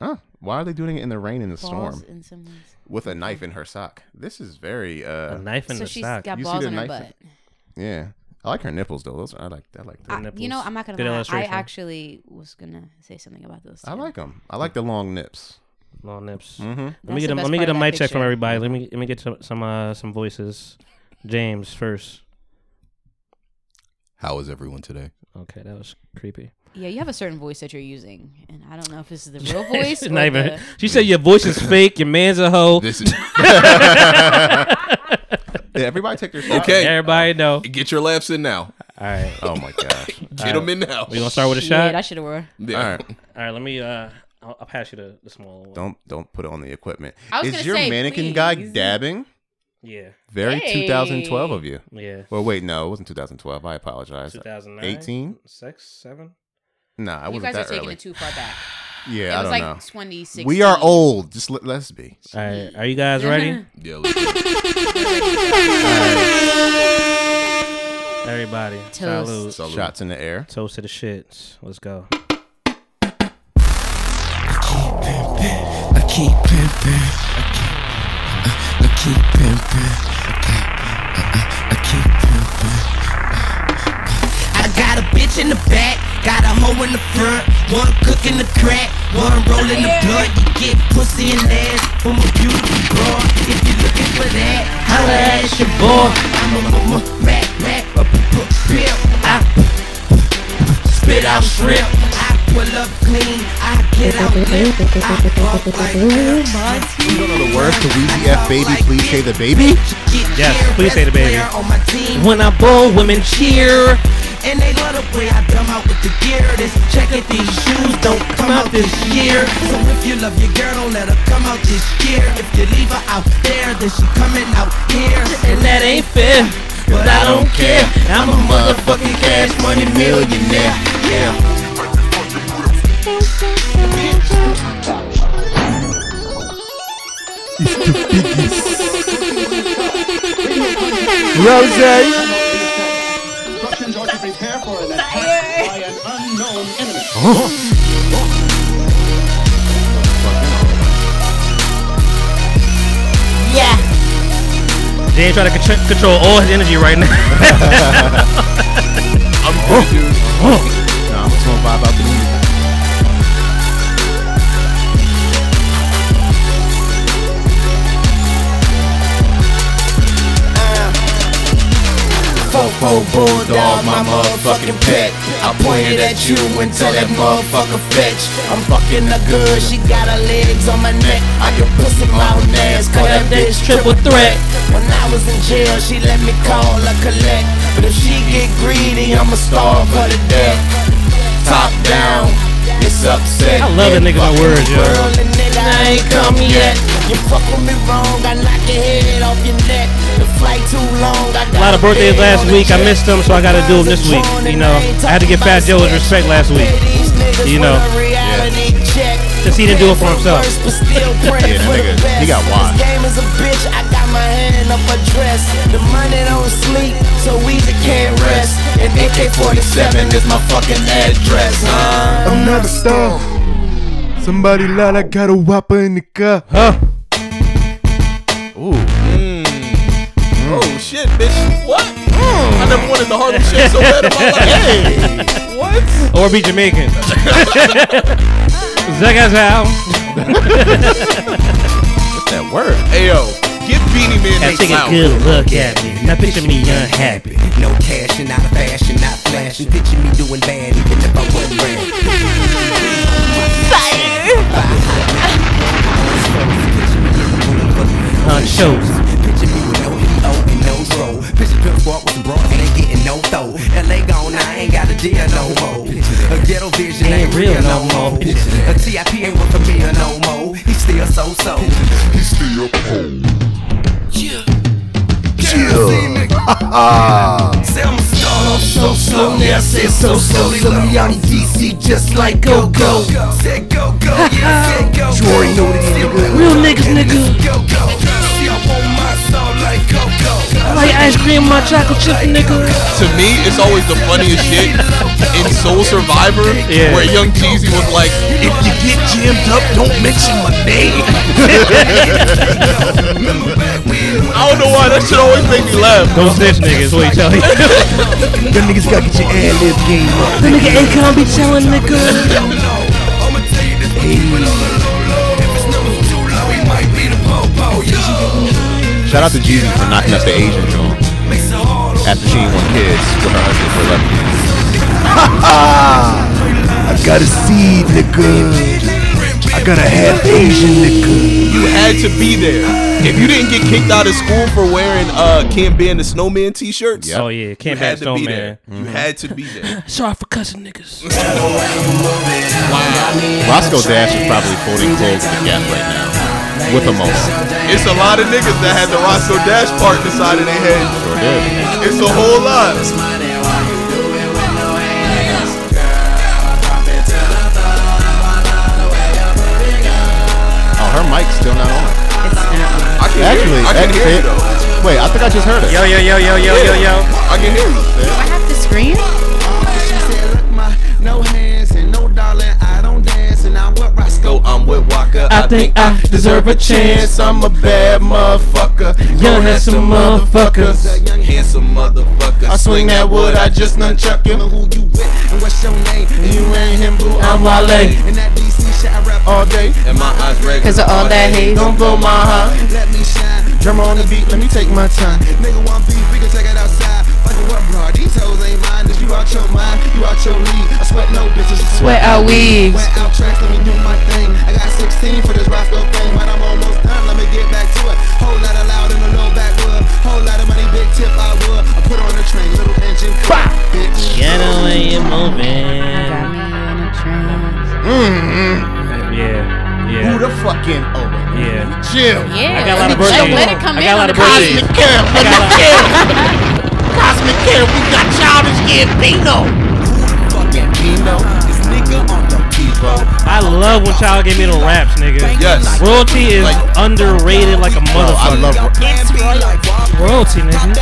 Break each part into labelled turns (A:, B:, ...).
A: Huh? Why are they doing it in the rain and the
B: Balls
A: storm
B: in someone's.
A: with a knife in her sock? This is very
C: A
A: uh
C: knife in
B: So
C: the
B: she's
C: sock.
B: got
A: You see
B: balls
A: the
B: in her
A: knife-
B: butt.
A: yeah. I like her nipples though. Those are, I like I like them.
B: I- you know,
C: nipples.
B: I'm not gonna
C: Good
B: lie. I
C: illustration.
B: actually was gonna say something about those.
A: I
B: too.
A: like them. I like the long nips.
C: Long nips.
A: Mm-hmm.
C: Let me
B: That's
C: get
B: the best
C: a, let me
B: part
C: get a
B: of that
C: mic check from
B: picture.
C: everybody. Let me let me get some some uh, some voices. James first.
D: How is everyone today?
C: Okay, that was creepy.
B: Yeah, you have a certain voice that you're using, and I don't know if this is the real voice. or
C: Not even-
B: the-
C: She said your voice is fake. Your man's a hoe.
D: This is
A: Yeah, everybody take their shot.
D: okay.
C: Everybody know.
D: Get your laughs in now.
C: All right,
A: Oh my gosh.
D: Get them in now.
C: we gonna start with a
B: Shit,
C: shot.
B: I should have wore.
D: Yeah.
A: All right.
C: All right, let me. Uh, I'll, I'll pass you the, the small one.
A: Don't don't put it on the equipment.
B: I was
A: Is
B: gonna
A: your
B: say,
A: mannequin guy
B: please.
A: dabbing?
C: Yeah,
A: Very
B: Hey.
A: 2012 of you.
C: yeah.
A: Well, wait, no, it wasn't 2012. I apologize.
C: 2009,
A: 18?
C: six, seven.
A: Nah, I
B: you
A: wasn't
B: guys are
A: that
B: taking
A: early.
B: it too far back.
A: yeah, I
B: it was
A: don't
B: like
A: know.
B: 2016.
A: We are old. Just let, let's be.
C: All right, are you guys ready?
D: Yeah, let's-
C: Everybody,
B: Toast.
C: salute.
D: Salute.
A: Shots in the air.
C: Toast to the shits. Let's go.
E: I keep pimping. I keep pimping. I keep pimping. I got a bitch in the back, got a hoe in the front, one cook in the crack, one roll in the blood. You get pussy and ass from a beautiful broad. If you looking for that, holla at your boy. I'm a mama, rat, rat, a p- p- pimp. I spit out shrimp. I pull up clean, I get out limp. I walk like him.
A: You don't know the words to Weezy F Baby. Please say the baby.
C: Yes, please say the baby.
E: On my team,
C: When I bowl, women
E: cheer. And they love the way I come out with the gear. This check if these shoes don't come out this year. So if you love your girl, don't let her come out this year. If you leave her out there, then she coming out here. And that ain't fair, but I don't care. I'm a motherfucking cash money millionaire. Yeah.
A: Rose.
F: instructions are to prepare for an attack by an unknown enemy.
C: James trying to contr- control all his energy right now.
D: I'm good, dude.
A: No, I'm just gonna vibe out the music.
E: Fofo bulldog, my motherfucking pet. I pointed at you and tell that motherfucker fetch. I'm fucking her good, she got her legs on my neck. I can pussy mountain ass, call that bitch triple threat. When I was in jail, she let me call her collect. But if she get greedy, I'ma starve her to death. Top down, it's upset.
C: I love that nigga my words, yo.
E: World and nigga, I ain't come yet. You fuck with me wrong, I knock your head off your neck. The flight too long, I
C: A lot of birthdays last week. I missed them, so I got to do them this week. You know, I had to give Fat Joe his respect last week. You know. Just he didn't do it for himself.
E: yeah,
A: that nigga, he got washed.
E: game is a bitch. I got my hand up a dress. The money don't sleep, so Weezy can't rest. And AK-47 is my fucking address. Huh?
G: I'm not a star. Somebody lied, I got a whopper in the cup.
D: Oh shit, bitch. What?
A: Hmm.
D: I never wanted the Harlem shit so bad in my life. Hey, what?
C: Or be Jamaican. Zaga's out.
A: What's that word?
D: Hey yo, get Beanie Man next out.
C: look at me. Now picture me unhappy.
E: No cash and out of fashion, not flashing. Picture me doing bad, even if I wasn't bad.
C: On shows.
E: Uh, Picture me with no heat, oh, and no roll. Picture Pimp Squad with some broad, and ain't getting no throw. LA gone, I ain't got a deal no more. A ghetto vision ain't,
C: Ain't
E: real no more. A TIP ain't worth a meal no more. He still so so. He still cold. Yeah. Say I'm a star, I'm so slow, now I say it so slowly Let me out in DC just like go-go Said go-go, yeah, said go-go You already know that Real niggas, nigga See, I want my soul like go-go I like ice cream
C: in my chocolate chip, nigga.
D: To me, it's always the funniest shit in Soul Survivor
C: Yeah.
D: where Young Jeezy was like, if you get jammed up, don't mention my name. I don't know why that shit always make me laugh.
C: Don't snitch, nigga. Is what he tell you. Them
E: niggas gotta get your ad lib game up.
C: nigga ain't gonna be telling, nigga.
A: Shout out to Jeezy for knocking up the Asian joint after she ain't want kids with her husband for 11 years.
E: I got a seed, nigga. I got a half Asian, nigga.
D: You had to be there. If you didn't get kicked out of school for wearing uh Can't Ban the Snowman t-shirts,
C: Oh yeah,
D: you
C: can't back
D: had to
C: Stone
D: be there.
C: Man.
D: You had to be there.
C: Sorry for cussing, niggas.
A: Roscoe Dash is probably folding clothes at the gap right now with a mohawk.
D: It's a lot of niggas that had the Roscoe Dash part in the side of their head.
A: Sure did.
D: It's a whole lot.
A: Oh, her mic's still not on.
B: It's not.
D: I can hear
A: Actually,
D: you. I can
A: that-
D: hear you
A: it-
D: though.
A: Wait, I think I just heard it.
C: Yo, yo, yo, yo, yo, yo, yo.
D: I can hear you.
B: Do I have to scream?
H: She said, look, my no hands and no darling, I don't dance. And I'm with Roscoe, I'm with Walker. I, think, I deserve a chance. I'm a bad motherfucker. Young handsome motherfuckers. Young handsome motherfucker. I swing that wood, I just nunchuck him. Who you with and what's your name? And you ain't him, boo, I'm Wale. And that DC shit, I rap all day. And my eyes regular.
B: Because of all that hate.
H: Don't blow my heart, let me shine. Drummer on the beat, let me take my time. Nigga want beef, we can take it outside. Fucking what bro? These hoes ain't mine. If you out your mind, you out your league. I sweat no bitches, I
B: Sweat
H: sweat.
B: our weaves.
H: Went out tracks, let me do my thing. I got 16 for this Roscoe thing, but I'm almost done. Let me get back to it. Whole lot of loud in the low backwood. Whole lot of money, big tip I would. I put on the train, little engine. Bah! Bitch.
C: Get away, you moving.
B: Got me in a trance.
C: Yeah, yeah.
A: Who Mm-hmm. the fucking Owen?
C: Yeah.
A: Jill.
B: Yeah.
C: I got
B: let it-
C: a lot of birthdays.
B: Let it come
C: I
B: in
C: got a
B: on
C: lot
B: the
C: of birthdays.
B: cosmic.
A: Kill,
C: I got a lot-
A: Cosmic Kill, we got childish kid Pino.
C: I love when y'all give me the raps, nigga.
D: Yes.
C: Royalty is
D: Like-
C: underrated like a
A: Oh, I
C: motherfucker.
A: love her.
C: Royalty, nigga.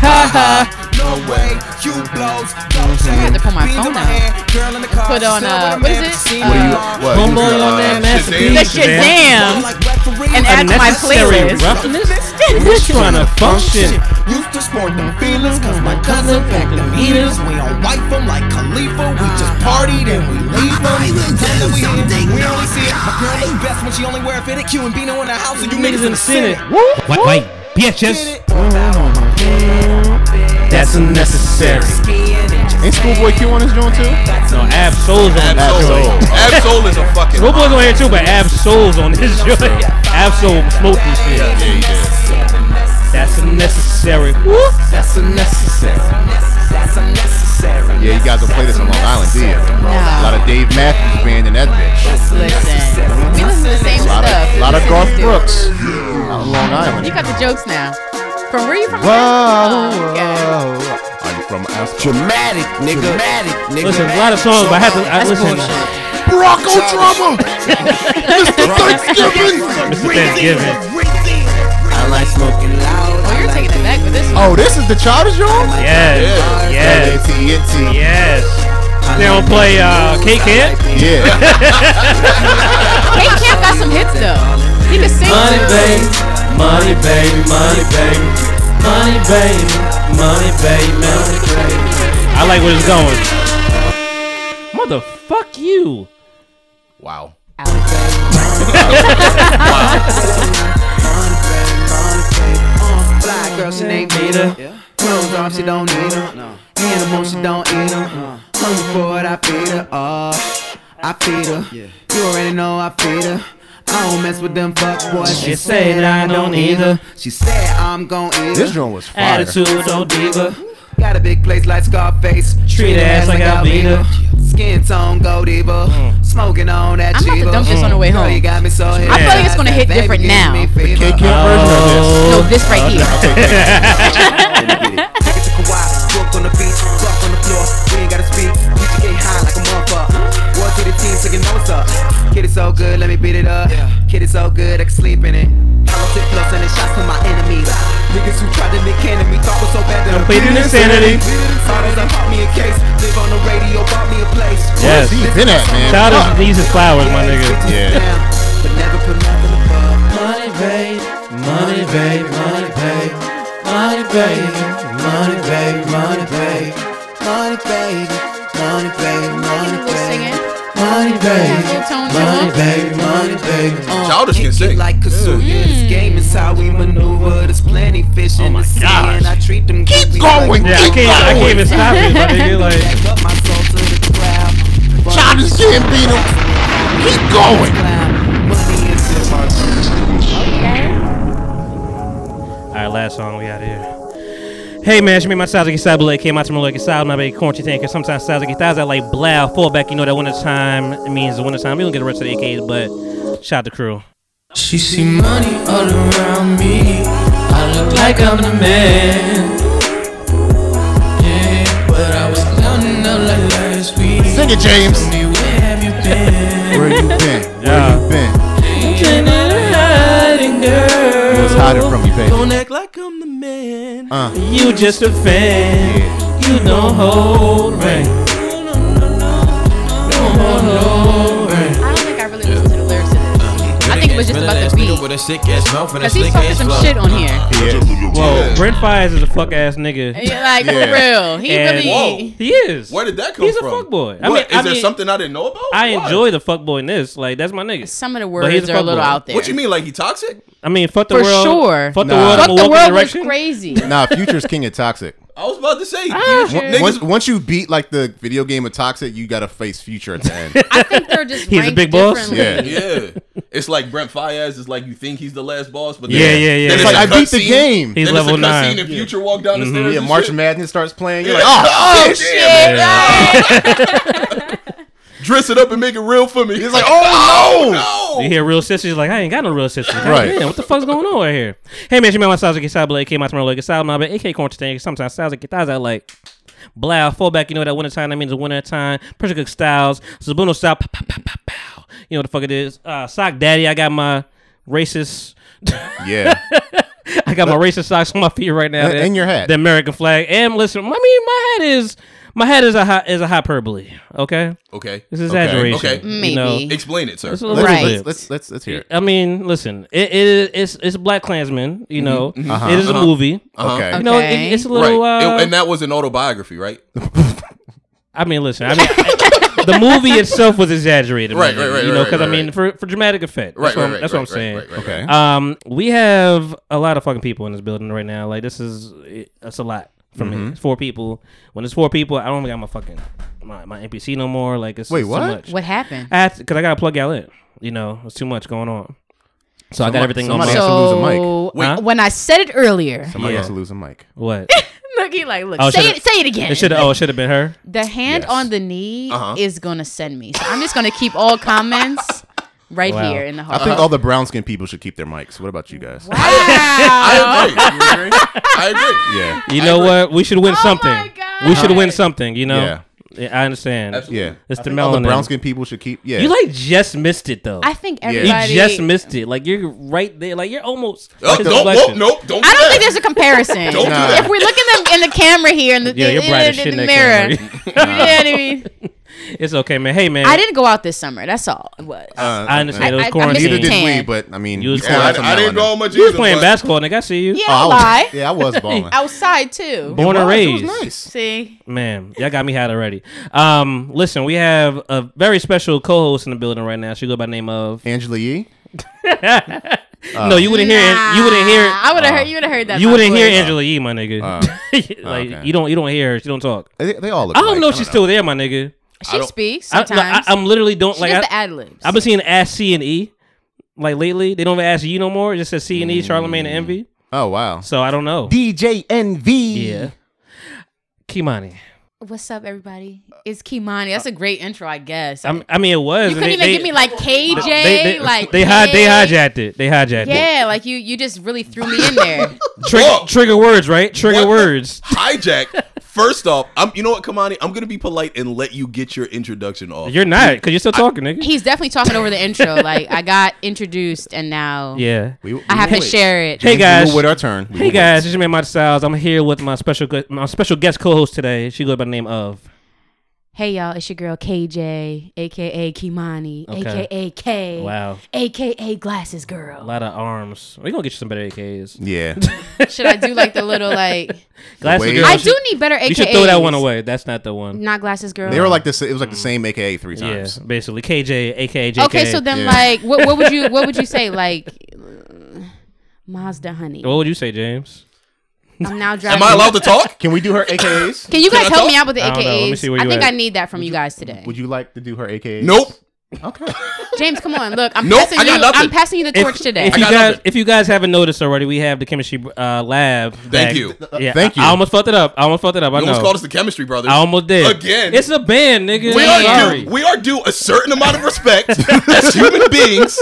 B: Mm-hmm.
H: Uh-huh.
B: Mm-hmm. I had to put my phone out. Put on, uh, what is it? Uh,
A: What?
C: Homeboy on that
D: Shazam.
C: masterpiece.
B: the
C: man.
B: Shazam. And add to my
C: Unnecessary
B: playlist.
C: roughness? We're trying to function.
H: Used to sport them feelings, cause my cousin packed them heaters. We don't wipe them like Khalifa. We just
B: Uh-huh.
H: partied and we leave them. Then we hit, we only see it. My girl is best when she only wear a fitted Q and Bino in the house, and you niggas in the Senate.
C: White, white bitches. That's unnecessary.
A: Ain't Schoolboy Q on his joint too?
C: No, Ab Soul's on
D: Ab
C: that
A: Absolutely.
D: Soul.
C: joint.
D: Ab Soul is a fucking.
C: Robo's on here too, but Ab Soul's on his joint. Ab Soul smoked this shit.
A: Yeah, he did.
C: That's unnecessary. Woo.
H: That's unnecessary. That's unnecessary.
A: Yeah, you guys don't play this on Long Island, do you? A lot of Dave Matthews Band in that bitch.
B: Listen. We listen to the same
A: A lot
B: stuff.
A: of, lot of Garth
B: Dude,
A: Brooks out in Long
B: You
A: Island.
B: got the jokes now. From where you from?
E: Whoa,
B: Okay.
A: Are you from Aspen?
E: Dramatic, nigga. Dramatic, nigga.
C: Listen, a lot of songs, but I have to I listen.
E: Barack Obama. Mr. Thanksgiving.
C: Mr. Thanksgiving.
E: I like smoking loud.
B: Well, you're taking it back with this
A: Oh,
B: one.
A: this is the childish joint?
C: Yes. Yes.
A: L-A-T-E-N-T.
C: Yes. They don't play uh, K Camp.
A: Yeah.
B: Hey, Camp got some hits though. He can sing. too.
H: money, baby, money, baby, money, baby, money, baby, money, baby.
C: I like where it's going. Motherfuck you.
A: Wow.
H: Fly girl, she named Nina. Clothes off, she don't need 'em. Animals, she don't eat 'em. Hungry for it, I feed her. Uh, I feed her. You already know I feed her. I don't mess with them fuck boys. She said I don't either. She said I'm gon' eat
A: This
H: her.
A: joint was fire.
C: don't diva.
H: Got a big place like Scarface. Treat her ass like I beat her. Skin tone gold diva. Smoking on that
B: I'm about to
H: Jeeva.
B: dump this on the way
H: Girl,
B: home.
H: you got me so
B: I feel like it's gonna hit
H: Baby,
B: different
H: give
B: now.
H: me
A: The
H: fever.
A: KK version
C: Oh.
B: No, this right here.
A: of this. Okay,
H: Take it to Kauai, walk on the beach, walk on the floor. We ain't gotta speak, we just get high like a motherfucker. War to the team, so you know what's up. Get it so good, let me beat it up. Kid is so good, I can sleep in it. Politic flow sending shots to my enemies. Niggas who tried to make enemy talk was so bad that I'm
C: Completed insanity.
H: Sorry, I bought me a case. Live on the radio, bought me a place.
C: Yes.
E: Where has he been at, man?
C: Shout
E: Fuck.
C: out to Jesus Flowers, my nigga.
E: Yeah.
H: But never put nothing above.
I: Money, babe, money, babe, money, babe, money, babe, money, babe, money, babe, money, babe, money, babe, money, babe, money, babe, money, babe, money, babe.
D: Childish can sing.
H: Kick it like Kasu. This game is how we maneuver. There's plenty fish in the sea, and I treat them goofy
E: going.
H: Like
C: Yeah, I can't, I can't even stop it, my nigga. Like,
H: back up my soul to the crowd. But
E: Child is getting beat up. Keep going.
H: clown, money and silver.
C: all right, last song we out here. Hey man, it's me, my sounds like side bullet came out to me like a side, my baby quarantine tank, cause sometimes sounds like thousand like blow, fall back, you know that winter time it means the winter time. We don't get the rest of the AKs, but shout out the crew.
I: She see money all around me. I look like I'm the man. Yeah, but I was clowning up like last week.
E: Sing it, James.
I: Tell me where have you been?
A: Where you been?
C: Yeah.
A: Where you been?
I: Thinking that I'm hiding, girl.
A: Let's hide it from you, baby.
D: Don't act like I'm the man.
A: Uh,
C: You just a fan,
A: yeah.
C: you don't hold rank.
B: I don't think I really listened to the lyrics to this. I think it was just about the beat.
D: With a sick ass mouth and a
B: Cause he's
D: slick
B: talking
D: ass
B: some
D: flow.
B: shit on here.
E: Yeah.
C: Whoa, Brent Fires is a fuck ass nigga.
B: Yeah, Like for
E: Yeah.
B: real, he
C: And-
B: really.
C: He is.
D: Where did that come
C: He's a
D: from?
C: fuckboy. I
D: I
C: mean-
D: is
C: I
D: there
C: mean-
D: something I didn't know about?
C: I
D: Why?
C: enjoy the fuckboyness. Like that's my nigga.
B: Some of the
C: But he's
B: words
C: a
B: are a little
C: fuckboy.
B: out there.
D: What you mean? Like he toxic?
C: I mean, fuck the
B: For
C: world.
B: sure.
C: Fuck the
A: Nah.
C: world.
B: Fuck
C: I'm
B: the
C: walking
B: world was
C: direction.
B: crazy.
A: Nah, Future's king of toxic.
D: I was about to say. you-
B: Ah.
D: niggas-
A: Once, once you beat like the video game of toxic, you gotta face Future at the end.
B: I think they're just
C: He's a
B: ranked
C: big boss?
B: differently.
A: Yeah.
D: yeah, it's like Brent Fayez is like you think he's the last boss, but
C: Yeah,
D: then-
C: yeah, yeah.
D: then
A: It's
C: It's
A: like
D: a
A: I beat the
D: cutscene.
A: game.
C: He's
D: Then it's a
C: level
D: cutscene
C: nine.
D: And Future walk down the stairs.
A: Yeah,
D: and
A: March
D: shit.
A: Madness starts playing. You're
D: Yeah.
A: like, oh,
D: Oh,
A: shit.
D: shit. Dress it up and make it real for me. He's like, oh, no.
C: You hear real sisters like I ain't got no real sisters. Like,
A: Right.
C: Man, what the fuck's going on right here? Hey man, you man, my size like Sable, AK my tomorrow like Sable, my but AK quarantine. Sometimes styles like thighs out like blah fullback. You know that winter time that means the winter time. Pressure cook styles, Sabuno style. Pow, pow, pow, pow, pow. You know what the fuck it is. Uh, sock daddy, I got my racist.
A: Yeah.
C: I got my racist socks on my feet right now.
A: And-
C: That-
A: and your hat.
C: the American flag. And listen, I mean, my hat is my hat is a hi- is a hyperbole. Okay,
D: Okay,
C: it's exaggeration.
D: Okay.
C: you know.
B: Maybe.
D: explain it, sir.
C: It's a little
A: Let's,
B: Right.
A: let's,
C: bit.
A: let's let's let's hear it.
C: I mean, listen, it, it is it's it's Black Klansman,
D: Mm-hmm.
C: you know. It
A: Uh-huh.
C: is a movie.
A: Okay.
C: You know, it-
B: Okay.
C: it's a
D: Right,
C: little.
D: It-
C: Uh,
D: and that was an autobiography, right?
C: I mean, listen, I mean, the movie itself was exaggerated, my
D: Right,
C: nigga,
D: right, right,
C: You know,
D: right,
C: because I
D: right,
C: mean,
D: right.
C: for for dramatic effect.
D: Right,
C: That's what,
D: right,
C: I'm-
D: right.
C: That's
D: right,
C: what I'm saying.
D: Right, right, right.
A: Okay.
C: Um, we have a lot of fucking people in this building right now. Like this is it- that's a lot for
D: Mm-hmm.
C: me. It's four people. When it's four people, I don't got my fucking my, my NPC no more. Like it's
A: Wait,
C: it's
A: what?
C: Too much.
B: What happened?
C: I because I gotta plug y'all in. You know, it's too much going on. So I got everything on
A: somebody
C: my
A: has to lose a mic.
B: So
C: Wait. Huh?
B: when I said it earlier,
A: Somebody
C: Yeah.
A: has to lose a mic.
C: what.
B: look, he like, look,
C: Oh,
B: say
C: should've-
B: it, say it again.
C: It should have. Oh, it should have been her.
B: the hand
A: Yes. Uh-huh.
B: on the knee is gonna send me. So I'm just gonna keep all comments right
C: Wow.
B: here in the
A: I
B: heart.
A: think all the brown skin people should keep their mics. What about Uh-huh. you guys?
B: Ah!
D: I agree. I agree.
A: Yeah.
C: You know what? We should win something.
B: Oh God.
C: We should win something. You know.
A: Yeah.
C: Yeah. I understand.
D: Absolutely.
A: Yeah.
C: It's the
A: All the
C: melanin.
A: brown skin people should keep. Yeah.
C: You like just missed it though.
B: I think
A: You
B: everybody.
C: you just missed it. Like you're right there. Like you're almost.
D: Oh,
C: his
D: nope, nope,
C: reflection.
D: nope, don't.
B: I don't
D: do
B: think
D: that.
B: there's a comparison.
D: Don't do
A: Nah.
D: that.
B: If we look in the in the camera here in the,
C: Yeah, you're
B: in,
C: bright
B: in
C: as shit in
B: the
C: that
B: mirror.
C: camera.
B: you know what I mean?
C: It's okay, man. Hey, man.
B: I didn't go out this summer. That's all it was.
A: Uh,
C: I
A: uh,
B: I-
C: understand it was
B: I- I
C: quarantine.
A: Neither
B: missed
A: did we,
B: tan.
A: but I mean,
C: You was
A: gotta have
D: I,
A: some
D: I didn't
A: melanin.
D: go on much.
C: you was playing basketball, nigga. I see you.
B: yeah,
A: Oh, I
B: I'll
A: was-
B: lie.
A: Yeah, I was balling.
B: Outside too.
C: Born and
A: It was
C: raised.
A: nice.
B: See,
C: Man, y'all got me hot already. Um, listen, we have a very special co-host in the building right now. She go by the name of.
A: Angela Yee.
D: Uh,
C: no, you wouldn't hear. it. You wouldn't hear. it.
B: I would have heard. You would have heard that.
C: You
B: my
C: wouldn't hear
B: voice.
C: Angela Yee, my nigga. like
A: okay.
C: you don't. You don't hear her. She don't talk.
A: They, they all look.
C: I don't know if
A: alike.
C: she's still there, my nigga.
B: She speaks
C: I, no,
B: sometimes.
C: I, am literally don't
B: she
C: like.
B: does
C: I,
B: the ad libs.
C: I've been seeing ask C and E, like lately. They don't even ask you no more. It just says C and E, Charlemagne and Envy.
A: Oh wow.
C: So I don't know.
A: DJ NV.
C: yeah. Kimani.
B: What's up, everybody? It's Kimani. That's a great intro, I guess.
C: I'm, I mean, it was.
B: you
C: and
B: couldn't even
C: they- they-
B: give me like KJ,
C: they, they,
B: like
C: they, hi-
B: K.
C: they hijacked it. They hijacked it.
B: Yeah, like you, you just really threw me in there.
C: Trigger,
D: Fuck.
C: trigger words, right? Trigger
D: What the-
C: words.
D: Hijack. First off, I'm. You know what, Kamani? I'm gonna be polite and let you get your introduction off.
C: You're not, because you're still talking, nigga.
B: He's definitely talking over the intro. Like I got introduced and now
C: yeah.
A: We- we
B: I have
A: will
B: to
A: wait.
B: share it.
C: Hey guys,
A: We will wait our turn. We
C: Hey
A: will
C: guys,
A: wait.
C: it's your man Mike Styles. I'm here with my special gu- my special guest co-host today. She goes by the name of
B: Hey y'all, it's your girl KJ, aka Kimani,
C: Okay.
B: aka K,
C: Wow,
B: aka Glasses
C: a
B: Girl.
C: lot of arms. We gonna get you some better AKs.
A: Yeah.
B: Should I do like the little like?
C: Glasses
A: Wait.
C: girl.
B: I
C: you
B: do
C: should-
B: need better AKAs.
C: You should throw that one away. That's not the one.
B: Not Glasses Girl.
A: They were like this. It was like the same AKA three
C: Yeah,
A: times.
C: basically KJ, aka JK.
B: okay, so then
A: Yeah.
B: like, what, what would you what would you say like? uh, Mazda honey.
C: what would you say, James?
B: I'm now driving.
D: Am I allowed to talk?
A: Can we do her AKAs?
B: Can you guys
D: Can
B: help
D: I talk?
B: me out with the
C: I don't know. Let me see
B: AKAs?
C: where
B: I
C: you
B: think
C: at.
B: I need that from you guys today.
A: Would you like to do her AKAs?
D: Nope.
A: Okay.
B: James, come on. Look, I'm
D: Nope,
B: passing
D: I got
B: you.
D: nothing.
B: I'm passing you the torch today.
C: If you
D: got
C: guys,
D: nothing.
C: if you guys haven't noticed already, we have the chemistry uh, lab. Thank
D: you.
C: Yeah,
A: Thank
C: I- I,
A: you.
C: almost fucked it up. I almost fucked it up. I
D: You almost
C: know.
D: called us the Chemistry Brothers.
C: I almost did
D: Again.
C: It's a band, nigga.
D: we
B: Yeah.
D: are
C: Sorry.
D: due, we are due a certain amount of respect as human beings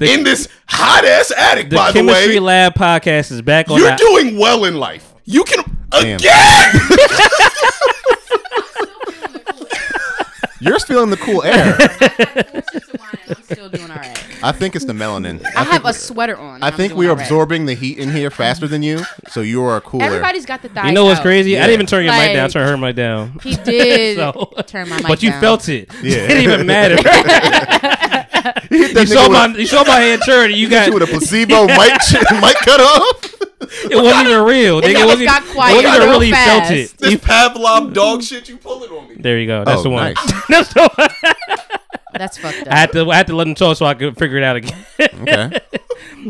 C: The-
D: in this hot ass attic.
C: The
D: by the
C: chemistry
D: way,
C: lab podcast is back on.
D: you're
C: our-
D: doing well in life. You can
A: Damn.
D: again.
A: You're feeling the cool air.
B: I'm still doing all right.
A: I think it's the melanin.
B: I have a sweater on. and
A: I
B: I'm
A: think
B: doing
A: we're
B: all right.
A: absorbing the heat in here faster than you, so you are cooler.
B: Everybody's got the thighs.
C: you know what's
B: out.
C: crazy? I
A: Yeah.
C: didn't even turn your mic down. I
B: Like-
C: turned her mic down.
B: He did
C: So-
B: turn my mic
C: but you
B: down.
C: felt it.
A: Yeah.
C: It didn't even matter.
A: That
C: you
A: nigga
C: saw
A: with-
C: my you saw my hand turn. and You got
A: hit you with a placebo mic, mic cut off.
C: it wasn't even real. nigga.
B: almost
C: wasn't-
B: got quiet
C: It wasn't even
B: real
C: really felt
B: fast.
C: it.
D: This Pavlov dog shit you pulling on me.
C: There you go. That's
A: Oh,
C: the one.
A: nice.
C: That's the one.
B: That's fucked
C: I
B: up.
C: had to I had to let him talk so I could figure it out again.
A: Okay.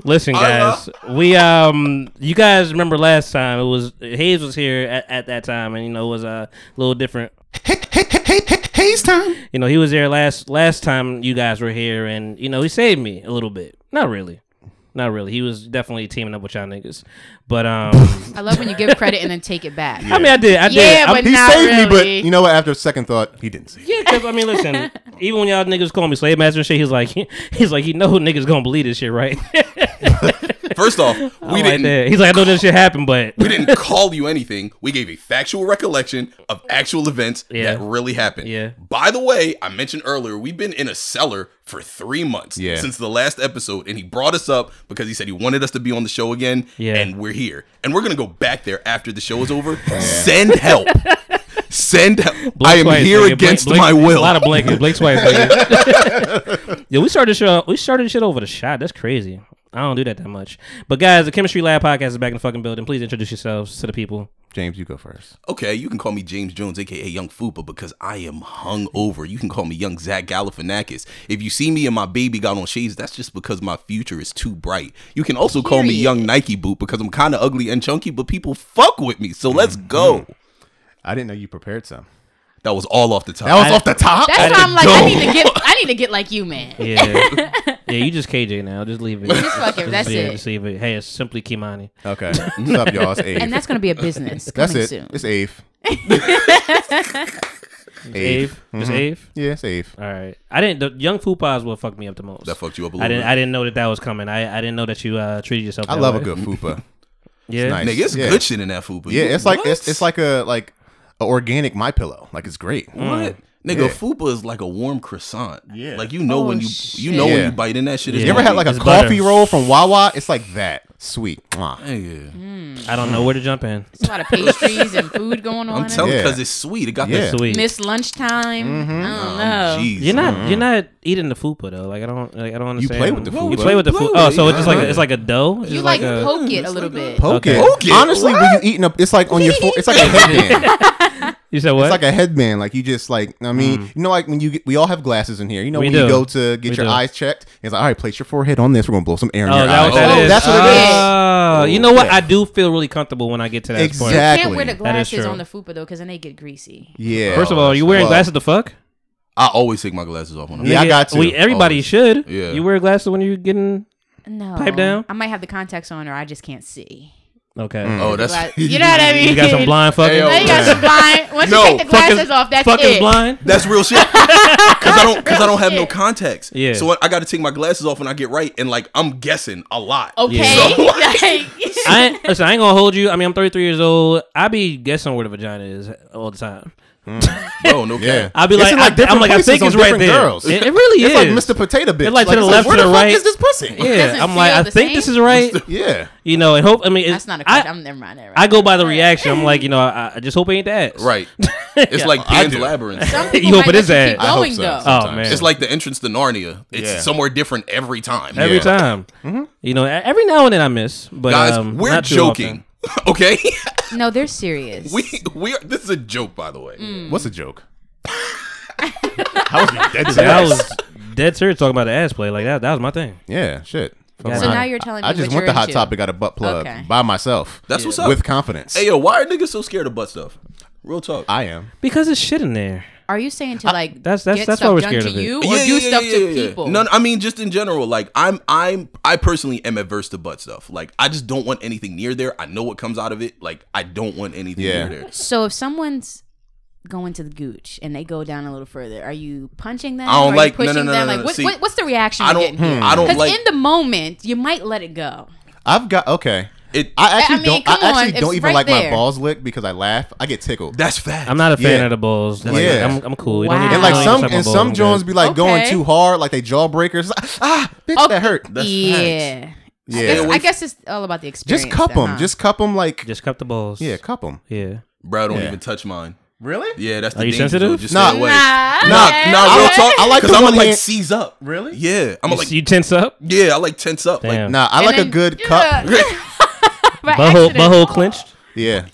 C: Listen, guys, we um, you guys remember last time it was Hayes was here at, at that time, and you know it was uh, a little different.
A: Haze time.
C: You know he was there last last time you guys were here, and you know he saved me a little bit. Not really, not really. He was definitely teaming up with y'all niggas, but um,
B: I love when you give credit and then take it back.
C: I mean I did, I
B: Yeah,
C: did.
B: but
C: I'm-
A: He
B: Not
A: saved me, but
B: really.
A: you know what? After second thought, he didn't save. me.
C: yeah, because I mean, listen, even when y'all niggas call me slave master and shit, he's like, he's like, you know who niggas gonna believe this shit, right?
D: First off,
C: I'm
D: we
C: like
D: didn't
C: that. He's like, I know this shit happened, but
D: we didn't call you anything. We gave a factual recollection of actual events
C: Yeah.
D: that really happened.
C: Yeah.
D: By the way, I mentioned earlier we've been in a cellar for three months
A: Yeah.
D: since the last episode, and he brought us up because he said he wanted us to be on the show again.
C: Yeah.
D: And we're here, and we're gonna go back there after the show is over. Send help. Send help. I am
C: twice,
D: here
C: nigga. Blink-
D: against
C: blink-
D: my will.
C: A lot of blankets. Blink twice, nigga. yeah, we started the show. We started the shit over the shot. That's crazy. I don't do that that much. But guys, the Chemistry Lab podcast is back in the fucking building. Please introduce yourselves to the people.
A: James, you go first.
D: Okay, you can call me James Jones, aka Young Fupa, because I am hung over. You can call me Young Zach Galifianakis. If you see me and my baby got on shades, that's just because my future is too bright. You can also call me
B: Period.
D: Young Nike Boot because I'm kind of ugly and chunky, but people fuck with me. So let's go.
A: Mm-hmm. I didn't know you prepared some.
D: That was all off the top.
A: That was off the top.
B: That's why I'm like, I need to get, I need to get like you, man.
C: Yeah, yeah. You just KJ now. Just leave it. Just
B: fuck it. That's
C: yeah,
B: it.
C: Just leave it. Hey, it's simply Kimani.
D: Uh,
A: okay. What's up, y'all? It's Ave.
B: And that's gonna be a business.
A: That's
B: coming
A: it.
B: Soon.
A: It's Ave.
C: Ave.
D: Mm-hmm.
C: Just Ave.
A: Mm-hmm. Yeah, it's Ave.
C: All right. I didn't. The young Fupa is what fucked me up the most.
D: That fucked you up a
C: I
D: little
C: didn't.
D: bit.
C: I didn't know that that was coming. I, I didn't know that you uh, treated yourself.
A: I
C: that
A: love
C: way.
A: a good fupa.
C: Yeah.
A: nice.
D: Nigga, it's
A: Yeah.
D: good shit in that Fupa.
A: Yeah,
D: You-
A: it's like it's,
D: what?
A: it's like a like a organic my pillow. Like it's great.
D: What? Nigga,
A: Yeah.
D: Fupa is like a warm croissant.
A: Yeah.
D: Like you know
B: Oh,
D: when you you
B: shit.
D: know when
A: Yeah.
D: you bite in that shit. it's
A: You ever
D: gonna
A: had
D: be-
A: like a
C: It's butter.
A: coffee roll from Wawa? It's like that. Sweet. Mwah.
D: Nigga.
C: I don't know where to jump in.
B: It's a lot of pastries and food going on.
D: I'm telling
A: Yeah.
D: because it's sweet. It got
A: Yeah.
D: that.
C: Sweet.
B: Miss lunchtime.
C: Mm-hmm.
B: I
C: Oh,
B: don't know.
D: Jeez.
C: You're not you're not eating the fupa though. Like I don't like I don't understand.
A: play with the
C: You
A: fupa.
C: play with the fupa.
D: Blow
C: Oh,
D: it,
C: so it's just like
A: yeah.
C: a, it's like a dough. It's
B: You
C: just
B: Mm, like,
C: a,
B: poke it a little bit.
A: Poke
C: Okay.
A: it.
D: Poke it?
A: Honestly, when you eating a, it's like on your fore, it's like a headband. it's
C: you said what?
A: like a headband. Like you just like I mean, you know, like when you get, we all have glasses in here. You know,
C: Mm. We
A: when
C: do.
A: you go to get
C: We
A: your
C: do.
A: eyes checked, it's like all right, place your forehead on this. We're gonna blow some air in
C: oh,
A: your
C: that
A: eyes.
C: what that
A: Oh,
C: is.
A: That's what it is.
C: Oh, You know what? I do feel really comfortable when I get to that part.
A: Exactly.
B: Can't wear the
C: That is
B: glasses
C: true.
B: on the fupa though, because then they get greasy.
A: Yeah.
C: First of all, you wearing
A: Well,
C: glasses to fuck?
D: I always take my glasses off when I'm.
A: Yeah, I got to.
C: We everybody
A: Always.
C: should.
D: Yeah.
C: You wear glasses when you're getting
B: No.
C: Pipe down?
B: I might have the contacts on, or I just can't see.
C: okay.
A: Mm.
D: Oh, that's
B: Gla- you know what I mean?
C: You got some blind fucking.
D: Hey, yo,
B: Now you got some blind. Once
D: No.
B: you take the
C: Fuck
B: glasses
C: is-
B: off, that's
C: fuck
B: it.
C: is blind.
D: that's real shit. because I don't because I don't have no context.
C: Yeah.
D: So I got to take my glasses off when I get right, and like I'm guessing a lot.
B: Okay.
D: So,
B: Like-
C: I ain't, listen, I ain't gonna hold you. I mean, I'm 33 years old. I be guessing where the vagina is all the time.
D: no, no,
A: Yeah.
D: yeah.
C: I'll be
A: It's
C: like,
A: in,
C: I-
A: different
C: I'm like, I
A: places
C: think
A: on
C: it's right
A: different
C: there.
A: Girls.
C: It- it really
A: it's
C: is.
A: Like Mr. Potato Bitch.
C: It's like to the
A: it's
C: left,
A: where
C: to the
A: the fuck
C: right.
A: is this pussy?
C: Yeah,
B: doesn't
C: I'm like,
B: feel
C: I
B: the
C: think this
B: same.
C: is right.
A: Yeah.
C: You know, and hope. I mean,
B: That's not a question.
C: I,
B: I'm never mind that. Right.
C: I go by the reaction. I'm like, you know, I, I just hope it ain't that.
D: Right. It's like
A: I
D: Pan's
A: do.
D: Labyrinth.
B: Some people
C: You hope
B: might
C: it is
B: let you keep
A: I hope
B: Going
A: so.
B: though.
A: sometimes.
C: Oh, man.
D: It's like the entrance to Narnia. It's
A: Yeah.
D: somewhere different every time.
C: Every
A: Yeah. Mm-hmm.
C: time. You know, e- every now and then I miss. But
D: Guys,
C: um,
D: we're
C: not too
D: joking. okay?
B: No, they're serious.
D: we we are, this is a joke by the way.
B: Mm.
A: What's a joke? How was your dead
C: often. I
A: ass?
C: was dead serious talking about the ass play. Like, that, that was my thing.
A: Yeah, shit. Fuck
C: So
A: around.
B: now you're telling me
A: I just
B: what
A: went
B: you're
A: to Hot
B: into.
A: Topic got a butt plug
B: Okay.
A: by myself.
D: That's what's up.
A: With confidence.
D: Hey yo, why are niggas so scared of butt stuff? Real talk.
A: I am.
C: Because it's shit in there.
B: Are you saying to like
C: that's- that's-
B: get
C: that's why
B: stuff
C: we're
B: done
C: scared
B: to
C: of it.
B: you or do stuff to people?
D: No, no, I mean just in general. Like I'm, I'm, I personally am adverse to butt stuff. Like I just don't want anything near there. I know what comes out of it. Like I don't want anything
A: Yeah.
D: near there.
B: So if someone's going to the gooch and they go down a little further, are you punching them?
D: I don't
B: Are you
D: like- no,
B: pushing
D: no, no,
B: them.
D: no,
B: like
D: no,
B: what,
D: see,
B: what, what's the reaction?
D: I
B: you're
D: don't, Hmm,
A: Hmm.
B: getting?
D: I don't
B: Because
D: like
B: in the moment, you might let it go.
A: I've got okay.
D: it.
A: I actually
B: I mean,
A: don't.
B: come
A: I actually
B: on,
A: don't
B: it's
A: even
B: right
A: like
B: there.
A: my balls licked because I laugh. I get tickled.
D: that's fact.
C: I'm not a fan
A: Yeah.
C: of the balls. Like,
A: Yeah.
C: I'm, I'm cool. You don't
B: Wow.
C: need to-
A: and
C: you
A: like
C: don't
A: some
C: need to
A: and
C: suck my balls.
A: some
C: I'm
A: Jones
C: good.
A: be like going
B: Okay.
A: too hard, like they jawbreakers. Ah, bitch, that hurt.
B: yeah. I,
A: Yeah,
B: guess,
D: Yeah,
B: I
D: we-
B: guess it's all about the experience.
A: just cup
B: though,
A: them.
B: huh?
A: Just cup them like
C: Just cup the balls.
A: yeah, cup them.
C: Yeah.
D: bro. Don't
A: Yeah.
D: even touch mine.
A: Really?
D: Yeah, that's the
C: Are you
D: danger
C: sensitive?
D: zone. Just
A: Nah.
D: stay away.
B: Nah,
D: Nah, nah, real
A: okay.
D: talk.
A: I like
D: because
A: the
D: I'm
A: one
D: gonna like
A: hand-
D: seize up.
A: Really?
D: Yeah, I'm
C: You,
D: like
C: you tense up?
D: yeah, I like tense up. Like
C: Damn.
A: Nah, I
B: And
A: like a
B: then-
A: good
B: yeah.
A: cup.
B: By
C: butthole,
B: accident.
C: butthole clenched?
A: Yeah,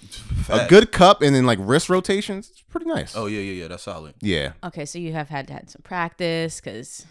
A: a good cup and then like wrist rotations. It's pretty nice.
D: oh yeah, yeah, yeah. That's solid.
A: yeah.
B: Okay, so you have had to have some practice because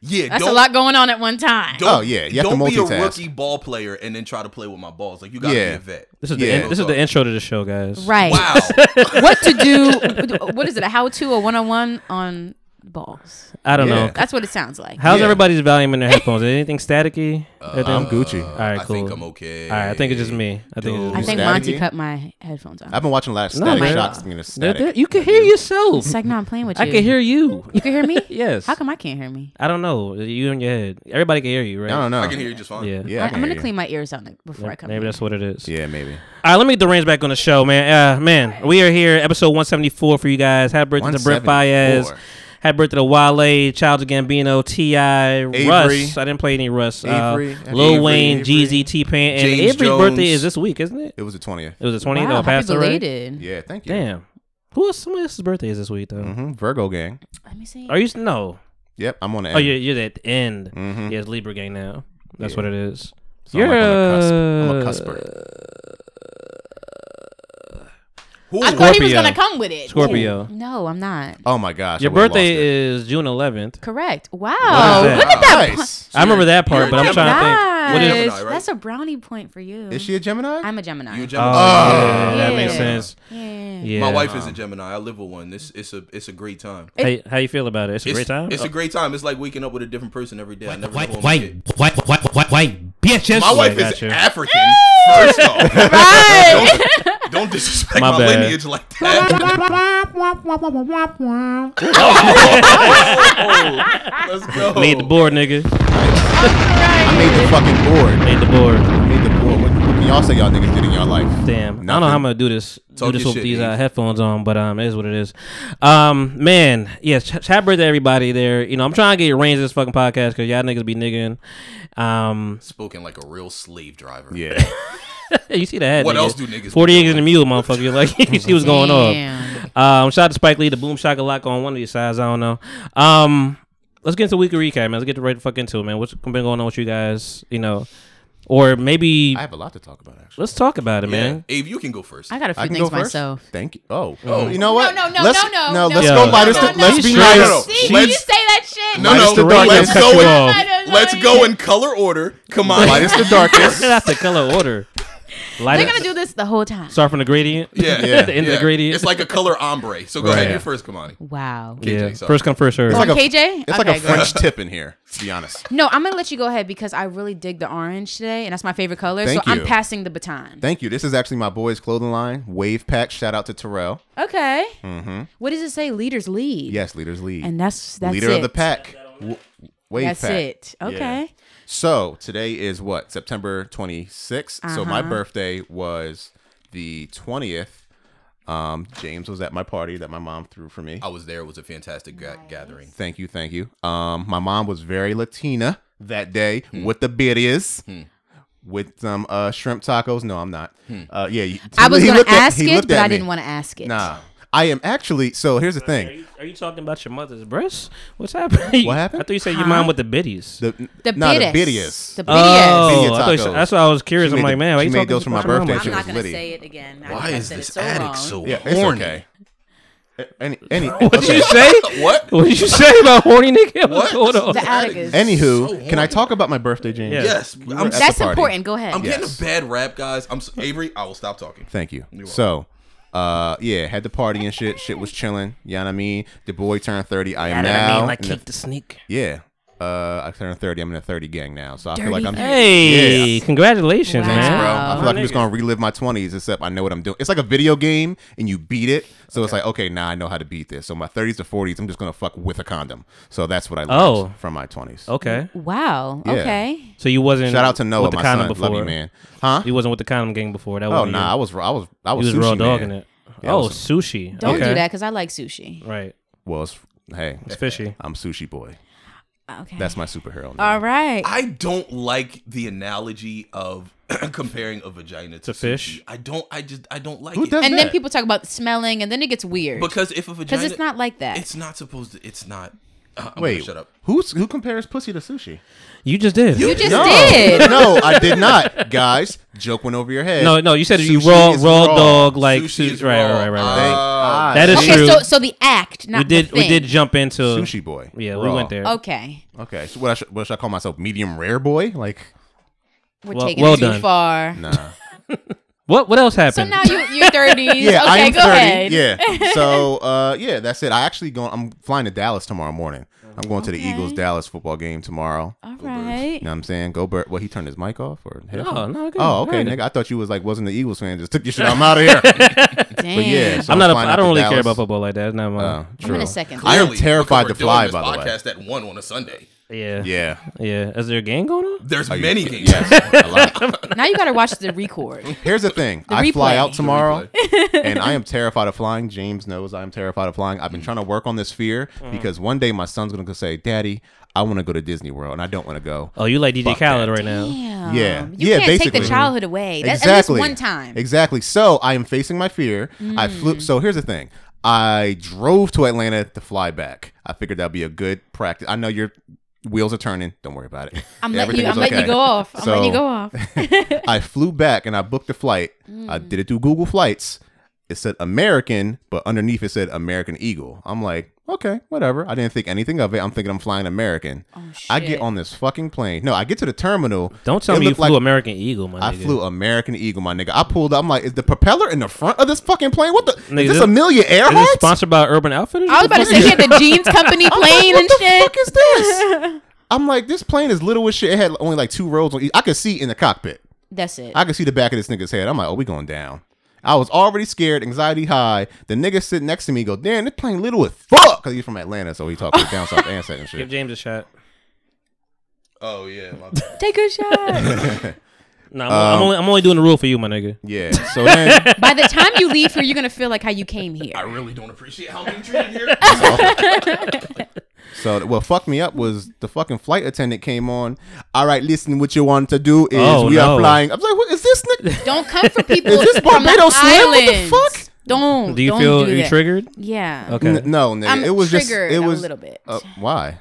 D: Yeah,
B: that's
D: don't,
B: a lot going on at one time.
D: Don't,
A: Oh, yeah, you have to
D: don't be a
A: multitask.
D: rookie ball player and then try to play with my balls. Like you gotta
A: Yeah.
D: be a vet.
C: This is the
A: Yeah.
C: in, this is the intro to the show, guys.
B: Right.
D: Wow.
B: what to do? What is it? A how to? A one on one on balls?
C: I don't know.
B: That's what it sounds like.
C: How's
A: Yeah. Uh,
C: everybody's volume in their headphones? Is anything staticky?
A: I'm
C: Everything-
A: Gucci.
C: All right,
D: I
C: cool.
D: think I'm okay.
C: All right, I think it's just me. I think it's
B: I
C: just me.
B: think
A: Static
B: Monty
A: again?
B: cut my headphones off.
A: I've been watching a lot of
C: No,
A: static
B: man.
A: shots. being a
C: There- there-
A: static.
C: you can hear yourself.
B: It's like, no, I'm playing with you.
C: I can hear you.
B: You can hear me?
C: Yes.
B: How come I can't hear me?
C: I don't know. You in your head. Everybody can hear you, right?
A: I don't know.
D: I can hear you just fine.
C: Yeah.
A: Yeah, I
B: I,
A: can hear
B: am gonna
A: you.
B: clean my ears out like, before I come.
C: Maybe that's what it is.
A: Yeah, maybe.
C: All right, let me get the reins back on the show, man. Uh, man, we are here, episode 174 for you guys. Happy birthday to Brent Fayez.
A: 174.
C: Happy birthday to Wale, Childs of Gambino, T.I., Russ. I didn't play any Russ. Uh,
A: Avery.
C: Lil
A: Avery.
C: Wayne,
A: Avery.
C: Jeezy, T Pain. And
D: James
C: Avery's
D: Jones.
C: birthday is this week, isn't it?
A: It was the twentieth.
C: It was the 20th.
B: Wow,
C: Oh,
B: happy
C: passed already?
B: belated.
A: Yeah, thank you.
C: Damn. Who else? Somebody else's birthday is this week, though.
D: Mm-hmm.
A: hmm Virgo gang.
B: Let me see.
C: Are you? No.
A: Yep, I'm on the.
C: Oh,
A: end.
C: you're, you're at the end.
D: Mm-hmm.
A: Mhm.
C: Yeah, it's Libra gang now. That's what it is.
A: So I'm like on the cusp. I'm a
C: You're- uh,
A: cusper.
D: Who?
B: I thought he was
C: Scorpio.
B: gonna come with it.
C: Scorpio.
B: No, I'm not.
A: Oh my gosh.
C: Your birthday is June 11th.
B: Correct. Wow.
A: Oh,
C: that?
B: Look at that. po-
A: Nice.
C: I remember that part,
D: you're a
C: but I'm trying to think. What is-
B: Guys,
D: Gemini, right?
B: That's a brownie point for you.
A: Is she a Gemini?
B: I'm a Gemini.
D: You a
C: Oh,
D: Gemini?
C: yeah, that
B: Yeah.
C: makes sense.
B: yeah.
C: Yeah.
D: My wife is a Gemini. I live with one. This it's a it's a great time.
C: How, how you feel about it? It's a great time.
D: It's
C: Oh,
D: a great time. It's like waking up with a different person every day. I never
J: White,
D: know my
J: white,
D: shit.
J: white, white, white, white, bitches.
D: My wife
C: got
D: is
C: you.
D: African. First off, don't, don't disrespect
C: My
D: my,
C: bad.
D: lineage like that. Oh, let's go.
C: made the board, nigga.
A: I made the fucking board.
C: Made the board.
A: I made the board. What, what can y'all say y'all niggas did in y'all life?
C: Damn. I don't know how I'm gonna do this. do
D: Talk
C: this
D: your
C: with
D: shit,
C: these uh,
D: Dave.
C: headphones on, but um, it is what it is. Um, man, yes. ch- Happy birthday, to everybody. There, you know, I'm trying to get range of this fucking podcast because y'all niggas be nigging. Um,
D: Spoken like a real slave driver.
A: Yeah.
C: you see that?
D: What
C: nigga.
D: else do niggas
C: Forty
D: be
C: eggs in a mule, motherfucker. You're Like you see what's going on.
B: Damn.
C: Um, shout out to Spike Lee, the boom shaka lock on one of these sides. I don't know. Um, let's get into weekly recap, man. Let's get right the fuck into it, man. What's been going on with you guys? You know, or maybe
A: I have a lot to talk about actually.
C: let's talk about it,
D: Yeah.
C: man.
D: Ave, you can go first.
B: I got a few
A: I can
B: things
A: go first.
B: myself.
A: Thank you. Oh, oh, you know what?
B: No, no, no,
A: let's,
B: no, no, no,
A: let's
B: no,
A: go
C: no,
A: by this.
B: no, no.
A: Let's be
C: She's
A: nice.
C: straight up.
B: See,
D: Let's-
B: you say that shit.
D: No,
A: Minus
D: no,
A: the dark
D: let's
A: end.
D: go.
B: I
D: In,
B: don't know
D: let's
B: you.
D: go in color order. Come on.
A: Lightest the
C: That's
A: darkest.
C: the color order. Light
B: They're
C: it-
B: gonna do this the whole time.
C: Start from the gradient.
D: Yeah,
C: At the end of
D: yeah.
C: the gradient.
D: It's like a color ombre. So go
C: Right.
D: ahead, you're first, Kamani.
B: Wow.
C: Yeah.
D: sorry.
C: First come, first serve.
B: It's like a- KJ? it's like a Okay, go French ahead.
D: tip in here. To be honest,
B: No, I'm gonna let you go ahead because I really dig the orange today, and that's my favorite color.
A: Thank
B: so I'm
A: you.
B: passing the baton.
A: Thank you. This is actually my boy's clothing line, Wave Pack. Shout out to Terrell.
B: Okay.
A: Mm-hmm.
B: What does it say? Leaders lead.
A: Yes, leaders lead.
B: And that's- that's
A: leader of the
B: it.
A: pack. W- Wave
B: That's
A: pack.
B: it. Okay.
A: So today is what September 26th. So my
B: Uh-huh.
A: birthday was the 20th. Um, James was at my party that my mom threw for me.
D: I was there. It was a fantastic ga- gathering.
A: Thank you, thank you. Um, my mom was very Latina that day
C: Hmm.
A: with the birrias. With some uh, shrimp tacos. No, I'm not.
C: Hmm.
A: Uh, yeah, you-
B: I was
A: he
B: gonna
A: looked at-
B: ask
A: he
B: it,
A: looked
B: but
A: at
B: I
A: me.
B: didn't want to ask it.
A: Nah, I am actually. So here's the
C: Are
A: thing.
C: you, are you talking about your mother's breasts? What's happening?
A: What happened?
C: I thought you said your
A: Huh?
C: mom with the biddies.
A: The,
B: The
A: nah, the Uh, biddies.
B: biddies. The
C: Oh,
A: Bidya
C: I thought you said-
A: tacos.
C: that's why I was curious.
A: She
C: I'm
A: made
C: like,
A: the-
C: man, why
A: she
C: you
A: made
C: talking
A: those for my
C: about your mom?
A: birthday.
C: I'm
A: She
C: not
A: was
B: gonna
A: litty.
B: say it again. I
D: Why
B: think I
D: is
B: said it
D: this
B: so
D: addict
B: wrong.
D: so
A: Yeah, it's
D: horny?
A: okay. Any, any,
C: What'd
A: okay.
C: you say? What? What'd you say about horny nigga? What's going on?
B: The attic is.
A: Anywho, can I talk about my birthday, James?
D: Yes. Yes.
A: We were
D: I'm-
A: at the
B: That's
A: party.
B: important. Go ahead.
D: I'm getting a bad rap, guys. I'm s- Avery. I will stop talking.
A: Thank you. So, uh, yeah, had the party and shit. Shit was chilling. You know what I mean? The boy turned 30. I am
C: You know what I
A: now.
C: mean? Like
A: in the-
C: Keith the Sneak.
A: Yeah. Uh, I turned 30. I'm in a 30 gang now. So I feel like
C: Dirty
A: I'm.
C: 30. Hey, congratulations,
A: Thanks,
C: man.
A: bro. I
C: Wow.
A: feel like I'm just
C: Nigga.
A: going to relive my 20s, except I know what I'm doing. It's like a video game and you beat it. So it's like, okay, now I know how to beat this. So my 30s to 40s, I'm just going to fuck with a condom. So that's what I learned
C: Oh.
A: from my 20s.
C: Okay.
B: Wow.
A: Yeah.
B: Okay.
C: So you wasn't
A: Shout out to Noah,
C: with the
A: my
C: condom
A: son. Love
C: before,
A: you, man. Huh?
C: You wasn't with the condom gang before. That
A: Oh,
C: wasn't
A: nah,
C: you.
A: I was- I was- I was
C: You was raw
A: sushi
C: dogging
A: man.
C: it.
A: Yeah, I
C: oh,
A: was-
C: sushi.
B: Don't
C: okay.
B: do that because I like sushi.
C: Right.
A: Well, it's, hey,
C: It's fishy.
A: I'm sushi boy.
B: Okay.
A: That's my superhero. Name.
B: All right.
D: I don't like the analogy of comparing a vagina to,
C: To fish?
D: sushi. I don't. I just. I don't like it.
B: and then people talk about smelling, and then it gets weird.
D: Because if a vagina,
B: because it's not like that.
D: It's not supposed to. It's not. Uh, I'm
A: Wait,
D: gonna shut up.
A: who's who compares pussy to sushi?
C: You just did.
B: You just
A: no.
B: did.
A: no, I did not, guys. Joke went over your head.
C: No, no, you said you
A: Sushi
C: raw,
A: is Uh,
C: raw dog like sushi.
A: is
C: right,
A: raw.
C: right, right, right,
A: Thank
C: right.
A: God.
C: That is
B: okay,
C: true.
B: so so the act, not
C: we did,
B: the thing.
C: we did jump into
A: Sushi boy.
C: Yeah, we
A: Raw.
C: went there.
B: Okay.
A: Okay, so what I should, what should I call myself? Medium rare boy? Like
B: We're
C: Well-
B: taking
C: well
B: it too
C: done.
B: far.
A: nah.
C: What? What else
B: So
C: happened?
B: now you, you're 30s.
A: yeah,
B: okay,
A: I am
B: go ahead.
A: Yeah. So uh, yeah, that's it. I actually going. I'm flying to Dallas tomorrow morning. I'm going to the
B: Okay. Oh.
A: Eagles Dallas football game tomorrow.
B: All right.
A: You know what I'm saying? Go Bird. Well, he turned his mic off or headphone?
C: no, good.
A: Oh, okay,
C: Heard it.
A: nigga. I thought you was like wasn't the Eagles fan. Just took your shit. I'm out of here. But yeah, so
C: I'm not. A,
A: flying
C: I
A: out
C: don't
A: to
C: really care
A: Dallas.
C: about football like that. It's not my.
A: Oh, true.
B: gonna second
A: I am
D: Clearly,
A: terrified to
D: because we're
A: fly.
D: doing
A: By the way,
D: this podcast at one on a Sunday.
C: Yeah.
A: Yeah.
C: Yeah. Is there a game going on?
D: There's
A: Are you-
D: many games.
A: Yes, a lot.
B: Now you got to watch the record.
A: Here's the thing.
B: The
A: I fly
B: replay.
A: out tomorrow,
B: The replay.
A: and I am terrified of flying. James knows I am terrified of flying.
B: Mm.
A: I've been trying to work on this fear because one day my son's gonna go say, "Daddy, I want to go to Disney World, and I don't want to go."
C: Oh, you like DJ
A: Fuck
C: Khaled
A: that.
C: right now?
A: Yeah,
B: Damn. You
A: yeah.
B: can't take the
A: basically,
B: childhood away. That- at least one time. Mm.
A: Exactly. So I am facing my fear. I flew. So here's the thing. I drove to Atlanta to fly back. I figured that'd be a good practice. I know your wheels are turning. Don't worry about it.
B: I'm letting
A: Everything
B: you-
A: is
B: I'm letting you go off. I'm letting you go off.
A: I flew back and I booked a flight. I did it through Google Flights. It said American, but underneath it said American Eagle. I'm like, okay, whatever. I didn't think anything of it. I'm thinking I'm flying American. I get
C: shit.
A: on this fucking plane. No, I get to the terminal.
C: Don't tell
A: It
C: me you
A: looked
C: flew
A: like-
C: American Eagle, my
A: I
C: nigga.
A: flew American Eagle, my nigga. I pulled up. I'm like, is the propeller in the front of this fucking plane? What the?
C: Nigga,
A: is this Amelia
C: Is this
A: Earhart?
C: sponsored by Urban Outfitters?
B: I was about to say, yeah, the Jeans Company
A: I'm like,
B: plane
A: what
B: and
A: the
B: shit.
A: fuck is this? I'm like, this plane is little as shit. It had only like two rows on each. I could see in the cockpit.
B: That's it.
A: I could see the back of this nigga's head. I'm like, oh, we going down. I was already scared, anxiety high. The nigga sitting next to me go, damn, this plane little as fuck. Because he's from Atlanta, so he talks down south accent and shit.
C: Give James a shot.
D: Oh yeah. my-
B: Take a shot.
C: Nah, I'm, I'm
A: Um,
C: only, I'm only doing the rule for you, my nigga.
A: Yeah. So then,
B: By the time you leave here, you're gonna feel like how you came here. I
D: really don't appreciate how I'm treated here.
A: so what fucked me up was the fucking flight attendant came on. All right, listen, what you want to do is
C: Oh,
A: we
C: no.
A: are flying. I'm like, what is this nigga?
B: Don't come for people.
A: Is this
B: from
A: Barbados
B: the
A: Slim? What the
B: islands. Don't.
C: Do you
B: don't
C: feel
B: do
C: are you
B: that.
C: triggered?
B: Yeah.
C: Okay.
A: N- no, nigga.
B: I'm
A: it was just
B: triggered
A: it
B: a
A: was
B: little bit.
A: uh, why?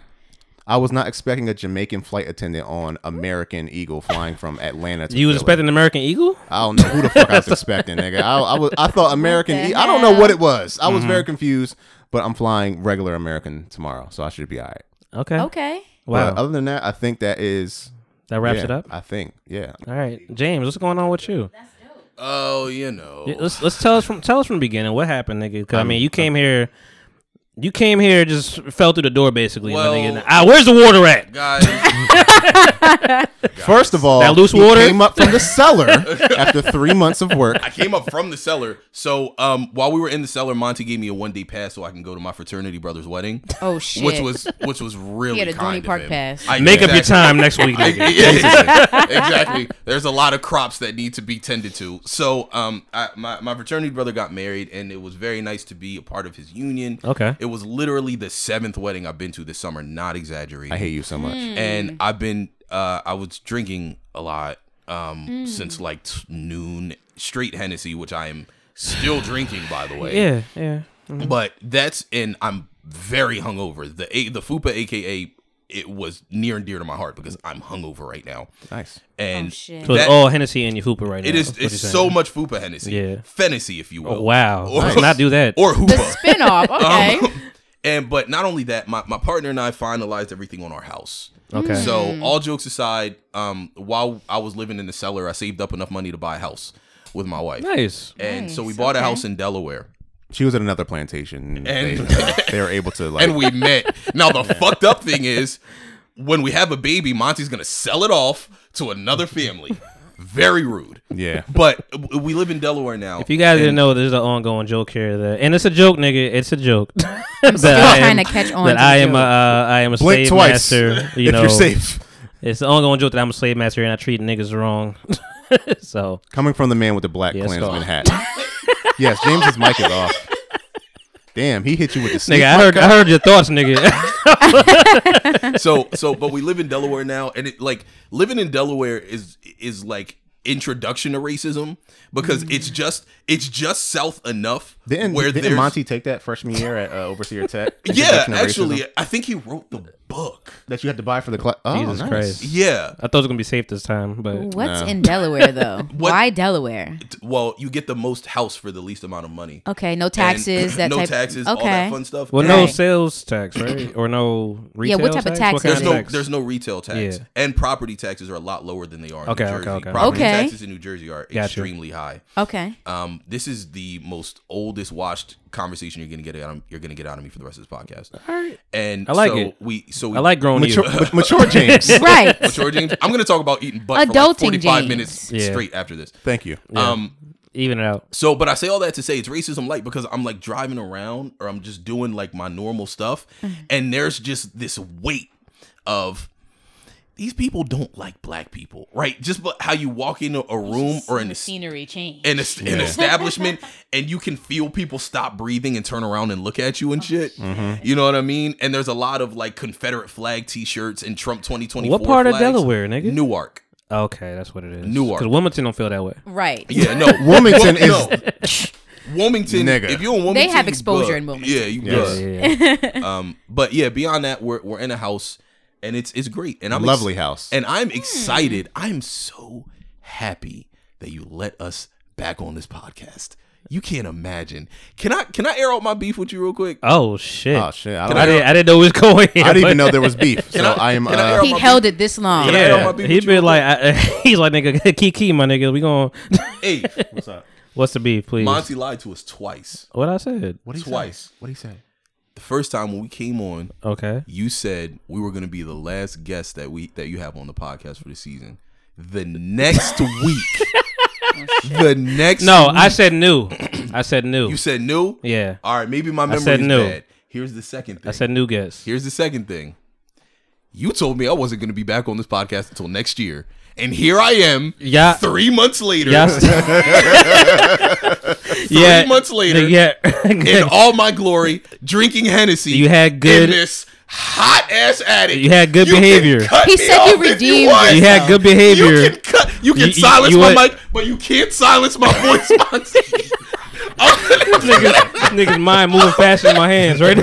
A: I was not expecting a Jamaican flight attendant on American Eagle flying from Atlanta. to
C: You was
A: Philly.
C: expecting an American Eagle?
A: I don't know who the fuck I was expecting, nigga. I, I was I thought American. E- I don't know what it was. I was
C: Mhm.
A: very confused, but I'm flying regular American tomorrow, so I should be all right.
C: Okay.
B: Okay.
C: Wow.
A: But other than that, I think that is
C: That wraps
A: yeah,
C: it up?
A: I think. Yeah.
C: All right, James, what's going on with you?
D: Oh, you know.
C: Yeah, Let's let's tell us from tell us from the beginning what happened, nigga. 'Cause, I mean, you came here, you came here just fell through the door basically. my nigga. Ah, where's the water at?
A: First of all,
C: That loose
A: he
C: water?
A: came up from the cellar after three months of work.
D: I came up from the cellar. So um, while we were in the cellar, Monty gave me a one day pass so I can go to my fraternity brother's wedding.
B: Oh,
D: Which
B: shit.
D: was which was really
B: He had a
D: kind
B: Dorney
D: of
B: Park
D: him.
B: pass.
D: I-
C: Make up your time next week,
D: I-
C: nigga.
D: yeah,
C: Basically.
D: exactly. There's a lot of crops that need to be tended to. So um, I, my my fraternity brother got married, and it was very nice to be a part of his union.
C: Okay.
D: It was literally the seventh wedding I've been to this summer. Not exaggerating.
A: I hate you so much. Mm.
D: And I've been uh, I was drinking a lot um
A: Mm.
D: since like t- noon straight Hennessy, which I am still drinking by the way.
C: Yeah, yeah. Mhm.
D: But that's and I'm very hungover. The a the fupa aka it was near and dear to my heart because I'm hungover right now.
A: Nice.
D: And
C: So it's all Hennessy and your fupa right now.
D: it is
C: oh, That's what
D: it's
C: you're saying.
D: so much fupa Hennessy.
C: Yeah.
D: Fennessy, if you will.
C: Oh, wow.
D: Or-
C: Let's not do that.
D: Or hoopa.
C: The spin-off,
A: Oh.
C: okay.
D: and but not only that, my, my partner and I finalized everything on our house.
C: Okay.
D: So
A: Mm-hmm.
C: Mm.
D: all jokes aside, um, while I was living in the cellar, I saved up enough money to buy a house with my wife.
A: Nice.
D: And so we
A: Nice,
D: bought a
A: okay.
D: house in Delaware.
A: She was at another plantation. And they,
D: And-
A: they were able to like.
D: and we met. Now the fucked up thing is when we have a baby, Monty's gonna sell it off to another family. Very rude.
A: Yeah.
D: But w- we live in Delaware now.
C: If you guys didn't
D: and-
C: know, there's an ongoing joke here that, and it's a joke, nigga. It's a joke.
B: I'm still
C: That I
B: trying
C: am-
B: to catch on
C: That
B: to the
C: I am a,
B: joke.
C: uh, I am a
B: Blink
C: slave
B: twice
C: master. You
B: if
C: know,
B: you're safe.
C: It's the ongoing joke that I'm a slave master and I treat niggas wrong. so
A: coming from the man with the black
C: Yes,
A: Klansman
C: sir.
A: hat. yes, James's mic is off. Damn, he hit you with the sneak
C: nigga, I heard,
A: mic.
C: I heard your thoughts, nigga.
D: so so but we live in Delaware now and it like living in Delaware is is like introduction to racism because it's just it's just south enough
A: Mm. Didn't,
D: where
A: didn't
D: there's
A: Monty take that freshman year at uh, Overseer Tech?
D: yeah
A: Introduction to
D: actually
A: Racism?
D: I think he wrote the book
A: that you had to buy for the class. Oh,
C: Jesus
A: nice.
C: Christ.
D: Yeah.
C: I thought it was gonna be safe this time, but
B: What's in Delaware though?
D: What-
B: Why Delaware?
D: well you get the most house for the least amount of money
B: Okay, no
D: And
B: taxes, that
D: no
B: type-
D: taxes all
B: okay.
D: that fun stuff
C: Well,
D: And-
C: no sales tax, right? Or no retail
B: what type of tax
C: What
D: There's
C: kind
D: no
C: of tax?
D: there's no retail tax,
C: Yeah.
D: and property taxes are a lot lower than they are in
C: Okay,
D: New
C: okay,
D: Jersey.
C: okay.
D: Property
B: Okay.
D: taxes in New Jersey are
C: Gotcha.
D: extremely high.
B: Okay.
D: Um, this is the most oldest watched conversation you're gonna get out of, you're gonna get out of me for the rest of this podcast. All
C: right.
D: And
C: I like
D: so
C: it.
D: We so we,
C: I like e, grown Mature- you. ma- mature
A: James.
B: Right.
D: Mature James. I'm gonna talk about eating butt for like
B: Adulting
D: 45
B: James.
D: minutes
C: Yeah.
D: straight after this.
A: Thank you.
C: Yeah.
D: Um,
C: Even it out.
D: so, but I say all that to say it's racism light because I'm like driving around or I'm just doing like my normal stuff,
B: Mm-hmm.
D: and there's just this weight of these people don't like black people, right? Just but how you walk into a room or an,
B: the
D: es-
B: scenery change.
D: an, es- an
B: Yeah.
D: establishment, and you can feel people stop breathing and turn around and look at you
B: Oh,
D: and shit.
C: Mm-hmm.
A: Mhm.
D: You know what I mean? And there's a lot of like Confederate flag T-shirts and Trump 2024.
C: What part of
D: flags.
C: Delaware, nigga?
D: Newark.
C: Okay, that's what it is.
D: Newark.
C: Because Wilmington don't feel that way.
B: Right.
D: Yeah, no.
A: Wilmington
D: Wil- no.
A: is-
D: Wilmington.
A: Nigga.
D: If you're in
B: They
D: Wilmington,
B: have
D: you
B: exposure
D: good.
B: in Wilmington.
D: Yeah, you
A: Yes.
D: good.
B: Oh, Yeah, yeah, yeah.
D: um, but yeah, beyond that, we're we're in a house, and it's it's great, and I'm
A: Lovely house.
D: and I'm excited. I'm so happy that you let us back on this podcast. You can't imagine. Can I can I air out my beef with you real quick?
C: Oh shit!
D: Ah,
A: Oh, shit. I
C: I,
A: like-
C: didn't. I didn't know it was going.
A: I didn't even know there was beef, so
C: Can
A: I, am.
D: I
A: Uh,
D: air
B: He held it this long.
C: yeah, he'd be like, I, he's like, nigga, kiki, my nigga, we going.
D: Hey, what's up?
C: What's the beef, please?
D: Monty lied to us twice.
C: What I said?
A: What'd he say?
D: twice.
A: What'd he say?
D: The first time when we came on,
C: Okay.
D: you said we were going to be the last guest that we that you have on the podcast for the season. The next week, the next
C: No, I
D: week-
C: said new. I said new.
D: You said new?
C: Yeah.
D: All right, maybe my
C: I
D: memory
C: said
D: is
C: new.
D: bad. Here's the second thing.
C: I said new guest.
D: Here's the second thing. You told me I wasn't going to be back on this podcast until next year. And here I am,
C: Yeah.
D: three months later.
C: Yes.
D: three
C: Yeah.
D: months later,
C: Yeah.
D: in all my glory, drinking Hennessy.
C: You had good-
D: in this hot ass attic.
C: You had good
D: can
C: behavior.
D: cut
B: He
D: me
B: said you
D: off if
B: redeemed
D: want.
C: You had good behavior.
D: You can, cut, you can
C: You- you-
D: silence
C: you
D: my
C: what-
D: mic, but you can't silence my voice, Monty. I'm gonna do
C: niggas, niggas mind moving faster than my hands right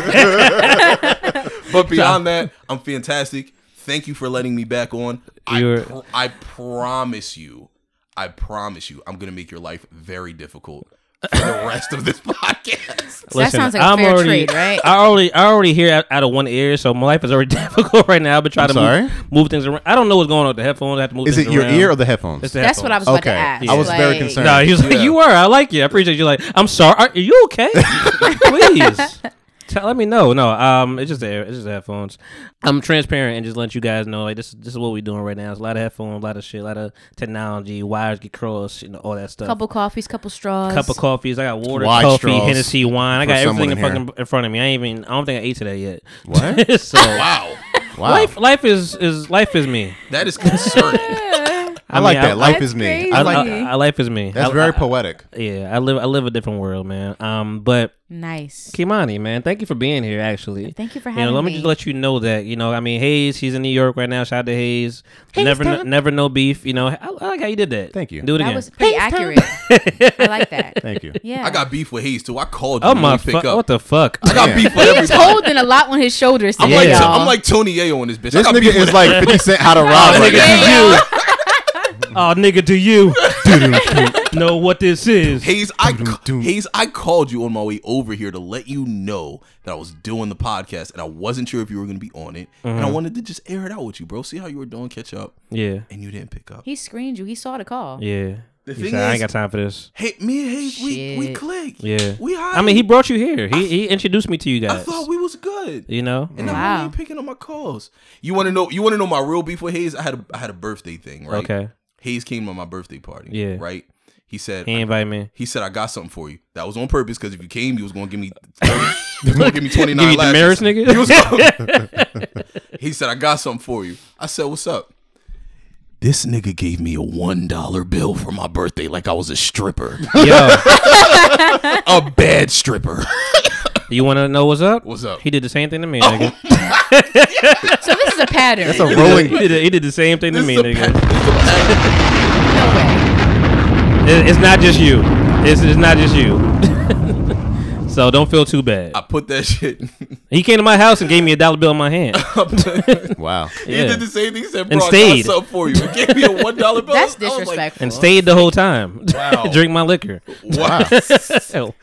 D: But beyond that, I'm fantastic. Thank you for letting me back on. I,
C: You're-
D: pr- I promise you, I promise you, I'm gonna make your life very difficult. for the rest of this podcast.
B: that sounds like a fair
C: already,
B: trade, right?
C: I already, I already hear out, out of one ear, so my life is already difficult right now. I've been trying
A: I'm
C: to move, move things around. I don't know what's going on with the headphones. I have to move.
A: Is
C: things
A: it your
C: around.
A: ear or the headphones?
C: It's the
B: That's what I was
C: headphones.
B: about to
A: Okay.
B: ask.
A: I was very
B: like-
A: concerned.
C: No, he was like, "You were. I like you. I appreciate you." Like, I'm sorry. Are, are you okay? Please, tell, let me know. No, um, it's just the air. It's just the headphones. I'm transparent and just let you guys know. Like, this, this is what we're doing right now. It's a lot of headphones, a lot of shit, a lot of technology, wires get crossed, you know, all that stuff.
B: Couple coffees, couple straws.
C: Cup of coffees. I got water,
A: Wide
C: coffee,
A: straws
C: Hennessy, wine. I
A: for
C: got
A: someone
C: everything in
A: in here.
C: fucking in front of me. I ain't even. I don't think I ate today yet.
A: What?
C: so wow,
A: Wow.
C: Life, life is is life is me.
D: That is concerning.
A: I like that. Life is me.
C: I
A: I
C: like
A: like-
C: I, I- life is me.
A: That's
C: I-
A: very
C: I-
A: poetic.
C: yeah, I live I live a different world, man. Um, but
B: Nice.
C: Kimani, man, thank you for being here. Actually,
B: Thank you for
C: you know,
B: having
C: let me.
B: me.
C: just let you know that you know. I mean, Hayes, he's in New York right now. Shout out to Hayes. never, no, never no beef. You know, I, I like how you did that. Thank you. Do it
B: That
C: again.
B: was pretty accurate. I like that. Yeah.
D: I got beef with Hayes too. I called you.
C: oh
D: when
C: my
D: you pick
C: fuck!
D: up.
C: What the fuck?
D: I got beef with
B: He's
D: everybody.
B: holding a lot on his shoulders
D: I'm
B: today,
D: like,
B: y'all.
D: I'm like Tony Ayo on this bitch.
A: This
D: I got
A: nigga
D: beef with
A: is like 50 Cent how to rob
C: nigga,
A: right now.
C: do you? oh, nigga, do you know what this is?
D: Hayes, I ca- Hayes, I called you on my way over here to let you know that I was doing the podcast and I wasn't sure if you were going to be on it, and I
C: Mhm.
D: wanted to just air it out with you, bro. See how you were doing, catch up.
C: Yeah.
D: and you didn't pick up.
B: he screened you. He saw the call.
C: Yeah.
D: The
C: He
D: thing
C: said, I ain't
D: is-
C: got time for this.
D: Hey, me and Hayes, we we click.
C: Yeah.
D: we.
C: I mean, he brought you here. He he introduced me to you
D: I
C: guys.
D: thought we was good.
C: you know.
D: And now you ain't picking up my calls. You want to know? You want to know my real beef with Hayes? I had a, I had a birthday thing, right?
C: Okay.
D: Hayes came to my birthday party.
C: Yeah.
D: Right. He said
C: He invited me.
D: He said I got something for you. That was on purpose because if you came, you was gonna give me, you was gonna give me twenty
C: Give
D: nine.
C: me Damaris, nigga?
D: he said I got something for you. I said, what's up? This nigga gave me a one dollar bill for my birthday, like I was a stripper.
C: Yo.
D: a bad stripper.
C: You want to know what's up?
D: What's up?
C: He did the same thing to me, nigga.
B: So this is a pattern.
C: That's a rolling. he, did, he did the same thing to me, nigga. It- it's not just you. It's, it's not just you. so don't feel too bad.
D: I put that shit.
C: He came to my house and gave me a dollar bill in my hand.
A: wow.
D: He did the same thing. He said,
C: And
D: bro, I
C: stayed.
D: got something for you. He gave me a one dollar bill.
B: That's
D: I was like,
B: disrespectful.
C: And stayed the whole time.
D: Wow.
C: Drink my liquor.
D: Wow.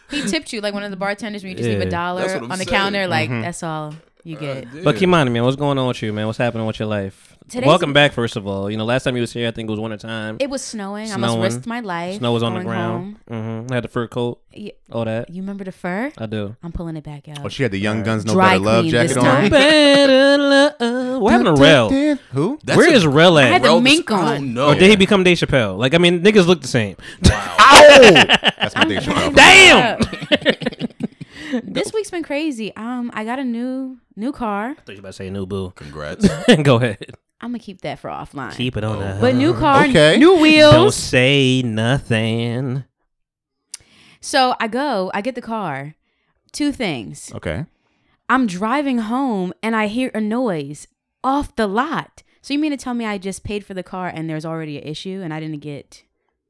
B: He tipped you like one of the bartenders when you just leave
C: Yeah.
B: a dollar
D: That's what
B: on
D: I'm
B: the
D: saying.
B: counter. Like
C: Mhm.
B: that's all you get.
C: But Kimani, man, what's going on with you, man? What's happening with your life?
B: Today's-
C: Welcome back, first of all. You know, last time you was here, I think it was winter time.
B: It was snowing. I almost risked my life
C: Snow was on the
B: going
C: ground. Mm-hmm. I had the fur coat.
B: Ye-
C: All that.
B: You remember the fur?
C: I do.
B: I'm pulling it back out.
A: Oh, she had the Young Guns No
B: Dry
A: Better Love
B: clean this
A: jacket
B: time.
A: on.
C: What happened to Rel?
A: Who?
C: Where is Rel at?
B: I had the mink on.
C: Or did he become Dave Chappelle? Like, I mean, niggas look the same.
A: That's my Dave Chappelle.
C: Damn!
B: this week's been crazy. Um, I got a new new car.
C: I thought you about to say new boo.
D: Congrats.
C: Go ahead.
B: I'm gonna keep that for offline.
C: Keep it on the
B: But new
A: Uh,
B: car,
C: Okay.
B: new
C: Don't
B: wheels.
C: say nothing.
B: So I go, I get the car. Two things.
A: Okay.
B: I'm driving home and I hear a noise off the lot. So you mean to tell me I just paid for the car and there's already an issue and I didn't get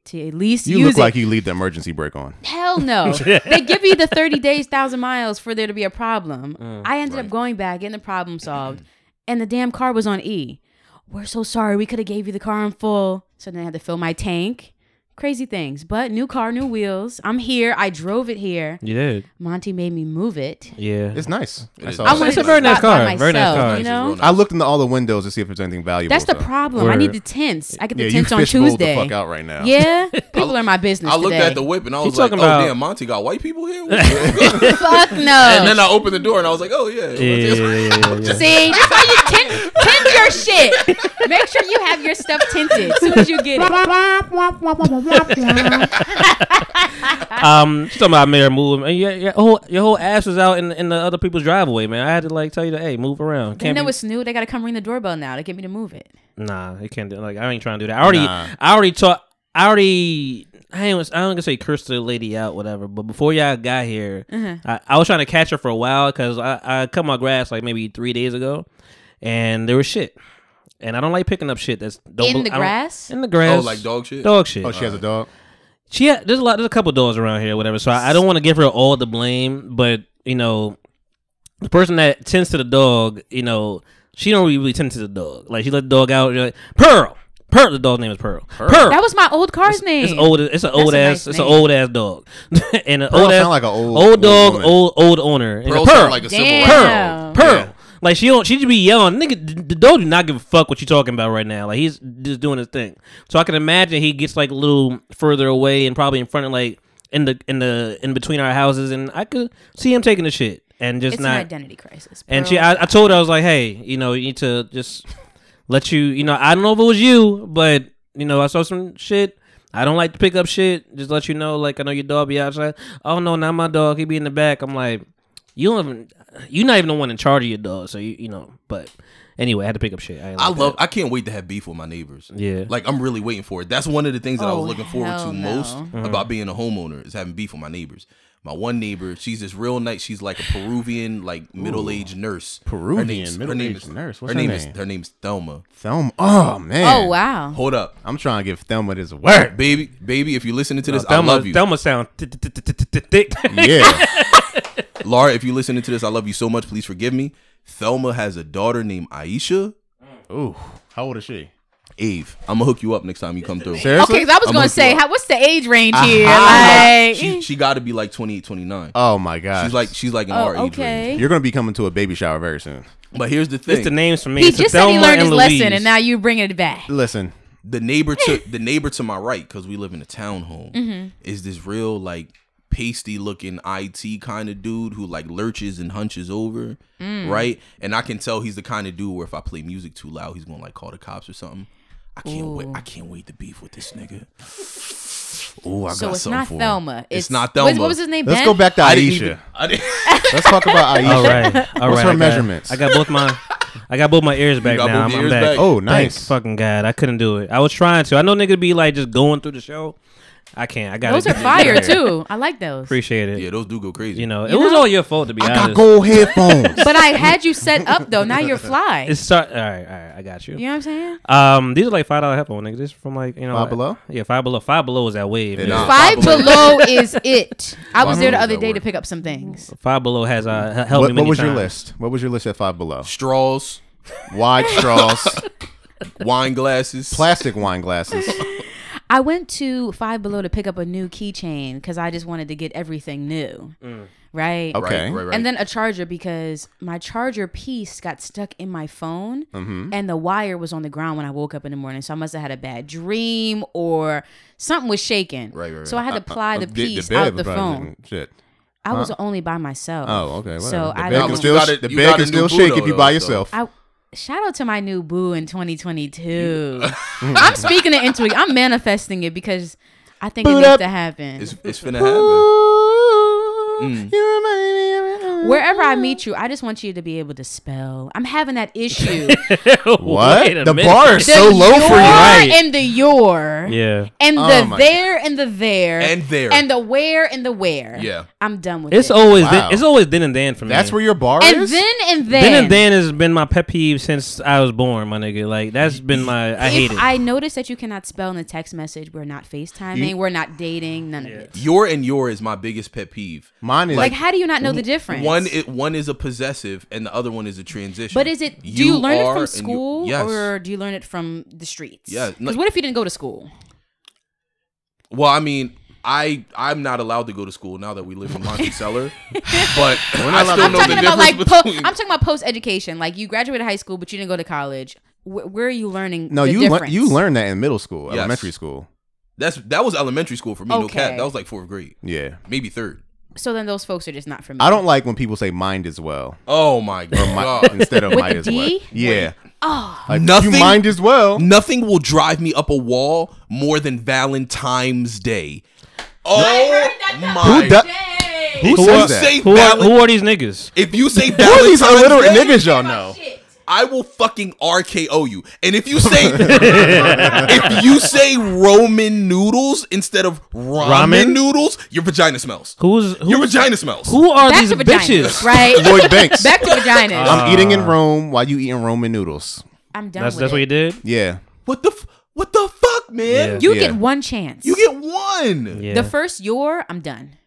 B: to at least
A: You
B: use
A: look
B: it?
A: like you leave the emergency brake on.
B: Hell no. they give you the 30 days, 1,000 miles for there to be a problem.
A: Mm,
B: I ended up going back, getting the problem solved, and the damn car was on E. We're so sorry. We could have gave you the car in full. So then I had to fill my tank. Crazy things. But new car, new wheels. I'm here. I drove it here.
C: You did.
B: Monty made me move it.
C: Yeah.
A: Oh, It's nice. That's
C: is
A: all it
B: nice. I
A: is.
B: wanted It's a to very nice stop by car. Very nice myself, car. you know?
A: I looked into all the windows to see if there's anything valuable.
B: That's the
A: so.
B: problem. I need the tints. I get the
A: Yeah, you
B: tints on
A: fishbowled the
B: Tuesday.
A: fuck out right now.
B: Yeah, people are my business.
D: I looked
B: today.
D: at the whip and I
C: He
D: was like, "Oh
C: talking about-
D: damn, Monty got white people here." Fuck
B: no.
D: And then I opened the door and I was like, "Oh yeah."
C: Yeah, yeah, yeah, yeah, yeah, yeah.
B: See, that's why you tint, tint your shit. Make sure you have your stuff tinted as soon as you get it.
C: um, she's talking about mayor moving. And your, your whole your whole ass was out in in the other people's driveway, man. I had to like tell you that, hey, move around.
B: They
C: Can't
B: know
C: be-
B: it's new. They gotta come ring the doorbell now to get me to move it.
C: nah, it can't. do Like I ain't trying to do that. I already
A: Nah.
C: I already taught. I already. I ain't, I don't gonna say curse the lady out, whatever. But before y'all got here,
B: Uh-huh.
C: I, I was trying to catch her for a while because I, I cut my grass like maybe three days ago, and there was shit, and I don't like picking up shit that's don't
B: In
C: bel-
B: the
C: I don't-
B: grass?
C: in the grass,
D: Oh, like dog shit?
C: dog shit.
A: Oh, she has a dog.
C: She had, there's a lot there's a couple dogs around here, whatever. So I, I don't want to give her all the blame, but you know, the person that tends to the dog, you know, she don't really, really tend to the dog. Like she let the dog out, you're like Pearl, Pearl. The dog's name is Pearl. Pearl.
B: That was my old car's name.
C: It's old. It's an
B: That's
C: old
B: a nice
C: ass. it's an
B: name.
C: old ass dog, and an
A: Pearl
C: old ass
A: sound like a old- old
C: dog,
A: woman.
C: old old owner. And
A: Pearl
C: Pearl,
A: sound like a civil rights
C: Pearl,
A: Damn.
C: Pearl. Like she don't. She just be yelling, nigga. th- The dog do not give a fuck what you talking about right now. Like he's just doing his thing. So I can imagine he gets like a little further away and probably in front of like in the in the in between our houses, and I could see him taking the shit and just
B: It's an
C: not
B: identity crisis.
C: And she,
B: Pearl-
C: I, I told her I was like, hey, you know, you need to just let you, you know, I don't know if it was you, but you know, I saw some shit. I don't like to pick up shit. Just let you know, like I know your dog be outside. Oh no, not my dog. He be in the back. I'm like, you don't even, you're not even the one in charge of your dog, so you, you know. But anyway, I had to pick up shit. ain't
D: I
C: like
D: love. I can't wait to have beef with my neighbors.
C: Yeah.
D: like I'm really waiting for it. That's one of the things that I
C: Oh,
D: was looking forward
C: hell
D: to
C: no.
D: most
C: Mhm.
D: about being a homeowner is having beef with my neighbors. My one neighbor, she's this real nice. She's like a Peruvian, like middle aged nurse.
A: Peruvian
D: name's-
A: middle-aged
D: is-
A: nurse? What's
D: her
A: her
D: name, is
A: name?
D: her name's Thelma.
A: Thelma. Oh man.
B: Oh, wow.
D: Hold up.
A: I'm trying to give Thelma this word.
D: baby, baby. If you're listening to
C: No,
D: this,
C: Thelma-
D: I love you.
C: Thelma sound thick.
D: Yeah. Laura, if you're listening to this, I love you so much. Please forgive me. Thelma has a daughter named Aisha.
A: Ooh, how old is she?
D: Eve. I'm gonna hook you up next time you come through.
B: Okay, 'cause I was
D: I'ma
B: gonna
D: hook you
B: say,
D: up.
B: how, what's the age range
D: Uh-huh.
B: here?
D: Like,
B: Like, oh,
D: she, she got to be like 28, 29.
A: Oh my god.
D: She's like she's like an
B: Oh,
D: R age
B: okay.
D: range.
A: You're gonna be coming to a baby shower very soon.
D: But here's the thing.
C: the names for me.
B: he just said he learned his lesson, and now you're bringing it back.
A: Listen,
D: the neighbor to the neighbor to my right, because we live in a townhome,
B: Mhm.
D: is this real like pasty looking IT kind of dude who like lurches and hunches over,
B: Mm.
D: right? And I can tell he's the kind of dude where if I play music too loud, he's gonna like call the cops or something. I can't wait. I can't wait to beef with this nigga. Oh, I
B: So
D: got
B: it's
D: something
B: not
D: for him.
B: Thelma. It's-
D: It's, not
B: what-
D: Thelma.
B: what was his name,
A: Let's Ben? go back to
D: I didn't
A: Aisha.
D: even- I didn't-
A: Let's talk about Aisha.
C: All right, all right.
A: What's her
C: I got-
A: measurements?
C: I got both my, I got both my ears back
A: got both
C: now. I'm,
A: your
C: I'm
A: ears
C: back.
A: back? Oh,
C: Thank
A: nice.
C: fucking god, I couldn't do it. I was trying to. I know nigga be like just going through the show. I can't. I got
B: Those are fire too. I like those.
C: Appreciate it.
D: Yeah, those do go crazy.
C: You know,
B: You
C: it was
B: know?
C: all your fault to be honest.
A: gold headphones.
B: But I had you set up though. Now you're fly.
C: It's start. All right, all right. I got you.
B: You know what I'm saying?
C: Um, these are like five dollar headphones, nigga. This is from like you know
A: Five
C: I-
A: Below?
C: Yeah, five below. Five below is that wave.
A: Yeah,
C: nigga.
A: nah.
B: Five
A: Five
B: below is it. I
A: Five
B: was there the
A: Below
B: other
A: is
B: day to pick up some things.
C: Five below has uh h- helped
A: Mm. what,
C: me
A: what
C: many
A: was your
C: times.
A: list? What was your list at five below?
D: Straws,
A: Wide straws,
D: wine glasses,
A: plastic wine glasses.
B: I went to Five Below to pick up a new keychain because I just wanted to get everything new.
A: Mm.
B: Right?
A: Okay. Right, right, right.
B: And then a charger because my charger piece got stuck in my phone
A: Mhm.
B: and the wire was on the ground when I woke up in the morning. So I must have had a bad dream or something was shaking.
A: Right, right.
B: So I had to ply Uh,
A: Uh,
B: the piece out the phone.
A: Shit.
B: I was
A: Huh?
B: only by myself.
A: Oh, okay.
B: So
A: whatever. the
B: I
A: bed
B: don't-
A: can still,
D: got it-
A: the
D: you
A: bed
D: got
A: can
D: a
A: still
D: new
A: shake
D: Buddha,
A: if you by
D: though,
A: yourself.
B: I shout out to my new boo in 2022. I'm speaking it into it. I'm manifesting it because I think
A: Boot
B: it needs
A: up.
B: to happen.
D: It's it's finna happen. Mm.
B: Wherever I meet you, I just want you to be able to spell. I'm having that issue.
A: What?
C: Wait a
A: The
C: minute.
A: bar is so
B: The
A: low for you.
B: your and the your.
C: Yeah.
B: And
A: Oh
B: the
A: my
B: there and the there.
D: And there.
B: And the where and the where.
D: Yeah.
B: I'm done with
C: It's
B: it.
C: always
A: Wow.
C: it's always then and then for me.
A: That's where your bar
B: And
A: is.
B: then and then.
C: Then and then has been my pet peeve since I was born, my nigga. Like that's been my I
B: if
C: hate it.
B: I notice that you cannot spell in a text message, we're not FaceTiming,
D: You-
B: we're not dating, none of it.
D: Your and your is my biggest pet peeve.
A: Mine
B: is- Like, how do you not know the difference?
D: One it one is a possessive and the other one is a transition.
B: But is it? Do you, learn it
D: are
B: from
D: and you-
B: school,
D: yes.
B: or do you learn it from the streets?
D: Yeah,
B: Because
D: like-
B: what if you didn't go to school?
D: Well, I mean, I I'm not allowed to go to school now that we live in Monticello, but I
A: allowed to go
D: still know the
A: to
B: I'm talking
D: difference
B: about like po-
D: between.
B: I'm talking about post education. Like you graduated high school, but you didn't go to college. Wh- where are you learning?
A: no,
B: the
A: you lear-
B: difference?
A: you learned that in middle school,
D: Yes.
A: elementary school.
D: That's that was elementary school for me. No
B: Okay.
D: cap. That was like fourth grade.
A: Yeah.
D: maybe third.
B: So then those folks are just not for me.
A: I don't like when people say mind as well.
D: Oh my
A: mi-
D: god!
A: instead of
B: With
A: might
B: a
A: as well.
B: D?
A: Yeah.
B: Oh,
A: Like,
D: nothing
A: You mind as well.
D: Nothing will drive me up a wall more than Valentine's Day. Oh my!
A: Who do- Who
C: are,
A: says that?
C: Who are, who are these niggas?
D: If you say
A: Who are these
D: Valentine's
A: illiterate
D: Day,
A: niggas y'all know?
D: I will fucking RKO you. And if you say if you say Roman noodles instead of ramen,
C: Ramen?
D: noodles, your vagina smells.
C: Who's, who's
D: your vagina smells.
C: Who are
B: Back
C: these
B: to vaginas,
C: bitches?
B: right?
A: Lloyd Banks.
B: Back to vaginas.
D: Uh,
A: I'm eating
C: Uh.
A: in Rome while you eating Roman noodles.
B: I'm done
C: That's
B: with
C: that's
B: it.
C: what you did.
A: Yeah.
D: What the f- what the fuck, man?
C: Yeah.
B: You
A: Yeah.
B: get one chance.
D: You get one.
C: Yeah.
B: the first your. I'm done.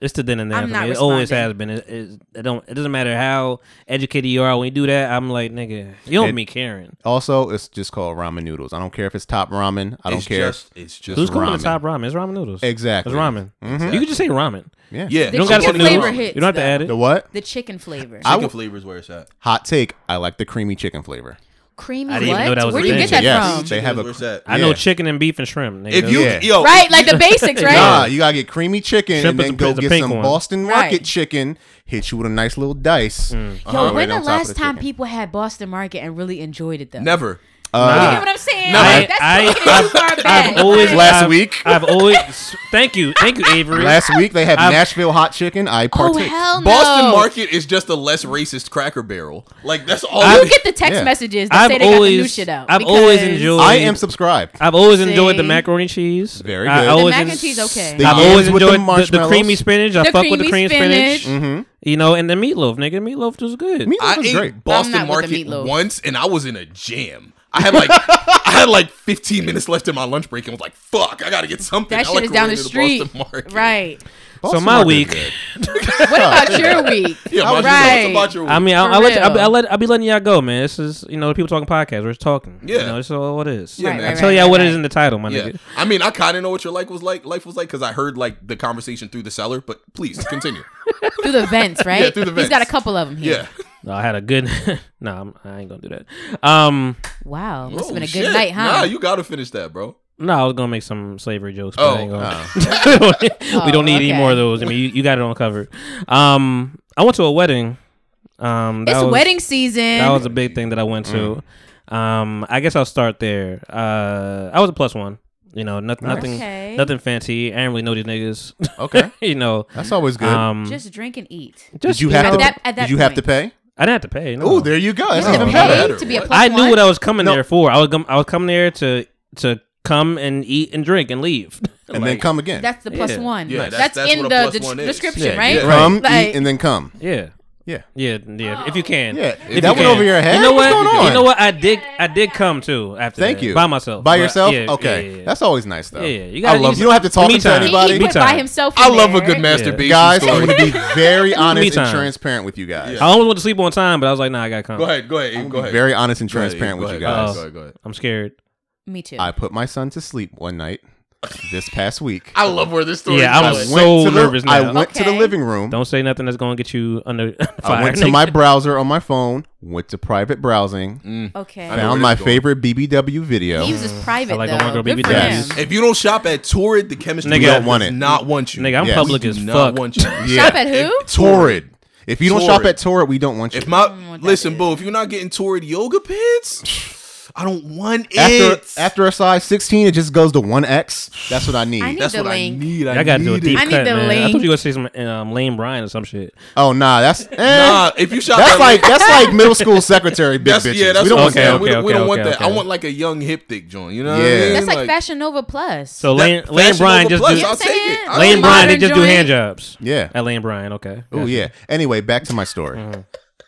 C: It's the then and there.
B: I'm
C: for
B: not
C: me. It always
B: responding.
C: has been. It, it, it don't. It doesn't matter how educated you are. When you do that, I'm like, nigga, you don't
A: It-
C: be caring.
A: Also, it's just called ramen noodles. I don't care if it's top ramen. I don't
D: It's
A: care.
D: just- it's just
C: Who's calling
A: ramen.
C: it top ramen? It's ramen noodles.
A: Exactly.
C: It's ramen.
A: Mhm.
C: You could just say ramen.
A: Yeah.
D: Yeah.
C: You don't got to put noodles. You don't have to add it.
A: The what?
B: The chicken flavor.
A: I
D: Chicken
A: would-
D: flavor is where it's at.
A: Hot take. I like the creamy chicken flavor.
B: Creamy
C: I didn't even know
B: what?
C: that was
B: Where
C: a
B: do you
C: thing.
B: get that
A: Yes.
B: from?
A: They have a.
D: Where's that?
C: I know chicken and beef and shrimp. Nigga.
D: If you
A: Yeah.
D: yo,
B: Right, like the basics, right?
A: Nah, you gotta get creamy chicken and
C: Shrimp is
A: then
C: the-
A: go
C: the
A: get
C: pink
A: some
C: one.
A: Boston
B: Right.
A: Market chicken. Hit you with a nice little dice.
C: Mm.
A: Uh-huh.
B: Yo,
A: Right
B: when
A: on
B: the
A: top of
B: last time
A: chicken.
B: people had Boston Market and really enjoyed it though?
D: never.
B: You
A: Uh,
B: get what I'm saying?
C: No,
B: Like,
C: I-
B: that's
C: I-
B: taking it too far back.
C: I've always
A: Last
C: I've-
A: week?
C: I've always thank you, thank you, Avery.
A: last week they had
C: I've-
A: Nashville hot chicken. I
B: oh
A: partook.
B: hell no!
D: Boston Market is just a less racist Cracker Barrel. Like that's all.
B: You
D: it-
B: get the text
A: Yeah.
B: messages that
C: I've
B: say they got the new
C: always
B: shit out.
C: I've always
B: because-
C: enjoyed.
A: I am subscribed.
C: I've always enjoyed the
B: See?
C: macaroni and cheese.
A: Very
C: I
A: good. The
C: always
B: mac
C: en-
B: and cheese okay.
A: The
C: I've
A: yams
C: always
A: with the
C: enjoyed the, the,
A: marshmallows. Mm-hmm.
C: creamy spinach. I
B: The
C: fuck with the
B: creamy
C: cream spinach.
B: spinach.
C: You know, and the meatloaf, nigga. Meatloaf was good.
A: Meatloaf
D: I
A: was
D: ate
A: great.
D: Boston
B: I'm not with the
D: Market
B: meatloaf.
D: once, and I was in a jam. I had like I had like 15 minutes left in my lunch break, and was like, "Fuck, I gotta get something."
B: That
D: I
B: shit
D: like
B: is down the
D: ran to
B: street,
D: Boston Market.
B: right?
C: So
A: Boston
C: my
A: Market
C: week,
A: is
B: What about your week?
D: Yeah,
A: I was
B: right.
D: about your
C: I mean, I,
B: For
C: I let I,
B: real.
C: I let I be letting y'all go, man. This is you know the people talking podcasts. We're just talking.
D: Yeah.
C: you know, this is all it is.
D: Yeah, Right, man.
C: I
D: right,
C: tell
B: right,
C: y'all what
B: right,
C: it is in the title, my
D: yeah,
C: nigga.
D: I mean, I kind of know what your life was like. Life was like because I heard like the conversation through the cellar. But please continue.
B: through the vents, right?
D: Yeah, through the
B: He's got a
D: vents.
B: couple of them here.
D: yeah,
C: No, I had a good. no, I'm, I ain't gonna do that. Um,
B: Wow, must
D: Oh,
B: have been a good
D: shit.
B: night, huh?
D: Nah, you gotta finish that, bro.
C: no, I was gonna make some slavery jokes. But I
D: Oh,
C: ain't gonna. we don't need any
B: Oh, okay.
C: more of those. I mean, you, you got it on cover. Um, I went to a wedding. Um, that
B: it's
C: was,
B: wedding season.
C: That was a big thing that I went to.
D: Mm.
C: Um, I guess I'll start there. Uh, I was a plus one. You know, nothing, nothing,
B: Okay.
C: nothing fancy. I didn't really know these niggas.
D: Oh.
A: Okay.
C: you know,
A: That's always good.
C: um,
B: just drink and eat.
C: just
A: did you
B: at
A: have to?
B: that- at that
A: did you have to pay?
B: point.
C: I didn't have to pay. No.
A: Oh, there you go. That's
B: You have to
A: even
B: pay
A: better.
D: better.
B: to be a
D: What?
B: plus
C: I knew
B: one?
C: what I was coming
A: No.
C: there for. I was com- I was coming there to to come and eat and drink and leave.
A: And then come again.
B: That's the plus
C: Yeah.
B: one.
D: Yeah,
B: that's,
D: that's- that's
B: in
D: what a
B: the
D: plus
B: de-
D: one is.
B: description,
C: Yeah,
B: right?
C: yeah.
A: Come,
B: Like-
A: eat, and then come.
C: yeah.
A: Yeah.
C: Yeah, yeah.
B: Oh.
C: If you can,
A: Yeah,
C: If
A: that
C: you
A: went over your head?
C: You know
A: What's
C: what?
A: going
C: You know
A: on?
C: what? I did. I did come too. After
A: Thank
C: that,
A: you.
C: by myself.
A: By
C: But-
A: yourself?
C: yeah,
A: okay.
C: yeah, yeah.
A: That's always nice though.
C: yeah. You
A: I
C: gotta
A: love
C: use-
A: you don't have to talk
C: me
A: to
C: time.
B: And
A: everybody.
B: he
C: Me
B: went
C: time.
B: by himself.
D: I
B: in
D: love a
B: there.
D: good masturbation
A: Guys,
D: story.
A: I'm gonna be very honest and
C: time.
A: transparent with you guys.
C: I almost went to sleep on time, but I was like, nah, I gotta come.
D: go ahead, go ahead,
A: I'm
D: go
A: gonna be
D: ahead.
A: very honest and
D: Go ahead,
A: transparent
D: go
A: with you
D: ahead,
A: guys.
D: Go ahead, go ahead.
C: I'm scared.
B: Me too.
A: I put my son to sleep one night this past week.
D: I love where this story.
C: Yeah, I'm
D: is going.
C: so
A: to the,
C: nervous
A: I
C: now.
A: went to the
B: Okay.
A: living room.
C: Don't say nothing that's gonna get you under fire.
A: I went to my browser on my phone. Went to private browsing.
B: okay.
D: Mm. I know where
A: Found my
D: this is going.
A: favorite BBW video.
B: he uses private
C: I like a
B: though.
C: one girl
B: Good
C: baby
B: for
A: daddy.
B: him.
D: If you don't shop at Torrid, the chemistry
C: Nigga,
D: we
C: don't
A: want
D: does
A: it.
D: Not want you,
C: Nigga, I'm
A: Yes.
C: public
D: We
C: as
D: do not
C: fuck.
D: want you.
B: Shop at who?
A: Torrid. If you don't shop
D: Torrid.
A: at Torrid, we don't want you.
D: If my
B: know what that
D: listen,
B: is.
D: boo, if you're not getting Torrid yoga pants, I don't want
A: after
D: it.
A: after a size 16, it just goes to one X. That's what I need.
B: I need
D: that's
B: the
D: what
B: link.
D: I need. I,
C: I gotta do a
D: need
C: deep
B: I
C: cut,
B: need the
C: man. I
B: link.
C: thought you were gonna say some um, Lane Bryant or some shit.
A: oh nah, that's eh,
D: it. Nah, if you shop,
A: that's
D: at
A: like that's like middle school secretary big
D: that's
A: bitches.
D: yeah, that's
A: we don't want
D: what I'm
C: okay,
D: saying.
A: that.
D: we,
C: okay,
D: don't- we
C: okay,
D: don't want
C: okay,
D: that.
C: okay.
D: I want like a young hip thick joint. You know,
A: Yeah.
D: what I mean?
B: That's like, Fashion Nova Plus.
C: So
D: that-
C: Lane Lane
D: Fashion
C: Bryant
D: Nova
C: just
D: Plus,
C: do
D: I'll take it.
B: Yeah.
D: I
B: Modern
C: Lane Bryant. They just do
B: joint.
C: hand jobs.
A: Yeah.
C: at Lane Bryant. Okay.
A: Oh
C: Gotcha.
A: yeah. Anyway, back to my story.
D: Mm-hmm.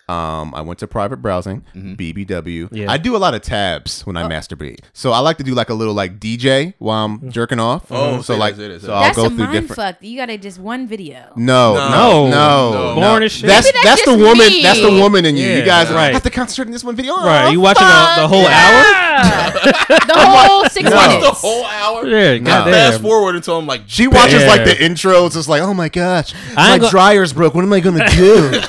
A: Um, I went to private browsing, BBW.
C: Yeah.
A: I do a lot of tabs when I
D: Oh.
A: masturbate, so I like to do like a little like DJ while
C: Mm-hmm.
A: I'm jerking off. Mm-hmm.
D: Oh,
A: so
D: say
A: like,
D: this, say this,
A: so
D: say
A: I'll
B: That's
A: go
B: a
A: through
B: mind
A: different.
B: fuck. You gotta just one video.
A: No, no,
D: No,
A: no,
D: no,
A: no.
C: Born as shit.
A: That's
B: Maybe that's
A: that's the
B: just
A: woman.
B: me.
A: That's the woman in you.
C: Yeah,
A: you guys
C: right.
A: have to concentrate on this one video.
C: Right.
A: Oh,
C: You watching the, the whole hour?
B: The whole six
A: No.
D: Watch the
B: minutes.
D: whole hour.
C: Yeah.
A: Nah.
D: Fast
C: Goddamn.
D: forward until I'm like,
A: She watches
C: Yeah.
A: like the intros. It's like, oh my gosh, my
C: ain't go-
A: dryer's broke. What am I gonna do?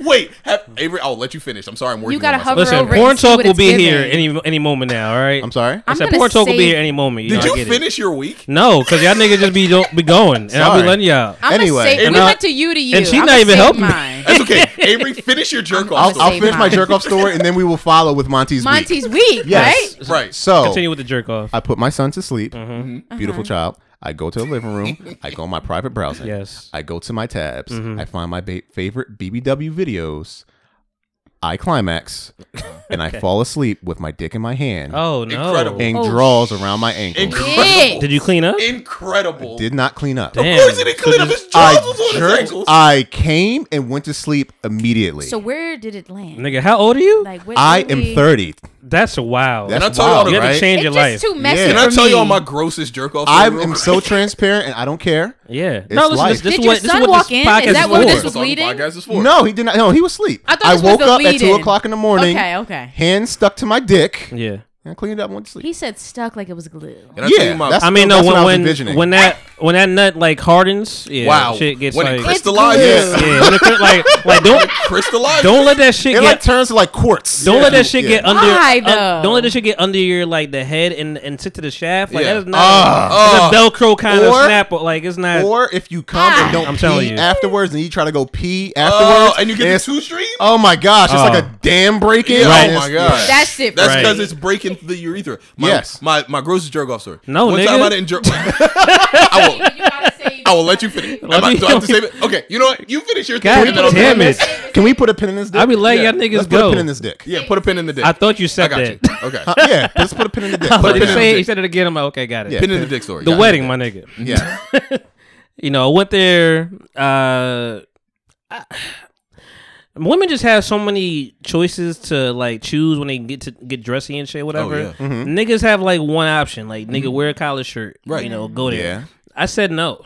D: wait, have, Avery. I'll let you finish. I'm sorry, I'm working.
B: You gotta
D: on myself.
B: hover
C: Listen,
B: over it
C: porn
B: and see
C: talk
B: what
C: will
B: it's
C: be here
B: giving.
C: any any moment now. All right.
A: I'm sorry.
C: I
B: I'm
C: said
B: gonna
C: porn talk will be
B: save-
C: here any moment.
D: Did
C: know, I
D: you
C: get it.
D: finish your week?
C: No, because y'all niggas just be don't be going, and I'll be
A: Sorry.
C: letting y'all.
B: I'm
A: Anyway.
B: gonna say,
C: And
B: we
C: I-
B: went to you to you.
C: and she
B: I'm
C: not
B: gonna
C: even
B: save
C: helping me.
B: mine.
D: That's okay. Avery, finish your jerk
B: I'll-
D: off.
A: I'll
B: Save
A: finish my
B: mine.
A: jerk off story and then we will follow with Monty's. week.
B: Monty's week,
A: Yes.
B: right?
D: Right.
A: So
C: Continue Mm-hmm. with the jerk off.
A: I put my son to sleep.
B: Mm-hmm.
A: Beautiful
B: Uh-huh.
A: child. I go to the living room. I go in my private browsing.
C: Yes. Mm-hmm.
A: I go to my tabs. I find my ba- favorite BBW videos. I climax, and I fall asleep with my dick in my hand
C: Oh no!
D: Incredible.
A: and
B: Oh,
A: draws around my ankle.
D: Incredible.
C: Did you clean up?
D: Incredible.
A: Did not clean up.
C: Damn.
D: Of course he didn't
C: So
D: clean up
C: just-
D: his
A: I
D: drawers was on his
A: jerked.
D: ankles.
A: I came and went to sleep immediately.
B: So where did it land?
C: Nigga, how old are you?
B: Like, where
A: I
B: where we-
A: am 30.
C: That's wild.
A: That's
C: Can I tell y'all
A: wild,
C: the- You have to
A: right?
C: change It's your just life. too messy
D: Can I
C: for
D: tell y'all
C: me.
D: my grossest jerk off?
A: I am so transparent, and I don't care.
C: Yeah.
A: it's
C: No, listen,
A: life.
C: this- this Did is what- your this is son what walk this in? Is podcast that is what for. this was
B: leading?
A: No, he did not. No, he was asleep.
B: I thought this was
A: woke
B: the
A: up at two
B: leading.
A: o'clock in the morning.
B: Okay, okay.
A: Hands stuck to my dick.
C: Yeah.
A: And I cleaned up and went to sleep.
B: He said stuck like it was glue.
A: And I tell Yeah, you my- that's-
C: I mean,
A: no,
C: no,
A: that's what I was
C: when when,
A: envisioning.
C: when that when that nut like hardens, yeah,
A: Wow.
C: shit gets
A: When it
C: like
A: crystallizes.
C: Yeah, yeah, when it cr- like like don't
D: crystallize.
C: Don't let that shit
A: It
C: get
A: like turns to like quartz.
C: Don't let that shit
A: Yeah.
C: get under.
B: Why,
C: un-
B: though?
C: don't let that shit get under your like the head and and sit to the shaft. Like
A: Yeah.
C: that is not
A: Ah.
C: it's a Velcro kind
A: Or-
C: of snap. Like it's not.
A: Or if you come
B: Ah.
A: and don't
C: I'm
A: pee
C: telling you.
A: afterwards, and you try to go pee afterwards,
D: uh, and you get the
A: it's-
D: two stream?
A: Oh my gosh, it's like
C: Oh.
A: a dam break in.
D: Yeah,
A: and
D: Oh
A: it's-
D: my gosh.
B: That's it for
D: That's
B: me.
D: because it's breaking the urethra. My,
A: Yes.
D: My my grossest jerk off story.
C: No,
D: One
C: nigga.
D: time I didn't jerk. I will. I will let you finish. Am I, do I have to save it? Okay. You know what? You finish your
C: God
D: thing. and then I'll do
C: damn
D: my
C: it.
D: best.
A: Can we put a pin in this dick?
C: I be letting
D: Yeah.
C: y'all niggas
A: Let's
C: go.
A: put a pin in this dick.
D: Yeah. Put a pin in the dick.
C: I thought you said
D: got
C: that.
D: you. Okay.
A: Huh, Uh, yeah, let's put a pin in the dick.
C: I was
A: Put
C: like,
A: a
C: you
A: pin in
C: say
A: the
C: he
A: dick.
C: said it again. I'm like, okay, got it.
A: Yeah, Pin in pin- the dick story.
C: The
A: Got it.
C: wedding, my nigga.
A: Yeah.
C: you know, I went there. Uh, I- women just have so many choices to like choose when they get to get dressy and shit, whatever.
A: yeah. Mhm.
C: Niggas have like one option, like nigga wear a collar shirt,
A: Right.
C: You know, go there.
A: Yeah.
C: I said no.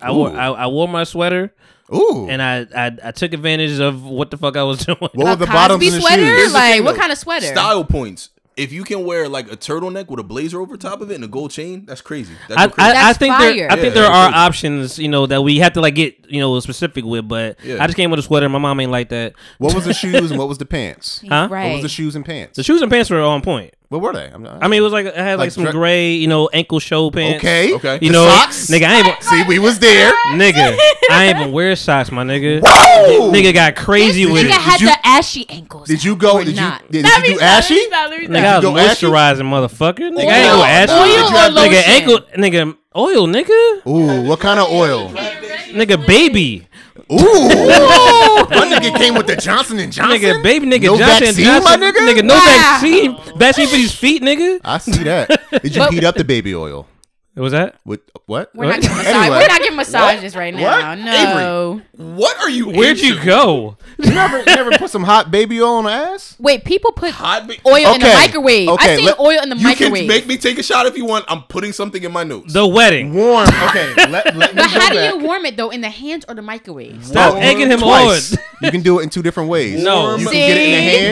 C: I wore
A: Ooh.
C: I, I wore my sweater.
A: Ooh.
C: And I, I I took advantage of what the fuck I was doing. What
A: were the bottoms
B: Cosby
A: and the
B: sweater?
A: shoes?
D: Here's the
B: Like,
D: thing,
B: what
D: though.
B: kind of sweater?
D: Style points. If you can wear like a turtleneck with a blazer over top of it and a gold chain, that's crazy. That's
C: I,
D: your crazy.
C: I, I think there, I
D: Yeah,
C: think there
D: that's
C: are
D: crazy.
C: options, you know, that we have to like get, you know, specific with. But
A: Yeah.
C: I just came with a sweater. My mom ain't like that.
A: What was the shoes and what was the pants?
C: Huh?
A: What was the shoes and pants?
C: The shoes and pants were on point.
A: What were they? I'm not-
C: I mean, it was like I had like,
A: Like
C: some
A: dre-
C: gray, you know, ankle show pants.
A: Okay. Okay.
C: You
A: The
C: know,
A: socks?
C: nigga, I ain't
A: see we was there.
C: nigga. I ain't even wear socks, my nigga.
A: Whoa!
C: Nigga got crazy
B: This
C: with
B: nigga
C: it.
B: had the ashy ankle.
A: Did you go? Did you,
B: not.
A: did, did you
B: Let me
A: do
B: stop,
A: ashy?
B: let me stop, let me
C: Nigga, I was
A: Did you go ashy?
C: moisturizing, motherfucker. Nigga, I ain't
A: Oil.
C: go ashy.
A: Oil or
C: nigga,
A: lotion?
C: ankle, nigga, oil, nigga.
A: Ooh, what kind of oil?
C: Nigga, baby.
A: Ooh. My nigga came with the Johnson and Johnson.
C: Nigga, baby, nigga,
A: No
C: Johnson
A: vaccine,
C: Johnson,
A: my nigga?
C: no
A: Wow.
C: vaccine, vaccine for these feet, nigga.
A: I see that. Did you heat up the baby oil?
C: What was that?
A: What? What?
B: We're not, getting massage- we're not getting massages right now. No.
D: What are you?
C: Where'd you go?
A: You never, you never put some hot baby oil on the ass?
B: Wait, people put oil in the
A: Okay,
B: microwave.
A: okay,
B: I seen
A: let-
B: oil in the
D: You can
B: microwave.
D: make me take a shot if you want. I'm putting something in my nose.
C: The wedding.
A: Warm. Okay. Let, let me
B: but
A: go
B: how do
A: back.
B: you warm it though? In the hands or the microwave?
C: Stop egging him
A: Twice.
C: on.
A: You can do it in two different ways.
C: No.
A: You can get it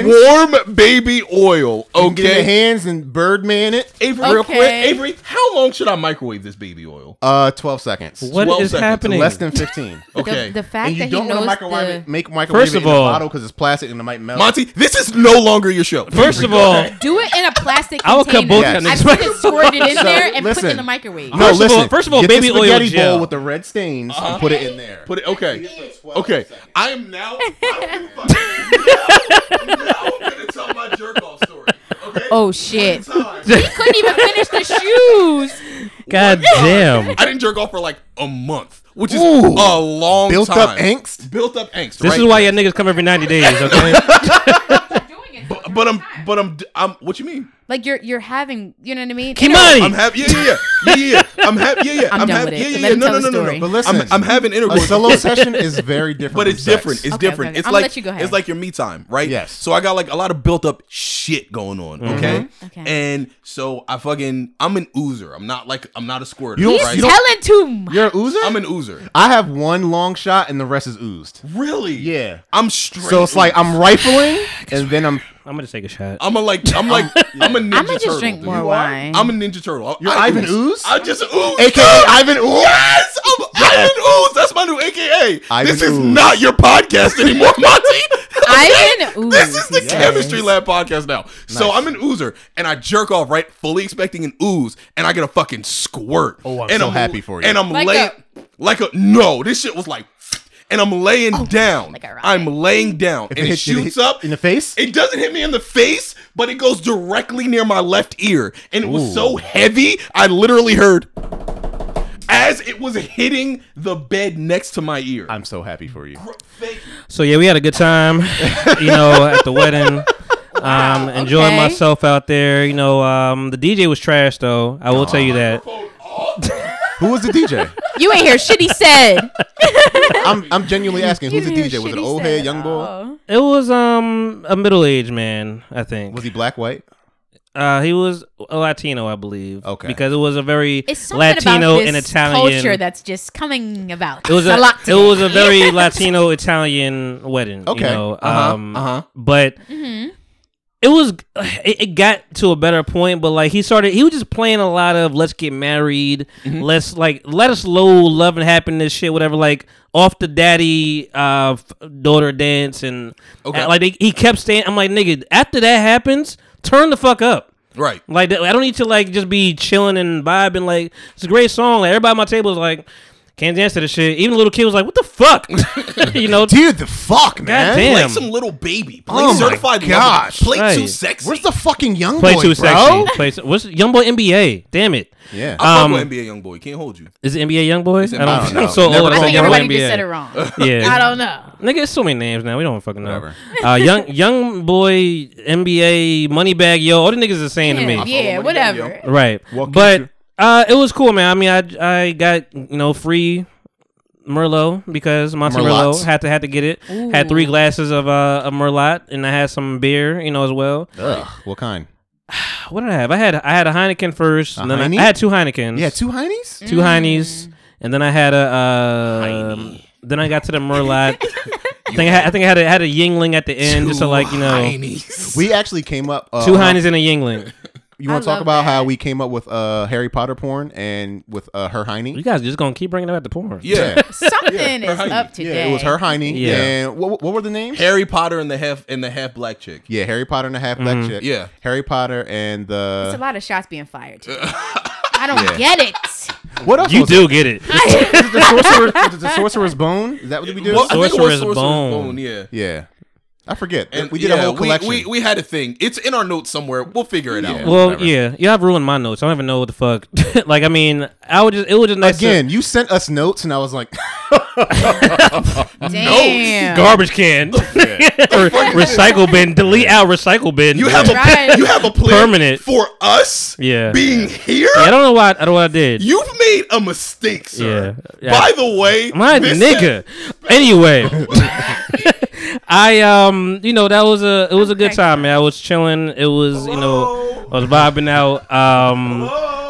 A: in the
B: See?
A: hands.
D: Warm baby oil.
A: You can get it in the
D: Okay.
A: hands and birdman it.
D: Avery, real quick. Avery, how long should I microwave this baby oil?
A: Uh, twelve seconds.
C: What
D: 12
C: is
D: seconds.
C: happening?
A: Less than fifteen.
D: Okay.
B: The fact
A: and you
B: that
A: don't want
B: he knows
A: to microwave it,
B: the-
A: make microwave
C: First
A: it
C: of
A: in
C: all-
A: a bottle because it's plastic and it might melt.
D: Monty, this is no longer your show.
C: First of all,
B: do it in a plastic
C: I
B: container.
C: will cut both
A: Yes.
C: y'all
B: I've
C: niggas.
B: seen it squirted in
A: So,
B: there and put it
A: listen.
B: in the microwave.
A: No,
C: First of all-
A: listen.
C: first of all,
A: get the
C: baby oil
A: spaghetti
C: gel. Uh-huh.
A: bowl with the red stains and put it in there.
D: Put it. Okay. Okay. I am now.
B: Oh shit! he couldn't even finish the shoes.
C: God damn.
D: I didn't jerk off for like a month, which is
A: Ooh.
D: a long
A: Built
D: time.
A: up angst?
D: Built up angst.
C: This
D: right?
C: is why your niggas come every 90 days, okay?
D: But, but I'm. But I'm. I'm. What you mean?
B: Like you're you're having, you know what I mean?
C: Kimani!
D: I'm happy. Yeah, yeah, yeah, yeah, yeah. I'm happy. Yeah, yeah.
B: I'm done
D: happy.
B: with it.
D: Yeah,
B: Let
D: yeah, yeah.
B: him
D: No,
B: tell
D: no,
B: the
D: no, no,
B: story.
D: no.
A: But listen,
D: I'm, I'm having
A: a
D: intercourse.
A: solo session is very different.
D: But
A: from
D: it's
A: sex.
D: different. It's
B: Okay,
D: different.
B: okay.
D: It's
B: I'ma
D: like
B: let you go ahead.
D: it's like your me time, right?
A: Yes. Mm-hmm.
D: So I got like a lot of built up shit going on. Okay.
B: Mm-hmm. Okay.
D: And so I fucking I'm an oozer. I'm not like I'm not a squirter.
A: You don't-
B: He's
A: you don't-
B: telling too much.
A: You're an oozer.
D: I'm an oozer.
A: I have one long shot and the rest is oozed.
D: Really?
A: Yeah.
D: I'm straight.
A: So it's like I'm rifling and then I'm.
C: I'm gonna take a shot.
D: I'm a like I'm like I'm a ninja
B: I'ma just
D: turtle.
B: drink
D: dude.
B: more
D: You are?
B: wine.
D: I'm a ninja turtle. I-
A: You're
D: I
A: Ivan Ooze?
D: I just ooze.
A: AKA Ivan Ooze?
D: Yes, I'm Ivan Ooze. That's my new AKA.
A: Ivan
D: this is
A: Ooze.
D: not your podcast anymore, Monty.
B: Ivan Ooze,
D: This is the
B: yes.
D: chemistry lab podcast now. So I'm an oozer and I jerk off right, fully expecting an ooze, and I get a fucking squirt. Oh,
A: I'm
D: and
A: so happy for you.
D: And I'm
B: Like
D: laying like a no. This shit was like. And I'm laying down.
B: Oh, like a rocket.
D: I'm laying down,
A: If
D: and it,
A: hits you,
D: shoots
A: hits
D: up
A: in the face.
D: it doesn't hit me in the face, but it goes directly near my left ear. And it was so heavy, I literally heard as it was hitting the bed next to my ear.
A: I'm so happy for you.
C: So yeah, we had a good time, you know, at the wedding. Um, enjoying
B: okay.
C: myself out there. You know, um, the DJ was trash though. I will tell you that.
A: Who was the DJ?
B: You ain't hear shit he said.
A: I'm I'm genuinely asking. Who's the
B: You didn't
A: DJ?
B: hear
A: Was it
B: shit
A: an
B: he
A: old
B: said Oh.
A: head,
B: at
A: young boy?
B: all.
C: It was um a middle aged man, I think.
A: Was he black, white?
C: Uh, he was a Latino, I believe.
A: Okay,
C: because it was a very
B: It's something
C: Latino
B: about this
C: and Italian
B: culture that's just coming about.
C: It was a,
B: a lot.
C: it was a very Latino Italian wedding.
B: Okay.
C: You know?
B: Uh-huh,
C: Um,
B: uh-huh.
C: But it was it, it got to a better point. But like he started, he was just playing a lot of let's get married,
B: Mm-hmm.
C: let's like let us low love and happiness shit, whatever. Like off the daddy uh f- daughter dance and
D: Okay.
C: uh, like they, he kept staying. I'm like nigga, after that happens, turn the fuck up.
D: Right.
C: Like I don't need to like just be chilling and vibing. Like it's a great song. Like everybody at my table is like, can't dance to this shit. Even the little kid was like, what the fuck? you know,
A: dude, the fuck,
D: Man,
C: God damn.
D: play some little baby. Play
C: Oh my
D: certified lover.
C: gosh.
D: Play too
C: Right.
D: sexy.
A: Where's the fucking young
C: Play
A: boy,
C: too
A: bro?
C: sexy. Play too, what's YoungBoy NBA? Damn it.
A: Yeah.
D: I fuck
C: Um,
D: with NBA young boy. Can't hold you.
C: Is it NBA YoungBoy?
D: in-
C: I don't,
D: I don't know.
C: I'm so
D: Never
C: old.
D: I
C: I
D: think
C: said
D: everybody
C: YoungBoy
D: just
C: NBA.
D: said it wrong.
C: yeah.
B: I don't know.
C: Nigga, it's so many names now. We don't fucking know. Uh, young young boy NBA Moneybag Yo. All the niggas are saying to me.
B: Yeah, yeah whatever.
C: Right. but uh, it was cool, man. I mean, I I got you know free Merlot because Monte
A: Merlots.
C: Merlot had to had to get it. Had three glasses of uh of Merlot, and I had some beer, you know, as well.
A: Ugh, what kind?
C: What did I have? I had I had a Heineken first,
A: A
C: and then I,
A: Heine?
C: I had two Heinekens.
A: Yeah, two Heinies?
C: Two Heinies, and then I had a. Uh, then I got to the Merlot. I think I had, I think I had a, had a Yingling at the end, just to like you know,
A: We actually came up uh,
C: two
A: uh,
C: Heinies and a Yingling.
A: You want to talk about how we came up with uh, Harry Potter porn and with uh, her Heine? You
C: guys just gonna keep bringing up the porn.
A: Yeah,
B: Something is up today.
A: it was her Heine.
C: Yeah.
A: Yeah. And what, what were the names?
D: Harry Potter and the half and the half black chick.
A: Yeah, Harry Potter and a half black chick.
D: Yeah.
A: Harry Potter and
B: It's a
A: the.
B: lot of shots being fired. today. I don't
A: Yeah.
B: get it.
A: What else?
C: You
A: was
C: do
A: it?
C: get it.
A: The, the, sorcerer, the, the sorcerer's bone. Is that what we do?
D: Well, I think it was Sorcerer's Sorcerer's Bone. Bone, yeah.
A: Yeah. I forget.
D: And
A: we did a
D: yeah,
A: whole collection.
D: We, we, we had a thing. It's in our notes somewhere. We'll figure it out.
C: Well, yeah, y'all have ruined my notes. I don't even know what the fuck. like, I mean, I would just it was just nice to-
A: Again, you sent us notes, and I was like,
B: Damn.
C: garbage can, Or recycle bin, delete out recycle bin.
D: You have a you have a plan
C: permanent.
D: for us
C: yeah,
D: being here.
C: Yeah, I don't know why. I don't know what I did.
D: You've made a mistake, sir.
C: Yeah. Yeah.
D: By the way,
C: my
D: this-
C: nigga. Anyway, I um, you know, that was a it was a good time, man. I was chilling. It was you know, I was vibing out. Um,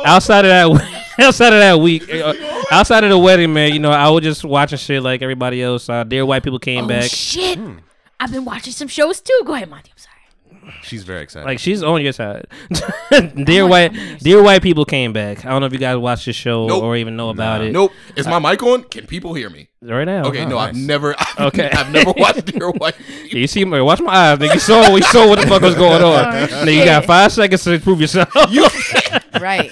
C: outside of that, outside of that week, uh, outside of the wedding, man, you know, I was just watching shit like everybody else. Uh, Dear white people came
B: Oh,
C: back.
B: shit.
A: Hmm.
B: I've been watching some shows too. Go ahead, Monty. I'm sorry.
A: she's very excited.
C: Like she's on your side. dear white, dear white people came back. I don't know if you guys watched the show
D: Nope.
C: or even know about it.
D: Nope. Is my mic on? Can people hear me?
C: Right now.
D: Okay,
C: Uh, Oh,
D: no, I've
C: nice.
D: never I've,
C: Okay.
D: I've never watched Dear White.
C: Yeah, you see, my watch my eyes, nigga. You saw, you saw what the fuck was going on.
D: Oh,
C: Nigga, you got
D: shit.
C: five seconds to prove yourself.
B: Right.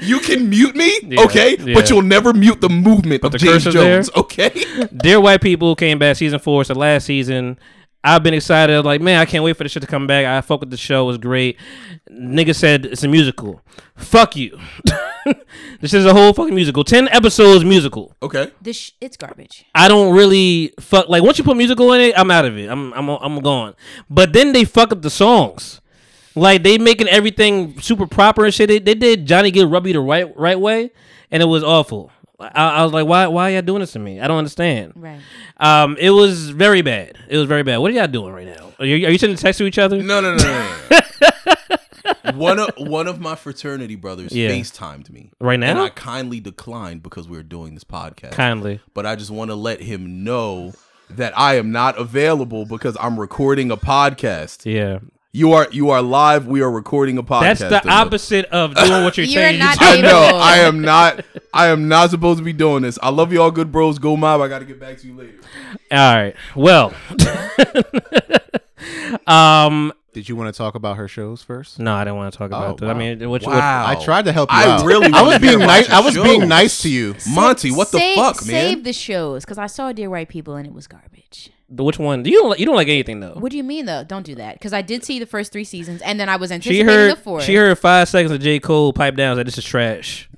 D: You can mute me,
C: Yeah,
D: okay?
C: yeah.
D: But you'll never mute the movement of
C: the
D: James
C: cursor's
D: Jones,
C: there.
D: okay?
C: Dear White People came back season four. It's the last season. I've been excited. Like, man, I can't wait for this shit to come back. I fuck with the show. It was great. Nigga said it's a musical. Fuck you. this is a whole fucking musical. Ten episodes musical.
D: Okay.
B: This sh- it's garbage.
C: I don't really fuck like once you put musical in it, I'm out of it. I'm I'm I'm gone. But then they fuck up the songs. Like they making everything super proper and shit. They, they did Johnny Get Rubby the right right way, and it was awful. I, I was like, why why y'all doing this to me? I don't understand.
B: Right.
C: Um, it was very bad. It was very bad. What are y'all doing right now? Are you, are you sending texts to each other?
D: No, no, no, no. no, no. one of one of my fraternity brothers
C: Yeah.
D: FaceTimed me
C: Right
D: and
C: now?
D: I kindly declined because we were doing this podcast.
C: Kindly.
D: but I just want to let him know that I am not available because I'm recording a podcast.
C: Yeah,
D: you are you are live. We are recording a podcast.
C: That's the
D: Dylan.
C: opposite of doing what you're
B: You're
C: saying.
B: not
D: I know.
B: available.
D: I am not. I am not supposed to be doing this. I love you all, good bros. Go mob. I got to get back to you later.
C: All right. Well. um.
A: Did you want to talk about her shows first?
C: No, I didn't want to talk about that. I mean, what, what-
D: Oh, Wow.
A: I tried to help you
D: I
A: out.
D: really
A: I was
D: wanted to
A: being
D: watch
A: nice.
D: your
A: I was
D: shows.
A: being nice to you,
D: Monty, what the
B: save,
D: fuck, man?
B: Save the shows because I saw Dear White People and it was garbage.
C: Which one? You don't. Like, you don't like anything though.
B: What do you mean though? Don't do that because I did see the first three seasons and then I was
C: She
B: anticipating
C: heard.
B: the fourth.
C: She heard five seconds of J Cole pipe down. That this is trash.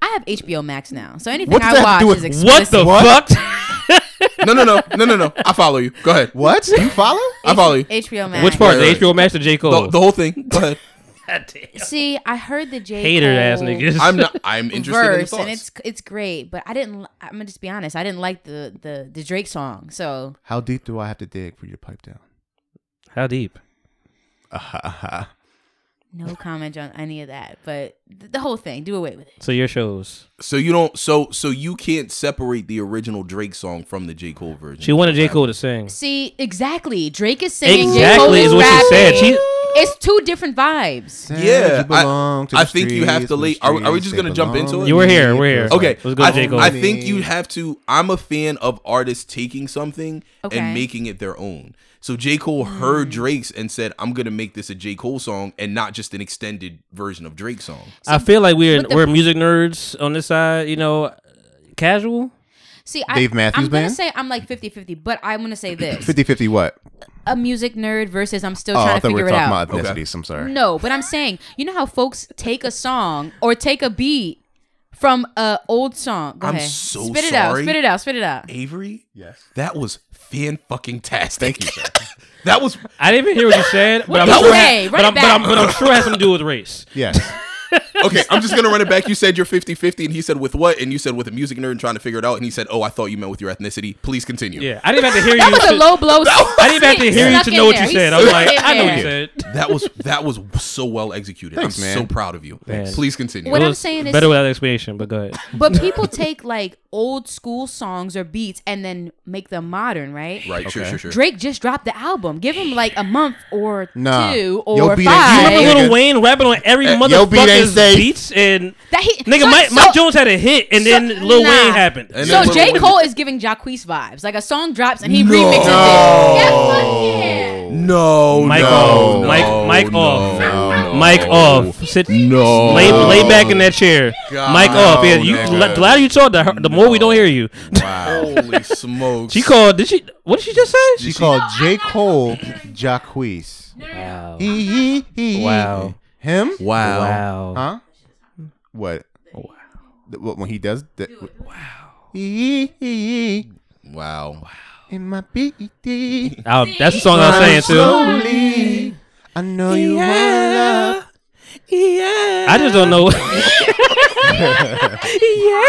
B: I have HBO Max now, so anything
A: What does
B: I
A: that
B: watch
A: have to do
B: is
A: with-
B: explicit.
C: What the fuck?
D: No, no, no, no, no, no. I follow you. Go ahead.
A: What? You follow?
D: I follow you.
B: HBO Max.
C: Which part? The HBO Max or J Cole?
D: The, the whole thing. Go ahead.
B: See, I heard the J
C: Hater
B: Cole
C: ass niggas.
D: I'm not. I'm interested in the
B: verse,
D: thoughts.
B: and it's it's great, but I didn't. li- I'm gonna just be honest. I didn't like the the the Drake song. So
A: How deep do I have to dig for you to pipe down?
C: How deep?
A: Uh-huh.
B: No comment on any of that, but th- the whole thing, do away with it.
C: So your shows.
D: So you don't. So so you can't separate the original Drake song from the J Cole version.
C: She wanted J Cole to sing.
B: See, exactly. Drake is singing. J.
C: Exactly
B: Cole
C: is what she said.
B: rapping.
C: She-
B: it's two different vibes.
D: Yeah, I,
A: belong to the
D: I think you have
A: streets,
D: to.
A: when the
D: Lay, are, we- are we
A: streets,
D: just
A: they
D: gonna jump
A: belong
D: into
A: to
D: it?
A: You were here, me, we're here.
D: Okay,
A: Let's go,
D: I,
A: J. Cole.
D: I think you have to. I'm a fan of artists taking something
B: Okay. Hmm.
D: and making it their own. So J Cole heard Drake's and said, "I'm gonna make this a J Cole song and not just an extended version of Drake's song."
C: I feel like we're
B: with the-
C: we're music nerds on this side. You know, casual.
B: See, I,
A: Dave Matthews
B: I'm gonna
A: Band?
B: say I'm like 50-50, but I'm gonna say this:
A: 50 50 what?
B: a music nerd versus I'm still
A: Oh,
B: trying
A: I
B: to
A: thought
B: figure
A: we were
B: it
A: talking
B: out.
A: about ethnicities. I'm sorry.
B: No, but I'm saying, you know how folks take a song or take a beat from a old song. Go
D: I'm
B: ahead.
D: so
B: spit it out.
D: sorry.
B: Spit it out. Spit it out.
D: Avery,
A: Yes.
D: that was fan fucking tastic. Thank you, sir. that was
C: I didn't even hear what you said, but
D: What
C: I'm
D: did you
C: sure.
D: say?
C: But
D: Run
C: I'm,
D: it
C: but, I'm,
D: back.
C: but I'm sure it has something to do with race.
A: Yes.
D: okay, I'm just gonna run it back. You said you're 50 50, and he said with what? And you said with a music nerd and trying to figure it out. And he said, Oh, I thought you meant with your ethnicity. Please continue.
C: Yeah, I didn't have to hear
B: That
C: you.
B: was a
C: to-
B: low blow.
C: I didn't have to hear you
B: Snuck
C: to
B: in
C: know what
B: there.
C: you
B: He
C: said. I was
B: snuck
C: like,
B: in
C: I know what
B: there.
C: you said.
D: that was that was so well executed.
A: Thanks,
D: I'm
A: man.
D: so proud of you.
C: Man.
D: Please continue.
B: What
C: It
B: I'm
C: was
B: saying is-
C: better without explanation, but go ahead.
B: But people take like old school songs or beats and then make them modern, right?
D: Right, sure,
A: Okay.
D: sure, sure.
B: Drake just dropped the album. Give him like a month or
A: Nah.
B: two or
A: Yo, beat ain't- you
B: five.
C: Remember Little Wayne rapping on every
D: Eh,
A: yo, beat ain't
C: motherfucker's
A: safe.
C: beats and
B: That he-
C: nigga
B: so-
C: Mike,
B: so-
C: Mike Jones had a hit and then Lil
B: nah.
C: Wayne happened.
D: And
B: so
D: then-
B: J. Cole is giving Jacquees vibes. Like a song drops and he
D: No.
B: remixes it.
A: Oh.
B: Yeah, fuck yeah.
D: No,
C: Mike
D: no,
C: off,
D: no,
C: Mike, Mike
D: no,
C: off,
D: no,
C: Mike
D: no.
C: off. Sit,
D: Oh. No.
C: lay, lay back in that chair.
D: God,
C: Mike off. Yeah, you,
D: nigga.
C: the louder you talk, the, har- the more we don't hear you.
D: Holy smokes!
C: She called. Did she? What did she just say?
A: She called J. Cole Jacquees.
C: Wow.
A: He- he- he-
C: Wow.
A: Him?
D: Wow.
A: Huh? What?
C: Wow.
A: Th- what- When he does that.
D: Wow.
A: In my E BED.
C: Wow. That's the song I was saying too.
A: Slowly. I know you want love.
C: I just don't know.
A: Keep your legs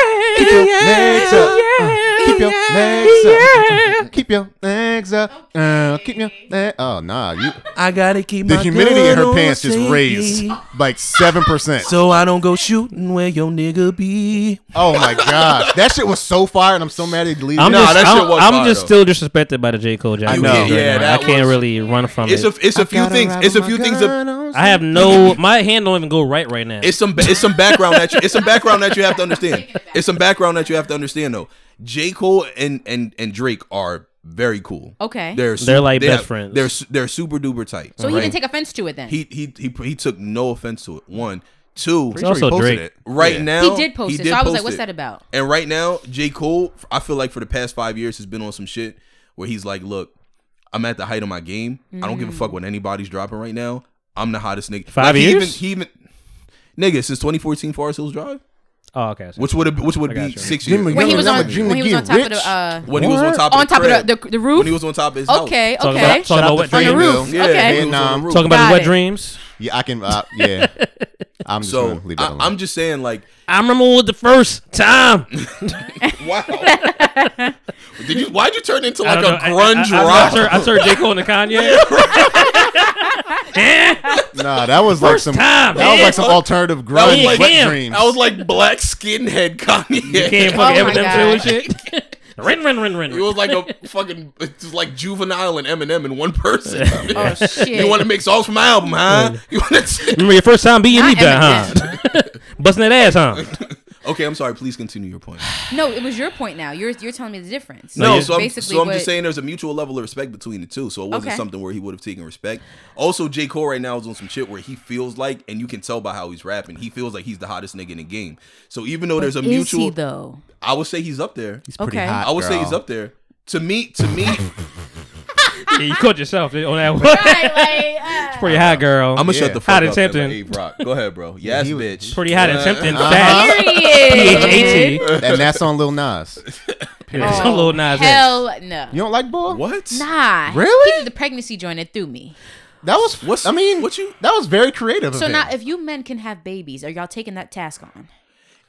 A: up. Uh, keep your legs up. Keep your legs up. Uh, keep your legs Oh, nah. You,
D: I gotta keep
A: the humidity in her pants just raised like 7%.
D: so I don't go shooting where your nigga be.
A: Oh my god, that shit was so fire, and I'm so mad they deleted
C: I'm
A: it.
D: Nah,
C: just,
D: that shit
C: I'm,
D: was
C: I'm
D: fire,
C: just
D: though.
C: still disrespected by the J Cole. Jack
A: I
C: I
A: know.
D: Yeah, that
C: I can't
D: was-
C: really run from
D: It's
C: it.
D: a it's a few things. It's a few things. Of,
C: I have no. My hand don't even go right right now.
D: it's some it's some background that you it's some background that you have to understand. It's some background that you have to understand though. J Cole and and and Drake are very cool.
B: Okay.
D: They're su-
C: They're like
D: they
C: best
D: have-
C: friends.
D: They're su- they're super duper tight.
B: So he
D: right?
B: didn't take offense to it then.
D: he he he he took no offense to it. One, two.
C: It's also Drake.
D: Right now,
B: He did post it.
D: did
B: so I was like,
D: post
B: what's
D: it.
B: that about?
D: And right now, J. Cole, I feel like for the past five years, has been on some shit where he's like, look, I'm at the height of my game. I don't give a fuck what anybody's dropping right now. I'm the hottest nigga.
C: Five
D: Like,
C: years?
D: He even, he even nigga since 2014 Forest Hills Drive,
C: oh, okay. I see.
D: which would have which would
C: I
D: be
C: got you.
D: six years.
B: When he was on,
A: remember Dream
B: when he was on
A: Again,
B: top of
A: Rich?
B: the, uh,
D: when he was on
A: What?
D: top of
B: on top
D: crib.
B: of the, the, the roof.
D: when he was on top of his
B: okay,
D: house.
C: Talking
B: okay.
C: about- talking about wet
A: the
B: on the
C: dreams.
B: roof.
A: Yeah,
B: okay.
A: Vietnam.
C: Talking about
B: Got
C: his wet
B: it.
C: dreams.
A: Yeah, I can. Uh, yeah, I'm just
D: So
A: gonna leave that
D: I,
A: alone.
D: I'm just saying, like,
C: I remember with the first time.
D: wow. Did you? Why'd you turn into
C: I
D: like
C: don't
D: a
C: know.
D: grunge
C: I, I, I, I,
D: rock?
C: heard, I heard J Cole and the Kanye.
A: nah, that was like
C: First
A: some.
C: time,
A: that was
C: man.
A: like some alternative
D: was
A: grunge.
D: like
A: wet
C: him.
A: dreams.
D: I was like black skinhead Kanye.
C: You can't
B: Oh
C: fucking
B: my
C: Eminem too and shit. Rin, rin, rin, rin.
D: It was like a fucking, it was like juvenile and Eminem in one person.
B: Oh, shit.
D: You want to make songs for my album, huh? You want to?
C: Remember your first time being me
B: Not
C: down, huh? Busting that ass, huh?
D: Okay, I'm sorry. Please continue your point.
B: No, it was your point now. You're you're telling me the difference.
D: No,
B: Like,
D: so I'm, so I'm
B: what-
D: just saying there's a mutual level of respect between the two. So it wasn't
B: Okay.
D: something where he would have taken respect. Also, J. Cole right now is on some shit where he feels like, and you can tell by how he's rapping, he feels like he's the hottest nigga in the game. So even though there's a
B: Is
D: mutual,
B: he though?
D: I would say he's up there.
A: He's pretty
B: Okay.
A: hot.
D: I would say
A: girl.
D: he's up there. To me, to me,
C: Yeah, you caught yourself on that one. Pretty hot, girl.
D: I'm gonna
A: Yeah.
D: shut the fuck
C: Hot
D: up.
C: and tempting.
D: and let Abe rock. Go ahead, bro. Yes,
A: he was
D: bitch.
C: Pretty hot and
D: Uh,
C: tempting.
A: Uh-huh.
C: Fast. P-H-A-T.
A: and that's on Lil Nas. Period.
C: Some Lil Nas X.
B: Oh, Hell no.
A: You don't like boy?
D: What?
B: Nah.
A: Really?
B: He did the pregnancy joint that threw me.
A: That was.
D: What's-
A: I mean,
D: what you-
A: That was very creative.
B: So
A: of
B: now,
A: him.
B: if you men can have babies, are y'all taking that task on?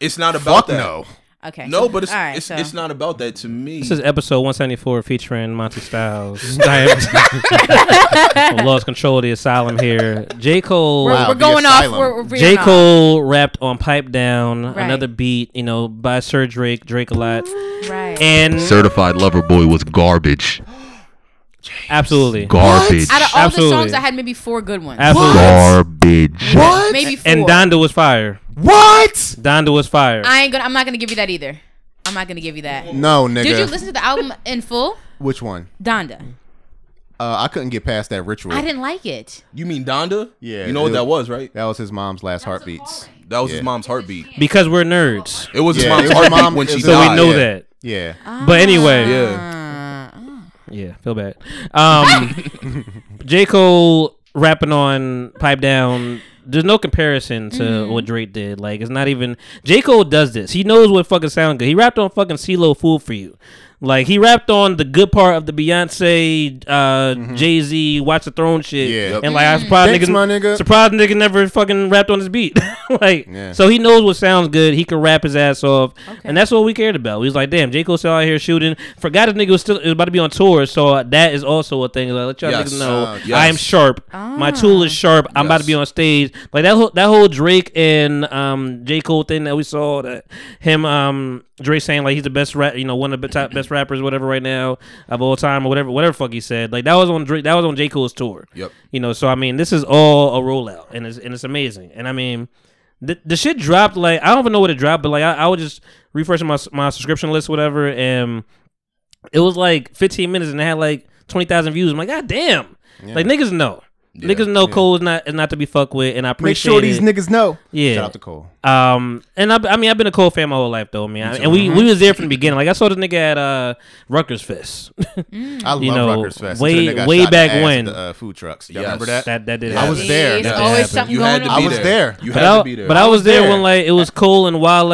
D: It's not about
A: fuck
D: that.
A: no.
B: Okay.
D: No,
B: so-
D: but it's
B: all right,
D: it's,
B: so-
D: it's not about that to me.
C: This is episode 174 featuring Monty Styles. Diamond- Lost control of the asylum here. J. Cole.
B: We're- Wow, we're the going off- asylum. we're- we're veering
C: J.
B: off.
C: Cole rapped on Pipe Down,
B: Right.
C: another beat, you know, by Sir Drake, Drake a lot.
B: Right.
C: And
I: Certified Lover Boy was garbage.
C: Absolutely.
I: Garbage.
B: Out of all
C: Absolutely.
B: the songs, I had maybe four good ones.
C: Absolutely.
I: Garbage.
B: What? Maybe four.
C: And Donda was fire.
A: What?
C: Donda was fire.
B: I ain't gonna. I'm not gonna give you that either. I'm not gonna give you that.
A: No, nigga.
B: Did you listen to the album in full?
A: Which one?
B: Donda.
A: Uh, I couldn't get past that ritual.
B: I didn't like it.
D: You mean Donda?
A: Yeah,
D: You know what
A: it-
D: that was, right?
A: That was his mom's last heartbeats.
D: That was
A: Yeah.
D: his mom's heartbeat.
C: Because we're nerds.
D: It was his
A: Yeah,
D: mom's
A: it was
D: heartbeat
A: mom-
D: when
A: it
D: she
A: was
C: so
D: died.
C: we know
A: Yeah.
C: that.
A: Yeah.
C: But anyway.
D: Yeah.
C: Yeah, feel bad. Um, J. Cole rapping on Pipe Down. There's no comparison to what Drake did. Like, it's not even. J. Cole does this. He knows what fucking sound good. He rapped on fucking CeeLo Fool for You. Like, he rapped on the good part of the Beyonce, uh, Jay Z, Watch the Throne shit.
A: Yeah.
C: And, like, I'm
A: Mhm.
C: surprised
A: Thanks,
C: nigga,
A: my nigga.
C: surprised nigga never fucking rapped on his beat. like,
A: Yeah.
C: so he knows what sounds good. He can rap his ass off, and that's what we cared about. We was like, damn, J Cole still out here shooting. Forgot his nigga was still is about to be on tour, so uh, that is also a thing. Like, let y'all
D: Yes.
C: niggas know,
D: Ah, yes.
C: I am sharp. My tool is sharp. I'm about to be on stage. Like that whole that whole Drake and um J Cole thing that we saw that him um Drake saying like he's the best rap, you know, one of the top best rappers, whatever, right now of all time or whatever, whatever fuck he said. Like that was on Drake. That was on J Cole's tour.
D: Yep.
C: You know, so I mean, this is all a rollout, and it's and it's amazing. And I mean, the the shit dropped like I don't even know what it dropped, but like I, I was just refreshing my my subscription list, whatever, and it was like 15 minutes and it had like 20,000 views. I'm like, god damn,
A: Yeah.
C: like niggas know. niggas know Cole is not is not to be fucked with, and I
A: Make
C: appreciate
A: sure these
C: it.
A: niggas know.
C: Yeah,
A: Shout out to Cole.
C: Um, and I, I mean, I've been a Cole fan my whole life, though, man.
A: Me too.
C: and we,
A: Mhm.
C: we was there from the beginning. Like I saw this nigga at uh Rutgers Fest.
A: I love
C: You know,
A: Rutgers Fest.
C: Way
A: Until they got
C: way
A: shot in the ass
C: back
A: with
C: when
A: the, uh, food trucks. Y'all
C: Yes.
A: remember that?
C: That- that did
A: I was
C: happen.
A: there.
C: It's always something
D: You had going to on. be
A: I was
D: there.
A: there.
D: You
C: but
D: had
C: I,
D: to be there.
C: But I was there when like it was Cole and Wale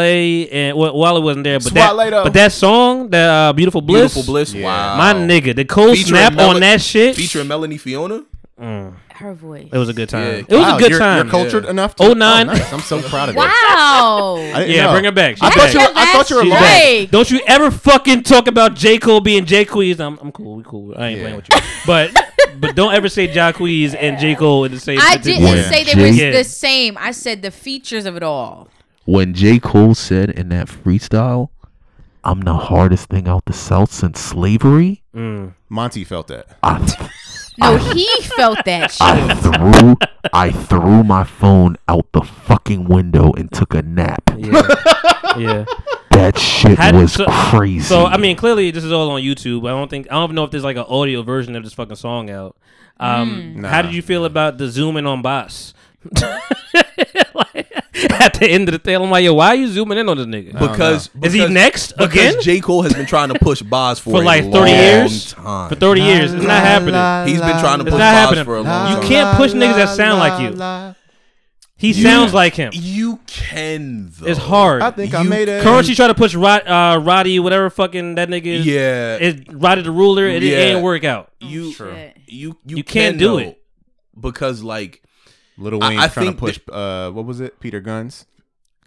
C: and well, Wale wasn't there, but that
D: Swale, though.
C: but that song, that uh, beautiful bliss,
D: Beautiful Bliss, Yeah. wow.
C: my nigga, the Cole
D: Featuring
C: snap
D: Mel-
C: on that shit.
D: Featuring Melanie Fiona.
B: Her voice.
C: It was a good time.
D: Yeah.
C: It was
A: Wow,
C: a good
A: you're-
C: time.
A: You're cultured
C: Yeah.
A: enough. To,
C: Oh, nine.
A: Oh, nice. I'm so proud of you. I
B: Wow.
A: didn't
C: yeah,
A: know.
C: bring her back.
A: I
C: She's
A: thought you.
C: back.
A: Were, I thought you were.
C: She's
A: lying.
C: back.
B: Like-
C: Don't you ever fucking talk about J Cole being J Queez. I'm, I'm cool. We cool. I ain't playing with you. But but don't ever say Ja Queez and J Cole in the same.
B: I
C: sentence.
B: didn't say they were
C: Yeah.
B: the same. I said the features of it all.
I: When J. Cole said in that freestyle, I'm the hardest thing out the South since slavery,
A: Monty felt that.
B: No, he felt that
I: I
B: shit.
I: threw I threw my phone out the fucking window and took a nap.
C: yeah.
I: That shit
C: Had-
I: was
C: so-
I: crazy.
C: So I mean, clearly this is all on YouTube. I don't think I don't know if there's like an audio version of this fucking song out. Um,
A: Mm.
C: How
A: Nah.
C: did you feel about the zooming on Boss? At the end of the thing, I'm like, yo, why are you zooming in on this nigga?
D: Because,
C: is he
D: because-
C: next
D: because
C: again?
D: J Cole has been trying to push Boz for,
C: for
D: a
C: like 30
D: long
C: years.
D: Time.
C: For 30 years, it's not happening.
D: He's been trying to
C: It's
D: push
C: not
D: Boz
C: happening.
D: for a long
C: You
D: time.
C: can't push niggas that sound like you. He sounds like him.
D: You can though.
C: It's hard.
A: I think I made it.
C: Currency tried to push Rod, uh, Roddy, whatever fucking that nigga is.
D: Yeah.
C: Is Roddy the ruler. It,
D: Yeah.
C: it ain't work out.
D: You you you,
C: You
D: can
C: can't do
D: though,
C: it.
D: because like
A: Little
D: I-
A: Wayne
D: I
A: trying to
D: think
A: push. uh, what was it? Peter Guns.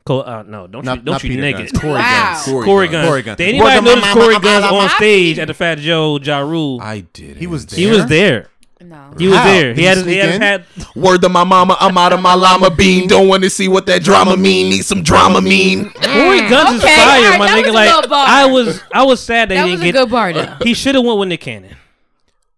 C: Cole, uh, no, don't
A: Not-
C: you, don't
A: not
C: you
A: Peter
C: nigga.
A: Guns, Corey Wow. Guns.
C: Corey,
A: Corey
C: Guns.
A: Guns. Corey Guns.
C: Did anybody
A: Welcome,
C: notice
A: my-
C: Corey
A: my-
C: Guns
A: my-
C: on
A: my-
C: stage at the Fat Joe Ja Rule?
D: I did.
A: He was there.
C: He was there.
B: No.
C: He was
A: How?
C: there. He
A: Did
C: had
A: he
C: his, he had his
A: sneak
C: hat.
D: Word to my mama, I'm out of my llama bean. Don't want to see what that drama mean. Need some drama mean.
C: Corey Guns
B: Okay,
C: is fire,
B: alright,
C: my
B: that was
C: nigga.
B: a
C: Like
B: good bar.
C: I was, I was sad they
B: That
C: didn't
B: was a
C: get.
B: good bar, though.
C: He should have went with Nick Cannon.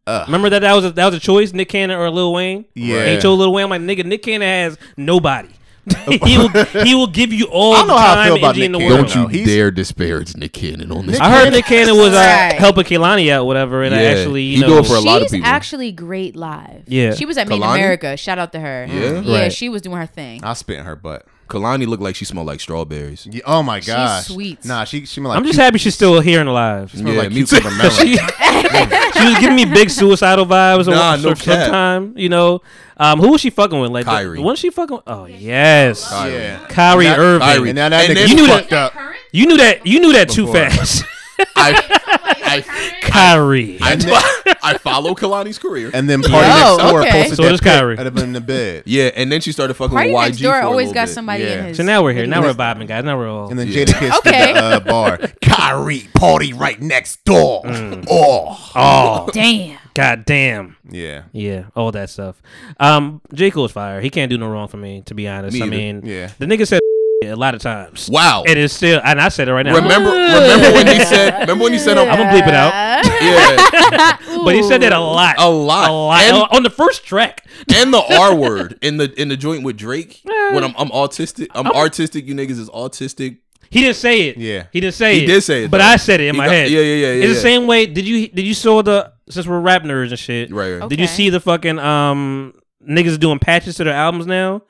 C: Remember that that was a, that was a choice, Nick Cannon or Lil Wayne.
A: Yeah.
C: he chose Lil Wayne. I'm like nigga, Nick Cannon has nobody. he will he will give you all
A: I don't
C: the
A: know how I
C: time
A: feel about
C: energy in the
A: Nick
C: world.
A: Cannon,
D: Don't you
A: No, he's-
D: dare disparage Nick Cannon on this.
C: I heard Nick Cannon was uh,
B: Right.
C: helping Kehlani out, whatever, and I
D: Yeah,
C: actually you
D: he
C: know
D: do it for a lot of
B: She's
D: people.
B: actually great live.
C: Yeah.
B: She was at Made in
D: Kalani?
B: America. Shout out to her.
D: Yeah?
B: Yeah,
C: Right.
B: she was doing her thing.
A: I spit in her butt.
D: Kalani looked like she smelled like strawberries.
A: Yeah, oh my gosh.
B: sweet.
A: Nah, she she like.
C: I'm just happy she's still here and alive.
A: Smell
D: Yeah,
A: like
D: me too.
A: cucumber melon.
C: She was giving me big suicidal vibes.
D: Nah,
C: or,
D: no
C: or
D: cap.
C: sometime, you know. Um, who was she fucking with? Like the-
D: Kyrie.
C: The, one she fucking. Oh yes,
D: Kyrie.
A: Yeah.
C: Kyrie
A: And that-
C: Irving.
D: Kyrie.
A: And now that
D: And
A: nigga
D: then-
C: You knew
A: fucked up.
C: You knew that. You knew that too
A: Before.
C: fast.
D: I, I
C: Kyrie.
D: I, I, I follow Kalani's career,
A: and then Party Yo, Next Door okay. posted So that does pic Kyrie. out of in the bed.
D: Yeah, and then she started fucking
B: Party
D: with YG.
B: Next Door
D: for a
B: always
D: little
B: got
D: bit.
B: somebody in his-
C: So now we're here. Now we're
B: Goodness.
C: vibing, guys. Now we're all.
A: And then Jada Kiss
B: Okay.
A: did the uh, bar. Kyrie party right next door. Oh,
C: Mm. Oh
B: Damn.
C: God damn.
A: Yeah.
C: Yeah. All that stuff. Um, J. Cole's fire. He can't do no wrong for me, to be honest.
D: Me
C: I
D: either.
C: mean,
D: Yeah.
C: The nigga said a lot of times.
D: Wow.
C: And it's still and I said it right now.
D: Remember, remember when he said? Remember when he said?
C: I'm gonna bleep it out.
D: Yeah,
C: But he said that a lot.
D: a lot,
C: A lot.
D: And-
C: on the first track.
D: and the R word in the in the joint with Drake.
B: Uh,
D: When I'm I'm autistic, I'm, artistic. You niggas is autistic.
C: He didn't say it.
D: Yeah,
C: He didn't say it.
D: He did say it,
C: But
D: though.
C: I said it in
D: He
C: my
D: got-
C: head.
D: yeah, yeah, yeah,
C: It's
D: yeah,
C: the
D: yeah.
C: same way. Did you did you saw the since we're rap nerds and shit?
D: Right. right.
C: Did you see the fucking um niggas doing patches to their albums now?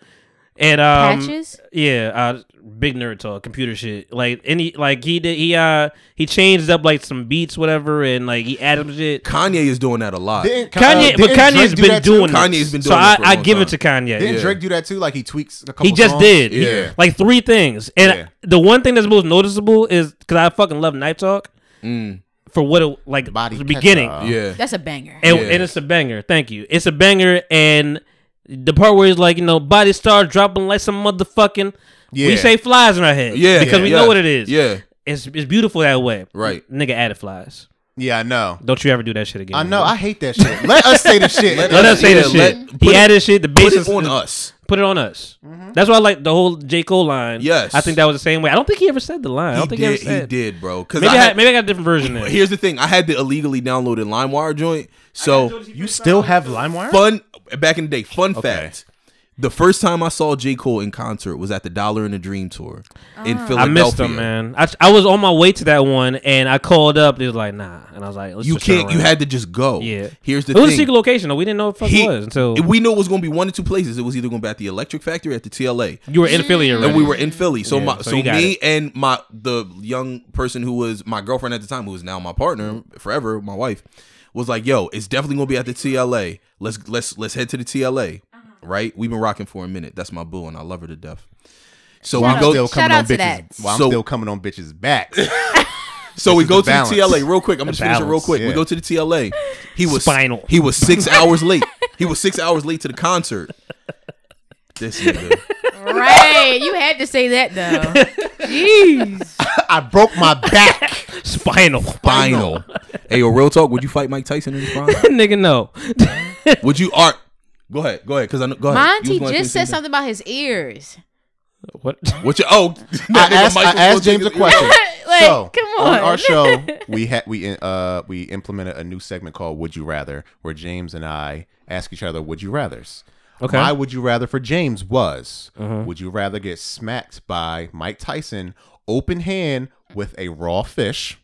C: And um
B: Patches?
C: yeah, uh big nerd talk, computer shit. Like any like he did he uh he changed up like some beats whatever and like he added some shit.
D: Kanye is doing that a lot.
A: Didn't-
C: Kanye
A: uh,
C: but
A: didn't
C: Kanye's
A: Drake do
C: been
A: that too?
C: doing
D: Kanye's
C: this.
D: been
C: So
D: doing this
C: I,
D: for a
C: I
D: long
C: give it
D: time.
C: to Kanye.
A: Didn't Drake do that too? Like he tweaks a couple.
C: He just
A: songs?
C: did. He-
A: Yeah.
C: like three things. And
A: Yeah.
C: the one thing that's most noticeable is because I fucking love Night Talk
D: Mm.
C: for what it like the beginning.
D: Yeah.
B: That's a banger.
C: And, and it's a banger. Thank you. It's a banger. And the part where he's like, you know, body star dropping like some motherfucking.
D: Yeah.
C: We say flies in our head.
D: Yeah,
C: Because
D: yeah,
C: we
D: yeah,
C: know what it is.
D: yeah.
C: It's, it's beautiful that way.
D: Right.
C: Nigga added flies.
A: Yeah, I know.
C: Don't you ever do that shit again.
A: I know. I hate that shit. Let us say the shit.
C: Let, us say the
A: yeah,
C: shit.
A: let-
C: he
A: put it-
C: added shit. The
D: put it
C: basis
D: on us.
C: Put it on us. That's why I like the whole J Cole line.
D: Yes.
C: I think that was the same way. I don't think he ever said the line. I
D: He
C: don't think he ever
D: did, he
C: said.
D: did, bro. 'Cause
C: Maybe I,
D: had-
C: maybe I got a different version. Then.
D: Here's the thing: I had the illegally downloaded LimeWire joint, so
G: You still have LimeWire?
D: fun back in the day. Fun fact: the first time I saw J Cole in concert was at the Dollar and a Dream tour in Philadelphia.
C: I missed him, man. I, I was on my way to that one, and I called up. They was like, "Nah," and I was like, Let's
D: You
C: just turn
D: can't. You
C: around."
D: had to just go.
C: Yeah.
D: Here's the
C: it was a
D: thing.
C: secret location. though. We didn't know what the fuck
D: He-
C: it was until
D: we knew it was going to be one of two places. It was either going to be at the Electric Factory or at the TLA.
C: You were in Philly
D: and
C: already.
D: we were in Philly. So
C: Yeah,
D: my,
C: so
D: so,
C: you got
D: me
C: it.
D: and my the young person who was my girlfriend at the time, who is now my partner forever, my wife, was like, "Yo, it's definitely going to be at the TLA. Let's let's let's head to the TLA, right? We've been rocking for a minute. That's my boo, and I love her to death. So
A: While
D: we
A: I'm
D: go.
A: still
B: Shout
A: coming on
B: out to that.
A: bitches. While I'm
D: So-
A: still coming on bitches back.
D: So we
A: is
D: go
A: the
D: to the
A: balance.
D: TLA real quick. I'm
A: The
D: just finishing real
A: balance,
D: quick.
A: yeah.
D: We go to the TLA. He was
C: Spinal.
D: He was six hours late. He was six hours late to the concert. This nigga.
B: Right. You had to say that though. Jeez.
A: I broke my back.
C: spinal.
D: Final. hey, yo, real talk. Would you fight Mike Tyson in his prime?
C: Nigga, no.
D: Would you art? Go ahead, go ahead, because I know. Go ahead. You
B: Monty
D: was gonna
B: just
D: say
B: said something about his ears.
C: What?
D: What you? Oh,
A: I
D: that nigga
A: asked, I
D: Michael
A: asked
D: Fulton
A: James a
D: is-
A: question.
B: Like,
A: so,
B: come
A: on.
B: on.
A: our show, we had we uh we implemented a new segment called "Would You Rather," where James and I ask each other "Would you rather's."
C: Okay.
A: My "Would you rather" for James was:
D: Uh-huh.
A: Would you rather get smacked by Mike Tyson open hand with a raw fish,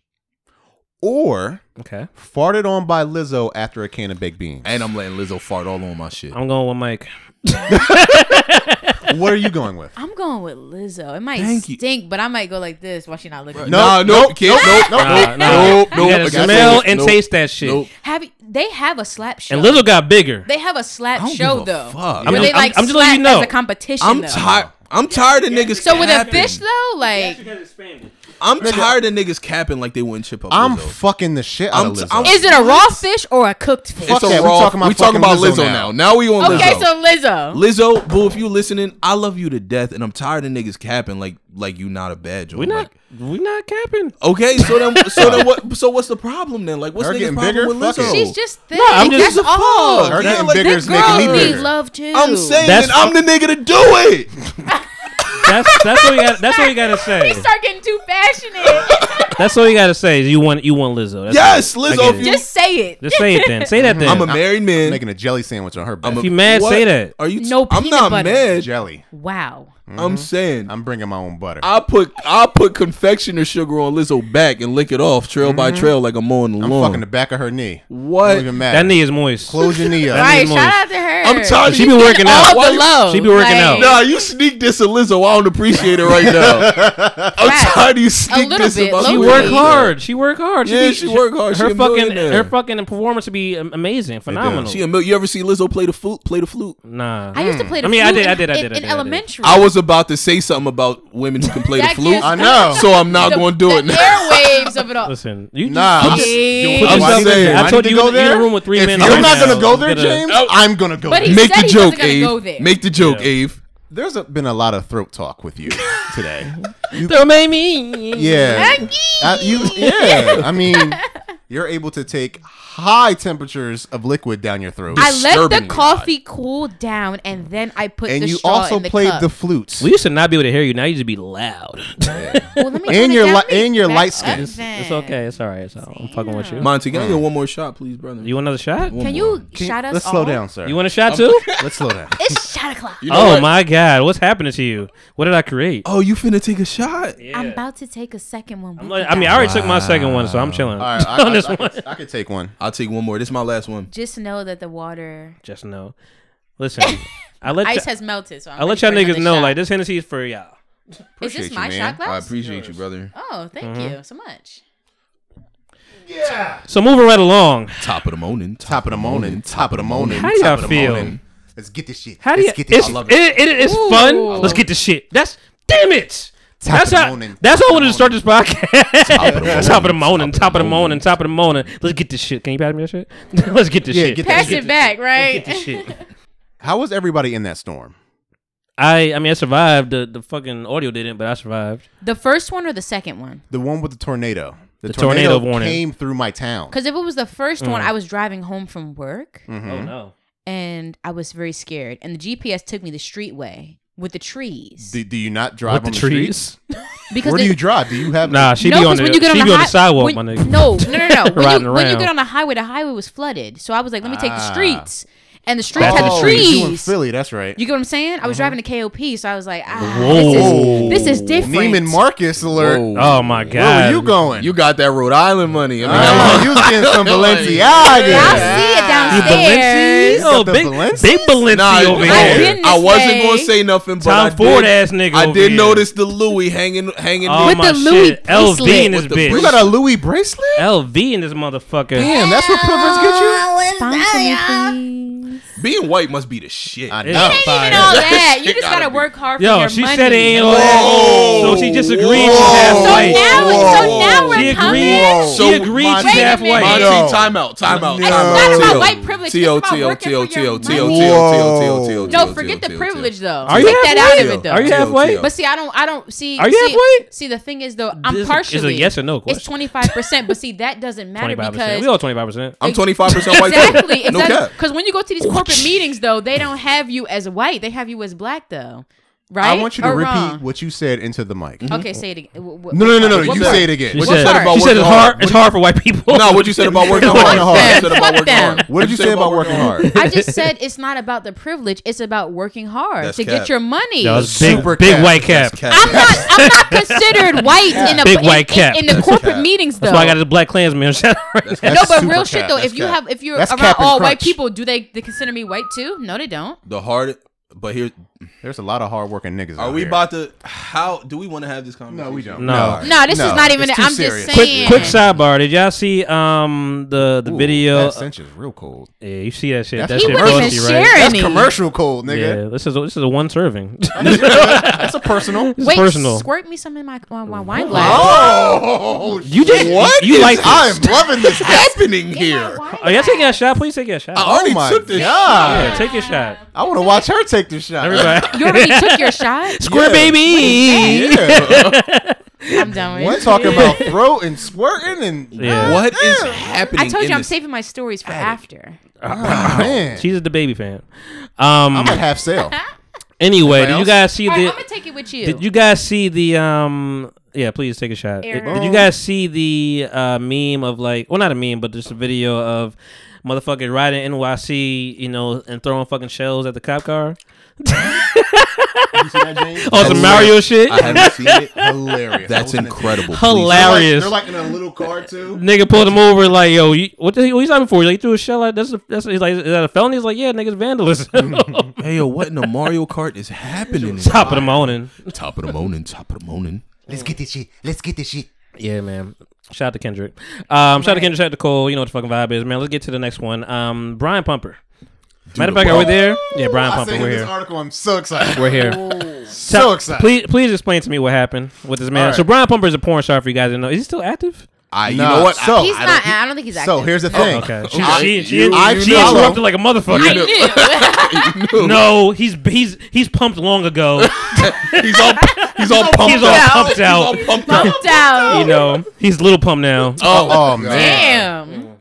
A: or
C: Okay.
A: farted on by Lizzo after a can of baked beans?
D: And I'm letting Lizzo fart all on my shit.
A: Oh,
C: I'm going with Mike.
A: what are you going with?
B: I'm going with Lizzo. It might
D: Thank you.
B: stink, but I might go like this while she not looking.
D: Nah, nope, kid, nope, nope,
C: Nah,
D: nope,
C: nah.
D: nope,
C: You gotta
D: nope.
C: smell and
D: Nope.
C: taste that shit.
D: Nope.
B: Have you- they have a slap show?
C: And Lizzo got bigger.
B: They have a slap
D: I don't
B: show
D: give a
B: though.
D: fuck.
B: Where
D: I'm-
B: they
C: I'm-
B: like
C: I'm just letting
B: slap
C: you know.
B: as a competition.
D: I'm
B: though.
D: tired. I'm tired of niggas.
B: So with a
D: capping.
B: fish though, like
D: I'm tired of niggas capping like they wouldn't chip up.
A: I'm
D: Lizzo.
A: fucking the shit out
D: I'm
A: of
D: t-
A: Lizzo.
D: I'm-
B: is it a raw fish or a cooked fish?
A: Fuck
D: It's a
A: yeah, we
D: raw.
A: talking about
D: We talking about
A: fucking
D: Lizzo,
A: Lizzo now.
D: now. Now we on
B: okay,
D: Lizzo.
B: so Lizzo.
D: Lizzo, boo, if you listening, I love you to death, and I'm tired of niggas capping like like you not a bad joke.
C: We not.
D: Like,
C: We not capping.
D: okay, so then so then what? So what's the problem then? Like what's
A: Her
D: niggas
A: getting
D: problem
A: bigger?
D: with
A: Fuck
D: Lizzo?
A: it.
B: She's just thick.
C: I'm just-
B: That's all.
D: Fuck,
A: Oh, Her
D: yeah,
A: getting
D: like,
A: bigger is making
B: Girls
A: me
B: need
A: bigger.
B: love too.
D: I'm saying
C: That's-
D: that I'm the nigga to do it.
C: That's that's what you got. That's what you gotta say.
B: He start getting too passionate.
C: That's all you gotta say. Is you want you want Lizzo. That's
D: Yes,
C: it. I
D: Lizzo,
C: get
D: if
C: it.
D: you-
B: Just say it.
C: Just say it then. Say that then.
D: I'm a married man.
A: making a jelly sandwich on her back.
D: I'm a-
C: If you mad,
D: What
C: say that.
D: Are you?
B: No
D: I'm
B: peanut
D: not
B: butter.
D: mad.
A: jelly.
B: Wow.
D: I'm saying
A: Mm-hmm. I'm bringing my own butter.
D: I put I put confectioner sugar on Lizzo back and lick it off trail by trail like I'm mowing the
A: Mm-hmm. I'm
D: lawn.
A: fucking the back of her knee.
D: What?
A: Don't even matter.
C: That knee is moist.
A: Close your knee up.
C: That
B: Right.
C: needs
B: Shout
C: moist.
B: out to her.
D: I'm tired.
C: She
D: of
C: be
D: you-
C: working out.
D: Why
B: All the
D: you-
B: love.
C: She be working
B: Like,
C: out.
D: Nah, you sneak this to Lizzo. I don't appreciate it right now. I'm
B: Facts.
D: tired of you sneak
B: little
D: this
B: bit,
D: about
B: low
C: She
B: Low-key.
C: worked hard. She worked hard.
D: uh, Yeah,
C: be-
D: she worked hard. She
C: Her
D: a
C: fucking
D: millionaire.
C: her fucking performance would be am- amazing, phenomenal.
D: She a mil- you ever see Lizzo play the flute? Play the flute?
C: Nah.
B: I used to play the
C: I mean, I
B: flute
C: did, I
B: in-
C: did, I
B: in-
C: did, I
B: in
C: did, I did.
B: elementary.
D: I was about to say something about women who can play the
B: That
D: flute.
B: gives- I know.
D: So I'm not going to do it now.
B: airwaves of it all.
C: Listen, you
A: Nah,
C: just-
A: I'm-
B: Yeah.
C: put
A: I'm
C: yourself in
A: saying,
C: there.
A: I
C: I
A: need
C: told
A: to
C: you
A: go
C: you was in
A: there?
C: a room with three
A: If
C: men.
A: you're
C: right
A: not gonna
C: now.
A: go there,
C: Get a-
A: James, I'm gonna go.
B: Oh. But he
A: there.
B: Make said the he wasn't joke, gonna Eve. go there. Make
D: the joke, Ave.
A: There's a, been a lot of throat talk with you today. You-
C: Don't make me.
A: yeah, I, you, yeah. I mean, you're able to take high temperatures of liquid down your throat.
B: I let the
A: Disturbingly
B: coffee cool down and then I put
A: And
B: the
A: you
B: straw
A: also
B: in the
A: played
B: cup.
A: the flutes.
C: We used to not be able to hear you. Now you just be loud.
B: well, let me turn
A: and
B: it
A: your li-
B: down, let me
A: and your
B: back
A: light
B: up
A: skin.
B: then.
C: It's okay. It's all right. It's all right. I'm fucking with you.
D: Monty, can I get one more shot, please, brother?
C: You want another shot?
B: Can you shout us
A: Let's slow
B: all?
A: down, sir.
C: You want a shot too?
A: Let's slow down.
B: It's shot o'clock.
D: You know
C: oh
D: what?
C: my God! What's happening to you? What did I create?
D: Oh, you finna take a shot?
B: I'm about to take a second one.
D: Oh
C: I'm like- I mean, I already took my second one, so I'm chilling
A: All right, I,
C: on
A: I-
C: this
A: I
C: one.
A: could- I could take one.
D: I'll take one more. This is my last one.
B: Just know that the water
C: Just know. Listen, I let
B: ice
C: y-
B: has melted. So I'm
C: I let y'all
B: ready for
C: niggas
B: another
C: know
B: shot.
C: like this Hennessy is for y'all.
B: is this
A: Appreciate you,
B: my
A: man.
B: shot glass?
D: I appreciate you, brother.
B: Oh, thank
C: Mhm.
B: you so much.
C: So moving right along.
D: Top of the morning.
A: Top of the morning. Top of the morning.
C: How do y'all
A: top of the
C: feel?
A: morning. Let's get this shit.
C: How do you?
A: Let's get this
C: It's,
A: shit.
C: it, it, it's fun. Let's get the shit. That's damn it.
A: Top
C: that's
A: of the
C: how.
A: morning.
C: That's how I wanted to start this podcast.
A: morning.
C: Top of the morning. Top of the morning. Top of the morning. Let's get this shit. Can you pass me that shit? Let's get this
A: Yeah,
C: shit.
A: get that
B: Pass
A: shit.
B: it back, right?
C: Let's get this shit.
A: How was everybody in that storm?
C: I I mean I survived. The the fucking audio didn't, but I survived.
B: the first one or the second one?
A: The one with the tornado. The,
C: The tornado warning.
A: came through my town.
B: Because if it was the first one,
C: Mm.
B: I was driving home from work
A: Mhm.
C: Oh no.
B: and I was very scared. And the GPS took me the street way with the trees.
A: Do, do you not drive
C: With the
A: on the
C: trees?
A: streets?
B: because
A: Where do
B: they-
A: you drive? Do you have
C: Nah, she
B: no,
C: be on
B: 'cause
C: the
B: when you get
C: she
B: on
C: be
B: the,
C: on
B: hi-
C: the sidewalk,
B: when-
C: my nigga.
B: No, no, no, no. When
C: Riding
B: you, when you
C: around.
B: get on the highway, the highway was flooded. So I was like, let me take the
A: Ah.
B: streets. And the streets
C: Back to
B: had the
C: the
A: trees. Oh, You in
B: trees.
A: Philly? That's right.
B: You get what I'm saying? I was
C: Uh-huh.
B: driving to KOP, so I was like, ah,
A: Whoa.
B: this is this is different.
A: Neiman Marcus alert.
D: Whoa.
C: Oh my god.
A: Where were you going?
D: You got that Rhode Island money. I mean,
A: Ah, you was getting some Balenciaga.
B: Y'all see it
C: You
B: downstairs.
C: Balenci? Oh,
A: Got the
C: big,
A: Balenci?
C: big Balenci
D: Nah,
C: over
D: man,
B: I've
C: here.
B: been
D: I
B: this
D: wasn't
B: way.
D: gonna say nothing, but
C: Tom
D: I did,
C: Ford ass nigga
D: I
C: over
D: did
C: here.
D: notice the Louis hanging hanging.
C: Oh
B: With
C: my
B: the Louis
C: shit. LV in this
D: bracelet. With the
C: bitch.
A: You got a Louis bracelet?
C: LV in this motherfucker.
A: Damn, that's what privilege get you?
B: Sponsor me, please.
D: Being white must be the shit.
A: I
C: It's
A: know.
B: Ain't
C: fire.
B: even all that. You
D: It
B: just
D: gotta
B: gotta
D: be.
B: work hard for
C: Yo,
B: your
C: she
B: money.
C: said it ain't all that.
D: Whoa.
C: So she just agreed she's half
A: Whoa.
B: So
C: white.
B: now, so now
C: She
B: we're coming.
C: agreed.
D: So
C: She agreed
A: my-
C: she's
B: Wait a
C: half
B: minute.
C: white.
A: No.
D: Monty, time out, time out.
A: It's
D: time
A: not
D: out.
B: about
D: T.O.
B: white privilege,
D: T.O.,
B: it's about
D: T.O.,
B: working
D: T.O.,
B: for your
D: T.O., T.O.,
B: money.
D: T.O., T.O., T.O., T.O.,
B: No,
D: T.O.,
B: forget the
D: T.O.,
B: privilege though.
C: Are you
B: Take
C: half
B: that out
C: white?
B: of it though.
C: Are you half
A: Oh.
C: white?
B: But see, I don't, I don't see.
C: Are you
B: see,
C: halfway?
B: See, the thing is though,
C: This
B: I'm
C: is- it's a
B: partially.
C: yes or no question.
B: It's twenty five percent, but see, that doesn't matter
C: 25%.
B: because
C: We all 25%.
D: I'm 25 percent white. too.
B: exactly,
D: No
B: exactly.
D: cap.
B: Because when you go to
C: Oh,
B: these corporate meetings though, they don't have you as white; they have you as black though, right?
A: I want you to
B: Or
A: repeat
B: wrong?
A: what you said into the mic.
B: Okay, say it again. W- w-
A: No, no, no, no.
B: what
A: You
B: part?
A: say it again.
C: She
D: What
A: What
D: you
C: said,
D: said about
C: she said
D: working
C: it's
D: hard?
C: hard. It's hard for white people.
D: No, what you said about working hard? What you said about
B: Fuck
D: working
B: them.
D: hard?
A: what did you say about working hard?
B: I just said it's not about the privilege; it's about working hard
D: That's
B: to
D: cap.
B: get your money.
C: That was big,
A: Super
C: big
A: cap.
C: white cap.
D: Cap.
B: I'm not. I'm not considered white in a
C: Big
B: in,
C: white
B: in-
C: cap.
B: in, the corporate meetings though.
C: That's why I got this black Klansman. Shout out.
B: no,
A: That's
B: but
A: super
B: real
A: cap.
B: shit though.
A: That's
B: if you
A: cap.
B: have, if you're
A: That's
B: around
A: cap and
B: all white
A: crunch.
B: people, do they, they consider me white too? No, they don't.
D: The hard, but here,
A: There's a lot of hard working niggas.
D: are
A: out
D: we
A: here.
D: about to? How do we want to have this conversation?
A: No, we don't.
C: No.
B: No, this is not even.
A: It's too
B: I'm
A: serious.
B: just
C: quick,
B: saying.
C: quick sidebar. Did y'all see um the the
A: Ooh,
C: video?
A: That stench is real cold.
C: Yeah, you see that shit.
A: That's
C: That
B: he
C: shit
A: That's
B: wouldn't even
C: roasty,
B: share
C: right?
A: That's
B: any.
A: commercial cold, nigga.
C: Yeah, this is a, this is a one serving. this
A: That's a personal.
C: is
B: Wait,
C: personal.
B: squirt me some in my my, my wine glass.
A: Oh,
C: You did-
A: what?
C: you
A: is-
C: like
A: I am
C: this.
A: loving this.
D: happening
B: In my
D: here?
B: wine
C: Are Oh, y'all
B: glass.
C: taking a shot? Please take your shot.
D: I already
A: Oh my
D: took this.
A: God.
C: yeah, take your shot.
A: I want to watch her take this shot.
C: Everybody.
B: You already took your shot.
C: Squirt baby.
A: Yeah.
B: I'm done with.
A: One
B: it.
A: talking about throat and squirting and
C: Yeah.
D: What is happening?
B: I told
D: in
B: you I'm
D: this-
B: saving my stories for after.
A: Ah, man.
C: She's the baby fan. Um.
A: I'm at half sale.
C: Anyway,
A: Anybody
C: did you
A: else?
C: guys see
B: All right, I'm
C: the?
B: gonna take it with you.
C: Did you guys see the? Um. Yeah, please take a shot. Did,
B: Aaron.
C: did you guys see the uh, meme of like? Well, not a meme, but just a video of motherfucking riding NYC, you know, and throwing fucking shells at the cop car. Oh, some
D: That's-
C: Mario shit.
D: I haven't seen it.
A: Hilarious.
D: That's incredible. Please.
C: Hilarious.
A: They're like, they're like in a little car too.
C: Nigga pulled him over like, yo, you, what the hell you signing for? He's like, you threw a shell out. That's a, that's. He's like, is that a felony? He's like, yeah, niggas vandalism.
D: Hey, yo, what in the Mario Kart is happening?
C: Top of the morning.
D: Top of the morning. Top of the morning.
E: Let's get this shit. Let's get this shit.
C: Yeah, man. Shout out to Kendrick. Um, shout out to Kendrick. Shout out to Cole. You know what the fucking vibe is, man. Let's get to the next one. Um, Brian Pumper. Matter of fact, are we there? Yeah, Brian
A: I
C: Pumper.
A: seen
C: We're
A: this
C: here.
A: article. I'm so excited.
C: We're here.
A: so
C: Tell-
A: excited.
C: Please, please explain to me what happened with this man.
A: All right.
C: So Brian Pumper is a porn star. For you guys didn't know, is he still active?
A: I- you Nah, know what? I- so-
B: He's
A: Oh, I don't
B: not.
A: think-
B: I don't think he's active.
A: So here's the thing.
C: okay. She,
A: I-
C: she, Oh, she,
A: you- I
C: she
A: follow-
C: interrupted like a motherfucker.
B: I
A: knew.
C: No, he's he's he's pumped long ago.
D: he's all he's all
C: pumped,
B: pumped out.
C: out.
D: He's all pumped
B: knew. Down.
C: you know, he's little pump now.
A: Oh, oh, man. Mm.
B: Damn.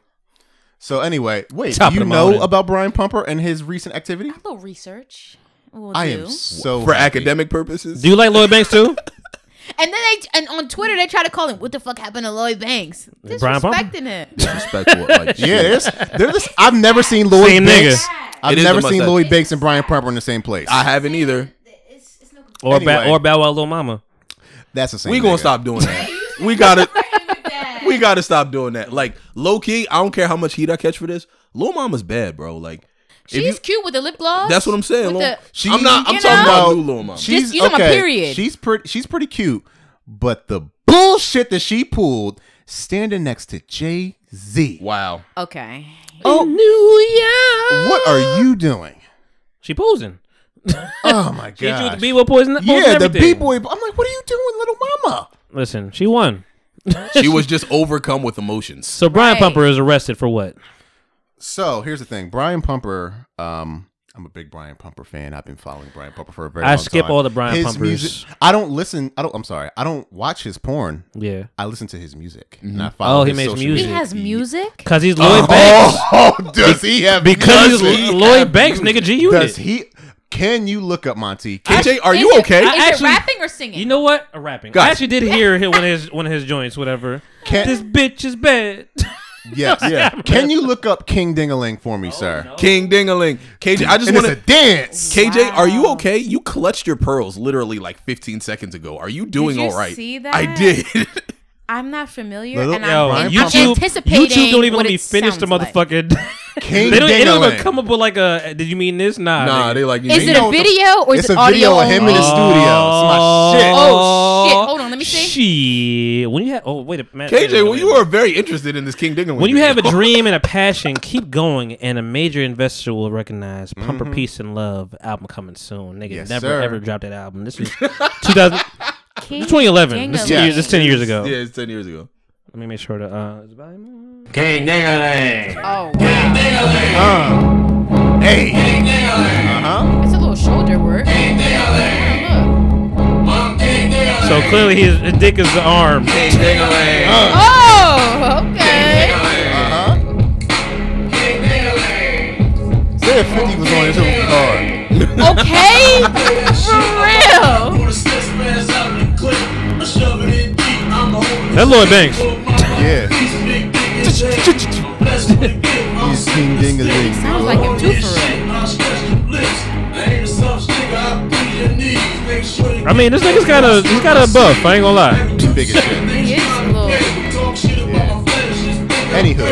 A: So anyway, wait.
C: Top of
A: do you
C: the
A: know
C: mountain.
A: about Brian Pumper and his recent activity?
B: A little research. Will
A: I
B: do.
A: am so
D: for
A: happy.
D: academic purposes.
C: Do you like Lloyd Banks too?
B: And then they and on Twitter they try to call him. What the fuck happened to Lloyd Banks?
C: Brian Pumper?
B: Disrespecting it.
D: Disrespectful,
A: Yeah,
D: like, shit.
A: there's, there's this, I've never seen Lloyd
C: Same
A: Banks.
C: nigga.
A: I've
D: It is
A: never
D: the
A: seen
D: mustache.
A: Lloyd Banks and Brian Pumper in the same place.
D: I haven't either.
C: Or ba-
A: Anyway.
C: or Bow Wow Little Mama?
A: That's the same.
D: We gonna
A: nigga.
D: stop doing that. We gotta We gotta stop doing that. Like low key, I don't care how much heat I catch for this. Lil Mama's bad, bro. Like if
B: She's
D: you-
B: cute with the lip gloss.
D: that's what I'm saying.
B: With
D: Lil,
B: the-
A: She-
D: I'm not. I'm
B: You
D: talking
B: know?
D: about new Lil Mama.
B: Just- you talking about period.
A: She's pretty. She's pretty cute, but the bullshit that she pulled standing next to Jay Z.
D: wow.
B: Okay.
A: What are you doing?
C: She posing.
A: Oh my god!
C: She hit you with the B-boy poison. poison
A: yeah, the
C: everything.
A: b boy. I'm like, what are you doing, little mama?
C: Listen, she won.
D: She was just overcome with emotions.
C: So Brian
B: Right.
C: Pumper is arrested for what?
A: So here's the thing, Brian Pumper. Um, I'm a big Brian Pumper fan. I've been following Brian Pumper for a very.
C: I
A: long
C: skip
A: time.
C: all the Brian
A: his
C: Pumpers.
A: Music, I don't listen. I don't. I'm sorry. I don't watch his porn.
C: Yeah.
A: I listen to his music. And I follow
C: Oh, he
A: his
C: makes
A: social
C: music.
B: He
A: media
B: has
A: feed.
B: music.
C: Cause he's Lloyd Banks.
A: Oh, Uh-huh. does he have
C: Because
A: music?
C: he's Lloyd Banks, nigga. G Unit.
A: Does he? Can you look up Monty? Can-
D: KJ, are
B: Is
D: you
B: it-
D: okay?
B: Is
C: I actually-
B: it rapping or singing?
C: You know what? A rapping.
D: Guys.
C: I actually did hear him when his one of his joints, whatever.
A: Can-
C: this bitch is bad.
A: yes. Can you look up King Dingaling for
C: Oh,
A: me, sir?
D: King Dingaling. KJ, I just
A: And
D: want
A: it's a
D: to.
A: dance.
D: KJ, are you
B: Wow.
D: okay? You clutched your pearls literally like 15 seconds ago. Are you doing
B: you
D: all right?
B: see that?
D: I did.
B: I'm not familiar,
A: Little-
B: and I'm,
C: Yo,
A: Brian
B: I'm
C: YouTube,
B: anticipating.
C: YouTube don't even
B: what
C: let me
B: it
C: finish the
B: sounds like.
C: motherfucking.
A: King
C: they don't, it don't even
A: Dingaling.
C: come up with like a. Did you mean this? Nah.
D: nah,
C: nigga.
D: they like.
B: Is
D: they
B: it a
D: know-
B: video or is
A: It's
B: it
A: a
B: audio?
A: video of him in the
C: Uh,
B: only?
A: studio. It's my shit.
B: Oh, shit. Hold on, let me see.
C: Shit. When you have. Oh wait a minute.
D: KJ, well, you are very interested in this King Dingaling.
C: When you
D: video.
C: have a dream and a passion, keep going, and a major investor will recognize Pumper Peace and Love album coming soon. Nigga,
A: Mm-hmm. Yes,
C: never
A: sir.
C: ever dropped that album. This is 2000,
B: King
C: 2011. This, is 10
B: Dingaling.
C: years, this is 10 years ago.
D: yeah, it's 10 years ago.
C: Let me make sure to. Uh, is it
K: King Dingaling.
B: Oh, wow.
A: Uh-huh. Hey. Uh huh.
B: It's a little shoulder work. Oh, look.
C: So clearly, his, his dick is the arm.
B: Oh, okay.
A: Uh huh. Said 50 was on his own card.
B: Oh, Okay, for real.
C: That's Lloyd Banks.
A: Yeah. He's King Dingaling.
B: Sounds like him too, for real.
C: I mean, this nigga's got a he's got a buff. I ain't gonna lie.
A: The biggest shit.
B: He is a little.
A: Anywho.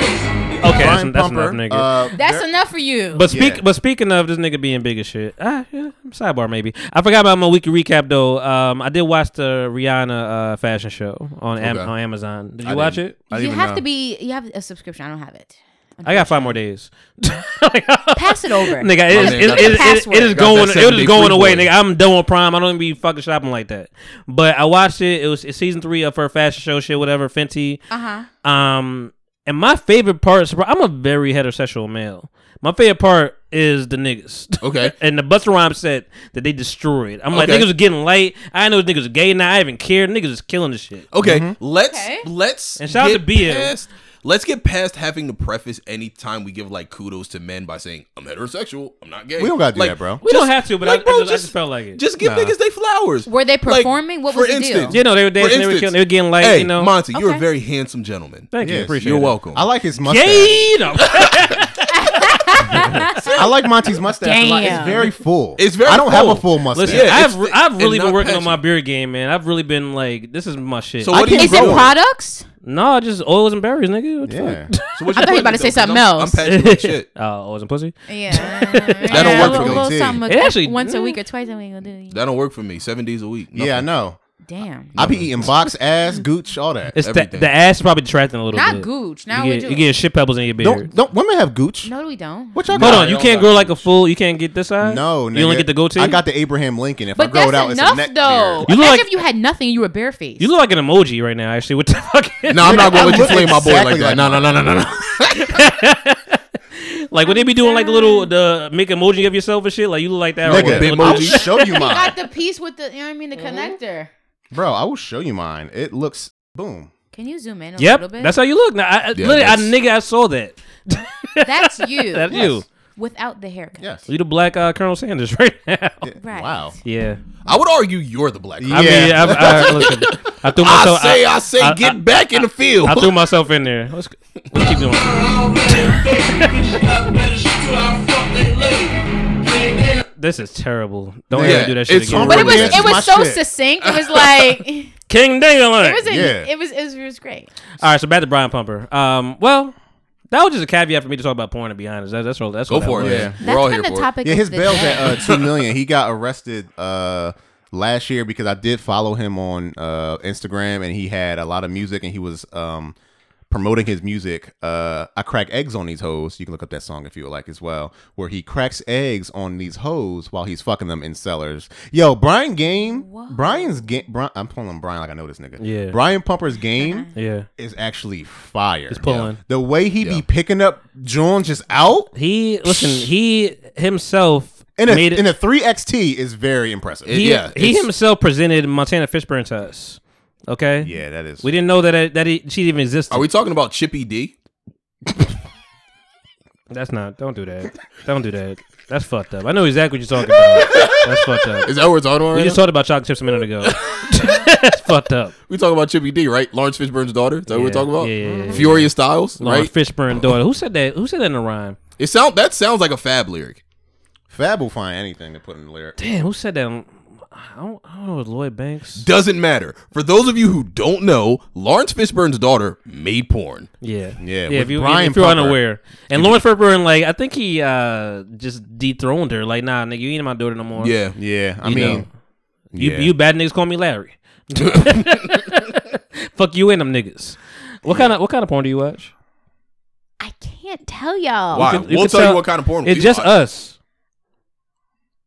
C: Okay, that's,
A: Brian
C: that's enough,
A: Pumper,
C: nigga.
A: uh,
B: That's
A: there-
B: enough for you.
C: but speak,
A: yeah.
C: but speaking of this nigga being big as shit. Ah, yeah, sidebar maybe. I forgot about my weekly recap though. Um, I did watch the Rihanna uh, fashion show on Am-
A: Okay.
C: on Amazon. Did you
A: I
C: watch
A: didn't-
C: it?
A: I didn't
B: you
A: even
B: have
A: know.
B: to be. You have a subscription. I don't have it.
C: I got five more days.
B: Pass it over.
C: Nigga, it is,
D: man,
C: it,
D: got
C: it,
B: the
C: it,
B: password.
C: it is
B: Got
C: going
D: that
C: it is
D: 70
C: going
D: free
C: away,
D: boy.
C: nigga. I'm done with Prime. I don't even be fucking shopping like that. But I watched it. It was it's season three of her fashion show shit, whatever, Fenty.
B: Uh huh.
C: Um, and my favorite part, so I'm a very heterosexual male. My favorite part is the niggas.
D: Okay.
C: and the Buster Rhymes said that they destroyed. I'm like,
D: Okay.
C: niggas are getting light. I know niggas are gay now. I even care. Niggas is killing the shit.
D: Okay, let's
B: Okay.
D: let's
C: Mm-hmm. And shout out
D: get
C: to BL.
D: past- Let's get past having to preface any time we give like kudos to men by saying I'm heterosexual, I'm not gay.
A: We don't gotta do
D: Like,
A: that, bro.
C: We don't have to, but I,
D: like, bro,
C: I, just, I
D: just-
C: just felt like it.
D: Just give
A: Nah.
D: niggas they flowers.
B: Were they
D: Like,
B: performing? what
D: for
B: was the
D: instance,
B: deal?
C: you know, they were
D: For
C: dancing. They were
D: instance,
C: killing. They were getting light.
D: hey,
C: you know,
D: Monty, you're a
B: Okay.
D: very handsome gentleman.
C: thank you.
A: Yes,
C: Appreciate
D: You're
C: it.
D: welcome.
A: I like his mustache.
C: Gay, no.
A: I like Monty's mustache a lot. It's
B: Damn.
A: very full.
D: It's very
A: I don't have a
D: full.
A: full mustache.
C: Listen,
D: Yeah, it's
C: I've
D: thick
C: I've really been
D: and not
C: working on
D: patchy.
C: my beard game, man. I've really been like, this is my shit.
D: So
A: I
D: what do
A: can't
D: you
B: Is it
A: grow
D: grow?
A: it.
B: products?
C: no, just oils and berries, nigga. What the
A: yeah.
C: fuck?
D: So what
B: I
D: you
B: thought you were about to
D: putting
B: say
D: in there? 'Cause
B: something
D: I'm-
B: else.
D: I'm passionate about shit.
C: Uh, oils and pussy.
B: Yeah. that
D: don't work
B: a
D: for
B: little
A: me.
B: something
C: It actually-
B: Mm. once a week or twice a week will do.
D: That don't work for me. Seven days a week.
A: Yeah, I know.
B: Damn.
A: I be eating box, ass, gooch, all that.
C: It's the, the ass is probably detracting a little
B: Not
C: bit.
B: gooch. Now we
C: you get,
B: do
C: you
B: it.
C: get shit pebbles in your beard.
A: Don't, don't women have gooch?
B: No, we don't.
A: What y'all
C: Hold on, you can't grow like a fool. You can't get this side.
A: No,
C: you only
A: nigga.
C: get the goatee.
A: I got the Abraham Lincoln. If I
B: But
A: grow it
B: that's
A: out, it's a
B: enough,
A: neck
B: though.
C: beard. You look
B: Imagine
C: like-
B: if you had nothing and you were barefaced.
C: You look like an emoji right now. Actually, what the fuck?
D: No, I'm not gonna let you play my boy
C: Exactly
D: like that. No, no, no, no, no, no.
C: Like when they be doing like the little the make emoji of yourself and shit. Like you look like that.
A: Nigga,
C: right?
A: Bitmoji. I'll show you
B: You
A: mine.
B: got the piece with the, you know what I mean, the connector.
A: Bro, I will show you mine. It looks boom.
B: Can you zoom in a little
C: Yep,
B: bit?
C: that's how you look. Now, I, I-
A: Yeah,
C: literally, I
A: that's-
C: nigga, I saw that.
B: That's you.
C: That's you.
B: Without the haircut.
A: Yes.
C: You the black uh, Colonel Sanders right now.
B: Right.
A: Wow.
C: Yeah.
D: I would argue you're the black.
C: I mean, I, I, listen, I threw
D: I
C: myself.
D: say, I say, get back in the field.
C: I threw myself in there. Let's, let's keep doing. This is terrible. Don't
D: Yeah,
C: ever do that shit
D: it's
C: again.
B: But it was it was so succinct. It was like it
C: King Dingaling.
B: was a, it was it was, it was great.
C: All right, so back to Brian Pumper. Um, well, that was just a caveat for me to talk about porn. To be honest, that, that's all. That's
D: Go
C: what that
D: for it,
C: was.
D: yeah. We're That's all been here the for it. topic
A: Yeah,
D: of
A: his
D: the
A: bail's
D: day.
A: at uh, two million. He got arrested uh, last year because I did follow him on uh, Instagram, and he had a lot of music, and he was um, promoting his music. Uh, I crack eggs on these hoes. You can look up that song if you would like as well, where he cracks eggs on these hoes while he's fucking them in cellars. Yo, Brian Game, Brian's game. Brian, I'm calling him Brian like I know this nigga.
C: Yeah.
A: Brian Pumper's game.
C: Yeah.
A: is actually fire. He's
C: pulling.
A: the way he be picking up John just out.
C: He listen. He himself
A: in a
C: made it-
A: in a three XT is very impressive.
C: He, he himself presented Montana Fishburne to us. Okay.
A: Yeah, that is.
C: We didn't know that that he, she even existed.
D: Are we talking about Chippy D?
C: That's not. Don't do that. Don't do that. That's fucked up. I know exactly what you're talking about. That's fucked up.
D: Is that where it's on right
C: We just
D: now?
C: talked about chocolate chips a minute ago. That's fucked up.
D: We talking about Chippy D, right? Lawrence Fishburne's daughter. Is that what we're
C: Yeah,
D: talking about?
C: yeah, yeah, yeah.
D: Furious Styles,
C: Lawrence
D: right?
C: Fishburne daughter. Who said that? Who said that in a rhyme?
D: It sound that sounds like a Fab lyric.
A: Fab will find anything to put in the lyric.
C: Damn. Who said that? I don't, I don't know. It was Lloyd Banks.
D: Doesn't matter. For those of you who don't know, Lawrence Fishburne's daughter made porn.
C: Yeah,
A: yeah.
C: if, you, if you're unaware, and Lawrence Fishburne, like I think he uh just dethroned her. Like, nah, nigga, you ain't my daughter no more.
D: Yeah.
A: Yeah, I
C: You
A: mean,
C: know. you
A: yeah.
C: you bad niggas call me Larry. Fuck you and them niggas. What kind of what kind of porn do you watch?
B: Can't tell y'all.
D: Why?
C: can- you
D: we'll
C: can
D: tell,
C: tell-
D: you what kind of porn.
C: it's
D: we
C: just
D: watch.
C: us.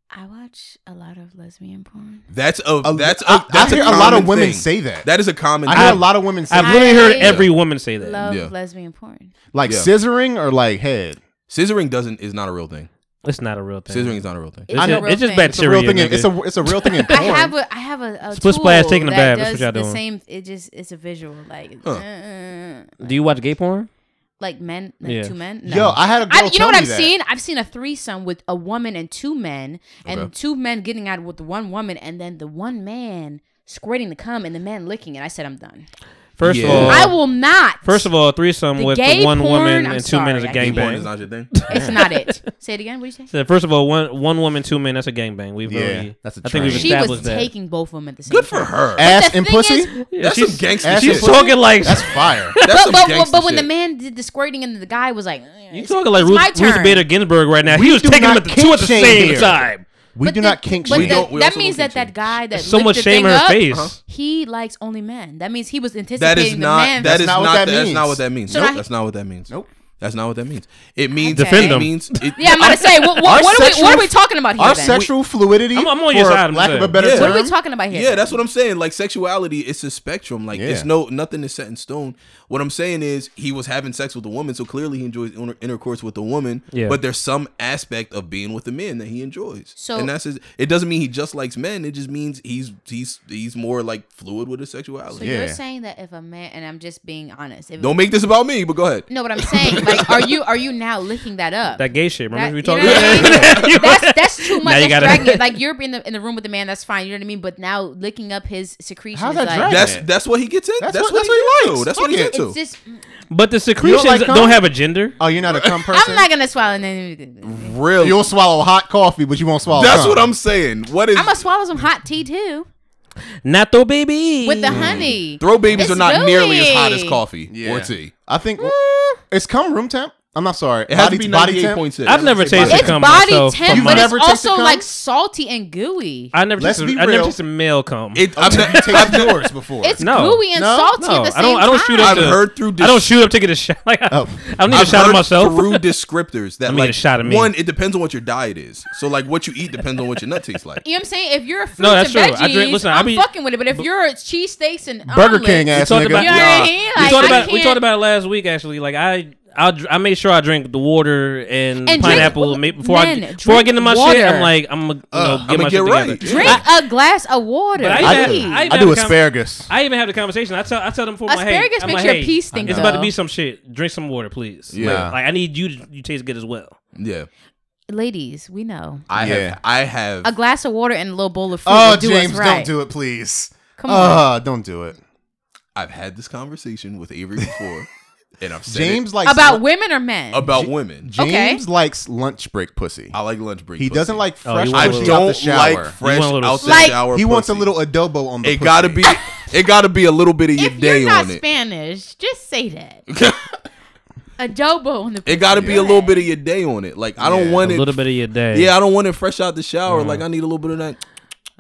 B: I watch a lot of lesbian porn.
D: That's a, that's a
A: I- I
D: that's
A: hear
D: a,
A: a lot of
D: common
A: women
D: thing.
A: say that.
D: That is a common.
A: I
D: thing.
A: hear a lot of women say
C: I've
A: that.
C: literally heard
B: I
C: every woman say that.
B: Love
D: Yeah.
B: lesbian porn.
A: like
D: Yeah.
A: scissoring or like head.
D: Scissoring doesn't is not a real thing.
C: It's not a real thing.
D: Scissoring is not a real thing.
B: It's
C: I
B: a
C: know,
B: real
C: it's just
B: thing.
C: bacteria.
A: a
B: It's
A: real thing in- it's a-
C: nigga.
A: it's a real thing in
B: I have a I have a, a
C: Split
B: tool
C: splash, taking a
B: that
C: bath,
B: Does
C: that's what y'all
B: the
C: doing.
B: same. It just it's a visual like
C: Huh.
B: uh,
C: Do you watch gay porn?
B: like men like
C: Yeah.
B: two men.
C: Yo, I had a girl
B: you know
C: tell
B: what
C: me
B: I've
C: that.
B: seen? I've seen a threesome with a woman and two men, and
C: Okay.
B: two men getting out with one woman, and then the one man squirting the cum and the man licking it. I said I'm done.
C: First
D: Yeah.
C: of all,
B: I will not.
C: First of all, threesome
B: The
C: with
B: gay
C: one
B: porn,
C: woman
B: I'm
C: and two
B: sorry,
C: men is a
B: I can't.
D: Porn is
C: gangbang.
D: not your thing.
B: It's not it. Say it again. What did you say?
C: So first of all, one one woman, two men. That's a gangbang. We've
A: Yeah,
C: already.
A: that's a
C: I think we've
A: trend.
B: She
C: established
B: was
C: that.
B: taking both of them at the same.
D: Good
B: time.
D: for her.
A: Ass
B: the
A: and
B: thing
A: pussy.
B: is-
C: Yeah,
D: That's
C: she's-
D: some gangster
A: ass
D: shit.
C: She's talking like
A: That's fire.
D: That's
B: But,
D: some
B: but,
D: gangster
B: but when
D: shit.
B: the man did the squirting and the guy was like,
C: You talking like
B: It's my
C: Ruth, Ruth
B: turn.
C: Bader Ginsburg right now? he was
A: do
C: taking them
A: not
C: at the two at the
A: kink shame
C: same
A: here.
C: time.
A: We do not kink
B: But
A: shame.
B: that, that means that that guy that
C: So
B: so
C: much
B: the
C: shame
B: thing
C: in her
B: up,
C: face. Uh-huh.
B: He likes only men. That means he was anticipating
D: That is
B: the
D: not.
B: man.
D: That is
A: not
D: not.
A: what that
D: That's not
A: means.
D: what that means.
B: So
D: Nope.
B: I-
D: That's not what that means.
A: Nope.
D: That's not what that means. It means.
C: Defend
D: it
C: them.
D: means. It,
B: yeah, I'm about to say. What,
A: Our
B: what, what, are we,
A: sexual-
B: what are we talking about here?
A: Our
B: then?
A: sexual fluidity.
C: I'm- I'm on your
A: for
C: side, I'm
A: Lack of a
C: saying.
A: better
D: Yeah.
B: what are
A: term.
B: we talking about here?
D: Yeah,
B: then?
D: that's what I'm saying. Like sexuality, it's a spectrum. Like it's
A: Yeah.
D: no nothing is set in stone. What I'm saying is he was having sex with a woman, so clearly he enjoys inter- intercourse with a woman.
C: Yeah.
D: But there's some aspect of being with a man that he enjoys.
B: So-
D: and that's his, it. Doesn't mean he just likes men. It just means he's he's he's more like fluid with his
B: So
D: sexuality.
B: you're saying that if a man and I'm just being honest. If,
D: Don't make this about me, but go ahead.
B: No, but I'm saying like, are you are you now licking that up?
C: That gay shit.
B: That-
C: Remember we
B: you
C: talking
B: know
C: about?
B: what I
C: that? You-
B: mean? that's that's too much.
C: Now
B: That's
C: you gotta-
B: dragging it. Like you're in the in the room with the man. That's fine. You know what I mean. But now licking up his secretion.
A: How's
B: is
A: that
B: like,
A: dragging?
D: That's
A: Yeah.
D: that's what he gets in.
A: That's
D: That's,
A: what-
D: what,
A: that's what he
D: he
A: likes.
D: likes. That's what
A: Fuck
D: he's
A: it.
D: into.
B: It's just
C: But the secretions
A: like
C: don't,
A: cum?
C: have a gender.
A: Oh, you're not a cum person.
B: I'm not gonna swallow anything.
D: Really,
A: You'll swallow hot coffee, but you won't swallow.
D: that's
A: cum.
D: what I'm saying. What is
B: I'm gonna swallow some hot tea too
C: Not though, baby.
B: with
A: Mm.
B: the honey.
D: throw babies
B: It's
D: are not nearly as hot as
B: really-
D: coffee
A: Yeah.
D: or tea.
A: I think it's cum room temp. I'm not sorry.
D: It has to be
A: body temp?
D: 98.6.
C: I've never tasted
B: It's
C: cum
B: body
C: myself.
B: temp,
C: You've
B: but
C: never
B: it's
C: tasted
B: also
C: cum?
B: like salty and gooey.
C: I never
A: Let's
C: tasted.
A: be
C: I
A: real.
C: never tasted male cum.
D: It, I've
A: never tasted yours before.
B: It's gooey and salty at the
C: I don't.
B: same
C: I don't shoot
B: time.
C: up.
D: I've
C: to,
D: heard through
C: I don't
D: dis- Oh.
C: shoot up to get a shot. Like I, I don't need a
D: I've
C: shot of
D: heard
C: myself.
D: Through descriptors that
C: I need
D: like
C: a shot of me.
D: one, it depends on what your diet is. So like what you eat depends on what your nut tastes like.
B: You know what I'm saying? If you're a fruit
C: No, that's
B: and
C: true.
B: veggies,
C: I drink- listen, I
B: I'm
C: be-
B: fucking with it. But if you're cheesesteaks and
A: Burger
B: omelets,
A: King ass
C: talked
A: nigga.
C: about-
B: you know what I mean?
C: we
B: Like,
C: talked
B: I
C: about. We
B: can't-
C: talked about it last week. Actually, like I. I'll, dr- I made sure I drink the water and,
B: drink-
C: pineapple ma- before
B: men,
C: I before I get into my
B: drink
C: shit. I'm
B: water.
C: like I'm gonna
D: Uh,
C: get my
D: I'ma get
C: shit
D: right.
C: together.
B: Drink a glass of water.
C: But I,
A: I
C: even
A: do-
C: have-
B: please.
C: I, even
A: I
C: have
A: do
C: a com-
A: asparagus.
C: I even have the conversation. I tell I tell them for my hey,
B: Asparagus
C: I'm
B: makes
C: like,
B: your
C: hey,
B: pee stink,
C: It's about to
B: though.
C: be some shit. Drink some water, please. Like-
A: Yeah.
C: like, I need you. to You taste good as well.
D: Yeah,
B: Ladies, we know.
D: I
A: Yeah.
D: have. I have.
B: A glass of water and a little bowl of fruit.
A: Oh,
B: will do
A: James,
B: us right.
A: don't do it, please.
B: Come on.
A: Uh, don't do it.
D: I've had this conversation with Avery before, and I've said
A: James
D: James
A: likes
B: About women or men?
D: about women.
A: James
B: Okay.
A: likes lunch break pussy.
D: I like lunch break.
A: he
D: pussy.
A: doesn't like
C: Oh,
A: fresh pussy
C: you want
D: I
C: a
A: out
C: little-
A: the
D: don't
A: shower.
D: like fresh
C: You want a little
D: out the
B: Like-
D: shower.
A: he wants a
D: pussy.
A: little adobo on the.
D: It gotta be.
A: pussy.
D: It gotta be a little bit of your
B: if
D: day
B: you're not
D: on it.
B: Spanish, just say that. Adobo on the.
D: It gotta be a little bit of your day on it. Like I don't
A: Yeah.
D: want
C: A
D: it.
C: little bit Uh-huh. of your day.
D: Yeah, I don't want it fresh out the shower. Like I need a little bit of that.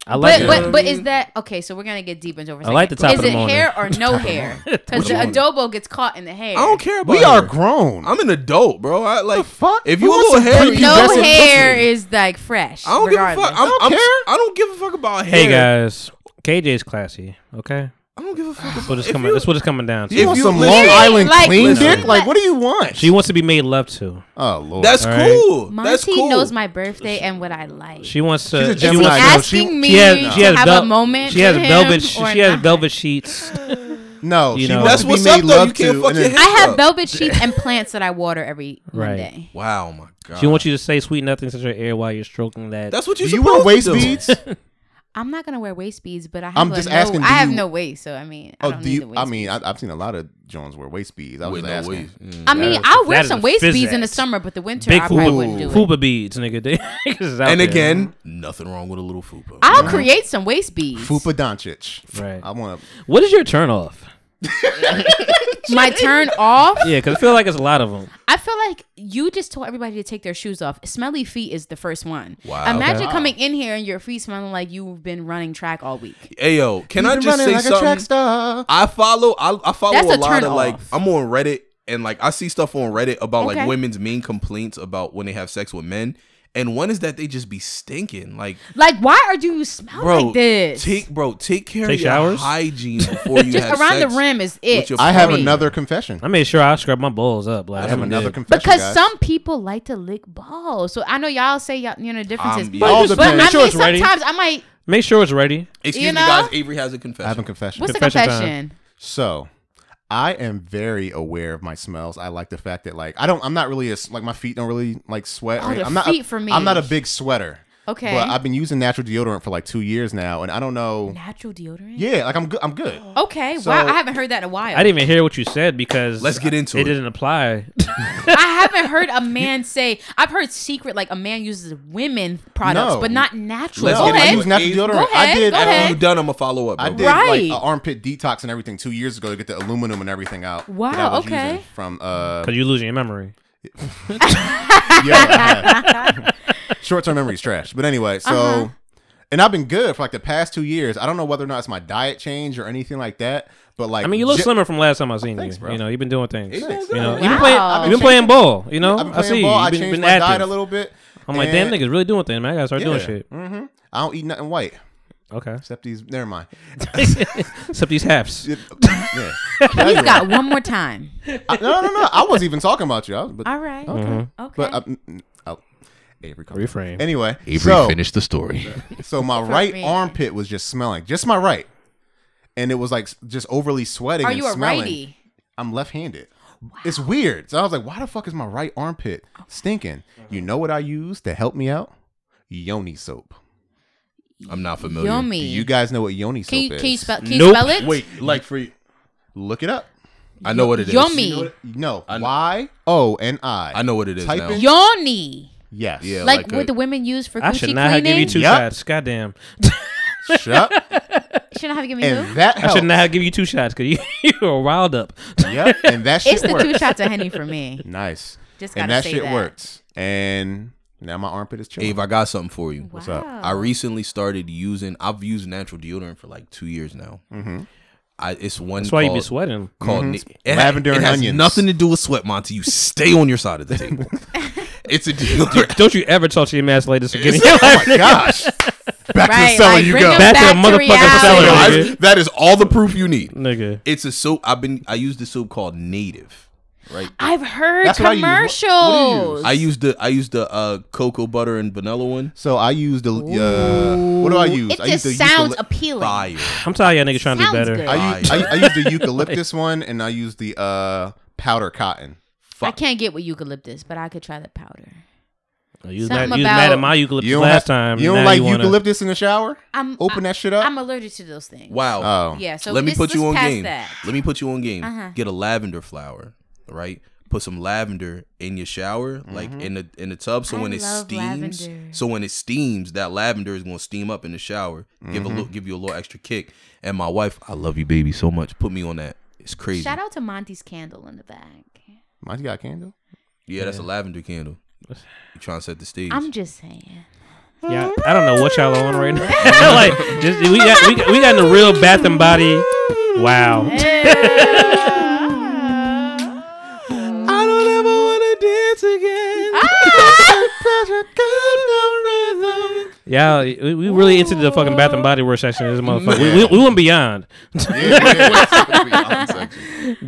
C: I like
B: But
C: it.
B: but, but is that okay? So we're gonna get deep into. it for a
C: I like
B: second.
C: the top
B: Is
C: of the
B: it
C: morning.
B: hair or no hair? Because the
D: one?
B: adobo gets caught in the hair.
D: I don't care about.
A: We are
D: her.
A: grown.
D: I'm an adult, bro. I like.
A: fuck?
D: If
A: We
D: you a
A: want
D: little
A: some
D: hairy,
A: creepy
D: you
B: No
A: That's a-
B: hair is like fresh.
D: I don't give a fuck.
B: regardless.
D: I'm, I
A: don't
D: don't I'm,
A: care.
D: care. I don't give a fuck about hair.
C: hey guys, KJ's classy. Okay,
D: I don't give a fuck.
C: what
D: About,
C: is
D: if
C: coming?
D: you,
C: That's what it's coming down
A: you
D: If
C: to.
A: want
D: you
A: some
D: listen-
A: Long Island
B: Like,
A: clean
B: listen,
A: dick? Like,
B: but-
A: what do you want?
C: She wants to be made love to.
A: oh lord,
D: that's
C: All right.
D: cool. That's
B: Monty
D: cool.
B: knows my birthday and what I like.
C: She wants to.
A: She's a
C: she
A: Gemini.
C: wants-
A: Ask
B: asking
A: she-
B: me
C: she has, she
B: to
C: has
B: have
C: vel-
B: a moment.
C: She has
B: with him
C: velvet. She,
B: or
C: she has
B: not.
C: velvet sheets.
A: no.
C: You
A: she
C: know.
A: wants
D: That's
A: to
D: what's
A: be
D: up,
A: made
D: though. You
A: love
D: can't
A: to,
D: fuck
A: and
D: your
A: then-
D: head
B: I have
D: up.
B: velvet sheets and plants that I water every
C: Right.
B: Monday.
D: Wow, my god.
C: She wants you to say sweet nothings into her ear while you're stroking that.
D: That's what
A: Do
D: you.
A: you want waist
D: to do.
A: beads?
B: I'm not gonna wear waist beads, but I have
A: I'm
B: a
A: just
B: no,
A: asking, do
B: I have
A: you-
B: no waist, so I mean, I
A: Oh,
B: don't
A: do
B: need the
A: you?
B: waist
A: I mean, I, I've seen a lot of Jones wear waist beads. I was
D: With
A: just
D: no
A: asking.
D: waist. Mm.
B: I mean,
C: is a-
B: I'll wear
C: that is
B: some
C: a
B: waist
C: fizz
B: beats in the
C: act.
B: summer, but the winter
C: Big
B: I probably
C: Fuba,
B: wouldn't do it.
C: Fuba beads, nigga. They, niggas is out
D: And
C: there.
D: again, nothing wrong with a little fupa.
B: I'll create some waist beads.
A: Fupa Doncic.
C: Right.
A: I want to.
C: what is your turn off?
B: My turn off.
C: Yeah, because I feel like it's a lot of them.
B: I feel like you just told everybody to take their shoes off. Smelly feet is the first one.
D: Wow.
B: Imagine coming in here and your feet smelling like you've been running track all week.
D: Hey yo, can I
A: Been
D: just
A: running
D: say
A: like a track
D: something?
A: star.
D: I follow. I, I follow
B: That's
D: a,
B: a
D: lot of
B: turn
D: like.
B: off.
D: I'm on Reddit and like I see stuff on Reddit about
B: Okay.
D: like women's mean complaints about when they have sex with men, and one is that they just be stinking. Like,
B: Like, why are do you smell
D: bro,
B: like this?
D: take bro, take care
C: Take
D: of your
C: showers?
D: hygiene before you
B: just
D: have
B: around the
D: sex.
B: rim is
D: with
B: it.
D: your
A: I have
D: for me.
A: another confession.
C: I made sure I scrubbed my balls up. Like
A: I have
C: every
A: another
C: day.
A: confession.
B: because
A: guys.
B: some people like to lick balls. So I know y'all say y'all you know the differences.
D: I'm-
B: but
D: It all
B: but
A: depends.
B: I
C: Sure
B: mean
C: it's ready.
B: sometimes I might
C: Make sure it's ready.
D: Excuse
B: You
D: me, guys.
B: know?
D: Avery has a confession.
A: I have a confession.
B: what's the
C: Confession time.
B: confession?
A: So, I am very aware of my smells. I like the fact that like I don't. I'm not really a, s- like my feet don't really like sweat.
B: Oh,
A: or
B: the
A: I'm not.
B: feet
A: a,
B: for me.
A: I'm not a big sweater.
B: Okay.
A: But I've been using natural deodorant for like two years now, and I don't know.
B: Natural deodorant?
A: Yeah, like I'm good. I'm good.
B: Okay.
A: So-
B: wow, I haven't heard that in a while.
C: I didn't even hear what you said because
D: Let's get into it.
C: It didn't apply.
B: I haven't heard a man say. I've heard secret like a man uses women products,
A: No.
B: but not natural.
D: Let's
A: no,
B: go
D: get
A: I
B: ahead.
A: use natural
D: Go
A: deodorant. I
B: ahead,
A: did.
B: go
A: um,
B: ahead.
D: You done? I'm gonna follow up.
A: I
D: bro.
A: did like
B: Right.
A: an armpit detox and everything two years ago to get the aluminum and everything out. that I
B: Wow,
A: was
B: okay.
A: using From uh,
C: Because you're losing your memory.
A: short term memory is trash. But anyway, so
B: Uh-huh.
A: and I've been good for like the past two years. I don't know whether or not it's my diet change or anything like that. But like,
C: I mean, you look
A: ge-
C: slimmer from last time I seen
A: Thanks,
C: you.
A: bro.
C: You know, you've been doing things. You
A: Thanks.
C: know,
B: Wow.
C: you've been playing.
B: I've
C: You've
B: been
C: been playing ball. You know,
A: I've been
C: I
A: playing
C: see.
A: ball. I
C: You've been,
A: changed
C: been
A: my diet a
C: active.
A: little bit.
C: I'm like, damn,
A: and-
C: niggas really doing things, man. I gotta start doing
A: Yeah.
C: shit.
A: Mm-hmm. I don't eat nothing white
C: Okay.
A: except these. Never mind.
C: Except these halves.
A: It- yeah.
B: He's got Uh, one more time.
A: I- no, no, no. I wasn't even talking about you. I was, but,
B: All right. Okay. Okay.
A: but uh, mm, mm, oh, Avery. come on.
C: Reframe.
A: Anyway, so
D: the story.
A: so my right
B: me.
A: armpit was just smelling, just my right, and it was like s- just overly sweating.
B: Are
A: and
B: you a
A: smelling.
B: righty?
A: I'm left-handed. It's weird. So I was like, why the fuck is my right armpit stinking? You know what I use to help me out? Yoni soap.
D: I'm not familiar.
B: Yummy.
A: You guys know what yoni soap
B: can you
A: is?
B: can you spell can you
C: Nope.
B: spell it?
D: Wait, like for you-
A: Look it up.
D: I know what it is.
B: Yummy.
A: No,
D: I know-
A: Y O N I.
D: I know what it is
A: Type
D: now.
A: in-
B: Yoni.
A: Yes.
D: Yeah,
B: Like,
D: like
B: what
D: a-
B: the women use for
C: I
B: Gucci
C: should
B: cleaning.
C: not have given you two
A: Yep.
C: shots. Goddamn.
A: Shut.
B: Should not have given me
A: and
B: who?
A: that
C: I
A: helps.
C: should not have given you two shots because you you were riled up.
A: Yep. And that shit
B: It's the
A: works.
B: two shots of henny for me.
A: Nice.
B: Just
A: and
B: gotta
A: that
B: say
A: shit
B: that.
A: works. And now my armpit is chilling.
D: Ave, I got something for you.
B: What's up? Wow.
D: I recently started using. I've used natural deodorant for like two years now. Mm-hmm. I, it's one.
C: That's why you be
D: called-
C: sweating.
D: Called
C: Mhm.
D: Ni-
C: Lavender
D: it
C: and
D: has
C: onions.
D: Nothing to do with sweat, Monty. You stay on your side of the table. it's a deodorant.
C: Don't you ever talk to your mass ladies again.
D: It's- oh my gosh.
C: Back to the Right, cellar like, you bring go. them
D: Back,
C: back to
D: to the motherfucking
C: reality.
D: cellar.
C: nigga.
D: nigga. That is all the proof you need,
C: nigga.
D: It's a soap. I've been. I use this soap called Native. Right.
B: I've heard
D: That's what I use.
B: commercials.
D: I use the I use the uh, cocoa butter and vanilla one.
A: So I use the uh, what do I use?
B: It
A: I
B: just
A: use
B: sounds appealing.
C: I'm tired of y'all niggas trying to do better.
A: I use, I, I use the eucalyptus one and I use the uh, powder cotton.
B: I can't get with eucalyptus, but I could try the powder.
C: Oh, You was, mad,
B: Something
C: you was mad at
B: about-
C: my eucalyptus
A: You don't
C: last
A: have-
C: time.
A: you don't
C: Now
A: like
C: wanna-
A: eucalyptus in the shower?
B: I'm
A: Open
B: I-
A: that shit up. Oh,
B: I'm allergic to those things.
D: Wow.
B: Yeah. So
D: let me
B: let's-
D: put you
B: let's
D: on
B: pass
D: game.
B: that.
D: Let me put you on game.
B: Uh-huh.
D: Get a lavender flower, right? Put some lavender in your shower, like in the in the tub. So
B: I
D: when it
B: love
D: steams,
B: lavender.
D: so when it steams, that lavender is going to steam up in the shower. Give
A: Mhm.
D: a little, give you a little extra kick. And my wife, I love you, baby, so much. Put me on that. It's crazy.
B: Shout out to Monty's candle in the bag.
A: Monty got a candle.
D: yeah, that's a lavender candle. You trying to set the stage?
B: I'm just saying.
C: Yeah, I don't know what y'all on right now. like, just we got we, got- we got in the real Bath and Body. Wow.
L: I don't ever want to dance again.
C: Yeah, we, we really into the fucking Bath and Body Works section of this motherfucker. We, we, we went beyond.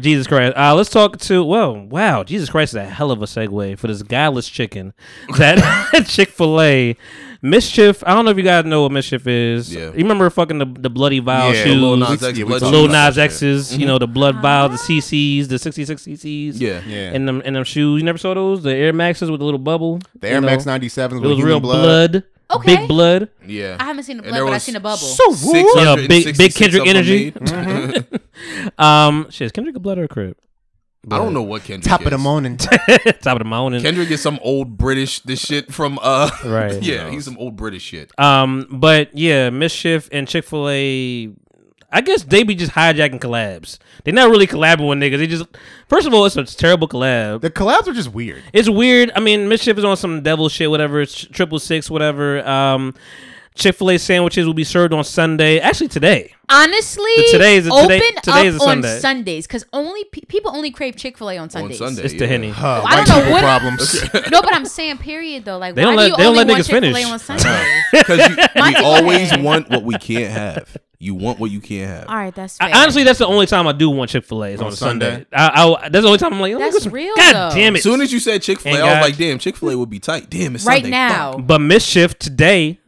C: Jesus Christ. Uh, let's talk to, whoa, wow, Jesus Christ is a hell of a segue for this guileless chicken. That Chick fil A. Mischief, I don't know if you guys know what Mischief is.
D: Yeah.
C: You remember fucking the, the bloody vial
D: Yeah, the
C: shoes?
D: Lil Nas X
C: the
D: blood
C: Lil
D: shoes.
C: Nas X's, you
D: Mhm.
C: know, the blood vials, the CCs, the 66 CCs.
D: Yeah. Yeah.
C: And them, and them shoes. You never saw those? The Air Maxes with the little bubble.
A: The
C: you
A: Air
C: know?
A: Max 97s with
C: It was
A: human
C: real
A: blood.
C: blood.
B: Okay.
C: Big blood.
D: Yeah.
B: I haven't seen the
D: And
B: blood,
D: there
B: but I've
D: was
B: seen a bubble.
D: so
C: You know, big, big
D: 666
C: Kendrick
D: of them
C: energy.
D: made.
C: Mhm. um, shit, is Kendrick a blood or a crib?
D: I don't know what Kendrick.
A: Top of
D: is.
A: the morning.
C: Top of the morning.
D: Kendrick is some old British this shit from uh
C: Right.
D: yeah he's some old British shit.
C: Um, but yeah, Mischief and Chick Fil A. I guess they be just hijacking collabs. They're not really collabing with niggas. They just first of all, it's a terrible collab.
A: The collabs are just weird.
C: It's weird. I mean, Mischief is on some devil shit, whatever. It's triple six, whatever. Um, Chick Fil A sandwiches will be served on Sunday. Actually, today.
B: Honestly,
C: The today is a-
B: open
C: today- today
B: up
C: is a Sunday.
B: on Sundays because only pe- people only crave Chick Fil A on Sundays.
D: Sunday,
C: It's the henny.
A: Huh,
B: Oh,
A: white
B: I don't know
A: people
B: what-
A: problems.
B: no, but I'm saying period though. Like
C: They
B: why
C: don't
B: do
C: let-
B: you
C: they don't
B: only
C: let
B: want
C: niggas
B: Chick-fil-A
C: finish.
B: on
D: Uh,
B: Sunday?
D: Because we
B: Monty, go
D: always
B: ahead.
D: want what we can't have. You want what you can't have.
B: All right, that's fair.
C: I, honestly, that's the only time I do want Chick Fil A is on,
A: On
C: a Sunday.
A: Sunday.
C: I, I, that's the only time I'm like, let me
B: That's
C: go some-
B: real, though.
C: God damn it!
D: As soon as you said Chick Fil A,
C: And
D: I
C: guys-
D: was like, "Damn, Chick Fil A would be tight." Damn, it's
B: right
D: Sunday.
B: now.
C: But mischief today,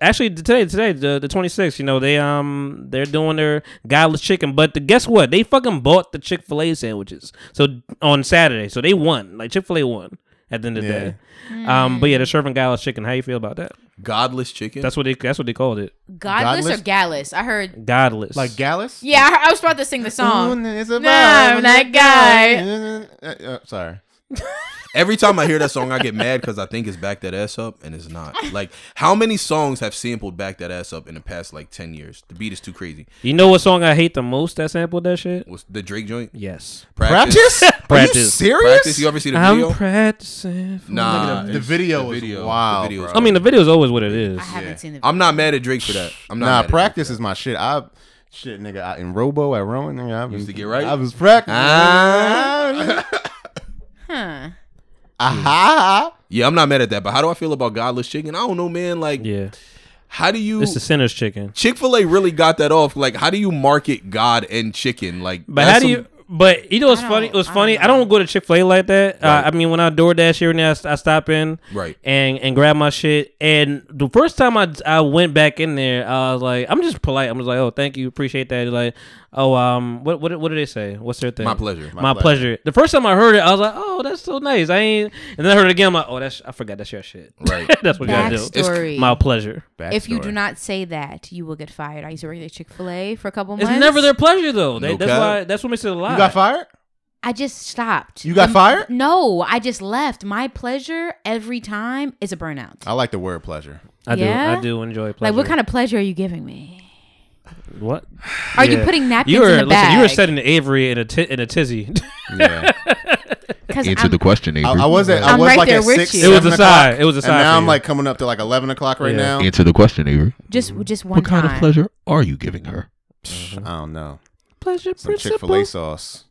C: actually today, today the the twenty sixth. You know they um they're doing their godless chicken, but the, guess what? They fucking bought the Chick fil A sandwiches. So on Saturday, so they won. Like Chick fil A won at the end of the
A: Yeah.
C: day. Um, but yeah, they're serving godless chicken. How you feel about that?
D: Godless chicken.
C: That's what they that's what they called it.
B: Godless,
A: Godless?
B: or gallus? I heard.
C: Godless.
A: Like Gallus?
B: Yeah, I, heard- I was about to sing the song.
A: Ooh, it's
B: No,
A: a
B: I'm
A: vibe.
B: that guy.
A: Uh, uh, sorry.
D: Every time I hear that song, I get mad because I think it's back that ass up, and it's not. Like, how many songs have sampled back that ass up in the past like ten years? The beat is too crazy.
C: You know what song I hate the most that sampled that shit?
D: Was the Drake joint?
C: Yes.
A: Practice? Are you
C: Practice.
A: serious?
D: Practice. You ever see the
C: I'm
D: video?
C: practicing. for-
D: nah,
A: The
D: it's-
A: video is wild,
D: video is
C: I mean the video's always what it is.
B: I haven't seen the.
D: I'm not mad at Drake for that. I'm not.
A: nah,
D: mad at Drake.
A: practice is my shit. I shit, nigga. I, in Robo at Rowan, nigga, I was,
D: Used to get right?
A: I was practicing.
D: Ah.
B: Huh.
A: Aha.
D: Yeah, I'm not mad at that. But how do I feel about godless chicken? I don't know, man. Like,
C: Yeah.
D: how do you?
C: It's the sinner's chicken.
D: Chick Fil A really got that off. Like, how do you market God and chicken? Like,
C: But
D: that's
C: how do
D: some-
C: you? But you know what's
B: I
C: funny?
B: don't-
C: It was
B: I
C: funny.
B: don't
C: I don't go to Chick Fil A like that.
D: Right.
C: Uh, I mean, when I DoorDash here and there, I, st- I stop in
D: Right.
C: and and grab my shit. And the first time I I went back in there, I was like, I'm just polite. I'm just like, oh, thank you, appreciate that. Like, oh, um, what what what do they say? What's their thing?
D: My pleasure.
C: My,
D: My
C: pleasure. The first time I heard it, I was like, oh, that's so nice. I ain't. And then I heard it again. I'm like, oh, that's I forgot that's your shit.
D: Right.
C: that's what you gotta do.
B: Backstory.
C: my pleasure.
B: If you do not say that, you will get fired. I used to work at Chick Fil A for a couple
C: It's
B: months.
C: never their pleasure though. They,
D: No
C: that's
D: cap.
C: why. That's what makes it a lie.
A: You got fired?
B: I just stopped.
A: You got
B: The-
A: fired?
B: No, I just left. My pleasure every time is a burnout.
A: I like the word pleasure.
C: I do.
B: Yeah?
C: I do enjoy pleasure.
B: Like, what kind of pleasure are you giving me?
C: of what?
B: Are you
C: Yeah.
B: putting napkins
C: You were
B: in the
C: listen, you were
B: bag?
C: setting Avery in a ti- in a tizzy.
A: Yeah.
B: Because
A: Answer
B: I'm-
I: the question,
A: I,
I: Avery.
A: I was at, I
B: I'm
A: was
B: right
A: like
B: there
A: at
B: with
A: six.
B: you.
I: It was
A: seven
I: a
A: o'clock,
I: side. It was a side
A: And
I: for
A: now I'm
I: you.
A: like coming up to like eleven o'clock right now.
I: Answer the question, Avery.
B: Just just one
I: What kind
B: time.
I: of pleasure are you giving her?
A: I don't know.
B: Pleasure
A: Some Chick Fil A sauce.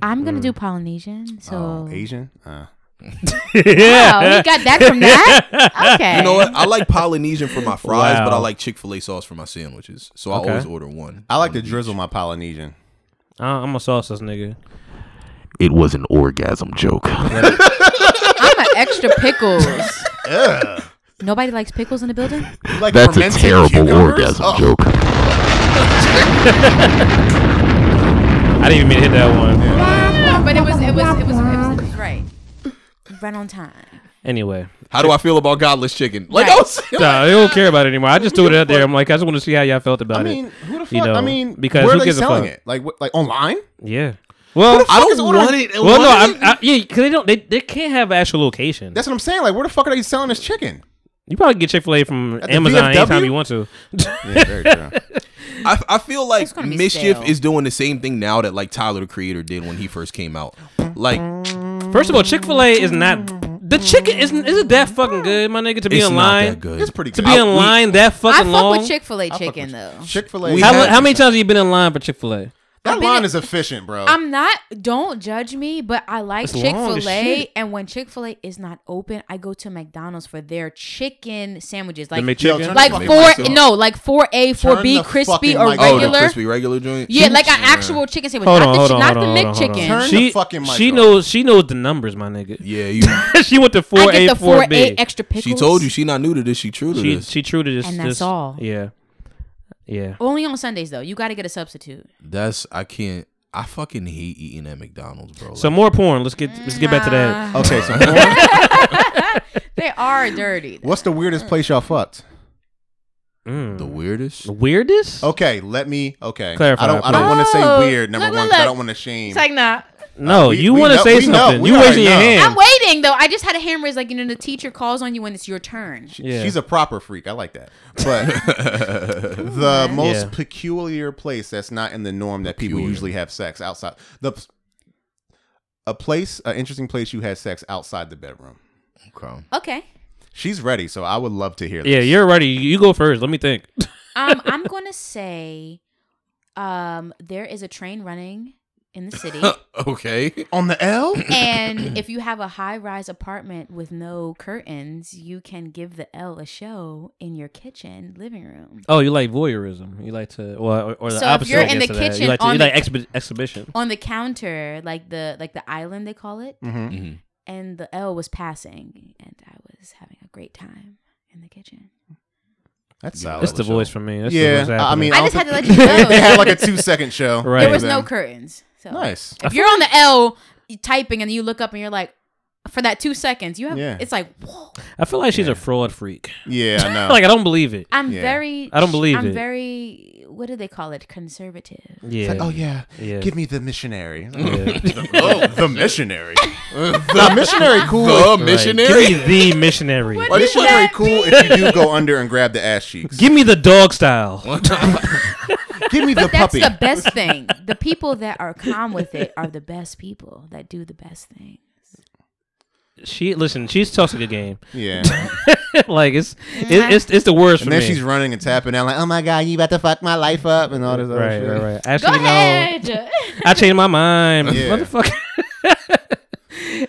B: I'm gonna do Polynesian. So
A: Asian. Uh.
B: Wow, he got that from that? Okay.
D: You know what? I like Polynesian for my fries, but I
A: Wow.
D: like Chick Fil A sauce for my sandwiches. So I always order one.
A: I like to drizzle my Polynesian.
C: I- Uh, I'm a sauce this nigga.
I: It was an orgasm joke.
B: I'm an extra pickles.
A: Ugh.
B: Nobody likes pickles in the building.
A: Like
I: That's a terrible orgasm
A: Oh,
I: joke.
C: I didn't even mean to hit that one.
B: No, but it was it was it was it was right, right on time.
C: Anyway.
D: How do I feel about godless chicken? Like
B: Right.
D: I was saying,
C: Nah, they don't care about it anymore. I just threw it out there. I'm like, I just want to see how y'all felt about it.
A: uh, mean, who the fuck?
C: You know,
A: I mean,
C: because
A: where
C: who
A: are they
C: gives a
A: selling
C: fuck?
A: it? Like, what, like online?
C: Yeah. Well,
A: fuck I don't is ordering- want it
C: Well, no,
A: online?
C: I'm, I, yeah, because they don't. They, they can't have an actual location.
A: That's what I'm saying. Like, where the fuck are they selling this chicken?
C: You probably get Chick Fil A from
A: At the
C: Amazon
A: VFW?
C: anytime you want to.
A: Yeah, very true.
D: I, I feel like
B: gonna be
D: Mischief
B: stale.
D: is doing the same thing now that like Tyler the Creator did when he first came out. Like
C: First of all, Chick Fil A is not. The chicken isn't isn't that fucking good, my nigga. To be
D: It's
C: in
D: not
C: line,
D: that good.
A: It's pretty
C: to
A: good.
C: be in line that
B: I
C: fucking
B: fuck
C: long.
B: with Chick Fil A chicken though.
A: Chick Fil A.
C: how, how many times have you been in line for Chick Fil A?
A: That line is efficient, bro.
B: I'm not. Don't judge me, but I like
C: It's
B: Chick
C: long as
B: Fil A,
C: shit.
B: and when Chick Fil A is not open, I go to McDonald's for their chicken sandwiches, like
C: McChicken? Yo, turn the
B: like
C: fucking
B: four
C: mic
B: no, like four A, four B,
A: Turn the
B: crispy
A: fucking
B: or
A: mic off. Oh,
D: the
B: regular.
D: crispy regular joint.
B: yeah, like an actual chicken sandwich,
C: Hold
B: not
C: on,
B: the
C: hold
B: chi-
C: on,
B: not
C: hold on,
B: the
C: hold on, hold on.
B: McChicken.
A: Turn
C: she
A: the fucking mic
C: she
A: off.
C: knows she knows the numbers, my nigga.
D: Yeah, you.
C: she went to
B: I
C: four
B: get
C: A
B: the four
C: four
B: A
C: B.
B: extra pickles.
D: She told you she not new to this. She true to
C: She
D: this.
C: she true to this.
B: And that's
C: this-
B: all.
C: Yeah, yeah.
B: Only on Sundays though. You got to get a substitute.
D: That's I can't. I fucking hate eating at McDonald's,
A: Oh,
D: bro.
C: So more porn. Let's get let's get back to that.
A: Okay, so porn-
B: Ah, They are dirty.
A: what's the weirdest place y'all fucked?
C: Mm.
D: the weirdest.
C: The weirdest?
A: Okay, let me. Okay,
C: Clarify,
A: I don't. I don't
C: please.
A: want to say
B: Oh,
A: weird. Number
B: look,
A: one,
B: look,
A: 'cause I
B: look.
A: don't want to shame.
B: It's like nah.
C: No,
A: we-
C: you
A: we
C: want to
A: know-
C: say
A: we know,
C: something.
A: we
C: you
A: already
C: raising your
A: know.
C: hand.
B: I'm waiting though. I just had a hand raise, like you know, the teacher calls on you when it's your turn.
C: Yeah.
A: She's a proper freak. I like that. But the most
C: Yeah.
A: peculiar place that's not in the norm that people
D: Peculiar.
A: usually have sex outside the a place, an interesting place you had sex outside the bedroom.
D: Okay.
B: Okay.
A: She's ready, so I would love to hear. This.
C: Yeah, you're ready. You you go first. Let me think.
B: Um, I'm gonna say, um, there is a train running in the city,
D: okay.
A: on the L.
B: and if you have a high-rise apartment with no curtains, you can give the L a show in your kitchen living room.
C: Oh, you like voyeurism. You like to, or, or, or the
B: So if
C: opposite.
B: you're
C: I
B: in
C: guess,
B: the
C: of that.
B: kitchen
C: you like, to,
B: on
C: you
B: the-
C: like exhibi- exhibition.
B: On the counter, like the like the island they call it,
A: Mm-hmm.
B: and the L was passing, and I was having a great time in the kitchen.
A: That's
D: Yeah,
A: solid.
C: That's the voice for me. That's
A: yeah,
C: the voice
A: I I mean,
B: I
A: don't
B: just had to
A: think-
B: let you know.
A: they had like a two second show.
C: Right.
B: There
A: for
B: was no
A: them.
B: curtains. So
A: Nice.
B: If you're on the L you typing and you look up and you're like, for that two seconds, you have
A: Yeah.
B: it's like, whoa.
C: I feel like she's a fraud freak.
A: Yeah, I know.
C: like I don't believe it.
B: I'm
A: Yeah.
B: very.
C: I don't believe
B: I'm
C: it.
B: very. What do they call it? Conservative.
C: Yeah.
A: It's like, oh yeah,
C: Yeah.
A: give me the missionary.
C: Yeah.
A: oh, the missionary. the missionary cool.
D: The
C: Right.
D: missionary.
C: Give me the missionary.
A: Why this is very cool if you do go under and grab the ass cheeks.
C: Give me the dog style.
A: Give me the
B: But that's
A: puppy.
B: the best thing. The people that are calm with it are the best people that do the best thing.
C: She listen. She's tossing the game.
A: yeah.
C: like it's it, it's it's the worst
A: And
C: for
A: then
C: me.
A: she's running and tapping out like, oh my god, you about to fuck my life up and all this other
C: right,
A: shit.
C: right, right. Actually,
B: Go
C: no.
B: ahead.
C: I changed my mind,
A: Yeah.
C: motherfucker.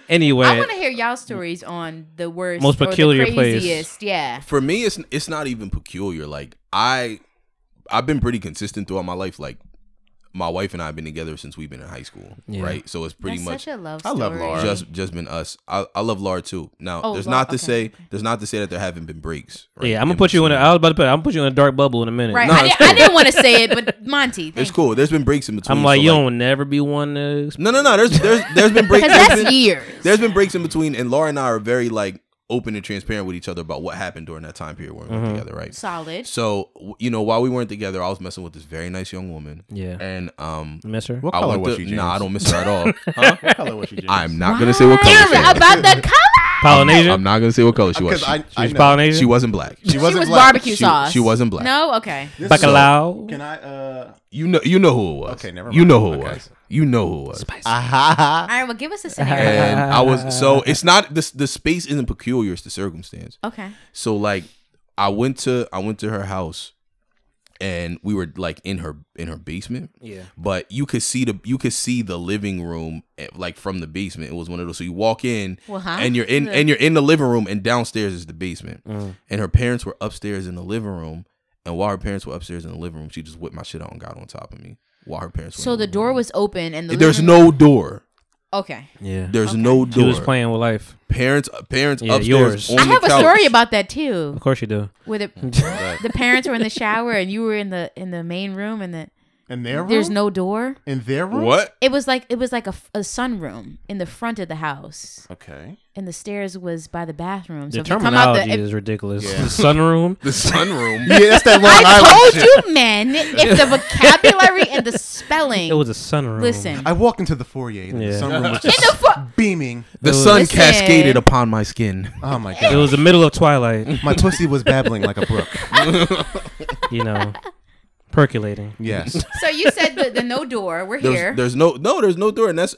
C: anyway,
B: I want to hear y'all stories on the worst,
C: Most
B: or the
C: peculiar place.
B: craziest. Yeah.
D: For me, it's it's not even peculiar. Like I, I've been pretty consistent throughout my life. Like my wife and I have been together since we've been in high school,
C: Yeah.
D: right? So it's pretty
B: That's
D: much
B: such a love
A: I
B: story.
A: love Laura.
D: just just been us. I, I love Lar too. Now,
B: Oh,
D: there's
B: Lar-
D: not to
B: okay,
D: say
B: okay.
D: there's not to say that there haven't been breaks. right,
C: yeah, I'm gonna
D: in
C: put you in. A,
D: between.
C: I was about to put. I'm gonna put you in a dark bubble in a minute.
B: Right.
D: No,
B: I,
D: it's
B: didn't- I didn't want to say it, but Monty.
D: It's
B: thank
D: cool. There's been breaks in between.
C: I'm like,
D: so,
C: you don't never be one to.
D: No, no, no. There's there's there's been breaks.
B: Because
D: there's
B: that's
D: been-
B: years.
D: There's been breaks in between, and Laura and I are very like open and transparent with each other about what happened during that time period when we were
C: Mm-hmm.
D: together, right?
B: Solid.
D: So w- you know, while we weren't together, I was messing with this very nice young woman.
C: Yeah.
D: and um,
C: Miss her.
A: What
D: I
A: color
D: went
A: was
D: to-
A: she, James?
D: Nah, I don't miss her at all. Huh?
A: What color was she, James?
D: I'm not gonna say what color.
B: Damn
D: she
B: it,
D: is.
B: about the color.
C: Polynesian?
D: I'm not gonna say what color she was.
A: Because I-
D: She-
A: I
D: she was
A: know.
C: Polynesian?
D: She wasn't black.
A: She
B: She was barbecue sauce.
D: She wasn't black.
B: No, okay.
C: Bacalao.
A: Can I? Uh,
D: You know, you know who it was.
A: Okay, never
D: You
A: mind.
D: know who it was. You know who it was.
B: All right, well, give us a scenario.
D: And I was so it's not this. The space isn't peculiar. It's the circumstance.
B: Okay.
D: So like, I went to I went to her house, and we were like in her in her basement.
C: Yeah.
D: But you could see the you could see the living room eh, like from the basement. It was one of those. So you walk in,
B: Well, huh?
D: and you're in
B: Yeah.
D: and you're in the living room, and downstairs is the basement.
C: Mm.
D: And her parents were upstairs in the living room, and while her parents were upstairs in the living room, she just whipped my shit out and got on top of me. While her parents were
B: So the door was open and the
D: there's
B: living-
D: no door.
B: Okay.
C: Yeah.
D: There's no door.
C: She was playing with life.
D: Parents, uh, parents
C: Yeah, yours.
D: upstairs. On
B: I
D: the
B: have a
D: couch.
B: story about that too.
C: Of course you do.
B: Where the the parents were in the shower and you were in the in the main room and the
A: In their room?
B: there's no door.
A: In their room?
D: What?
B: It was like it was like a, f- a sunroom in the front of the house.
A: Okay.
B: And the stairs was by the bathroom.
C: The
B: if you come out the-
C: terminology
B: if-
C: is ridiculous. The sunroom.
D: The sunroom.
A: Yeah, that's that Long
B: I
A: Island
B: told
A: shit.
B: you, men, if the vocabulary and the spelling.
C: It was a sunroom.
B: Listen.
A: I walked into the foyer. And
C: Yeah.
A: The sunroom was
B: In
A: just
B: the fu-
A: beaming.
D: The
C: was-
D: sun
B: Listen.
D: cascaded upon my skin.
A: Oh my god.
C: It was the middle of twilight.
A: my pussy was babbling like a brook.
C: You know, percolating.
A: Yes.
B: so you said the, the no door. We're
D: There's,
B: here.
D: there's no, no, there's no door, and that's,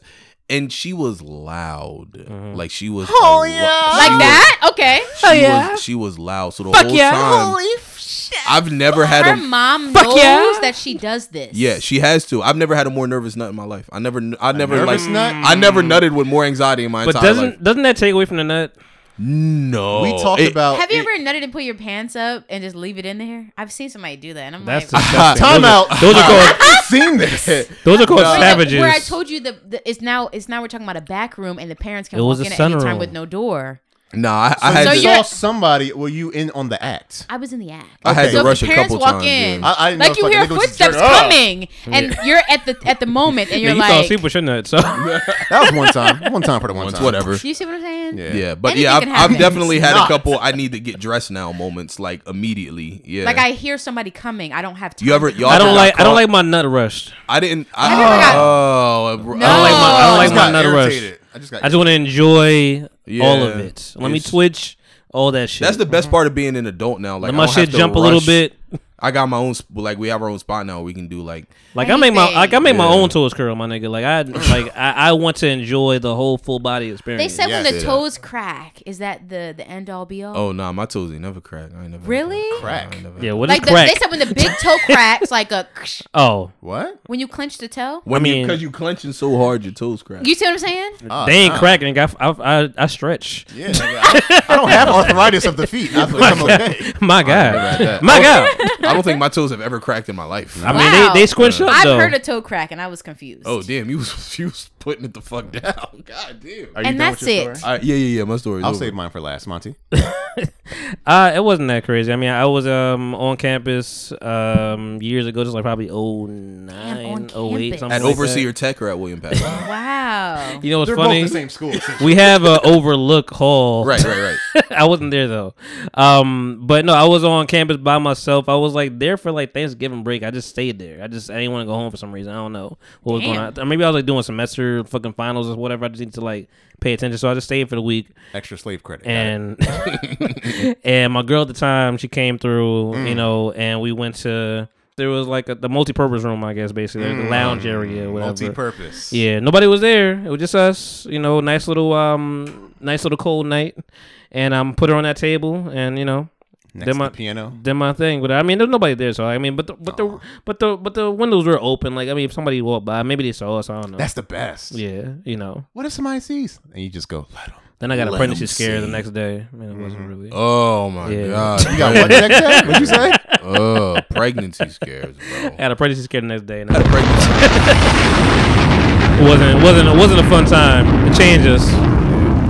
D: and she was loud,
C: Mm-hmm.
D: like she was.
B: Oh,
D: a lo-
B: yeah.
D: she
B: like
D: was-
B: that? Okay.
D: She was, she was loud. So the
B: Fuck
D: whole
B: yeah.
D: time,
B: shit.
D: I've never had
B: Her
D: a.
B: mom
C: Fuck
B: knows
C: yeah.
B: that she does this.
D: yeah, she has to. I've never had a more nervous nut in my life. I never, I never like,
A: nervous nut?
D: I never nutted with more anxiety in my
C: But
D: entire
C: doesn't
D: life.
C: doesn't that take away from the nut?
D: No,
A: we talked
D: Oh, It-
A: about.
B: Have you
A: it-
B: ever nutted and put your pants up and just leave it in there? I've seen somebody do that, and I'm
C: That's
B: like,
C: disgusting.
A: Time
C: those
A: out.
C: Are, those are called
A: I've seen this.
C: those are called
B: Where the-
C: savages.
B: Where I told you the, the it's now it's now we're talking about a back room, and the parents can
C: It
B: walk
C: was
B: in
C: a
B: at any time
C: sunroom.
B: with no door.
D: No, I, I had
B: So
A: you
D: to,
B: you're-
A: saw somebody. Were you in on the act?
B: I was in the act.
D: I had
A: okay.
D: to
B: So if
D: rush
B: the
D: a
B: parents
D: couple
B: walk
D: times.
B: in,
D: yeah.
A: I- I didn't know
B: like
A: if
B: you
A: I-
B: hear
A: niggas was
B: footsteps
A: jerking off.
B: coming, and you're at the at the moment, and you're
C: you thought
B: like,
C: she was your nut. So
A: That was one time. One time for the one
D: Once,
A: time.
D: whatever.
B: you see what I'm saying?
A: Yeah.
D: Yeah, but
B: Anything
D: yeah, I've,
B: can
D: I've
B: happen.
D: definitely had a
A: Not.
D: couple. I need to get dressed now moments like immediately. Yeah,
B: Like I hear somebody coming, I don't have time.
D: You ever-
B: to
D: y'all
B: come.
C: I don't
D: got
C: like I don't
D: caught.
C: like my nut rushed.
D: I didn't.
B: I never
D: I,
B: got-
D: oh, I-
B: No.
C: I
D: I
C: don't like my I don't
B: I
C: like
B: just
C: my
A: got
C: nut rushed.
A: irritated. I just got
C: I just want to enjoy all of
D: Yeah.
C: it. Let me
D: It's-
C: twitch all that shit.
D: That's the best part of being an adult now. Like
C: Let
D: I
C: my
D: don't
C: shit
D: have to
C: jump a little
D: rush.
C: bit.
D: I got my own. sp- Like we have our own spot now. We can do like.
C: Like I make my
B: Anything.
C: like I make my
D: Yeah.
C: own toes curl, my nigga. Like I like I, I want to enjoy the whole full body experience.
B: They said
A: Yeah,
B: when
A: I
B: the
A: see that.
B: toes crack, is that the the end all be all?
D: Oh nah, my toes ain't never crack. I ain't never
B: Really?
A: Crack?
C: yeah, what is
B: like the,
C: crack?
B: they said when the big toe cracks, like a
C: oh,
A: What?
B: when you clench the toe.
D: When
C: I
D: you
C: mean-
D: because you clenching so hard, your toes crack.
B: You see what I'm saying?
A: Ah,
C: they ain't
A: nah.
C: cracking. I, I I I stretch.
A: Yeah, nigga, I, I don't have arthritis of the feet. I think I'm okay.
C: My
A: about
C: God,
A: that.
C: my God.
D: I don't think my toes have ever cracked in my life.
C: I mean,
B: Wow.
C: they they squish up
B: I've
C: though.
B: heard a toe crack and I was confused.
D: oh damn, you was you was putting it the fuck down. God damn.
A: Are done with
B: And that's
A: your
B: it.
A: story?
D: All right, yeah, yeah, yeah. My story.
A: I'll save mine for last, Monty.
C: Uh, it wasn't that crazy. I mean, I was um on campus um years ago, just like probably oh nine,
B: on
C: oh eight,
B: campus.
C: something
D: at
C: like
D: Overseer Tech or at William Patton.
B: Wow.
C: that. You know what's
A: They're
C: funny?
A: both the same school. essentially.
C: We have a overlook hall.
D: right, right, right.
C: I wasn't there though. Um, but no, I was on campus by myself. I was like there for like Thanksgiving break. I just stayed there. I just I didn't want to go home for some reason. I don't know what was going
B: Damn.
C: on. Or maybe I was like doing semester fucking finals or whatever. I just needed to like pay attention. So I just stayed for the week
A: Extra slave credit. Got it.
C: and and my girl at the time she came through
A: Mm.
C: you know and we went to there was like a, the multi-purpose room i guess basically
D: Mm.
C: the lounge area whatever
A: multi-purpose.
C: yeah nobody was there it was just us you know nice little um nice little cold night and um put her on that table and you know
A: Next
C: Then
A: to
C: my-
A: the piano.
C: did my thing but i mean there's nobody there so i mean but the, but the but the but the windows were open like i mean if somebody walked by maybe they saw us i don't know
A: That's the best.
C: yeah you know
A: What if somebody sees? And you just go, let 'em.
C: then i got
D: Let 'em
C: apprenticeship scare the
D: see.
C: next day I mean, it wasn't really
D: Oh my
C: Yeah.
D: god.
A: You got what the next day? What'd you say?
D: Oh, pregnancy scares,
C: I
D: bro.
C: had apprenticeship scare the next day and I-
D: Pregnancy.
C: It wasn't it wasn't it wasn't a fun time. It changed us.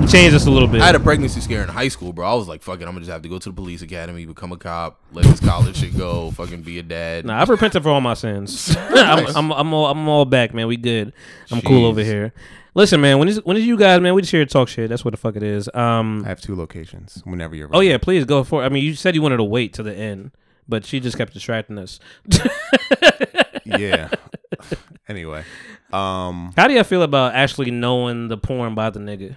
C: It changed us a little bit.
D: I had a pregnancy scare in high school, bro. I was like, fuck it, I'm gonna just have to go to the police academy, become a cop, let this college shit go, fucking be a dad.
C: nah, I've repented for all my sins. I'm, I'm, I'm all I'm all back, man. We good. I'm cool over
D: Jeez.
C: here. Listen, man. When is when is you guys, man? We just here to talk shit. That's what the fuck it is. Um.
A: I have two locations whenever you're
C: Oh yeah, please go for. it. I mean, you said you wanted to wait to the end, but she just kept distracting us.
A: yeah. Anyway, um,
C: How do y'all feel about actually knowing the porn by the nigga?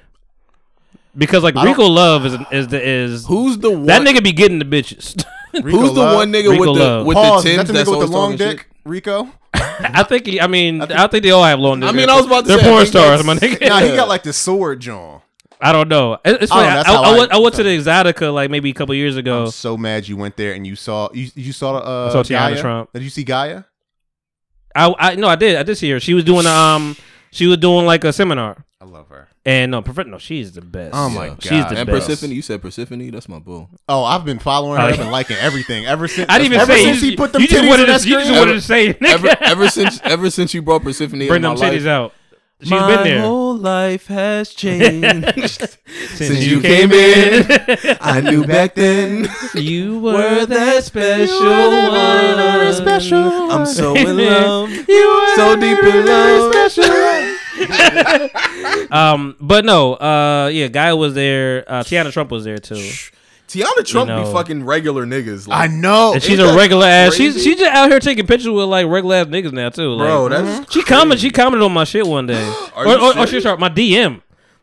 C: Because like
D: I don't-
C: Rico Love is is the is
D: who's the one
C: that nigga be getting the bitches.
D: Who's the one nigga
C: Rico
D: with the
C: Love.
D: with
A: Pause,
D: the
A: is
D: Timbs
A: that the nigga
D: that's
A: with the long
D: always talking shit?
A: dick, Rico?
C: I think he, I mean I, think they all have long dick.
A: I mean, I was about to
C: They're
A: say, I
C: porn
A: think
C: stars, my
A: that's-
C: nigga.
A: Nah, he got, like, the sword jaw.
C: I don't know. It- It's
A: I don't
C: funny.
A: know,
C: I,
A: Oh, that's
C: I,
A: how I-
C: went, I went to the Exotica like maybe a couple years ago.
A: I'm so mad you went there and you saw you, you saw uh
C: Oh. I saw Tiana
A: Gaia?
C: Trump.
A: Did you see Gaia?
C: I, I no, I did. I did see her. She was doing um, she was doing like a seminar.
A: I love her.
C: And no, Perf- no, she's the best.
A: Oh my
C: She's
A: God.
C: the
D: and
C: best.
D: Persephone, you said Persephone, that's my boo.
A: Oh, I've been following
D: Oh,
A: her.
D: yeah.
A: I've been liking everything ever since.
C: I didn't even
A: ever
C: say-
A: since
C: you-
A: he put them
C: you just
A: titties
C: wanted
A: in that
C: to- you
A: screen.
C: just wanted to say, nigga.
D: ever, ever since ever since you brought Persephone
C: Bring
D: in my
C: them titties
D: life,
C: out. She's
D: my
C: been there.
D: whole life has changed
C: Since you came in.
D: I knew back then
C: you were that special one.
D: I'm so in love,
C: you
D: so deep in love.
C: um, but no, uh, yeah, guy was there. Uh, Tiana Trump was there too.
D: Tiana Trump
C: You know.
D: be fucking regular niggas.
A: I know.
C: And she's a regular ass. She's she's just out here taking pictures with like regular ass niggas now too. Like, uh-huh.
D: Bro, that's
C: she commented. She commented on my shit one day.
D: Are
C: or,
D: you
C: or, or she
D: serious?
C: sorry, my DM.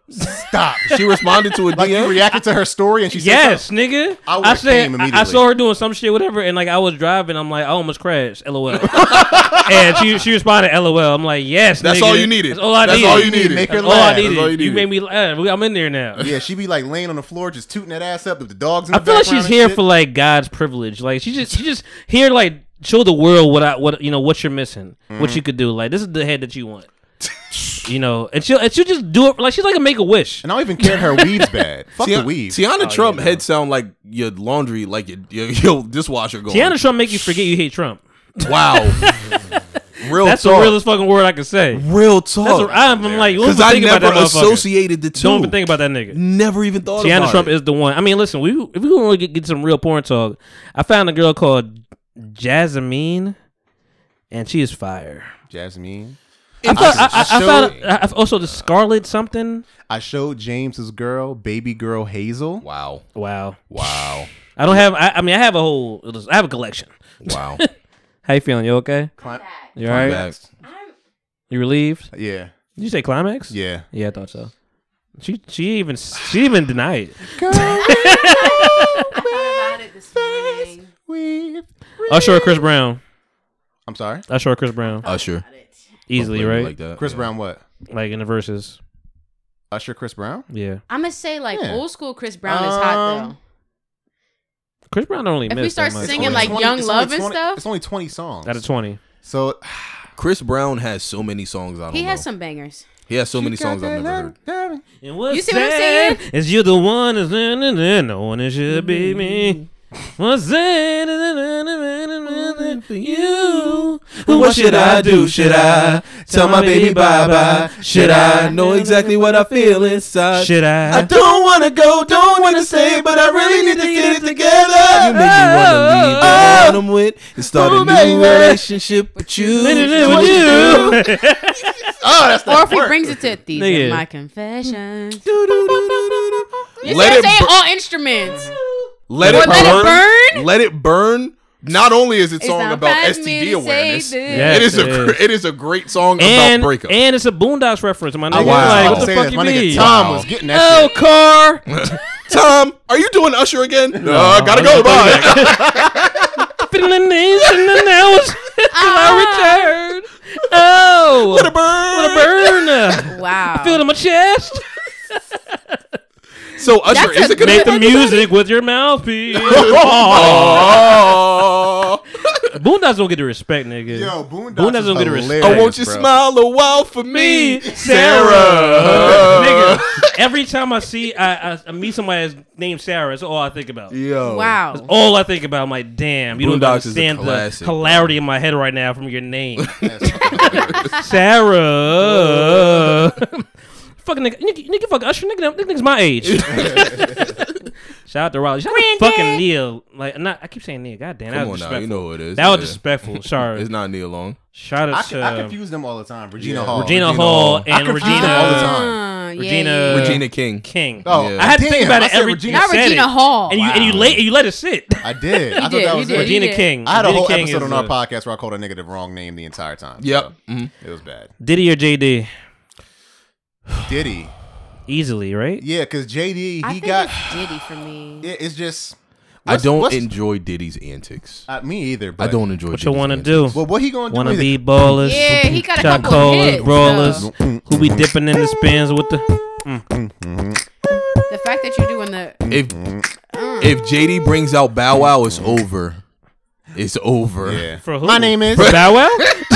A: Stop.
D: She responded to a DM.
A: Like you reacted to her story and she said
C: Yes,
A: something.
C: nigga.
A: I
C: I,
A: would've
C: said
A: came
C: I- I,
A: immediately.
C: saw her doing some shit, whatever, and like I was driving, I'm like, I almost crashed. LOL. and she she responded, LOL. I'm like, yes.
D: That's
C: nigga.
D: all you needed.
C: That's all I
D: That's
C: needed.
D: all you needed.
A: Make her
C: That's
A: laugh.
C: All I
A: That's
C: needed.
A: all you
C: you,
A: needed.
C: made me laugh. I'm in there now.
A: Yeah, she be like laying on the floor, just tooting that ass up with the dogs. In
C: I
A: the
C: feel like
A: background
C: she's
A: and
C: here
A: shit.
C: for like God's privilege. Like she just she just here like show the world what I what you know what you're missing, what
A: Mhm.
C: you could do. Like this is the head that you want. you know, and she'll and she'll just do it like she's like a make a wish.
A: And I don't even care her weave's bad. Fuck
D: Tia-
A: the weave.
C: Oh,
D: Tiana Trump head sound like your laundry, like your your, your dishwasher going.
C: Tiana Trump make you forget you hate Trump.
D: Wow. Real
C: That's
D: talk.
C: the realest fucking word I can say.
D: Real talk.
C: That's what I'm like.
D: Because
C: Because
D: I never associated the two.
C: Don't even think about that nigga.
D: Never even thought
C: Tiana
D: about
C: Trump
D: it.
C: is the one. I mean, listen, we if we want to get, get some real porn talk, I found a girl called Jasmine, and she is fire.
A: Jasmine.
C: I, thought, I, I, I
A: Showed-
C: found I, I- also the Scarlet something.
A: I showed James's girl, baby girl Hazel.
D: Wow.
C: Wow.
D: Wow.
C: I don't have. I, I mean, I have a whole. I have a collection.
D: Wow.
C: How you feeling? You okay? You all right?
A: Climax.
C: You relieved?
A: Yeah.
C: Did you say climax?
A: Yeah.
C: Yeah, I thought so. She she even she even denied. it. Usher or Chris Brown?
A: I'm sorry?
C: Usher or Chris Brown?
D: Usher.
C: Easily,
D: Don't blame me
C: right?
D: like that.
A: Chris Brown what?
C: Like in the verses.
A: Usher Chris Brown?
C: Yeah.
B: I'm gonna say like
A: Yeah.
B: old school Chris Brown is hot though.
C: Chris Brown only
B: If we
C: missed
B: start
C: that much.
B: singing
A: It's
B: like
A: only-
B: Young
A: it's only
B: Love and
A: 20
B: stuff,
A: It's only 20 songs.
C: out of 20.
A: So
D: Chris Brown has so many songs I don't
B: he
D: know.
B: has some bangers.
D: he has so many songs I've never heard.
C: And what's
B: You see what I'm
C: sad
B: saying?
C: Is you the one is in and in, no one is should be me. What's sad is in and in and in and for you?
D: What should I do? Should I tell my baby bye bye? Should I know exactly what I feel inside?
C: Should I?
D: I don't wanna go, don't wanna stay, but I really need to get it together. You make me wanna leave
C: Oh,
D: the one I'm with and start
I: Oh,
D: a new relationship with you.
C: With you.
A: Oh, that's
B: Or
A: not
B: if he
A: work.
B: brings it to these
C: Nigga.
B: are my confessions. You
D: Let
B: should
D: it
B: say
D: bur-
B: all instruments.
D: Let
B: Or
D: it,
B: Let It
D: burn,
B: Burn?
D: Let it burn. Not only is it
B: It's
D: song
B: not
D: about
B: fighting me to
D: STD
B: say
D: awareness,
B: this.
C: Yes,
D: it is
C: it
D: a gr-
C: is.
D: it is a great song
C: And,
D: about breakup.
C: and it's a Boondocks reference, my nigga.
A: was
C: Like,
A: about
C: what
A: to
C: the
A: Oh, say
C: fuck
A: this.
C: you
A: My nigga
C: mean?
A: Tom was getting that
C: Oh,
A: shit.
C: car.
D: Tom, are you doing Usher again? No, I gotta go. Bye.
C: Feeling these in the hours till I return. Oh,
D: What a burn.
C: Ah. What a burn.
B: Wow.
C: I feel it in my chest.
D: So Usher
B: That's
D: is
B: a
D: it gonna
C: Make
D: be?
C: the music with your mouthpiece.
D: Oh.
C: Boondocks don't get the respect, nigga.
A: Yo, Boondocks
C: Boondocks
A: is
C: don't get the respect.
A: hilarious.
D: I want you to
A: Bro.
D: smile a while for me,
C: me,
D: Sarah.
C: Nigga, every time I see, I, I, I meet somebody that's named Sarah, that's all I think about.
D: Yo.
B: Wow. Uh-huh.
C: All I think about, I'm like, damn, you don't
D: Boondocks is a
C: understand the
D: classic, bro.
C: hilarity in my head right now from your name. Sarah. fucking nigga, nigga, nigga, fuck Usher, nigga, nigga, nigga's my age. Shout out to Raleigh. Shout out to fucking Neil. Like, not, I keep saying Neil. God damn, that
D: Come
C: was
D: on now, you
C: disrespectful.
D: know who it is.
C: That was
D: Yeah.
C: disrespectful. Sorry.
D: It's not Neil Long.
C: Shout
A: I,
C: out
A: c-
C: to
A: I confuse them all the time. Regina
D: Yeah.
A: Hall.
C: Regina,
D: Regina
C: Hall
D: Hall.
C: and
A: I confuse
C: Regina.
A: them all the time.
B: Uh, yeah,
C: Regina-
B: yeah, yeah.
D: Regina King.
C: King.
A: Oh,
D: Yeah.
C: I had to think
A: damn,
C: about
A: I
C: it
A: said
C: every
A: Regina-
C: you
B: Not
C: said
B: Regina
C: it.
B: Hall.
C: And you and you
A: Wow.
C: let you let it sit.
A: I did. I thought
B: did,
A: that
B: you
A: was
B: did,
A: it.
B: you
C: Regina
B: did.
C: King.
A: I had a
C: Regina
A: whole
C: King
A: episode
C: is
A: on our
C: a-
A: podcast where I called a nigga the wrong name the entire time.
D: Yep. Mm-hmm.
A: So,
D: Mhm.
A: It was bad.
C: Diddy or JD?
A: Diddy.
C: easily, right?
A: Yeah, because JD,
B: I
A: he
B: think
A: got.
B: it's Diddy for me.
A: Yeah, it's just.
D: I
A: what's-
D: don't
A: what's-
D: enjoy Diddy's antics.
A: Uh, me either.
D: I
A: but-
D: don't enjoy.
C: What you
D: Diddy's
C: want to
D: antics.
C: do?
A: Well, what he gonna do
C: Wanna
A: is-
C: be ballers?
A: Yeah, he got a
C: shot
A: couple
C: callers,
A: hits,
C: brawlers.
A: though.
C: Who be dipping in the spins with the? Mm.
B: The fact that you're doing the
D: If if JD brings out Bow Wow, it's over. It's over.
A: Yeah.
C: For who?
A: My name is
C: Bow Wow.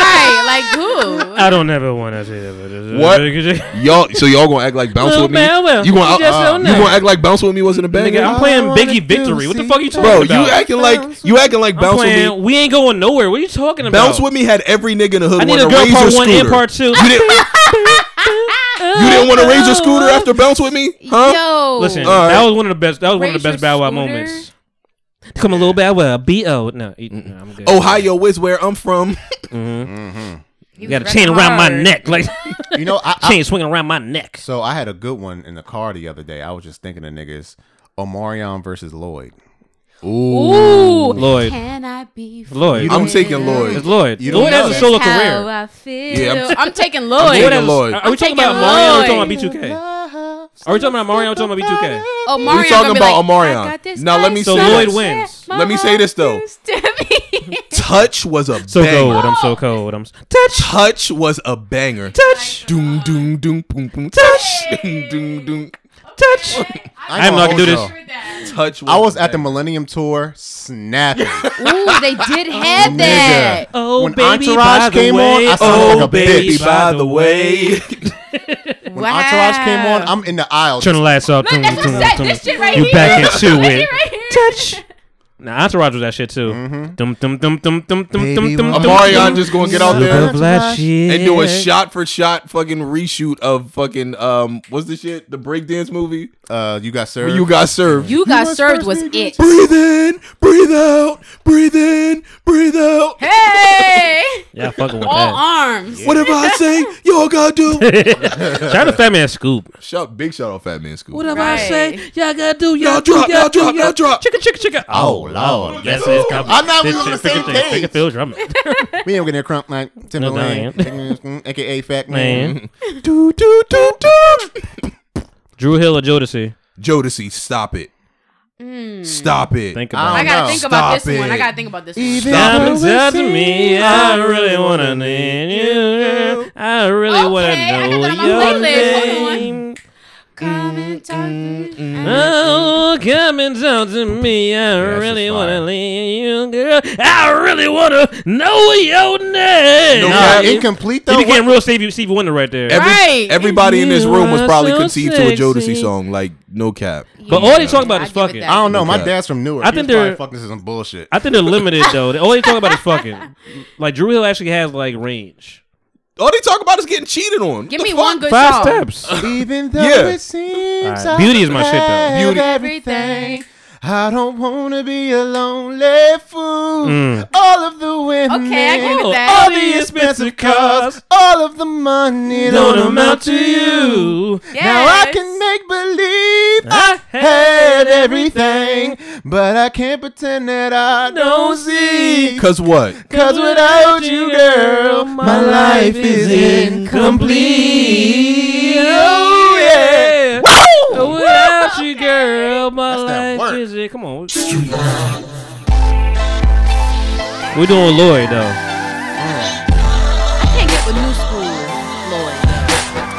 B: right, like who?
C: I don't ever want to say that. but-
D: What y'all? So y'all gonna act like bounce
C: Little
D: with me?
C: Bow Wow.
D: You gonna
C: You just
D: uh,
C: don't
D: you
C: know.
D: gonna act like bounce with me wasn't a bang?
C: Nigga, I'm playing Biggie Victory. What the fuck you talking
D: Bro,
C: about?
D: you acting like you acting like
C: I'm
D: bounce
C: playing-
D: with
C: We ain't going nowhere. What are you talking
D: me.
C: about?
D: Bounce with me had every nigga in the hood.
C: I need
D: want
C: a girl
D: razor
C: part one and
D: scooter.
C: part two.
D: You didn't, you didn't want to raise your scooter after bounce with me, huh?
B: Yo.
C: Listen,
D: All right.
C: that was one of the best. That was one of
B: Raise
C: the best
B: your
C: Bow Wow
B: scooter.
C: moments. Come a little Bow Wow. B O. No, you- no, I'm good.
D: Ohio is where I'm from.
C: you got a chain around my neck, like
A: You know, I, I-
C: chain swinging around my neck.
A: so I had a good one in the car the other day. I was just thinking of niggas. Omarion versus Lloyd.
B: Ooh.
C: Lloyd.
B: Can I be
C: Lloyd.
D: I'm taking Lloyd.
C: It's Lloyd.
A: You don't
C: Lloyd
A: know
C: has a
A: that.
C: solo
B: how
C: career.
B: I feel.
D: Yeah,
B: I'm,
D: I'm-
B: taking
D: I'm
B: Lloyd.
D: taking
C: Lloyd has-
D: Lloyd.
C: Are we talking
B: taking
C: about Mario? Or are we
B: Lloyd.
C: talking about B2K? Are we talking about Mario? Or are we talking about B2K?
B: Oh, Mario
D: We're talking about
B: I got
D: Omarion.
B: this
D: Now let me
B: ice
C: So
D: say
C: Lloyd
D: this.
C: wins.
D: Let me say this though. Touch was a
C: So
D: banger.
C: cold. I'm so cold. I'm. s-
D: Touch was a banger. Touch. Doom doom doom boom boom. Touch. Doom doom doom.
C: Touch. I am
A: gonna
C: not gonna do
A: hold
C: this.
A: y'all.
D: Touch.
A: I was
D: a
A: at the
D: banger.
A: Millennium Tour snapping.
B: Ooh, they did have that.
C: Oh
A: When
C: baby,
A: Entourage
C: by the
A: came on,
C: way.
A: I sounded
C: oh
A: like a
C: baby,
A: bitch.
C: by the way.
A: When Entourage came on, I'm in the aisle.
C: Turn the lights off.
B: Look, that's what I said. This shit right
C: you
B: here.
C: back into
B: This
C: it.
B: shit right here.
C: Touch. Now Entourage was that shit too. Dum dum dum dum dum dum dum
A: Baby,
C: dum.
A: when-
D: Omarion just gonna get out there
C: Look of that shit.
D: and do a shot for shot fucking reshoot of fucking um what's the shit the breakdance movie
A: Uh, you got served.
D: where you got served.
B: You got served was it.
D: breathe in, breathe out, breathe in, breathe out.
B: Hey.
C: Yeah, fucking with
B: All
C: that.
B: arms.
D: Whatever I say, y'all gotta do.
C: Shout out to Fat Man Scoop.
D: Shout big shout out Fat Man School.
B: Whatever I say.
C: Y'all gotta do.
D: Y'all drop, y'all drop, y'all drop.
C: Chicka chicka chicka. Oh lord, that's it.
A: I'm not- we on the same page.
C: Pick a field drum.
A: We ain't getting crunk like Timberland, aka Fat Man.
C: Man,
D: Do do do do.
C: Drew Hill or Jodeci?
D: Jodeci, stop it. Mm. Stop it.
C: Think
A: I
B: I
C: about. it.
A: don't
B: gotta
A: know.
B: think about
D: Stop
B: this one. I
D: it.
B: gotta think about this one.
C: Diamonds out to me. I really wanna need you. I really
B: Okay,
C: wanna
B: I got
C: know
B: that on my
C: your
B: playlist. Hold on.
C: name.
B: Come and talk to me.
C: Oh, come and talk to me. I really
A: shit's
C: wanna
A: fire.
C: leave you, girl. I really wanna know your name.
A: Nah, incomplete
C: he
A: though.
C: became real Stevie, Stevie Wonder right there.
D: Every,
B: Right.
D: Everybody in this
C: You
D: room was
C: are
D: probably
C: so
D: conceived to a
C: sexy.
D: Jodeci song, like no cap.
C: but all they talk about
B: I
C: is
B: give it
C: fucking.
B: that.
A: I don't know. My
D: Okay.
A: dad's from Newark.
C: I
A: I think
C: think they're-
A: they're fuck. This is some bullshit.
C: I think they're limited though. All they talk about is fucking. Like Drew Hill actually has like range.
D: All they talk about is getting cheated on.
B: Give
D: The
B: me
D: fuck?
B: one good
C: Five
B: song.
C: steps.
A: Even though
D: Yeah.
A: it seems
C: Alright, beauty is my shit, though.
A: I
D: Beauty.
A: have everything. I don't wanna be a lonely fool.
C: Mm.
A: All of the women,
B: Okay, I give it that.
A: all the expensive cars, all of the money
C: Don't amount to you.
A: Now I
B: Yes.
A: can make believe
C: I
A: I had everything, but I can't pretend that I don't see.
D: Cause what?
A: Cause without you, girl, my life is incomplete. Oh, yeah.
C: Woo! Without you, girl, my
A: That's that
C: life
A: work.
C: is it. Come on. We're doing Lloyd though.
B: I can't get with new school, Lloyd.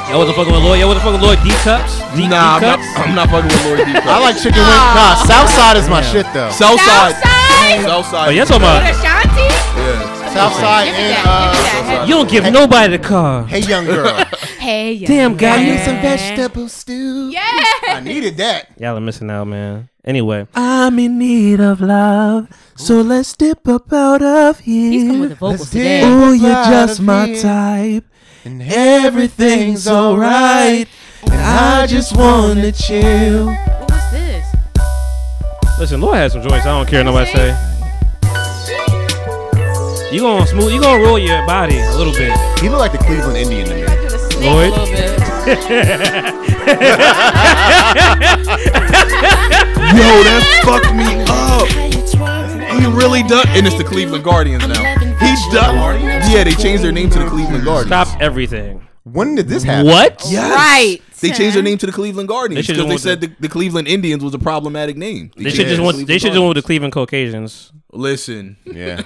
C: Y'all wasn't fucking with Lloyd. Y'all wasn't fucking with Lloyd. D cups. D,
D: Nah, I'm
C: D
D: not,
C: cups.
D: I'm not fucking with Lord D.
A: I like chicken wings. Nah, Southside is my shit, though.
D: Southside.
B: Southside.
D: Southside.
C: Oh, y'all talking about?
B: Ashanti?
D: Yeah.
A: Southside
B: Give
A: and,
B: me that. Give me
A: uh,
B: that. Heavy.
C: You don't give nobody the car.
A: hey, young girl.
B: Hey, yeah.
C: Damn, guy,
A: I
C: you
A: need some vegetable stew.
B: Yeah.
A: I needed that.
C: Y'all are missing out, man. Anyway,
M: I'm in need of love, so let's dip up out of
B: He's
M: here.
B: coming with the vocals
A: Let's
B: today.
A: dip.
M: Oh, you're
A: Out
M: just
A: of
M: my
A: here.
M: type,
A: And
M: everything's alright. And I just wanna chill.
B: What was this?
C: listen, Lloyd has some joints. I don't care what nobody say. You gonna smooth? You gonna roll your body a little bit,
A: He looked like the Cleveland Indian to me.
B: Do the snake
C: Lloyd?
B: a little bit.
D: Yo, that fucked me up. He really done. And it's the Cleveland Guardians now. He done. Yeah, they changed their name to the Cleveland Guardians.
C: Stop everything.
A: When did this happen?
C: What?
D: Yes.
B: Right.
D: They changed their name to the Cleveland Guardians
C: They should've
D: because they
C: went
D: said the, the Cleveland Indians was a problematic name.
C: They should just want. They should just want the Cleveland Caucasians.
D: Listen.
A: Yeah.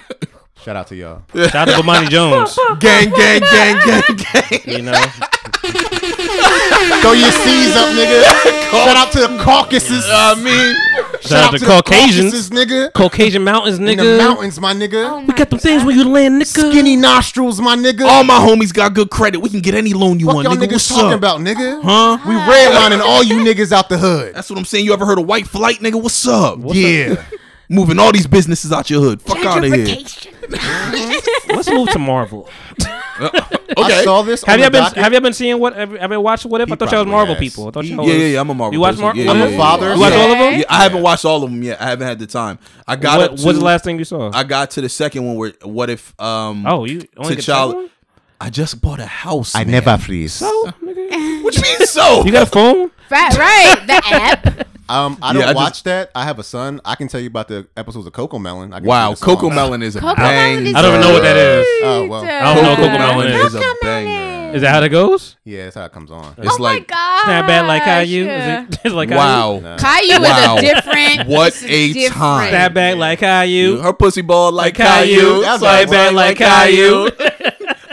A: Shout out to y'all.
C: Shout out to Bomani Jones.
A: Gang, gang, gang, gang, gang.
C: You know.
A: Throw your C's up, nigga. Shout out to the Caucasus.
D: I mean,
C: Shout out to
A: the
C: Caucasians.
A: Caucasus, nigga.
C: Caucasian mountains,
A: In the
C: nigga.
A: mountains, my nigga.
B: we
C: got them things where you land, nigga.
A: Skinny nostrils, my nigga.
D: All my homies got good credit. We can get any loan you
A: Fuck
D: want,
A: y'all
D: nigga.
A: niggas
D: What's
A: talking
D: up?
A: about, nigga?
D: Huh?
A: We redlining all you niggas out the hood.
D: That's what I'm saying. You ever heard of white flight, nigga? What's up?
A: yeah.
D: Moving all these businesses out your hood. Fuck out of here.
C: Let's move to Marvel.
A: I saw this. on
C: Have y'all
A: the
C: been
A: docket.
C: Have y'all been seeing what? Have, have you watched what if? I thought y'all was
A: probably
C: Marvel
A: has.
C: people. I thought y'all
D: yeah,
C: was-
D: yeah, yeah. I'm a Marvel.
C: You watch
D: person.
C: Marvel?
D: Yeah,
A: I'm a
D: yeah, yeah.
A: father.
C: You watch all of them?
D: Yeah, I haven't watched all of them yet. I haven't had the time. I got
C: What
D: up
C: What's
D: to,
C: the last thing you saw?
D: I got to the second one where what if um
C: Oh, you only get the second one?
D: I just bought a house.
A: I
D: man.
A: never freeze.
D: Oh,
C: Oh,
D: Which means so.
C: You got a phone?
B: Right, right. The app.
A: Um, I
D: Yeah,
A: don't
D: I just-
A: watch that. I have a son. I can tell you about the episodes of Coco Melon. I can
D: wow,
A: sing the
D: Coco
A: songs.
D: Melon is a
B: Coco Melon
D: bang.
B: is
C: I don't even know what that is.
A: Oh well,
B: I
C: I don't know what
D: Coco
C: Coco Melon
D: Melon
C: is.
D: is a banger.
C: Is that how that goes?
A: yeah, that's how it comes on.
D: It's
B: oh
D: like
B: my gosh.
C: It's not bad like how you.
B: Yeah.
C: Is it, it's like how you?
D: wow.
B: Caillou
D: Wow.
B: is a different.
D: What
B: this is
D: a
B: different.
D: time.
C: Snap back like how you.
D: Her pussy ball like
C: Like Caillou.
D: Caillou.
C: That's
D: Swipe
C: right.
D: back like Caillou.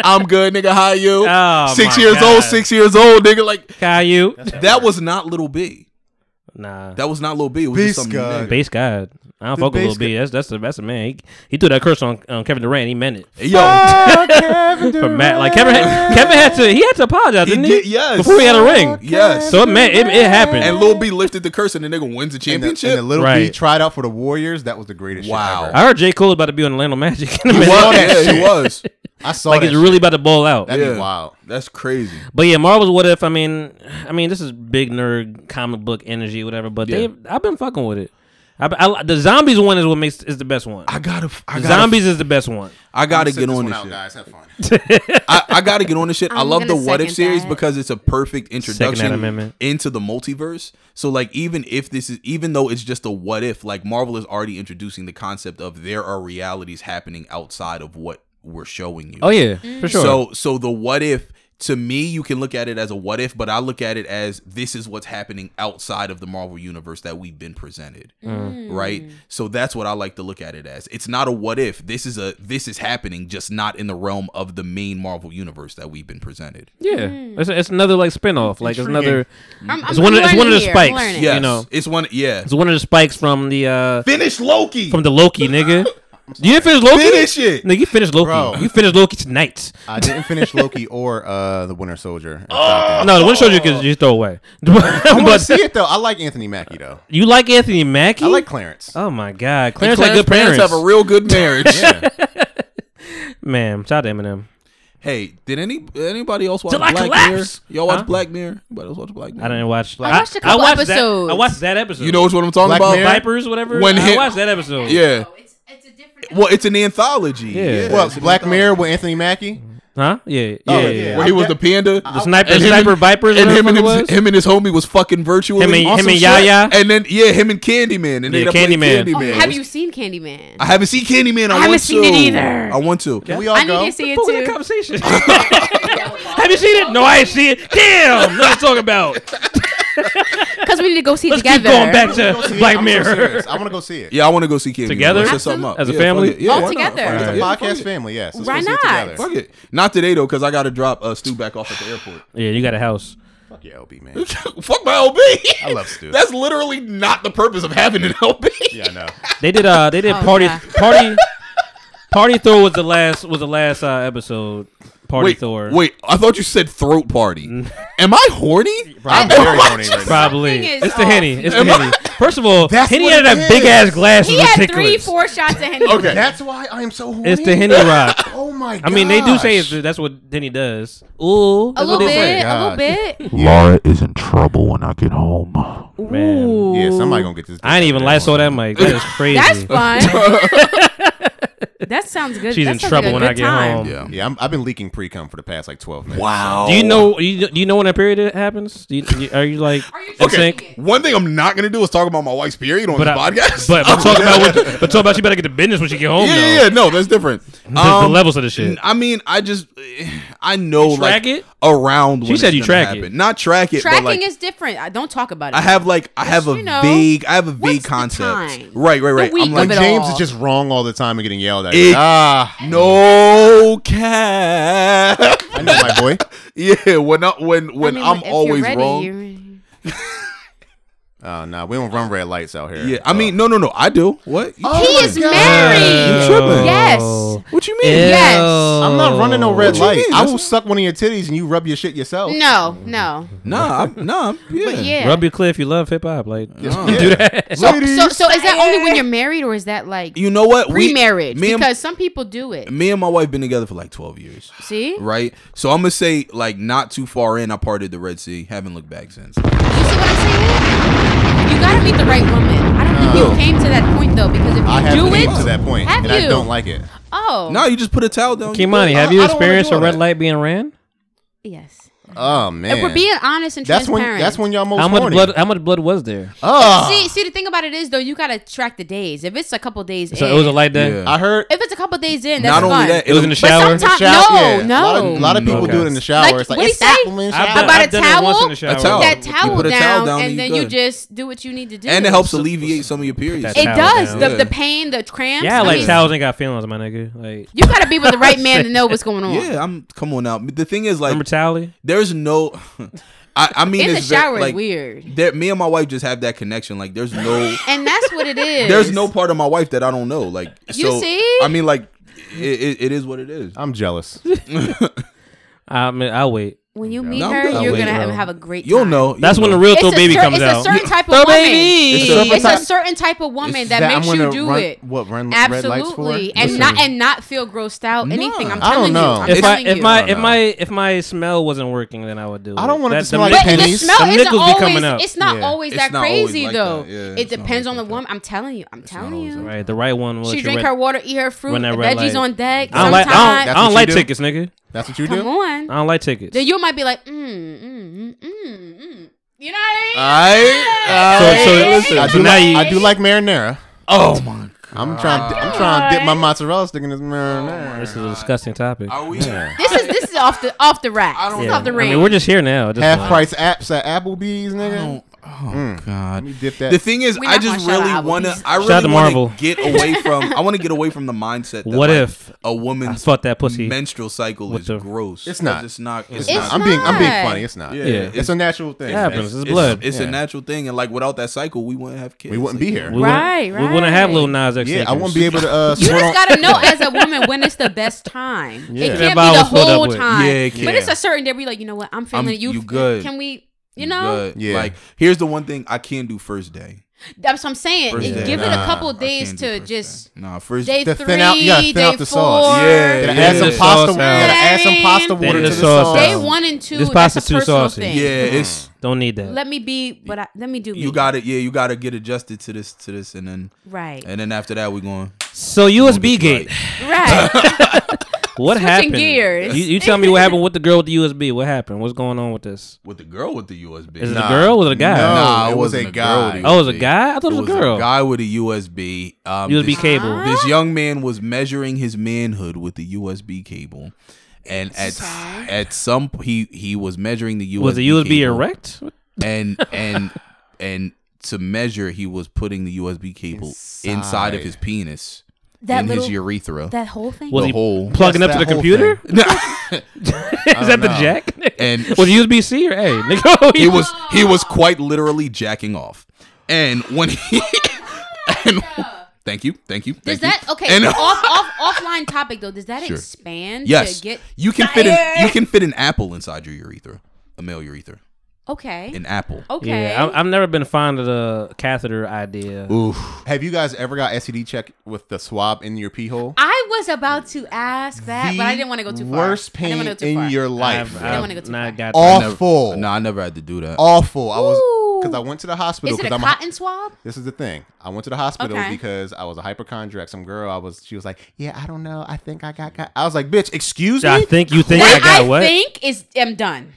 D: I'm good, nigga. How you?
C: Oh,
D: Six
C: my
D: years
C: God.
D: old, six years old, nigga. Like
C: Caillou.
D: that was not little B.
C: Nah.
D: That was not little B. It was
A: Peace
D: just some
A: God.
D: nigga.
C: Base God. I don't fuck with
A: base
C: Lil B. That's that's the that's the man. He, he threw that curse on, on Kevin Durant. He meant it.
D: Yo,
C: For Matt, like Kevin, had, Kevin had to he had to apologize,
D: He
C: didn't he?
D: did- yes.
C: Before he had a ring.
D: yes.
C: So it meant it, it happened.
D: and Lil B lifted the curse, and the nigga wins the
A: And the, and
D: championship.
A: the little B
C: Right.
A: tried out for the Warriors. That was the greatest.
D: Wow.
A: Shit ever.
C: I heard J Cole about to be on Orlando Magic. In a
D: He
C: minute.
D: was, yeah, he was.
A: I saw
C: like
A: that.
C: he's
A: shit.
C: really about to bowl out.
A: That'd
D: Yeah.
A: be wild.
D: That's crazy.
C: But yeah, Marvel's what if? I mean, I mean, this is big nerd comic book energy, whatever. But they, I've been fucking with it. I, I, the zombies one is what makes is the best one.
D: I gotta, I gotta,
C: zombies is the best one.
D: I gotta
A: Sit
D: get
A: this one
D: on this
A: out,
D: shit.
A: guys. Have fun.
D: I, I gotta get on this shit. i
B: I'm
D: love the
B: gonna
D: What If
B: second
D: series
B: that.
D: because it's a perfect introduction
C: amendment.
D: into the multiverse. So like, even if this is, even though it's just a What If, like Marvel is already introducing the concept of there are realities happening outside of what we're showing you.
C: Oh yeah,
D: Mm.
C: for sure.
D: So so the what if to me you can look at it as a what if, but I look at it as this is what's happening outside of the Marvel universe that we've been presented. Right? So that's what I like to look at it as. It's not a what if. This is a this is happening just not in the realm of the main Marvel universe that we've been presented.
C: yeah,
D: Mm.
C: it's, it's another like spinoff. Like it's another.
B: I'm, I'm
C: It's one of- it's
B: learning
C: one of the
B: here. I'm
C: spikes.
B: learning. Oh,
D: Yes.
C: You know.
D: It's one yeah.
C: It's one of the spikes from the uh
D: Finish Loki.
C: from the Loki nigga. You didn't finish Loki.
D: Finish it.
C: Nigga, you finished Loki.
A: Bro.
C: You finished Loki tonight.
A: I didn't finish Loki or uh, the Winter Soldier. and Falcon.
C: Oh. No, the one showed you could just throw away.
A: I want to
C: but
A: see it though. I like Anthony Mackie though.
C: you like Anthony Mackie?
A: I like Clarence.
C: Oh my God, Clarence,
D: Clarence
C: had good parents.
D: have a real good marriage.
A: Yeah.
C: Man, shout out to Eminem.
D: Hey, did any anybody else watch
C: Till I
D: Black Mirror?
C: collapse.
D: Y'all watch
C: Huh?
D: Black Mirror? Anybody else watch Black Mirror?
C: I didn't watch.
B: I watched a couple
C: that-
B: episodes.
C: I watched that episode.
D: You know what I'm talking
A: Black
D: about?
A: Mirror?
C: Vipers, whatever.
D: When
C: I
D: him-
C: watched that episode.
D: Yeah.
B: It's, it's a different.
D: Well, it's an anthology.
C: Yeah.
A: Well,
D: it's an
A: Black
D: anthology.
A: Mirror with Anthony Mackie.
C: Huh? Yeah.
A: Oh,
C: yeah.
A: yeah.
C: yeah.
D: where he was the panda,
C: The sniper,
D: and him
C: sniper
D: and-
C: vipers,
D: and him and
C: it
D: his,
C: was.
D: him and his homie was fucking virtual.
C: Him and- him and Yaya.
D: and then yeah, him and Candyman, and
C: Yeah,
D: they played
C: Candyman.
B: Oh,
D: Candyman.
B: have you seen Candyman?
D: I haven't seen Candyman.
B: I
D: I,
B: haven't
D: want
B: seen
D: to.
B: it either.
D: I want to.
A: Can we all
B: I
A: go?
B: need to see it
C: What was that
B: too.
C: conversation? Have you seen it? No, I ain't see it. Damn, let's talk about.
B: Because we need to go see it
C: Let's
B: together.
C: keep going back
A: I wanna go
C: to
A: see it.
C: Black
A: I'm so
C: Mirror.
A: serious. I want to go see it.
D: Yeah, I want to go see Candyman.
C: Together?
D: Let's set something up.
C: As a
D: Yeah,
C: family?
D: fuck it. Yeah,
B: All
D: why not?
B: together.
D: Fuck
A: It's
D: it.
A: a
D: Yeah,
A: podcast
D: fuck it.
A: family. Yes. Let's
B: Why
A: go see it
B: not?
A: together.
D: Fuck it. Not today though, because I got to drop uh, Stu back off at the airport.
C: Yeah, you got a house.
A: Fuck yeah, LB man.
D: Fuck my LB.
A: I love Stu.
D: That's literally not the purpose of having an LB.
A: Yeah, I know.
C: They did. Uh, they did
B: Oh,
C: party.
B: yeah.
C: Party. Party Thor was the last. Was the last uh, episode. Party
D: Wait,
C: Thor.
D: wait. I thought you said throat party. Am I horny?
A: I'm very horny right now.
C: Probably.
B: Something is
C: It's the
B: off.
C: henny. It's the henny. First of all,
A: That's
C: henny
A: what
C: out of
A: it
C: that big ass
A: is.
C: glass
B: He
C: is
B: had
C: ridiculous.
B: three, four shots of Henny.
D: Okay.
A: That's why I am so horny.
C: It's the henny rock.
A: Oh my god.
C: I mean, they do say it's, that's what henny does. Ooh,
B: A
C: that's what
B: little
C: they say.
B: bit, a
A: God.
B: little bit.
M: Laura is in trouble when I get home.
C: Man.
B: Ooh.
A: Yeah, somebody gonna get this.
C: I ain't even like saw that mic. That is crazy.
B: That's fun. that sounds good.
C: She's
B: that
C: in
B: sounds like
C: trouble
B: a
C: when
B: good
C: I get
B: time.
C: home.
D: Yeah. Oh,
A: Yeah, I'm, I've been leaking pre-cum for the past like 12 minutes.
D: Wow.
C: Do you know? You, do you know when that period happens? Do you, you- are you like
B: you
C: in
B: Okay.
C: sync?
D: One thing I'm not gonna do is talk about my wife's period on
C: But
D: the
C: I,
D: podcast.
C: but but talk about what, but talk about you better get the business when you get home.
D: yeah,
C: though.
D: yeah, yeah, no, that's different.
C: The, the levels of the shit.
D: Um, I mean, I just I know
C: You track
D: like
C: it?
D: around.
C: She
D: when
C: said
D: it's
C: you
D: gonna
C: track it.
D: happen. not track it,
B: Tracking
D: but like
B: is different. I don't talk about it.
D: I have like I
B: Just,
D: have a
B: you know,
D: vague I have a vague
B: time?
D: concept. Right, right, right.
B: week
D: I'm like
B: of it
A: James
B: all.
A: is just wrong all the time and getting yelled at.
D: Ex-
A: ah,
D: no cap.
A: I know my boy.
D: yeah, when I, when when
B: mean,
D: I'm
B: if you're
D: always
B: ready,
D: wrong.
B: you're ready.
A: Oh no, we don't run red lights out here.
D: Yeah, I mean, no, no, no. I do. What? You
B: He
D: tripping.
B: is married.
D: You tripping?
B: Yes.
D: What you mean?
B: Yes.
A: I'm not running no red
D: What you
A: light.
D: mean?
A: I
D: That's-
A: will suck one of your titties and you rub your shit yourself.
B: No, no.
D: Nah, I'm, nah. I'm, yeah.
B: But yeah.
C: Rub your clit if you love hip hop. Like,
A: Yeah.
C: do that.
B: so, so, so is that only when you're married or is that like
D: You know what? We-
B: pre-marriage?
D: me and-
B: because some people do it.
D: me and my wife been together for like 12 years
B: See?
D: right so i'm gonna say like not too far in i parted the red sea haven't looked back since
B: You see what I'm saying? You gotta meet the right woman. I don't think
D: No.
B: you came to that point though, because if you
A: I have
B: do
A: came
B: it,
A: to that point,
B: Have
A: and I
B: you?
A: don't like it.
B: oh,
D: no you just put a towel down
C: Kimani,
D: good.
C: have
D: I-
C: you
D: I don't wanna
C: experienced
D: do
C: a
D: all
C: red
D: that.
C: light being ran?
B: yes.
A: Oh man,
B: If we're being honest and
A: that's when
B: transparent,
A: that's when y'all most
C: How much
A: horny.
C: blood? How much blood was there?
A: Ah,
B: See, see, the thing about it is though, you gotta track the days. If it's a couple days,
C: So
B: in,
C: it was a light day.
D: Yeah.
A: I heard.
B: If it's a couple days in, that's
D: not only
B: fun.
D: that
C: It was in the
D: it'll-
C: shower.
B: sometimes-
A: Shower-
B: no,
A: yeah, A lot
B: no.
A: of, a lot of people
C: Okay.
A: do it in the shower.
B: Like,
A: it's like
B: what do
A: it's
B: you say?
A: that woman's
C: I've
A: shower.
C: done-
B: About a
C: I've done it once
B: towel?
C: in the shower.
D: A towel.
B: that
D: You
B: towel
D: put a
B: down,
D: towel down
B: and,
D: and
B: then
D: you
B: you
D: good.
B: just do what you need to do.
D: and it helps alleviate some of your periods
B: It
C: Towel
B: does.
C: down.
B: The,
D: Yeah.
B: the pain, the cramps.
C: Yeah,
B: I
C: like
B: mean,
C: towels ain't got feelings, my nigga. Like,
B: You gotta be with the right man to know what's going on.
D: yeah i'm come on out the thing is like
C: remember tally?
D: there's no I, I mean
B: In the
D: it's very-
B: shower is
D: like,
B: weird.
D: there, me and my wife just have that connection like there's no
B: And that's what it is.
D: there's no part of my wife that i don't know like
B: You
D: so
B: see?
D: i mean like it, it, it is what it is
A: I'm jealous.
C: I mean, I'll wait.
B: When you meet
D: No, I'm
B: her,
D: good.
B: you're
D: Wait,
B: gonna have,
C: bro.
B: have a great.
D: you'll
B: time.
D: know
C: That's
D: you'll
C: when
D: know.
C: the real
B: It's
C: throw
B: a
C: baby
B: cer-
C: comes
B: it's
C: out.
B: a certain type of
C: Throw
B: woman.
C: baby.
B: It's,
A: It's
B: a,
A: a-
B: certain type of woman
A: It's
B: that,
A: that I'm
B: makes you
A: gonna
B: do
A: run-
B: it.
A: what, run red lights for?
B: Absolutely, and
A: Listen.
B: not and not feel grossed out. Anything. I'm
A: I don't
B: telling you.
A: know.
B: I'm
C: If my
B: telling
C: if
B: you.
C: my if my if my smell wasn't working, then I would do it.
A: I don't want it
C: That-
A: to smell
C: the
A: like
B: But
C: nickels-
B: the
A: pennies.
B: smell
C: the
B: isn't
C: nickels be
B: always.
C: coming up.
B: It's not
A: Yeah.
B: always
D: It's
B: that
D: not always
B: crazy
D: like
B: though.
D: that. Yeah,
B: it
D: it's not
B: depends
D: always
B: on the
D: like
B: woman. I'm telling you. I'm telling you.
C: Right, the right one. will let
B: She
C: you
B: drink
C: red-
B: her water, eat her fruit.
C: Run that
B: The
C: red
B: veggies
C: light.
B: on deck.
C: I don't like. I
B: Sometimes.
C: don't,
A: That's
C: I
A: what
C: don't
A: you
C: like
A: do?
C: tickets, nigga.
A: That's what you
B: Come
A: do.
B: on.
C: I don't like tickets.
B: Then you might be like, mm, mm, mm, mm, mm. You know what I mean?
A: I,
C: So- so listen,
A: I
C: so
A: do
C: now
A: like,
C: you-
A: I do like marinara.
D: oh my
A: I'm trying. to- I'm trying to dip my mozzarella stick in this marinara.
C: Oh, This is a disgusting topic.
D: are we
B: This is this is off the off the rack. This is off the
C: I
B: range.
C: mean, we're just here now. at this
A: Half
C: point.
A: price apps at Applebee's, nigga.
D: Oh
A: Hmm.
D: God!
A: Let me dip that.
D: The thing is,
B: We're
D: I
B: not
D: just
B: gonna shout
D: really
B: out
D: want to.
B: Applebee's.
D: I
C: Shout out
D: really
C: to Marvel.
D: want to get away from. I want to get away from the mindset. That
C: What
D: like,
C: if
D: a woman's
C: I fucked that pussy
D: menstrual cycle
C: with
D: is
C: the-
D: gross?
A: It's not.
D: 'Cause It's not. It's,
B: It's
D: not.
A: I'm being. I'm being
B: not.
A: funny. It's not.
D: Yeah,
C: Yeah.
A: It's a natural thing.
C: It happens. It's
D: It's,
C: blood.
D: it's
A: Yeah.
D: a natural thing, and like without that cycle, we wouldn't have kids.
A: We wouldn't
D: Like,
A: be here.
C: We wouldn't-
B: Right,
C: We wouldn't have
B: right.
C: little Nas X.
A: Yeah, I
C: tickets.
A: won't be able to. Uh,
B: You
A: swear on-
B: just gotta know as a woman when it's the best time.
A: Yeah.
B: It
C: That
B: can't
C: bottle
B: be the
C: was filled up
B: whole
C: with-
B: time.
D: Yeah, it
B: But
D: can't.
B: it's a certain day we like, you know what, I'm feeling
D: I'm-
B: it. You,
D: you good.
B: Can we you know?
D: Good.
A: Yeah.
D: Like here's the one thing I can do first day.
B: That's what I'm saying.
D: First
B: It-
D: day.
B: give it
A: Nah,
B: a couple
D: I
B: days
D: can't do
B: to
D: first
B: just
D: day. Nah, first
B: day
A: To
B: three,
A: thin out- you gotta thin
B: day
A: out the
B: four.
A: sauce.
D: Yeah,
A: Gotta
D: yeah.
A: add some
C: Yeah.
A: pasta.
C: Sauce
A: Gotta
C: out.
A: add some pasta
C: Then
A: water to
C: the
A: the
C: sauce
A: sauce.
C: out.
B: Day one and two,
C: This
B: that's a
C: pasta's too
B: personal
C: saucy.
B: thing.
D: Yeah, it's
C: Don't need that.
B: Let me be but I, let me
A: Mm.
B: do me.
D: you got it. Yeah, you got to get adjusted to this, to this, and then,
B: Right.
D: and then after that, we're going.
C: So USB gate.
B: Right.
C: What
B: Switching
C: happened?
B: gears.
C: You, you tell me what happened with the girl with the USB. What happened? What's going on with this?
D: with the girl with the USB.
C: Is it a girl or a guy?
A: No,
D: Nah,
A: it,
D: it
A: was a
D: wasn't a girl
A: guy.
D: dude.
C: Oh, it was a guy. I thought it was a girl.
D: guy with a USB. Um,
C: USB
D: this,
C: cable.
D: This young man was measuring his manhood with the USB cable, and at at some he he was measuring the USB.
C: Was the USB
D: cable,
C: erect?
D: And and and to measure, he was putting the USB cable inside,
A: Inside.
D: of his penis
B: That
D: in
B: little
D: his urethra.
B: that whole thing.
C: Was
D: the
C: he
D: hole.
C: plugging up
A: That's
C: to the
A: that whole
C: computer?
A: thing.
C: Is that the
A: know.
C: jack?
D: And-
C: was it USB C or A? Nigga, oh,
D: he was he was quite literally jacking off, and when he and thank you, thank you,
B: does
D: thank you.
B: that okay?
D: And- uh,
B: off, off offline topic though. Does that
D: Sure.
B: expand?
D: Yes,
B: To get
D: you can fit an you can fit an apple inside your urethra, a male urethra,
B: okay.
D: an apple.
A: Oh.
B: okay.
C: Yeah, I, I've never been fond of the catheter idea.
A: Have you guys ever got STD checked with the swab in your pee hole?
B: I was about to ask that, but I
A: The
B: didn't want to go too far.
A: Worst
B: I didn't
A: pain
B: wanna go too
A: in
B: far.
A: your life.
C: I've,
B: I didn't
C: I've
B: wanna go too far.
C: not got
D: I
A: Oh.
D: never-
A: Awful.
D: No, I never had to do that.
A: Awful. I was because
B: Ooh.
A: I went to the hospital
B: Is it
A: because
B: a
A: I'm. a-
B: cotton swab?
A: This is the thing. I went to the hospital
B: Okay.
A: because I was a hypochondriac. Some girl, I was. She was like, "Yeah, I don't know. I think I got." got-" I was like, "Bitch, excuse me."
C: I think you think I
B: What
C: got
B: I
C: what?
B: think is am done.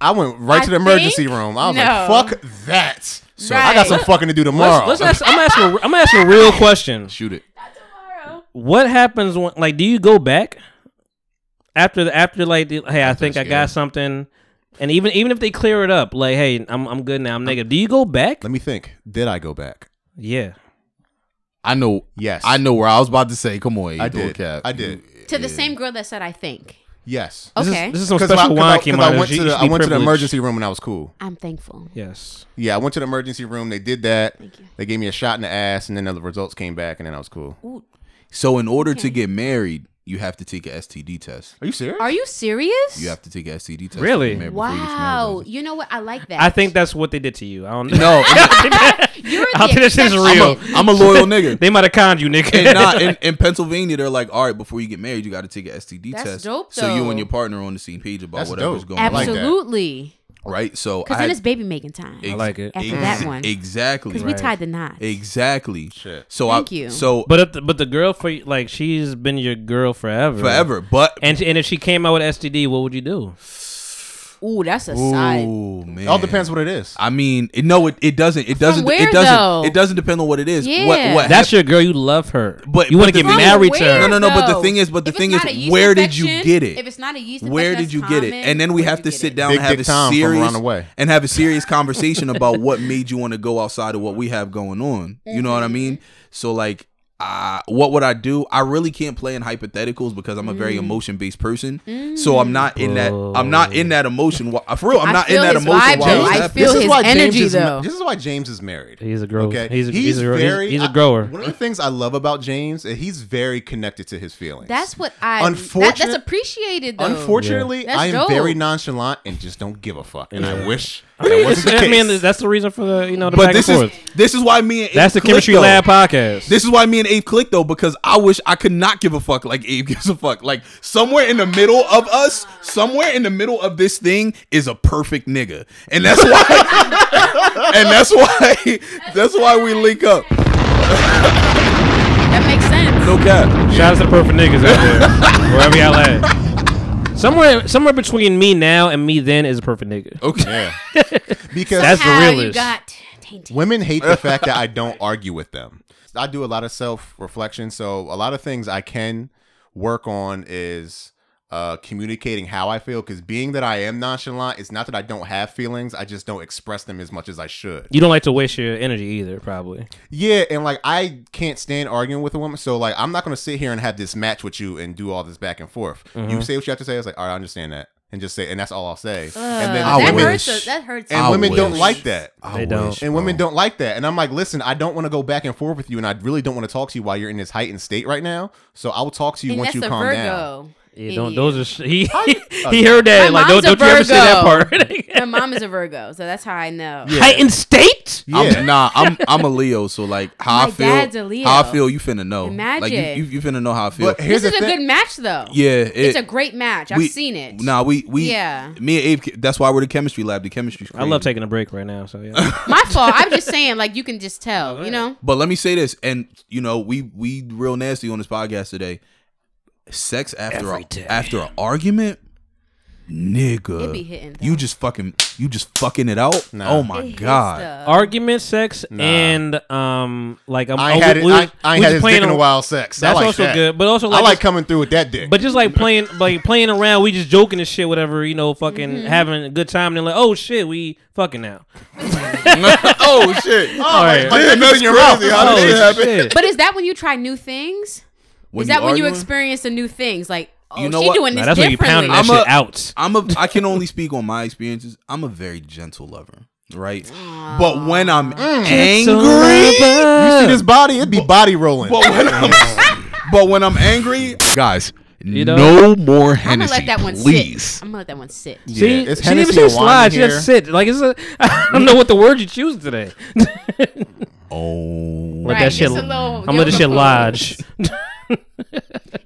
A: I went right
B: I
A: to the emergency
B: think-
A: room. I was
B: no.
A: like, "Fuck that." So I
B: Right.
A: got some fucking to do tomorrow.
C: Let's, let's ask, I'm asking. I'm asking a real question.
D: Shoot it.
C: What happens when? Like, do you go back after the after like the, hey, I think I
A: scary.
C: got something, and even even if they clear it up, like hey, I'm I'm good now. I'm negative. Do you go back?
A: Uh, Let me think. Did I go back?
C: Yeah.
D: I know.
A: Yes.
D: I know where I was about to say. Come on, you
A: I
D: doing
A: did.
D: Cap.
A: I did.
B: To the same girl that said, I think.
A: Yes.
B: This is- Okay. this is some
A: 'Cause
C: special
A: I- 'cause
C: wine
A: I-
C: came
A: 'cause
C: out
A: I
C: of
A: went,
C: it.
A: to
C: You
A: the,
C: should
A: I
C: be
A: went to the
C: privileged.
A: emergency room when I was cool.
B: I'm thankful.
C: Yes.
A: Yeah, I went to the emergency room. They did that. They gave me a shot in the ass, and then the results came back, and then I was cool.
D: So in order to get married, you have to take an STD test.
A: Are you serious?
B: Are you serious?
D: You have to take an STD test. to get
C: Really?
D: married before you get
B: Wow. You know what? I like that.
C: I think that's what they did to you. I don't
D: No.
B: You're
C: I think that shit is
B: exception.
C: real.
D: I'm a loyal nigga.
C: they might have conned you, nigga.
D: and not in, in Pennsylvania, they're like, all right, before you get married, you got to take an STD
B: That's
D: test.
B: dope,
D: So you
B: though.
D: and your partner are on the same page about
A: That's
D: whatever's
A: dope.
D: going on.
B: Absolutely.
D: Right? So
B: Because
D: I
B: then
D: had-
B: it's baby making time.
D: Ex-
B: After
D: ex-
B: that one.
D: Exactly.
B: Because we tied the knot.
D: Exactly.
A: Shit.
D: So
B: Thank
D: I,
B: you.
D: So
C: But if the, but the girl for like she's been your girl forever,
D: Forever, but-
C: and and if she came out with STD, what would you do?
B: Ooh, that's a side.
D: Ooh, oh, man.
A: It all depends what it is.
D: I mean, it, no, it, it doesn't. It doesn't.
B: where,
D: it doesn't.
B: though?
D: It doesn't depend on what it is.
B: Yeah.
D: What, what
C: That's your girl. You love her,
D: But
C: you want
D: but
C: to
D: the
C: get
D: thing-
C: married to her.
D: No, no, no. But the
B: though?
D: thing is, but the
B: If it's
D: thing
B: not
D: is,
B: a yeast
D: where did you
B: infection-
D: get it?
B: if it's not a yeast
D: where
B: infection
D: did you
B: that's
D: get it?
B: common,
D: And then we
B: where did
D: have to
B: you get
D: sit
B: it?
D: down
A: Big
D: and have
A: Dick
D: a
A: Tom from
D: serious
A: Around the Way.
D: and have a serious conversation about what made you want to go outside of what we have going on. You know what I
B: Mm-hmm.
D: mean? So like. Uh, what would I do? I really can't play in hypotheticals because I'm a very
B: Mm.
D: emotion based person. So I'm not in that. I'm not in that emotion. wh- For real, I'm
B: I
D: not in
B: feel
D: that
B: his
D: emotion.
B: vibe,
D: while
B: though.
D: it's
B: I
D: happening.
B: feel his energy,
A: James is ma-
B: though.
A: this is why James is married.
C: He's a grower.
A: Okay,
C: He's a- he's a grower. He's- he's a
A: I-
C: grower.
A: one of the things I love about James is he's very connected to his feelings.
B: That's what I.
A: Unfortunate-
B: Unfortunate, that's appreciated, though.
A: Unfortunately,
B: That's
A: I am
B: dope.
A: very nonchalant and just don't give a fuck. And I wish
C: I
A: that wasn't the
C: I mean,
A: case.
C: that's the reason for the you know the
D: but
C: back
D: this
C: and
D: is
C: forth.
D: this is why me and
C: That's the
D: Abe
C: chemistry
D: click, though.
C: lab podcast.
D: This is why me and Abe click though because I wish I could not give a fuck like Abe gives a fuck. Like somewhere in the middle of us, somewhere in the middle of this thing is a perfect nigga, and that's why, and that's why, that's why we link up.
B: That makes sense.
D: No cap.
C: Shout out to the perfect niggas out there, wherever y'all at. Somewhere, somewhere between me now and me then is a perfect nigga.
D: Okay.
A: because
C: That's the
B: How you
C: realest.
B: got tainted.
A: Women hate the fact that I don't argue with them. I do a lot of self reflection, so a lot of things I can work on is uh, communicating how I feel. Because being that I am nonchalant, it's not that I don't have feelings; I just don't express them as much as I should.
C: You don't like to waste your energy either, probably.
A: Yeah, and like I can't stand arguing with a woman, so like I'm not gonna sit here and have this match with you and do all this back and forth.
C: Mm-hmm.
A: You say what you have to say. It's like, all right, I understand that, and just say, and that's all I'll say. and
B: Uh, that
A: women-
B: hurts. a- that hurts.
A: and
B: a-
A: women don't
D: wish.
A: like that.
C: They don't.
A: And women don't like that. And I'm like, listen, I don't want to go back and forth with you, and I really don't want to talk to you while you're in this heightened state right now. So I will talk to you
B: And
A: once
B: that's
A: you
B: a
A: calm down.
B: Virgo.
C: Yeah,
B: in
C: don't.
B: you.
C: Those are sh- he.
A: Oh,
C: he heard
B: My
C: that. Like, don't,
B: mom's a
C: don't you ever say that part?
B: Virgo. My mom is a Virgo, so that's how I know.
C: Heightened state.
D: I'm, nah, I'm I'm a Leo, so like how
B: My
D: I feel,
B: dad's a Leo.
D: how I feel, you finna know. Like
B: Imagine.
D: you, you, you finna know how I feel.
A: But here's
B: this is
A: the
B: a
A: thing.
B: good match, though.
D: yeah,
B: it's
D: it-
B: a great match. I've
D: we-
B: seen it.
D: Nah, we we
B: Yeah.
D: Me and Abe, that's why we're the chemistry lab. The chemistry's
C: I
D: crazy.
C: love taking a break right now. So yeah,
B: My fault. I'm just saying, like you can just tell, you know.
D: But let me say this, and you know, we we real nasty on this podcast today. Sex after a, after an argument, nigga,
B: It be hitting,
D: you just fucking you just fucking it out. Oh my god,
C: argument, sex, and um, like I'm,
A: I ain't
C: oh,
A: had it.
C: we-
A: I, I
C: we
A: ain't had
C: just
A: his
C: playing
A: dick in a
C: on-
A: while. Sex. I
C: That's
A: like
C: also
A: that.
C: good, but also
A: I
C: like
A: like
C: just-
A: coming through with that dick.
C: But just like playing, like playing around, we just joking and shit, whatever, you know, fucking having a good time, and then like, oh shit, we fucking now.
D: oh shit.
A: All
C: right.
A: Like, that's in your mouth.
D: How did
C: Oh,
D: that happen?
C: shit.
B: But is that when you try new things?
D: When
B: is that when you
D: arguing?
B: experience the new things? Like, oh,
D: You know
B: she
D: what?
B: doing
C: Nah,
B: this
C: that's when you
B: differently.
C: pounding that
D: I'm a-
C: shit out.
D: I'm a I can only speak on my experiences. I'm a very gentle lover, right? But when I'm angry,
A: You see this body? It'd be body rolling.
D: but when I'm, but when I'm angry, guys,
C: know-
D: no more
B: I'm
D: Hennessy,
B: gonna let that one
D: please.
B: sit. I'm gonna let that one sit.
A: Yeah,
C: See,
A: it's
C: she didn't even
A: Hennessy
C: say
A: and wine
C: slide. She just
A: here.
C: sit. Like it's a. I don't know what the word you choose today.
D: Oh,
C: Let
B: Right,
C: that
B: it's
C: shit.
B: a
C: I'm
B: little
C: gonna let this shit
B: yoga
C: lodge.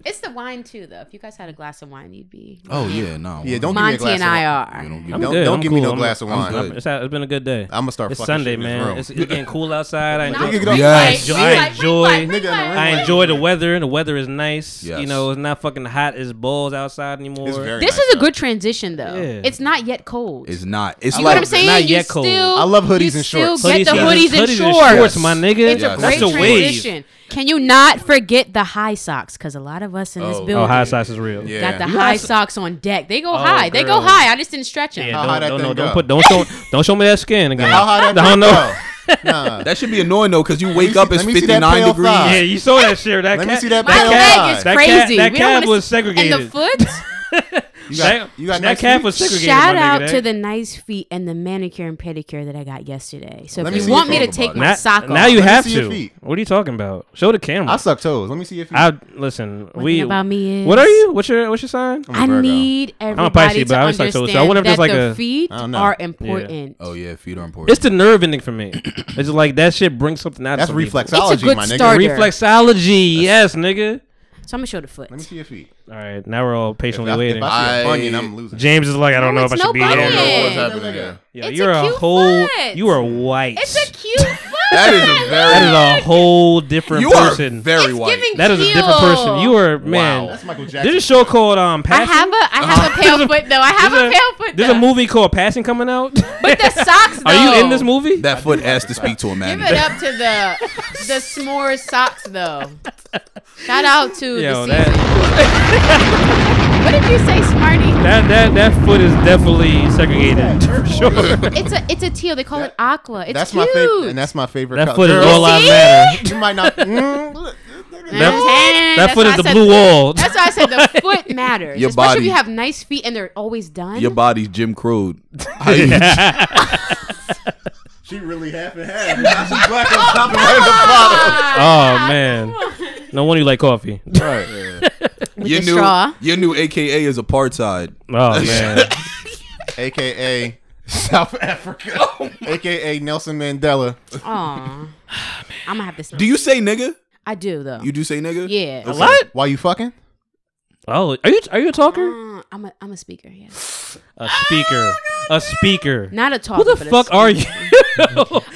B: It's the wine too, though. If you guys had a glass of wine, you'd be.
D: oh yeah, no,
A: yeah, don't
B: Monty
A: give me a glass
B: and I
A: of
B: are.
D: don't
C: I'm
A: Don't-
C: good.
A: don't
C: I'm
A: give me
C: cool.
A: no
C: I'm-
A: glass of
C: I'm
A: wine.
C: good. It's, it's been a good day.
A: I'ma start
C: It's
A: fucking
C: Sunday,
A: shit in this
C: man.
A: room.
C: It's, it's getting cool outside. I
B: Not
C: enjoy.
A: Nigga,
D: Yes.
B: free
C: I
B: light, free
C: enjoy-
B: light, free
A: Nigga,
B: light.
C: I enjoy the weather, and the weather is nice. You
D: Yes.
C: know, it's not fucking hot as balls outside anymore.
A: It's very
B: This
A: nice,
B: is a
A: though.
B: good transition, though.
C: Yeah.
B: It's not yet cold.
D: it's not. It's
B: you know
D: like
B: what I'm saying?
C: not
B: you
C: yet cold.
B: Still,
A: I love hoodies
B: you
A: and
B: still
A: shorts.
B: Get the
C: and-
B: hoodies and
C: hoodies
B: shorts.
C: my nigga.
B: It's a
D: Yes.
B: great
C: That's a wave.
B: transition. Can you not forget the high socks? Because a lot of of us in this
C: Oh,
B: building.
C: oh, high socks is real.
B: Got the
C: You
B: high
C: have s-
B: socks on deck. They go
C: Oh,
B: high. They go
C: girl.
B: high. I just didn't stretch them.
C: Yeah, don't, don't, don't, don't put don't show don't show me that skin again.
D: How high that
C: don't
D: thing
C: know.
D: That should be annoying though, because you wake up it's
C: let me see
D: fifty
C: that
D: nine
C: pale
D: degrees.
C: thigh. Yeah, you saw that shit. That Let me cat- see that
B: My
C: pale
B: leg is
C: thigh. That cat-
B: crazy.
C: that
B: We don't
C: cat
B: wanna
C: was
B: see- And the
C: segregated.
B: foot.
C: You got- That- you got that nice calf feet? was segregated,
B: Shout
C: my nigga,
B: out
C: that-
B: to the nice feet and the manicure and pedicure that I got yesterday. So
A: Let me
B: if
A: see
B: you want
A: your
B: me
A: phone
B: to take
A: about
B: my
C: Now-
B: sock off,
C: Now you
A: Let me
C: have
A: see your
C: to.
A: feet.
C: What are you talking about? Show the camera.
A: I suck toes. Let me see your feet.
C: I listen.
B: One
C: we
B: thing about me is-
C: what are you? What's your what's your sign?
B: I need
C: I'm a
B: everybody
C: Pisces, but
B: to
C: I always like
B: understand
C: toes. So I wonder if
B: that
C: there's like
B: the
C: a
B: feet are important.
D: Oh yeah, feet are important.
C: It's the nerve ending for me. It's just like that shit brings something out. of
A: That's
C: some people.
A: reflexology, It's a good my nigga. starter.
C: Reflexology, yes, nigga.
B: So I'm gonna show the foot. Let me
A: see your feet.
C: All right, now we're all patiently
A: If I- if
C: waiting.
A: I see a bunion, I'm losing.
C: James is like, I don't
A: No,
C: know if
A: it's
C: I should
A: no
C: be here.
A: bunion. I don't know what's
D: happening here.
C: Yeah,
B: It's
C: you're
B: a
C: a,
B: cute
C: whole.
B: foot.
C: You are white.
B: It's a cute foot.
D: That is a very
C: That is a whole different
D: You are
C: person.
D: very It's white. giving
C: That is a different person. You are man.
B: That's
A: Michael
C: There's a show called um.
B: I
C: Passing.
B: have a I have a pale foot though. I have a pale foot.
C: There's a movie called Passing coming out.
B: But the socks though.
C: Are you in this movie?
D: That foot asked to speak to a man.
B: Give it up to the the s'mores socks though. Shout out to
C: Yo,
B: the season.
C: that,
B: What did you say, Smarty?
C: that that that foot is definitely segregated for sure.
B: It's a it's a teal. They call it aqua. It's
A: that's
B: cute.
A: my favorite, and that's my favorite.
C: That
A: color.
C: foot is
A: Girl,
C: all lives matter.
A: You might not. mm,
C: That, that
B: That's
C: foot
B: why
C: is
B: I
C: the
B: said
C: blue
B: the-
C: wall.
B: That's why I said the foot matters.
D: Your
B: Especially if
D: body.
B: you have nice feet and they're always done.
D: Your body's Jim Crow.
A: she really half and half. She's black on top and
B: white on bottom.
C: Oh man, no wonder you like coffee.
D: Right. your
B: the
D: new
B: straw.
D: your new AKA is apartheid.
C: Oh man.
A: AKA South Africa.
B: Oh
A: AKA Nelson Mandela.
B: Aw. I'm gonna have to.
D: Do you say nigga?
B: I do though.
D: You do say nigga?
B: Yeah.
D: Okay.
A: Why you fucking?
C: Oh, are you are you a talker?
B: Uh, I'm a I'm a speaker. Yeah.
C: A speaker. A speaker.
B: Not a talker.
C: Who the
B: but a
C: fuck are you?
B: speaker.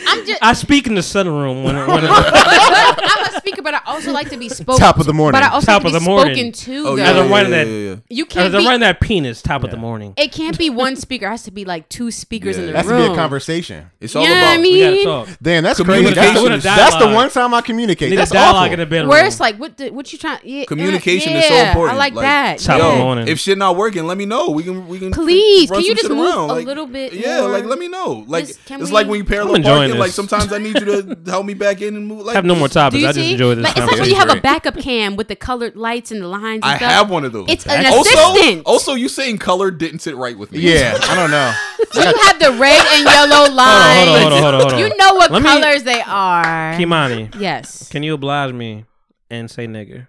C: I'm
B: just-
C: I speak in the sunroom when, I- when I-
B: I'm a speaker, but I also like to be spoken.
C: Top of the morning.
B: Oh, But I also
C: Top
B: like
C: of
B: to be
C: the morning.
B: spoken to. though.
C: Oh, yeah, As I'm yeah, running yeah, that- yeah, yeah.
B: You
C: as
B: can't
C: I'm
B: be.
C: running that penis top of the morning.
B: It can't be one speaker. It has to be like two speakers in the
A: That should
B: room.
A: be a conversation.
D: It's
B: You all know what I about- mean?
A: We gotta talk. Damn, that's crazy.
D: Communication
A: That's,
D: is-
A: that's the one time I communicate.
D: Need a
A: That's
D: dialogue
A: awful.
D: in the bedroom.
B: Where it's like, what the, what you trying? Yeah, uh,
D: Communication
B: yeah,
D: is so important.
B: I like, that.
D: yo,
B: yeah.
D: If shit not working, let me know. We can we can
B: Please,
D: run
B: can you
D: some
B: just
D: shit
B: move
D: around.
B: a
D: like,
B: little bit?
D: yeah,
B: more?
D: like let me know. Like
B: Just- can
D: it's
B: we-
D: like when you
C: I'm
D: parallel
C: enjoying
D: parking.
C: this.
D: Like sometimes I need you to help me back in and move. Like
C: Have no more topics.
B: Do you
C: I just
B: see?
C: enjoy this
B: Like, it's like
C: conversation.
B: when you have a backup cam with the colored lights and the lines. And
D: I
B: stuff.
D: have one of those.
B: It's an
D: Also,
B: assistant.
D: also, you saying color didn't sit right with me.
A: Yeah, I don't know.
B: you have the red and yellow lines.
C: on, hold on, hold on, hold on.
B: You know what
C: Let me-
B: colors they are.
C: Kimani.
B: Yes.
C: Can you oblige me and say nigga?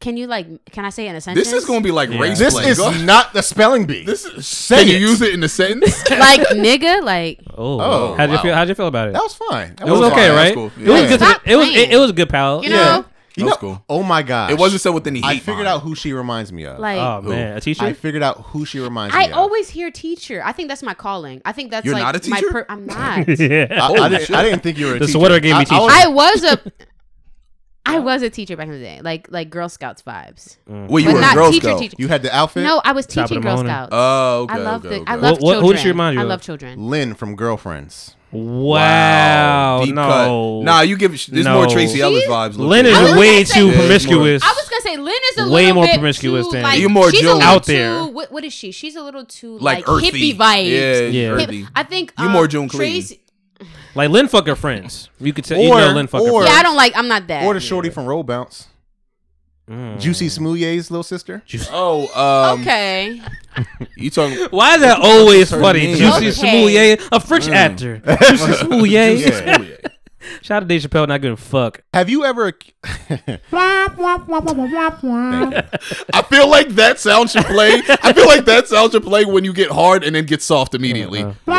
B: Can you like? Can I say it in a sentence?
D: This is gonna be like
C: Yeah.
D: race.
A: This
D: play.
A: is
D: Go-
A: not the spelling bee.
D: This is
A: Say
D: Can you
A: it.
D: use it in a sentence?
B: like nigga. Like
C: Oh,
A: Oh,
C: how did you
A: wow.
C: feel? How did you feel about it?
A: That was fine. That
C: it was,
A: was
C: okay,
A: fine.
C: right?
A: That was cool.
C: It was
A: Yeah.
C: good. To,
A: Stop
C: it was it, it was a good pal.
B: You know?
A: You know, oh my gosh.
D: It wasn't said within the
A: I
D: heat
A: figured out who she reminds me of.
B: Like- Oh,
C: man, a teacher?
A: I figured out who she reminds
B: I
A: me of.
B: always hear teacher. I think that's my calling. I think that's
A: You're
B: like
A: not a
B: my
A: teacher?
B: per- I'm not.
C: yeah.
A: I- I
C: Holy
A: didn't-
C: shit.
A: I didn't think you were a
C: The
A: teacher.
C: sweater gave
A: I-
C: me
A: I
C: teacher.
A: was-
B: I was a I was a teacher back in the day, like like Girl Scouts vibes.
A: Well, you
B: But
A: were a
B: not
A: Girl
B: teacher,
A: Scout.
B: Teacher.
A: You had the outfit?
B: No, I was
A: Top of
B: teaching
A: the
B: Girl
A: morning.
B: Scouts.
A: Oh, okay,
B: I love
A: okay,
B: the I
A: okay.
B: love
A: What- what-
B: children.
A: who does she remind you
B: I
A: of?
B: love children.
A: Lynn from Girlfriends.
C: Wow.
D: Deep
C: no.
D: cut. Nah, you give it sh- this more Tracy Ellis vibes looking.
C: Lynn is
D: I was
C: way
D: gonna say-
C: too
D: Yeah, it's more-
C: promiscuous.
B: I was gonna say Lynn is a
C: way
B: little
C: more
B: bit
C: promiscuous
B: too,
C: than
B: like,
C: you more
B: she's a
C: Jones.
B: little
C: out
B: too-
C: there.
B: what, what is she? She's a little too
D: Like
B: like,
D: earthy.
B: hippie vibes.
D: Yeah,
C: Yeah.
B: Hip-
C: earthy.
B: I think
C: You
B: um,
C: more June Clean.
B: Tracy.
C: Like Lynn fuck her friends. You could tell you know Lynn fuck her
B: yeah,
C: friends.
B: I don't like. I'm not that.
A: Or the shorty from Roll Bounce.
D: Mm.
A: Juicy Smouye's little sister.
D: Oh, um,
B: okay.
D: You talking?
C: Why is that always
D: Her
C: funny?
D: name.
C: Juicy
D: Okay.
C: Smoulier, a French
D: Mm.
C: actor. Juicy Smoulier.
A: Juicy Smollett.
C: Shout out to Dave Chappelle not giving a fuck.
A: Have you ever?
D: I feel like that sound should play. I feel like that sound should play when you get hard and then get soft immediately.
C: Uh-huh.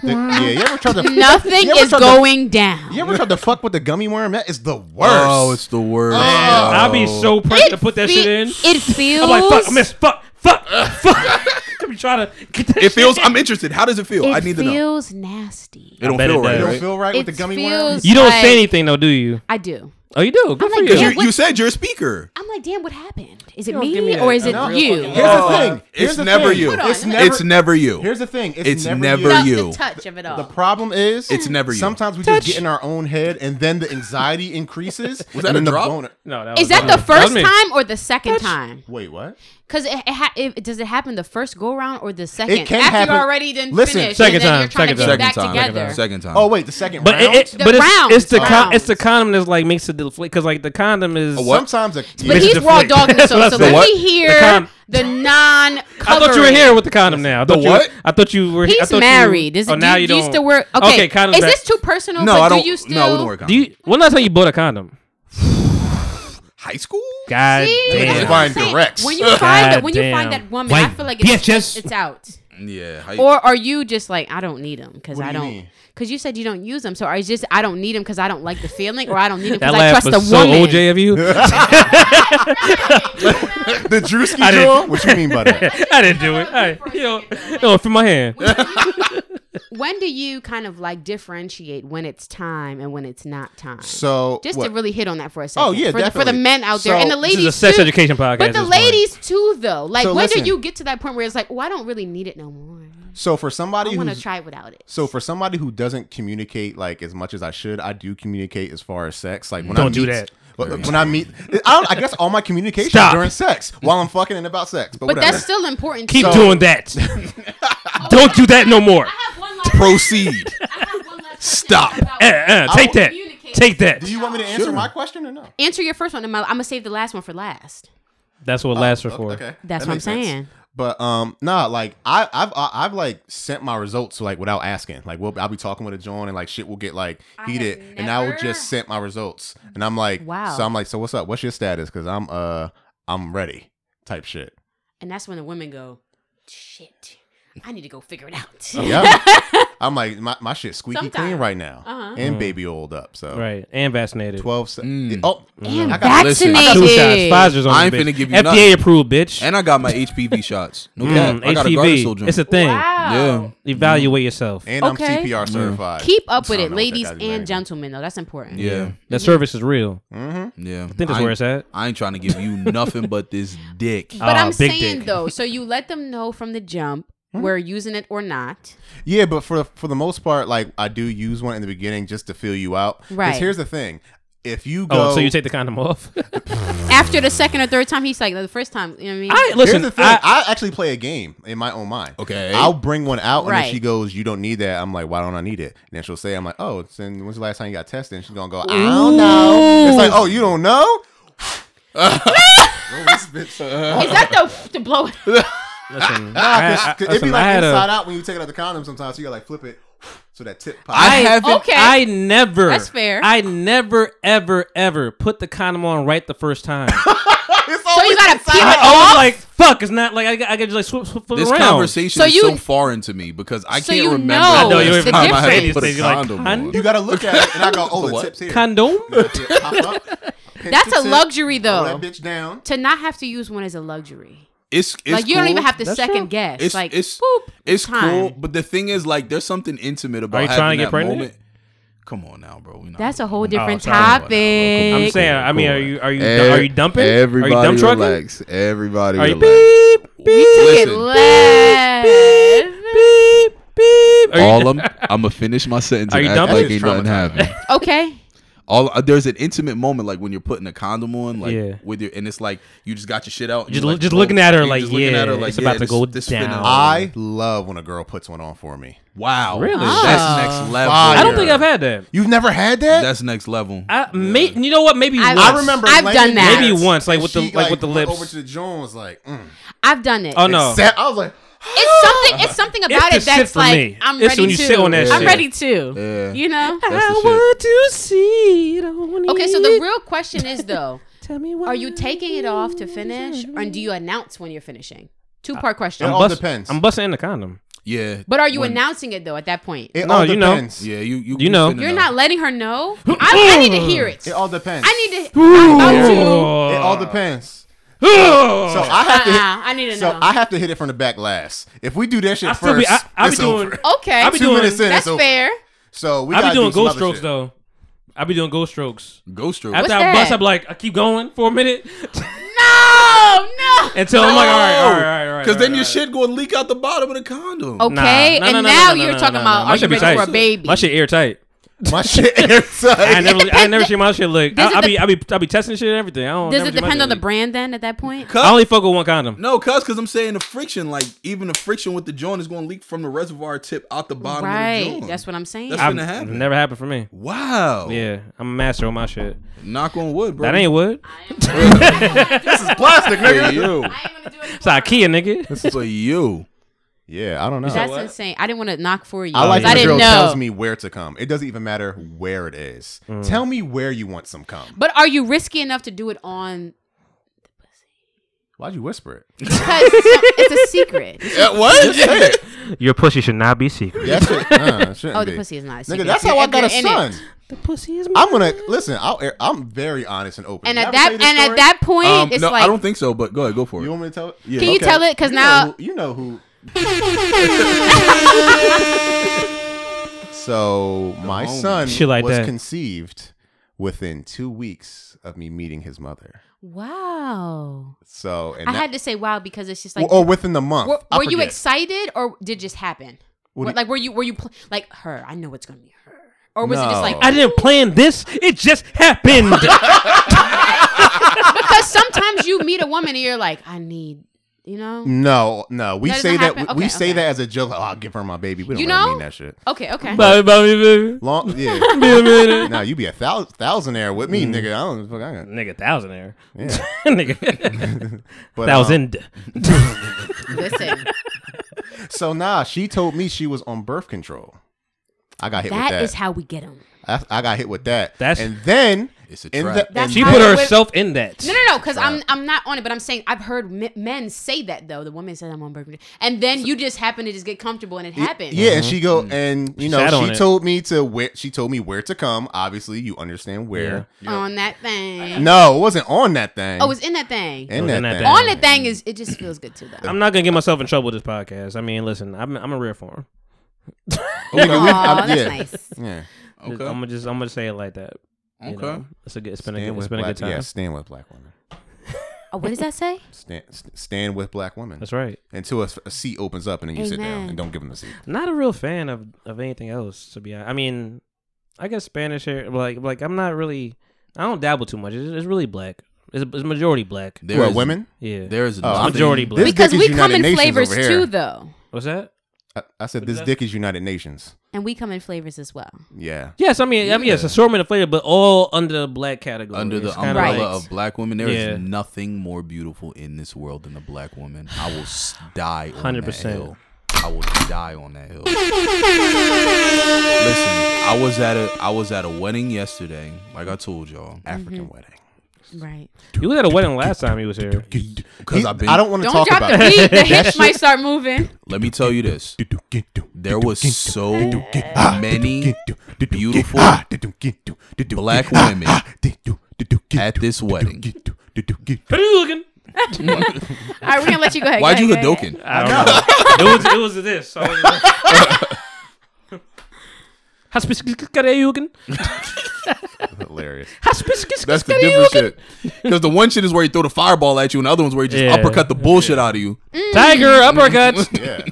B: Shit.
A: yeah, you ever tried to?
B: Nothing
A: you ever
B: is
A: tried to-
B: going down.
A: You ever tried to fuck with the gummy worm? That is the worst.
D: Oh, it's the worst.
C: I'll be
D: Oh.
C: so proud to put that shit in.
B: It feels.
C: I'm like, fuck, I miss, fuck, fuck, fuck. Let me try to get that
D: It feels. I'm interested. How does it feel?
B: It
D: I need to know.
B: feels nasty.
D: It don't
C: bet
D: feel
C: it
D: right.
C: does.
D: right?
C: It don't
A: feel right
B: It feels
C: You don't
B: like-
C: say anything though, do you?
B: I do.
C: Oh, you do. Good
B: I'm
C: for
B: like,
C: you.
B: yeah, You- what- you
D: said you're a speaker.
B: I'm like, damn, what happened? Is it
C: don't give me
B: me
C: that-
B: or is it
C: no.
B: you?
A: Here's the
D: Oh,
A: thing. Here's
D: it's
A: the
D: never
A: thing.
D: you.
A: Hold
D: It's
A: on.
D: never- It's never you.
A: Here's the thing. It's,
D: It's
A: never,
D: never
A: you.
D: you. The
B: touch of it all.
A: The problem is,
D: It's never you.
A: Sometimes we just get in our own head, and then the anxiety increases.
D: Was
A: and
D: that a
A: then the
D: drop?
A: boner-
C: No,
B: Is that the first time or the second time?
A: Wait, what?
B: Because it, it, ha- it does it happen the first go round or the second?
A: can
B: After
A: happen-
B: you already didn't
A: Listen,
B: finish,
C: second
B: and then you're
C: time,
B: trying to
C: second
B: get
C: time,
B: back
C: second time,
B: together.
D: Second time.
A: Oh wait, the second
C: But
A: round.
C: it, it-
B: The
C: but it's,
B: rounds,
C: it's the con-
B: rounds.
C: it's the condom that like makes it deflate because like the condom is
A: Sometimes a
B: But he's raw
C: deflate.
B: dogging,
C: That's what
B: so,
C: I'm
B: so let
C: saying. What?
B: me
C: The
B: hear
C: con-
B: the non.
C: I thought you were here with the condom now. I
D: The
C: thought you-
D: what?
C: I thought you were. I
B: He's
C: thought you-
B: married. Is it,
C: oh, now
B: do,
C: you
B: do
C: don't.
B: you still wear? Okay,
C: okay condoms
B: is
C: back-
B: this too personal?
D: No,
B: but
D: I
B: do
D: don't.
B: you still?
D: no, I wouldn't wear a condom.
C: Do you? When last time you bought a condom?
D: High school?
C: God
B: See?
C: damn.
B: That's what I'm saying. When you
C: God
B: find that, when you
C: damn.
B: find that woman, I
C: White
B: feel like it's,
C: bitches.
B: it's out.
D: Yeah. high-
B: Or are you just like I don't need them because I
A: do you
B: don't
A: mean?
B: because you said you don't use them. So are you just I don't need them because I don't like the feeling or I don't need them
C: That
B: because I
C: laugh
B: trust the
C: was so
B: woman.
C: OJ of you.
A: the Drewski
C: I didn't-
A: draw. What you mean by that?
C: I didn't do it. I, you know, no, from my hand.
B: When do you kind of like differentiate when it's time and when it's not time?
A: So
B: just to
A: what?
B: really hit on that for a second.
A: Oh, yeah,
B: for the, for the
A: definitely.
B: men out there
A: So-
B: and the
A: This
B: ladies.
C: is a sex
B: too.
C: education podcast
B: But
C: at this
B: the
C: point.
B: ladies too, though. Like,
A: So
B: when
A: listen.
B: do you get to that point where it's like, well, I don't really need it no more.
A: So for somebody
B: I want to
A: who's
B: try it without it.
A: So for somebody who doesn't communicate like as much as I should, I do communicate as far as sex. Like when I
C: Don't
A: meet,
C: do that.
A: When, when I meet, I, don't, I guess all my communication
C: Stop.
A: is during sex while I'm fucking and about sex. But,
B: But
A: whatever.
B: that's still important.
C: Keep
B: too.
C: doing that. Don't do that no more.
D: Proceed. Stop.
C: Uh, uh, take that. Take that.
A: Do you want me to answer my question or no?
C: eh.
B: Answer your first one. I'm gonna save the last one for last.
C: That's what lasts for four.
A: Oh, Okay,
B: That's
A: that
B: what I'm
A: makes sense.
B: saying.
A: But um, nah, like I, I've, I- I've like sent my results like without asking. Like, we'll, I'll be talking with a John, and like shit will get like heated, and I will just sent my results, and I'm like,
B: Wow.
A: So I'm like, so what's up? What's your status? Because I'm uh, I'm ready, type shit.
B: And that's when the women go, shit. I need to go figure it out.
A: Oh, Yeah. I'm like, my, my shit's squeaky clean
B: Sometimes.
A: right now.
B: Uh-huh.
A: And baby old up. So
C: Mm. Right. Mm. And vaccinated.
A: 12 se- Oh,
B: And
A: I got-
D: listen,
B: vaccinated.
D: I
C: Two shots. Pfizer's on
D: I ain't
C: the bitch.
D: finna give you
C: FDA
D: nothing.
C: approved, bitch.
D: And I got my HPV shots. No
C: Mm,
D: cap. I got a Gardasil
C: HPV.
D: joint.
C: It's a thing.
B: Wow.
D: yeah.
C: Evaluate yourself.
A: and
B: Okay.
A: I'm
C: Mm.
A: CPR certified.
B: Keep up with
A: I
B: it,
A: don't know what that
B: ladies
A: got to do with
B: and
A: anything.
B: gentlemen, though. That's important.
D: Yeah.
C: That service is real.
D: Yeah. I
C: think that's where it's
D: ain't-
C: at.
D: I ain't trying to give you nothing but this dick.
B: But
C: Ah,
B: I'm
C: big
B: saying,
C: dick.
B: though, so you let them know from the jump we're using it or not.
A: Yeah, but for for the most part, like I do use one in the beginning just to feel you out. 'Cause
B: Right.
A: Here's the thing: if you go,
C: Oh, so you take the condom off?
B: After the second or third time, he's like, the first time, you know what I mean?
C: I
A: Here's
C: listen.
A: the thing:
C: I-
A: I, actually play a game in my own mind.
D: Okay.
A: I'll bring one out, and
B: Right.
A: then she goes, "You don't need that." I'm like, "Why don't I need it?" And then she'll say, "I'm like, oh, it's in, when's the last time you got tested?" And she's gonna go, "I don't know." It's like, "Oh, you don't know?"
B: Is that the to blow it?
C: listen,
A: Nah,
C: I-
A: 'cause-
C: I-
A: 'cause it'd
C: listen,
A: be
C: I
A: like
C: had a-
A: inside out when you take it out the condom sometimes. So you gotta like flip it so that tip pops.
D: I haven't.
B: Okay.
C: I never.
B: That's fair.
C: I never, ever, ever put the condom on right the first time.
B: So you gotta peel
C: I
B: it
C: always
B: off.
C: like fuck. It's not like I, got- I could just like swip, swip
D: This
C: around.
D: conversation
B: So
D: is
B: you-
D: so foreign to me because I
B: So
D: can't
B: you
D: remember.
B: know
D: the
C: I know, you
D: last
C: don't even
D: time I
C: remember
D: had
C: these
D: to put
C: things,
D: a
C: you're like,
D: condom
C: "Hun?"
D: on.
A: You gotta look at it and I go, oh, the
D: what?
A: tip's here.
C: Condom.
A: Tip pop up, pinch
B: That's
A: the
B: a
A: tip,
B: luxury,
A: roll
B: though.
A: That bitch down.
B: To not have to use one is a luxury.
D: It's, it's
B: like, you don't
D: cool.
B: even have to
C: That's
B: second
C: true.
B: guess.
D: It's
B: like,
D: it's
B: boop,
D: it's cool,
B: time.
D: but the thing is, like, there's something intimate about
C: you
D: having
C: trying to get
D: that
C: pregnant? Oh,
D: moment. Come on now, bro. We not-
B: That's a whole different
C: sorry.
B: topic.
C: I'm saying. I mean, are you are you are you dumping?
D: Everybody
C: are you dump trucking?
D: relax. Everybody
C: Are you
D: relax.
C: beep beep
B: Take it
D: Listen.
B: left.
C: beep beep? Are you
D: All I'm, I'm gonna finish my sentence
C: Are
D: and
C: you
D: act
C: dumping?
D: like
C: It's
D: ain't nothing
A: traumatizing.
D: happened.
B: Okay.
D: All uh, there's an intimate moment like when you're putting a condom on, like
C: Yeah.
D: with your, and it's like you just got your shit out, and
C: Just
D: you're
C: l-
D: like,
C: just
D: oh,
C: looking at her
D: you're
C: like,
D: just looking
C: yeah,
D: at her
C: it's about to
D: this-
C: go
D: this finna-
C: down.
A: I love when a girl puts one on for me.
D: wow,
C: Really?
D: That's
B: Oh.
D: next level.
A: Fire.
C: I don't think I've had that.
A: You've never had that?
D: That's next level.
C: I may, you know what? Maybe
B: I-
C: once.
A: I remember.
B: I've
A: laying
B: done that.
C: Maybe
A: there,
C: once, like
A: and
C: with the-
A: she,
C: like, with the
A: went
C: lips.
A: Over to the Jones, like. Mm.
B: I've done it.
C: Oh no.
A: Sat- I was like,
B: It's something. It's something about
C: the
B: it
C: shit
B: that's
C: for
B: like
C: me.
B: I'm
C: It's
B: ready
C: when you
B: to.
C: sit on that
B: I'm
D: shit.
B: ready to.
D: Yeah.
B: You know.
D: That's the shit.
C: to see. Don't wanna
B: Okay. So the real question is though,
C: Tell me why.
B: are you taking it off to finish, or do you announce when you're finishing? Two
C: Uh,
B: part question.
A: It all depends.
C: I'm busting in the condom.
D: Yeah,
B: But are you announcing it though at that point?
A: it
C: No,
A: all
C: you know.
A: depends.
D: yeah, you you,
C: know.
D: finna
B: You're not letting her know. I, I need to hear it.
A: It all depends.
B: I need to. I'm about to.
C: Oh.
A: It all depends.
C: Oh.
A: So I have to. Hit,
B: Uh-uh, I need to
A: so
B: know.
A: I have to hit it from the back last. If we do that shit
C: I still
A: first,
C: be. I, I be
A: it's
C: doing.
A: over.
B: okay.
C: I be
A: Two
C: doing.
A: minutes in.
B: that's
A: it's over.
B: fair.
A: So we
C: I be
A: gotta
C: doing
A: do some
C: ghost
A: other
C: strokes
A: shit.
C: though. I be doing ghost strokes.
D: Ghost strokes.
C: After
B: What's
C: I bust,
B: that?
C: I'm like, I keep going for a minute
B: No, no.
C: until I'm like, all right, all right, all right, all right.
D: Because then your
C: all
D: shit going to leak out the bottom of the condom.
B: Okay, and now you're talking about,
C: My
B: are you
C: shit be
B: ready
C: tight.
B: for a baby?
C: My shit airtight.
A: My shit airtight.
C: I ain't never, I ain't never seen my shit look.
B: Does it
C: I, I be, I be, I be testing shit and everything. I don't.
B: Does
C: never
B: it
C: see my
B: depend
C: shit
B: on the
C: leak.
B: brand then at that point?
D: Cut.
C: I only fuck with one condom.
D: No, cuz, because I'm saying the friction, like, even the friction with the joint is going to leak from the reservoir tip out the bottom of the
B: Right.
D: joint.
B: That's what I'm saying.
D: That's
C: I've
D: finna happen.
C: never happened for me.
D: Wow.
C: Yeah, I'm a master on my shit.
D: Knock on wood, bro.
C: That ain't wood.
A: this is plastic,
D: For
A: nigga.
D: you.
C: It's IKEA, nigga.
D: This is for you.
A: Yeah, I don't know.
B: That's insane. I didn't want to knock for you.
A: I like
B: 'cause I
A: when a girl
B: didn't know.
A: tells me where to come. It doesn't even matter where it is.
C: Mm.
A: Tell me where you want some cum.
B: But are you risky enough to do it on?
A: Why'd you whisper it?
B: Because it's a secret.
A: what? Say it.
C: Your pussy should not be secret.
A: Yeah, shit. Nah, it shouldn't
B: Oh, the
A: be.
B: pussy is not a secret.
A: Nigga, that's
B: If
A: how I
B: you're-
A: got a
B: if you're
A: son.
B: in it. The pussy is.
A: I'm gonna listen. I'll, air- I'm very honest and open.
B: And
A: Did I
B: at
A: ever tell
B: that
A: you
B: and
A: this
B: at
A: story?
B: that point,
D: Um,
B: it's
D: no,
B: like
D: I don't think so, but go ahead, go for it.
A: you want me to tell it? Yeah,
B: Can you tell it? Because
A: You know
B: now
A: who- you know who. so my
D: homie.
A: son
C: Shit like
A: was
C: that.
A: conceived within two weeks of me meeting his mother.
B: wow.
A: So and
B: I
A: that-
B: had to say wow because it's just like.
A: or within the month.
B: were,
A: oh, I
B: were you
A: forget.
B: excited or did it just happen?
A: What do
B: Were-
A: you-
B: like were you were you pl- like her? I know it's gonna be her. Or was it just like
A: No.
C: I didn't plan this. It just happened.
B: because sometimes you meet a woman and you're like I need you know
A: No, no. We
B: That
A: say
B: doesn't
A: that.
B: happen?
A: we
B: Okay,
A: say
B: okay.
A: that as a joke. Like, oh, I'll give her my baby. We don't
B: You
A: really
B: know?
A: mean that shit.
B: okay okay
C: Bobby, Bobby, baby.
A: Long, yeah.
C: Be a minute. Mm.
A: now you be a thou- thousandaire with me, nigga. I don't fuck. I got,
C: Nigga, thousandaire.
A: yeah.
C: Nigga,
A: But, um,
C: thousand.
B: listen
A: so nah, she told me she was on birth control. I got hit with
B: that
A: that.
B: is how we get them.
A: I, I got hit with that.
C: That's-
A: and then
D: It's a
A: in
D: trap.
A: the-
B: That's
A: and
C: she
B: how
C: put
B: it-
C: herself in that.
B: No, no, no, because I'm I'm not on it, but I'm saying I've heard me- men say that though. The woman said I'm on birth control, and then you just happen to just get comfortable and it happened.
A: Yeah, and she go and you know
C: Mm-hmm. sat on
A: she
C: it.
A: told me to where she told me where to come. Obviously, you understand where.
B: on that thing.
A: No, it wasn't on that thing.
B: Oh, it's in that thing.
A: in
C: was
A: that
C: in that
A: thing.
C: thing.
B: on that thing is it just feels good too though.
C: I'm not gonna get myself in trouble with this podcast. I mean, listen, I'm I'm a rare form.
A: Oh, nigga, we-
B: Aw,
A: I-
B: that's
A: yeah.
B: nice.
A: Yeah.
C: I'm gonna just I'm gonna say it like that. You
D: Okay.
C: know, it's a good. It's been a
A: Stand
C: good. It's
A: with
C: been a
A: black.
C: good time.
A: Yeah, stand with black women.
B: Oh, what does that say?
A: Stand, st- stand with black women
C: That's right.
A: until a, a seat opens up and then you sit down
B: Amen.
A: and don't give them the seat.
C: Not a real fan of of anything else. To be honest, I mean, I guess Spanish here. Like like I'm not really. I don't dabble too much. It's, it's really black. It's, it's majority black.
D: There
A: what
D: is-
A: women?
C: Yeah.
D: There is
A: Oh, I'm-
C: majority
A: this
C: black.
A: dick
B: Because
A: is
B: we
A: United
B: come in
A: Nations
B: flavors
A: over here.
B: too though,
C: What's that?
A: I, I said this
C: that?
A: dick is United Nations.
B: and we come in flavors as well.
A: Yeah.
C: Yes, I mean, I mean, yes, assortment of flavor, but all under the black category.
D: Under the
C: It's kinda
D: umbrella
B: like-
D: of black women, there is
C: Yeah.
D: nothing more beautiful in this world than a black woman. I will s- die on that
C: 100%.
D: hill. I will die on that hill. Listen, I was at a I was at a wedding yesterday, like I told y'all,
C: Mm-hmm.
A: African wedding.
B: Right.
C: You was at a wedding last time he was here.
D: because I've been.
A: I don't want to
B: Don't
A: talk
B: drop
A: about
B: the
A: it.
B: beat. The hips might start moving.
D: Let me tell you this: there was so many beautiful black women at this wedding.
C: Pretty looking.
B: All right, we're gonna let you go ahead.
D: Why'd
B: go
D: you
B: ahead, go ahead.
D: Hadoken?
C: I don't know. it was it was this. So Haspiskarayogan.
A: Hilarious.
D: That's the different shit. Because the one shit is where you throw the fireball at you, and the other one's where you just
C: Yeah.
D: uppercut the bullshit out of you.
C: Tiger uppercut.
A: Yeah.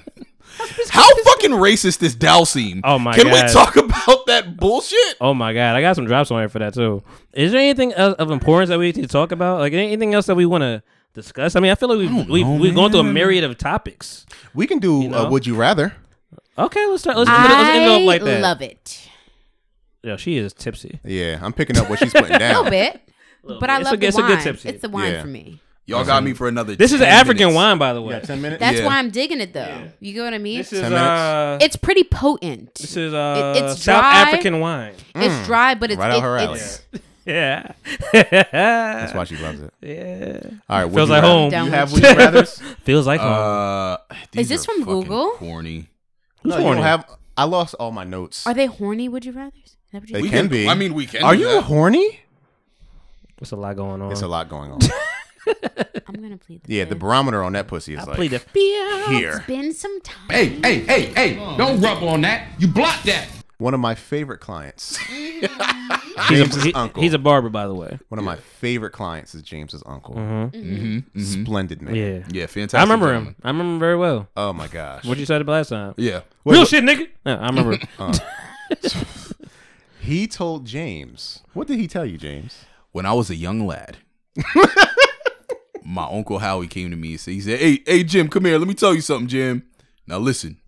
D: How fucking racist is Dow seem?
C: Oh my
D: Can
C: God.
D: we talk about that bullshit?
C: Oh my god, I got some drops on here for that too. Is there anything else of importance that we need to talk about? Like anything else that we want to discuss? I mean, I feel like we've we've,
D: know,
C: we've gone through a
D: man.
C: myriad of topics.
A: We can do
C: know?
A: uh, Would You Rather.
C: Okay, let's start. Let's, let's end
B: I
C: it off like that.
B: love it.
C: Yo, she is tipsy.
A: Yeah, I'm picking up what she's putting
B: A little
A: down.
B: bit, but I
C: It's a
B: love
C: good-
B: the
C: it's a good
B: wine.
C: tipsy.
B: It's the wine
A: Yeah.
B: for me.
D: Y'all got me for another.
C: This is an
D: 10
C: African
D: minutes.
C: wine, by the
A: You
C: way.
A: got 10 minutes?
B: That's
D: Yeah.
B: why I'm digging it though. You get what I mean?
C: This is
A: 10 minutes.
C: uh,
B: it's pretty potent.
C: this is uh,
B: it- it's
C: South
B: dry.
C: African wine.
B: it's dry, but it's
A: Right out
B: it-
A: her alley.
B: it's
C: Yeah, that's
A: That's why she loves it.
C: Yeah,
A: All right. Would
C: Feels
A: You
C: like
A: Rather.
C: home.
B: Down
A: You
B: with
A: have
B: it.
A: Would You Rathers?
C: feels like home.
D: Uh, these
B: this
D: are
B: from
D: fucking
B: Google?
D: Corny.
A: No,
C: Who's
A: you don't
C: horny?
A: have. I lost all my notes.
B: Are they horny? Would you rather? Is that what you
A: They
B: said?
A: can, be.
D: I mean, we can.
A: Are
D: do
A: you
D: that.
A: horny?
C: There's a lot going on.
A: It's a lot going on.
B: I'm gonna plead. The
A: Yeah, the
B: fifth.
A: barometer on that pussy is
C: I
A: like
C: plead the fifth.
A: here.
B: It's been some time.
F: Hey, hey, hey, hey, don't rub on that. You block that.
A: One of my favorite clients.
C: He's a-
A: James's
C: he-
A: uncle.
C: he's a barber, by the way.
A: One of my favorite clients is James's uncle.
C: Mhm.
B: Mm-hmm.
A: Mm-hmm.
D: Mhm, mhm.
A: Splendid man.
C: Yeah.
D: Yeah,
C: I remember him. I remember him very well.
A: Oh my gosh.
C: What you said last time?
D: Yeah.
C: Real shit, nigga. No, I remember.
A: Uh, he told James. What did he tell you, James?
D: When I was a young lad, my uncle Howie came to me and said, he said, "Hey, hey Jim, come here. Let me tell you something, Jim. Now listen,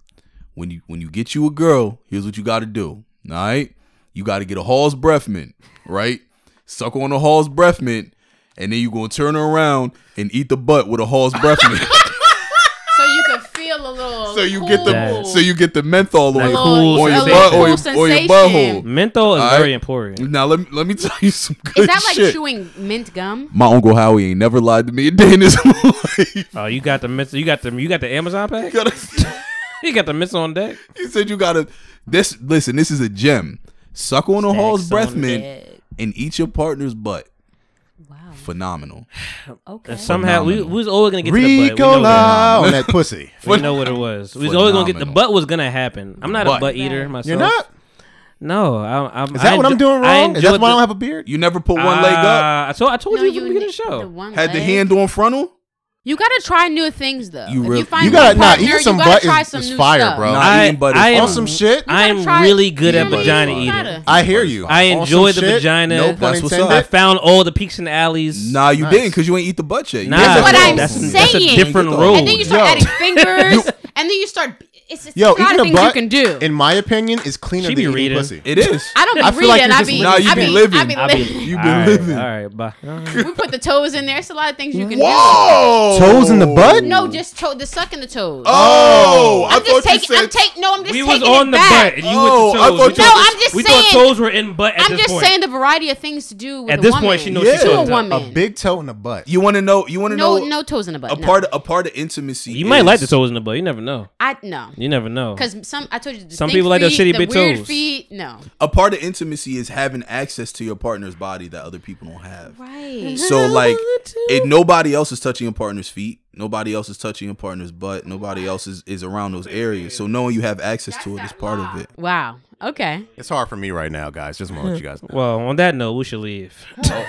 D: when you when you get you a girl, here's what you got to do. All right, you got to get a Hall's breath mint, right? Suck on a Hall's breath mint, and then you gonna turn her around and eat the butt with a Hall's breath mint.
B: So you can feel a little.
D: so you get the
B: cool.
D: so you get the menthol on,
C: That
D: your-
C: cool
D: on your
C: sensation.
D: butt or your,
B: Cool
D: or your
B: sensation.
D: butthole.
C: Menthol is
D: All right?
C: very important.
D: Now let me let me tell you some good
B: Is that like
D: shit.
B: chewing mint gum?
D: My uncle Howie ain't never lied to me a day in his life.
C: Oh, you got the miss. You got the you got the Amazon pack. You got the miss on deck.
D: He said you gotta this listen, this is a gem. Suck on a Hall's breath mint and eat your partner's butt. Wow. Phenomenal.
B: Okay.
C: And somehow we, we was always gonna get to the butt.
A: Ricola
C: We know that.
A: on that pussy.
C: we know what it was. We was always gonna get the butt was gonna happen. I'm not
D: Butt.
C: a butt eater myself.
A: You're not?
C: No, I, I'm.
A: Is that
C: I
A: what I'm
C: enjo-
A: doing wrong? Is that
C: enjoyed
A: why I
C: the-
A: don't have a beard?
D: You never put one leg
C: Ah, I told I told you from the beginning of the show.
B: one
D: Had the
B: leg.
D: hand on frontal?
B: You gotta try new things though.
D: You
B: If
D: really-
B: you find
D: You
B: one
D: gotta- nah,
B: partner,
D: eating
A: some
B: you gotta
A: butt
B: try
A: is-
B: some
A: is
B: new
A: fire,
B: stuff.
A: bro.
D: Nah,
C: I,
D: eating butt is
C: I am
A: On some shit.
C: I am
B: try-
C: really good at
B: gotta-
C: vagina
B: you gotta.
C: eating.
A: I hear you.
C: I
A: On some
C: enjoy the
A: shit,
C: vagina.
A: No pun
D: That's what's up.
C: I
A: intended.
C: found all the peaks and alleys.
D: Nah, you didn't because you ain't eat the butt yet. You
C: Nah,
D: never
B: That's what
D: put
B: I'm
D: one.
C: that's,
B: saying.
C: that's a different
D: And
C: road.
B: And then you start
A: Yo.
B: adding fingers, and then you start. It's, it's
A: Yo,
B: a lot
A: eating
B: of
A: a
B: things
A: butt,
B: you can do.
A: in my opinion, is cleaner than
C: She be
A: eating
C: reading.
A: pussy.
D: It is.
B: I don't be
A: I feel
B: reading.
A: like you're
B: I
A: just-
B: be.
D: Nah, you
B: I
D: be
B: be,
D: living.
B: I be
C: I be,
B: living.
D: You been
C: all right,
D: living.
C: All right, bye. All right.
B: we put the toes in there. It's a lot of things you can
D: Whoa!
A: Toes in the butt?
B: do. No, just to- the sucking the toes.
D: Oh,
B: I'm
D: I thought
B: just
D: you
B: taking. I'm
D: said
B: taking. No, I'm just
C: we was
B: taking
C: on
B: it
C: the
B: back.
C: butt, and you
D: Oh,
C: went
D: I
C: to toes.
D: thought
C: We
D: you-
B: No,
C: thought-
B: I'm just
C: we
B: saying.
C: thought toes were in butt at
B: I'm
C: this
B: just
C: point.
B: saying the variety of things to do with
C: At
B: a
C: this
B: woman.
C: point, she knows
B: to
C: she's
B: a
C: on
B: woman.
A: A big toe in the butt.
D: you wanna know you wanna
B: no,
D: know
B: no toes in the butt.
D: a
B: no.
D: part of a part of intimacy.
C: you might
D: is-
C: like the toes in the butt. You never know.
B: I no.
C: You never know.
B: Because some I told you the
C: Some
B: distinct
C: people like their
B: feet,
C: shitty
B: the
C: big
B: weird
C: toes.
B: Feet, no,
D: a part of intimacy is having access to your partner's body that other people don't have.
B: right.
D: So like, if nobody else is touching your partner's feet, nobody else is touching your partner's butt, nobody else is, is around those areas. So knowing you have access to it is part of it.
B: Wow. Okay.
A: It's hard for me right now, guys. Just want to let you guys know.
C: Well, on that note, we should leave.
D: Oh.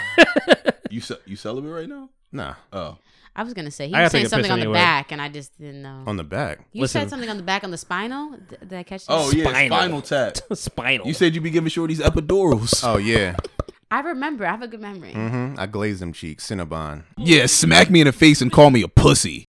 D: You ce- you celibate right now?
A: Nah,
D: Oh,
B: I was gonna say he
C: I gotta
B: was
C: take
B: saying
C: a
B: something
C: piss
B: on
C: anyway. Oh,
B: the back, and I just didn't know.
A: on the back.
B: you
C: Listen.
B: said something on the back on the spinal. D- Did I catch that?
D: oh yeah,
C: Spinal.
D: spinal tap.
C: Spinal.
D: You said you be giving shorties epidurals.
A: Oh yeah.
B: I remember. I have a good memory.
C: Mm.
A: Mm-hmm. I glazed them cheeks. Cinnabon.
D: yeah, smack me in the face and call me a pussy.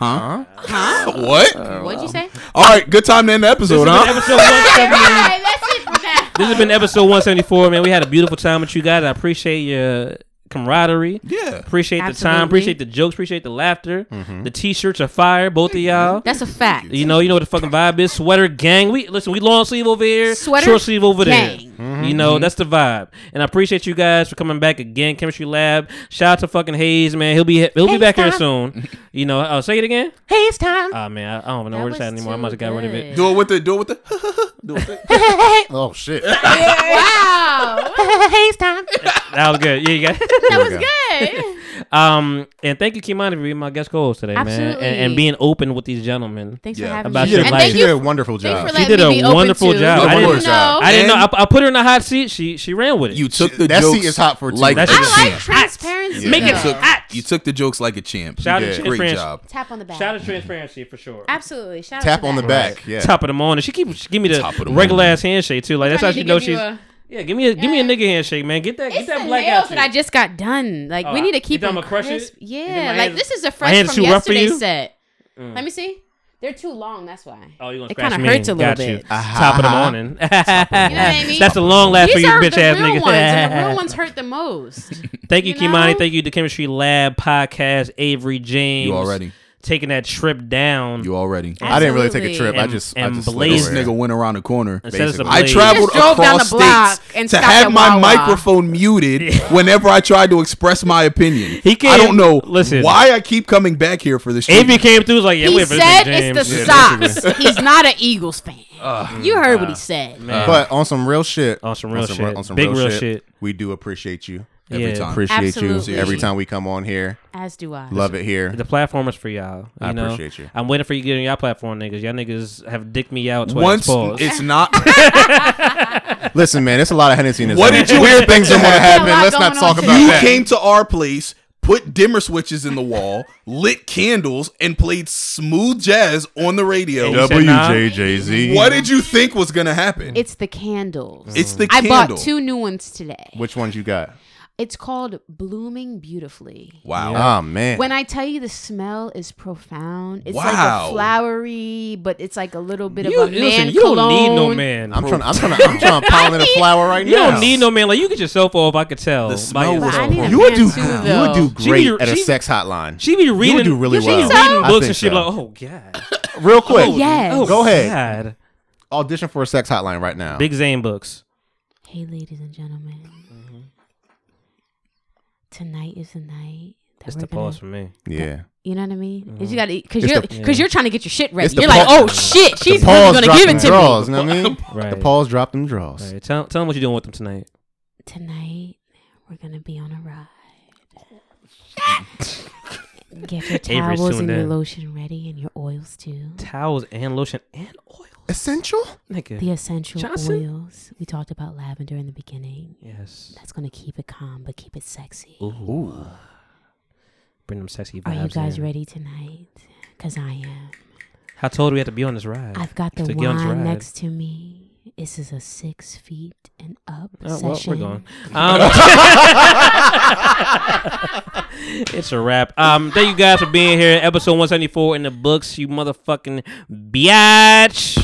D: Huh? Oh.
A: Huh?
B: Huh?
D: What?
B: What'd
C: Oh.
B: you say?
D: All right, good time to end the
C: this
D: episode,
C: has been
D: huh?
C: episode 170.
B: Alright, that's it for now.
C: This has been episode 174, man. We had a beautiful time with you guys. I appreciate your camaraderie.
D: Yeah.
C: Appreciate the
B: Absolutely.
C: time. Appreciate the jokes. Appreciate the laughter. The t-shirts are fire, both of y'all.
B: That's a fact.
C: You know, you know what the fucking vibe is. Sweater gang. We listen. We long sleeve over here,
B: Sweater
C: short sleeve over
B: gang.
C: there. You know, that's the vibe. And I appreciate you guys for coming back again. Chemistry lab. Shout out to fucking Hayes, man. He'll be he'll be
B: Hayes
C: back here
B: time.
C: soon. You know, oh, say it again.
B: Hayes time.
C: Oh man, I, I don't even know
B: That
C: where it's at
B: was
C: anymore. I
B: too
C: must have got rid of
B: good.
C: it.
D: Do it with the do it with the do it with the
A: Oh shit.
B: Wow. Hayes time.
C: That was good. Yeah, you got.
B: That was good.
C: um, and thank you, Kimani, for being my guest co-host today, man,
B: Absolutely. Oh.
C: and, and being open with these gentlemen.
B: Thanks
D: Yeah.
B: for having
C: About
B: me.
C: your
B: and
C: life.
B: thank
A: She
B: you.
A: did a wonderful
B: Thanks
A: job.
B: for
C: She
B: letting
C: did
B: me be
C: a
B: open
C: wonderful
B: to.
C: job.
A: No,
C: I didn't,
A: wonderful
C: know,
A: job.
C: I didn't know. I,
D: And-
C: I put her in a hot seat. She she ran with it.
D: You took the
A: That
D: jokes.
A: seat is hot for two.
D: like
C: That
D: a
C: shit
B: I like
D: champ.
B: transparency.
D: You
B: though.
D: took- You took the jokes like a champ.
C: Shout
D: You
C: out
D: did.
C: to
D: great
C: French.
D: job.
B: Tap on the back.
C: Shout out to transparency for sure.
B: Absolutely. Shout out
A: Tap
B: to
A: on the
B: that.
A: back. Yeah.
C: Top of the morning. She keep she give me the
D: Top of the
C: regular
D: morning.
C: ass handshake too. Like that's
B: I
C: how
B: need
C: she
B: to
C: knows
B: give you
C: she's.
B: a-
C: yeah, give me a give me a nigga handshake, man. Get that
B: It's
C: get that
B: the
C: black
B: nails
C: out.
B: that I just got done. Like we
C: Oh,
B: need to
C: you
B: keep
C: thought
B: them
C: I'ma crush it?
B: crisp.
C: You think my Mm.
B: Yeah,
C: hand-
B: like this is a
C: my hand
B: fresh
C: is
B: from
C: too rough for
B: yesterday's
C: you?
B: set. Let me see. They're too long. That's why.
C: Oh, you
B: It
C: gonna scratch
B: kinda
C: me.
B: hurts a little
C: Got you.
B: bit.
C: Top of the morning.
B: I mean?
C: That's a long laugh for
B: These
C: you,
B: are
C: bitch
B: the
C: ass
B: real ones, and the real
C: niggas.
B: ones hurt the most.
C: Thank you,
B: you
C: Kimani.
B: know?
C: Thank you, the Chemistry Lab podcast, Avery James.
D: You already.
C: taking that trip down.
D: You already.
A: I didn't really take a trip. I
C: And-
A: just
C: and
A: I just slid
C: blaze
D: This
A: over it.
D: nigga went around the corner.
C: And set us
A: Basically.
C: ablaze.
D: I traveled
B: He just drove down
D: across
B: the block
D: states
B: and
D: to
B: stopped
D: have
B: at
D: my
B: Wawa.
D: microphone muted whenever I tried to express my opinion.
C: He
D: I
C: can't-
D: don't know
C: listen.
D: why I keep coming back here for this.
C: Avery
D: treatment.
C: came through was like, yeah,
B: he
C: wait for
B: said
C: this nigga James.
B: it's the
C: Yeah.
B: socks. He's not an Eagles fan. you heard what he said.
C: Man.
A: But on some real shit.
C: On some real shit.
A: re- on some
C: Big real shit.
A: We do appreciate you. Every
C: Yeah.
A: time. Appreciate
B: Absolutely.
A: you every time we come on here.
B: As do I.
A: Love it here.
C: The platform is for y'all. You
A: I
C: know?
A: appreciate you.
C: I'm waiting for you to get on your platform, niggas. Y'all niggas have dicked me out twice.
A: Once
C: Pause.
A: it's not- Listen, man, it's a lot of Hennessy in this.
D: What
A: room.
D: did you
A: weird things are going to happen? Let's not talk about
D: You
A: that.
D: came to our place, put dimmer switches in the wall, lit candles, and played smooth jazz on the radio.
A: And you said nah? WJJZ.
D: What did you think was gonna happen?
B: It's the candles.
D: It's the
B: I
D: candle.
B: bought two new ones today.
A: Which ones you got?
B: It's called Blooming Beautifully.
A: Wow.
D: Yeah.
A: Oh man.
B: When I tell you the smell is profound, it's like
A: Wow.
B: a flowery, but it's like a little bit
C: You-
B: of a man
C: listen, you don't need no
B: cologne.
C: man.
A: I'm trying. I'm trying. I'm trying to pollinate a flower right
C: You
A: now.
C: don't need no man. Like you get yourself off. I could tell. The smell
A: was You would do. You would do great at a sex hotline.
C: She be
A: You
C: reading.
A: would do really
C: she
A: well.
C: Be reading
A: I
C: books
A: think
C: and shit.
A: so.
C: Like, oh god.
A: Real quick.
C: Oh, yes.
A: Go ahead.
C: God.
A: Audition for a sex hotline right now.
C: Big Zane books.
B: Hey, ladies and gentlemen.
C: Mm-hmm.
B: Tonight is the night. that
C: That's
B: we're
C: the
B: gonna-
C: pause for me.
A: Yeah.
B: You know what I mean? It's
C: Mhm.
B: You gotta, cause
A: It's
B: you're,
A: the-
B: cause
A: yeah.
B: you're trying to get your shit ready.
A: It's the
B: You're like,
A: pause-
B: oh shit, she's
A: the
B: really
A: pause
B: gonna
A: drop
B: give it
A: them
B: to
A: draws,
B: me.
A: You know what I mean?
C: Right.
A: The Paul's drop them draws.
C: Right. Tell, tell them what you're doing with them tonight.
B: Tonight we're gonna be on a ride. Get your
C: Avery's
B: towels and
C: tuned
B: your
C: in.
B: lotion ready, and your oils too.
C: Towels and lotion and oils.
A: Essential.
C: Nigga.
B: The essential
C: Johnson?
B: oils. We talked about lavender in the beginning.
C: Yes.
B: That's gonna keep it calm, but keep it sexy.
C: Ooh. Bring them sexy
B: Are
C: vibes.
B: you guys
C: in.
B: ready tonight? Cause I am.
C: How told we had to be on this ride?
B: I've got the
C: to get on this
B: wine
C: ride.
B: next to me. This is a six feet and up
C: Oh, well,
B: session.
C: we're going. Um, it's a wrap. Um, thank you guys for being here. Episode 174 in the books, you motherfucking biatch.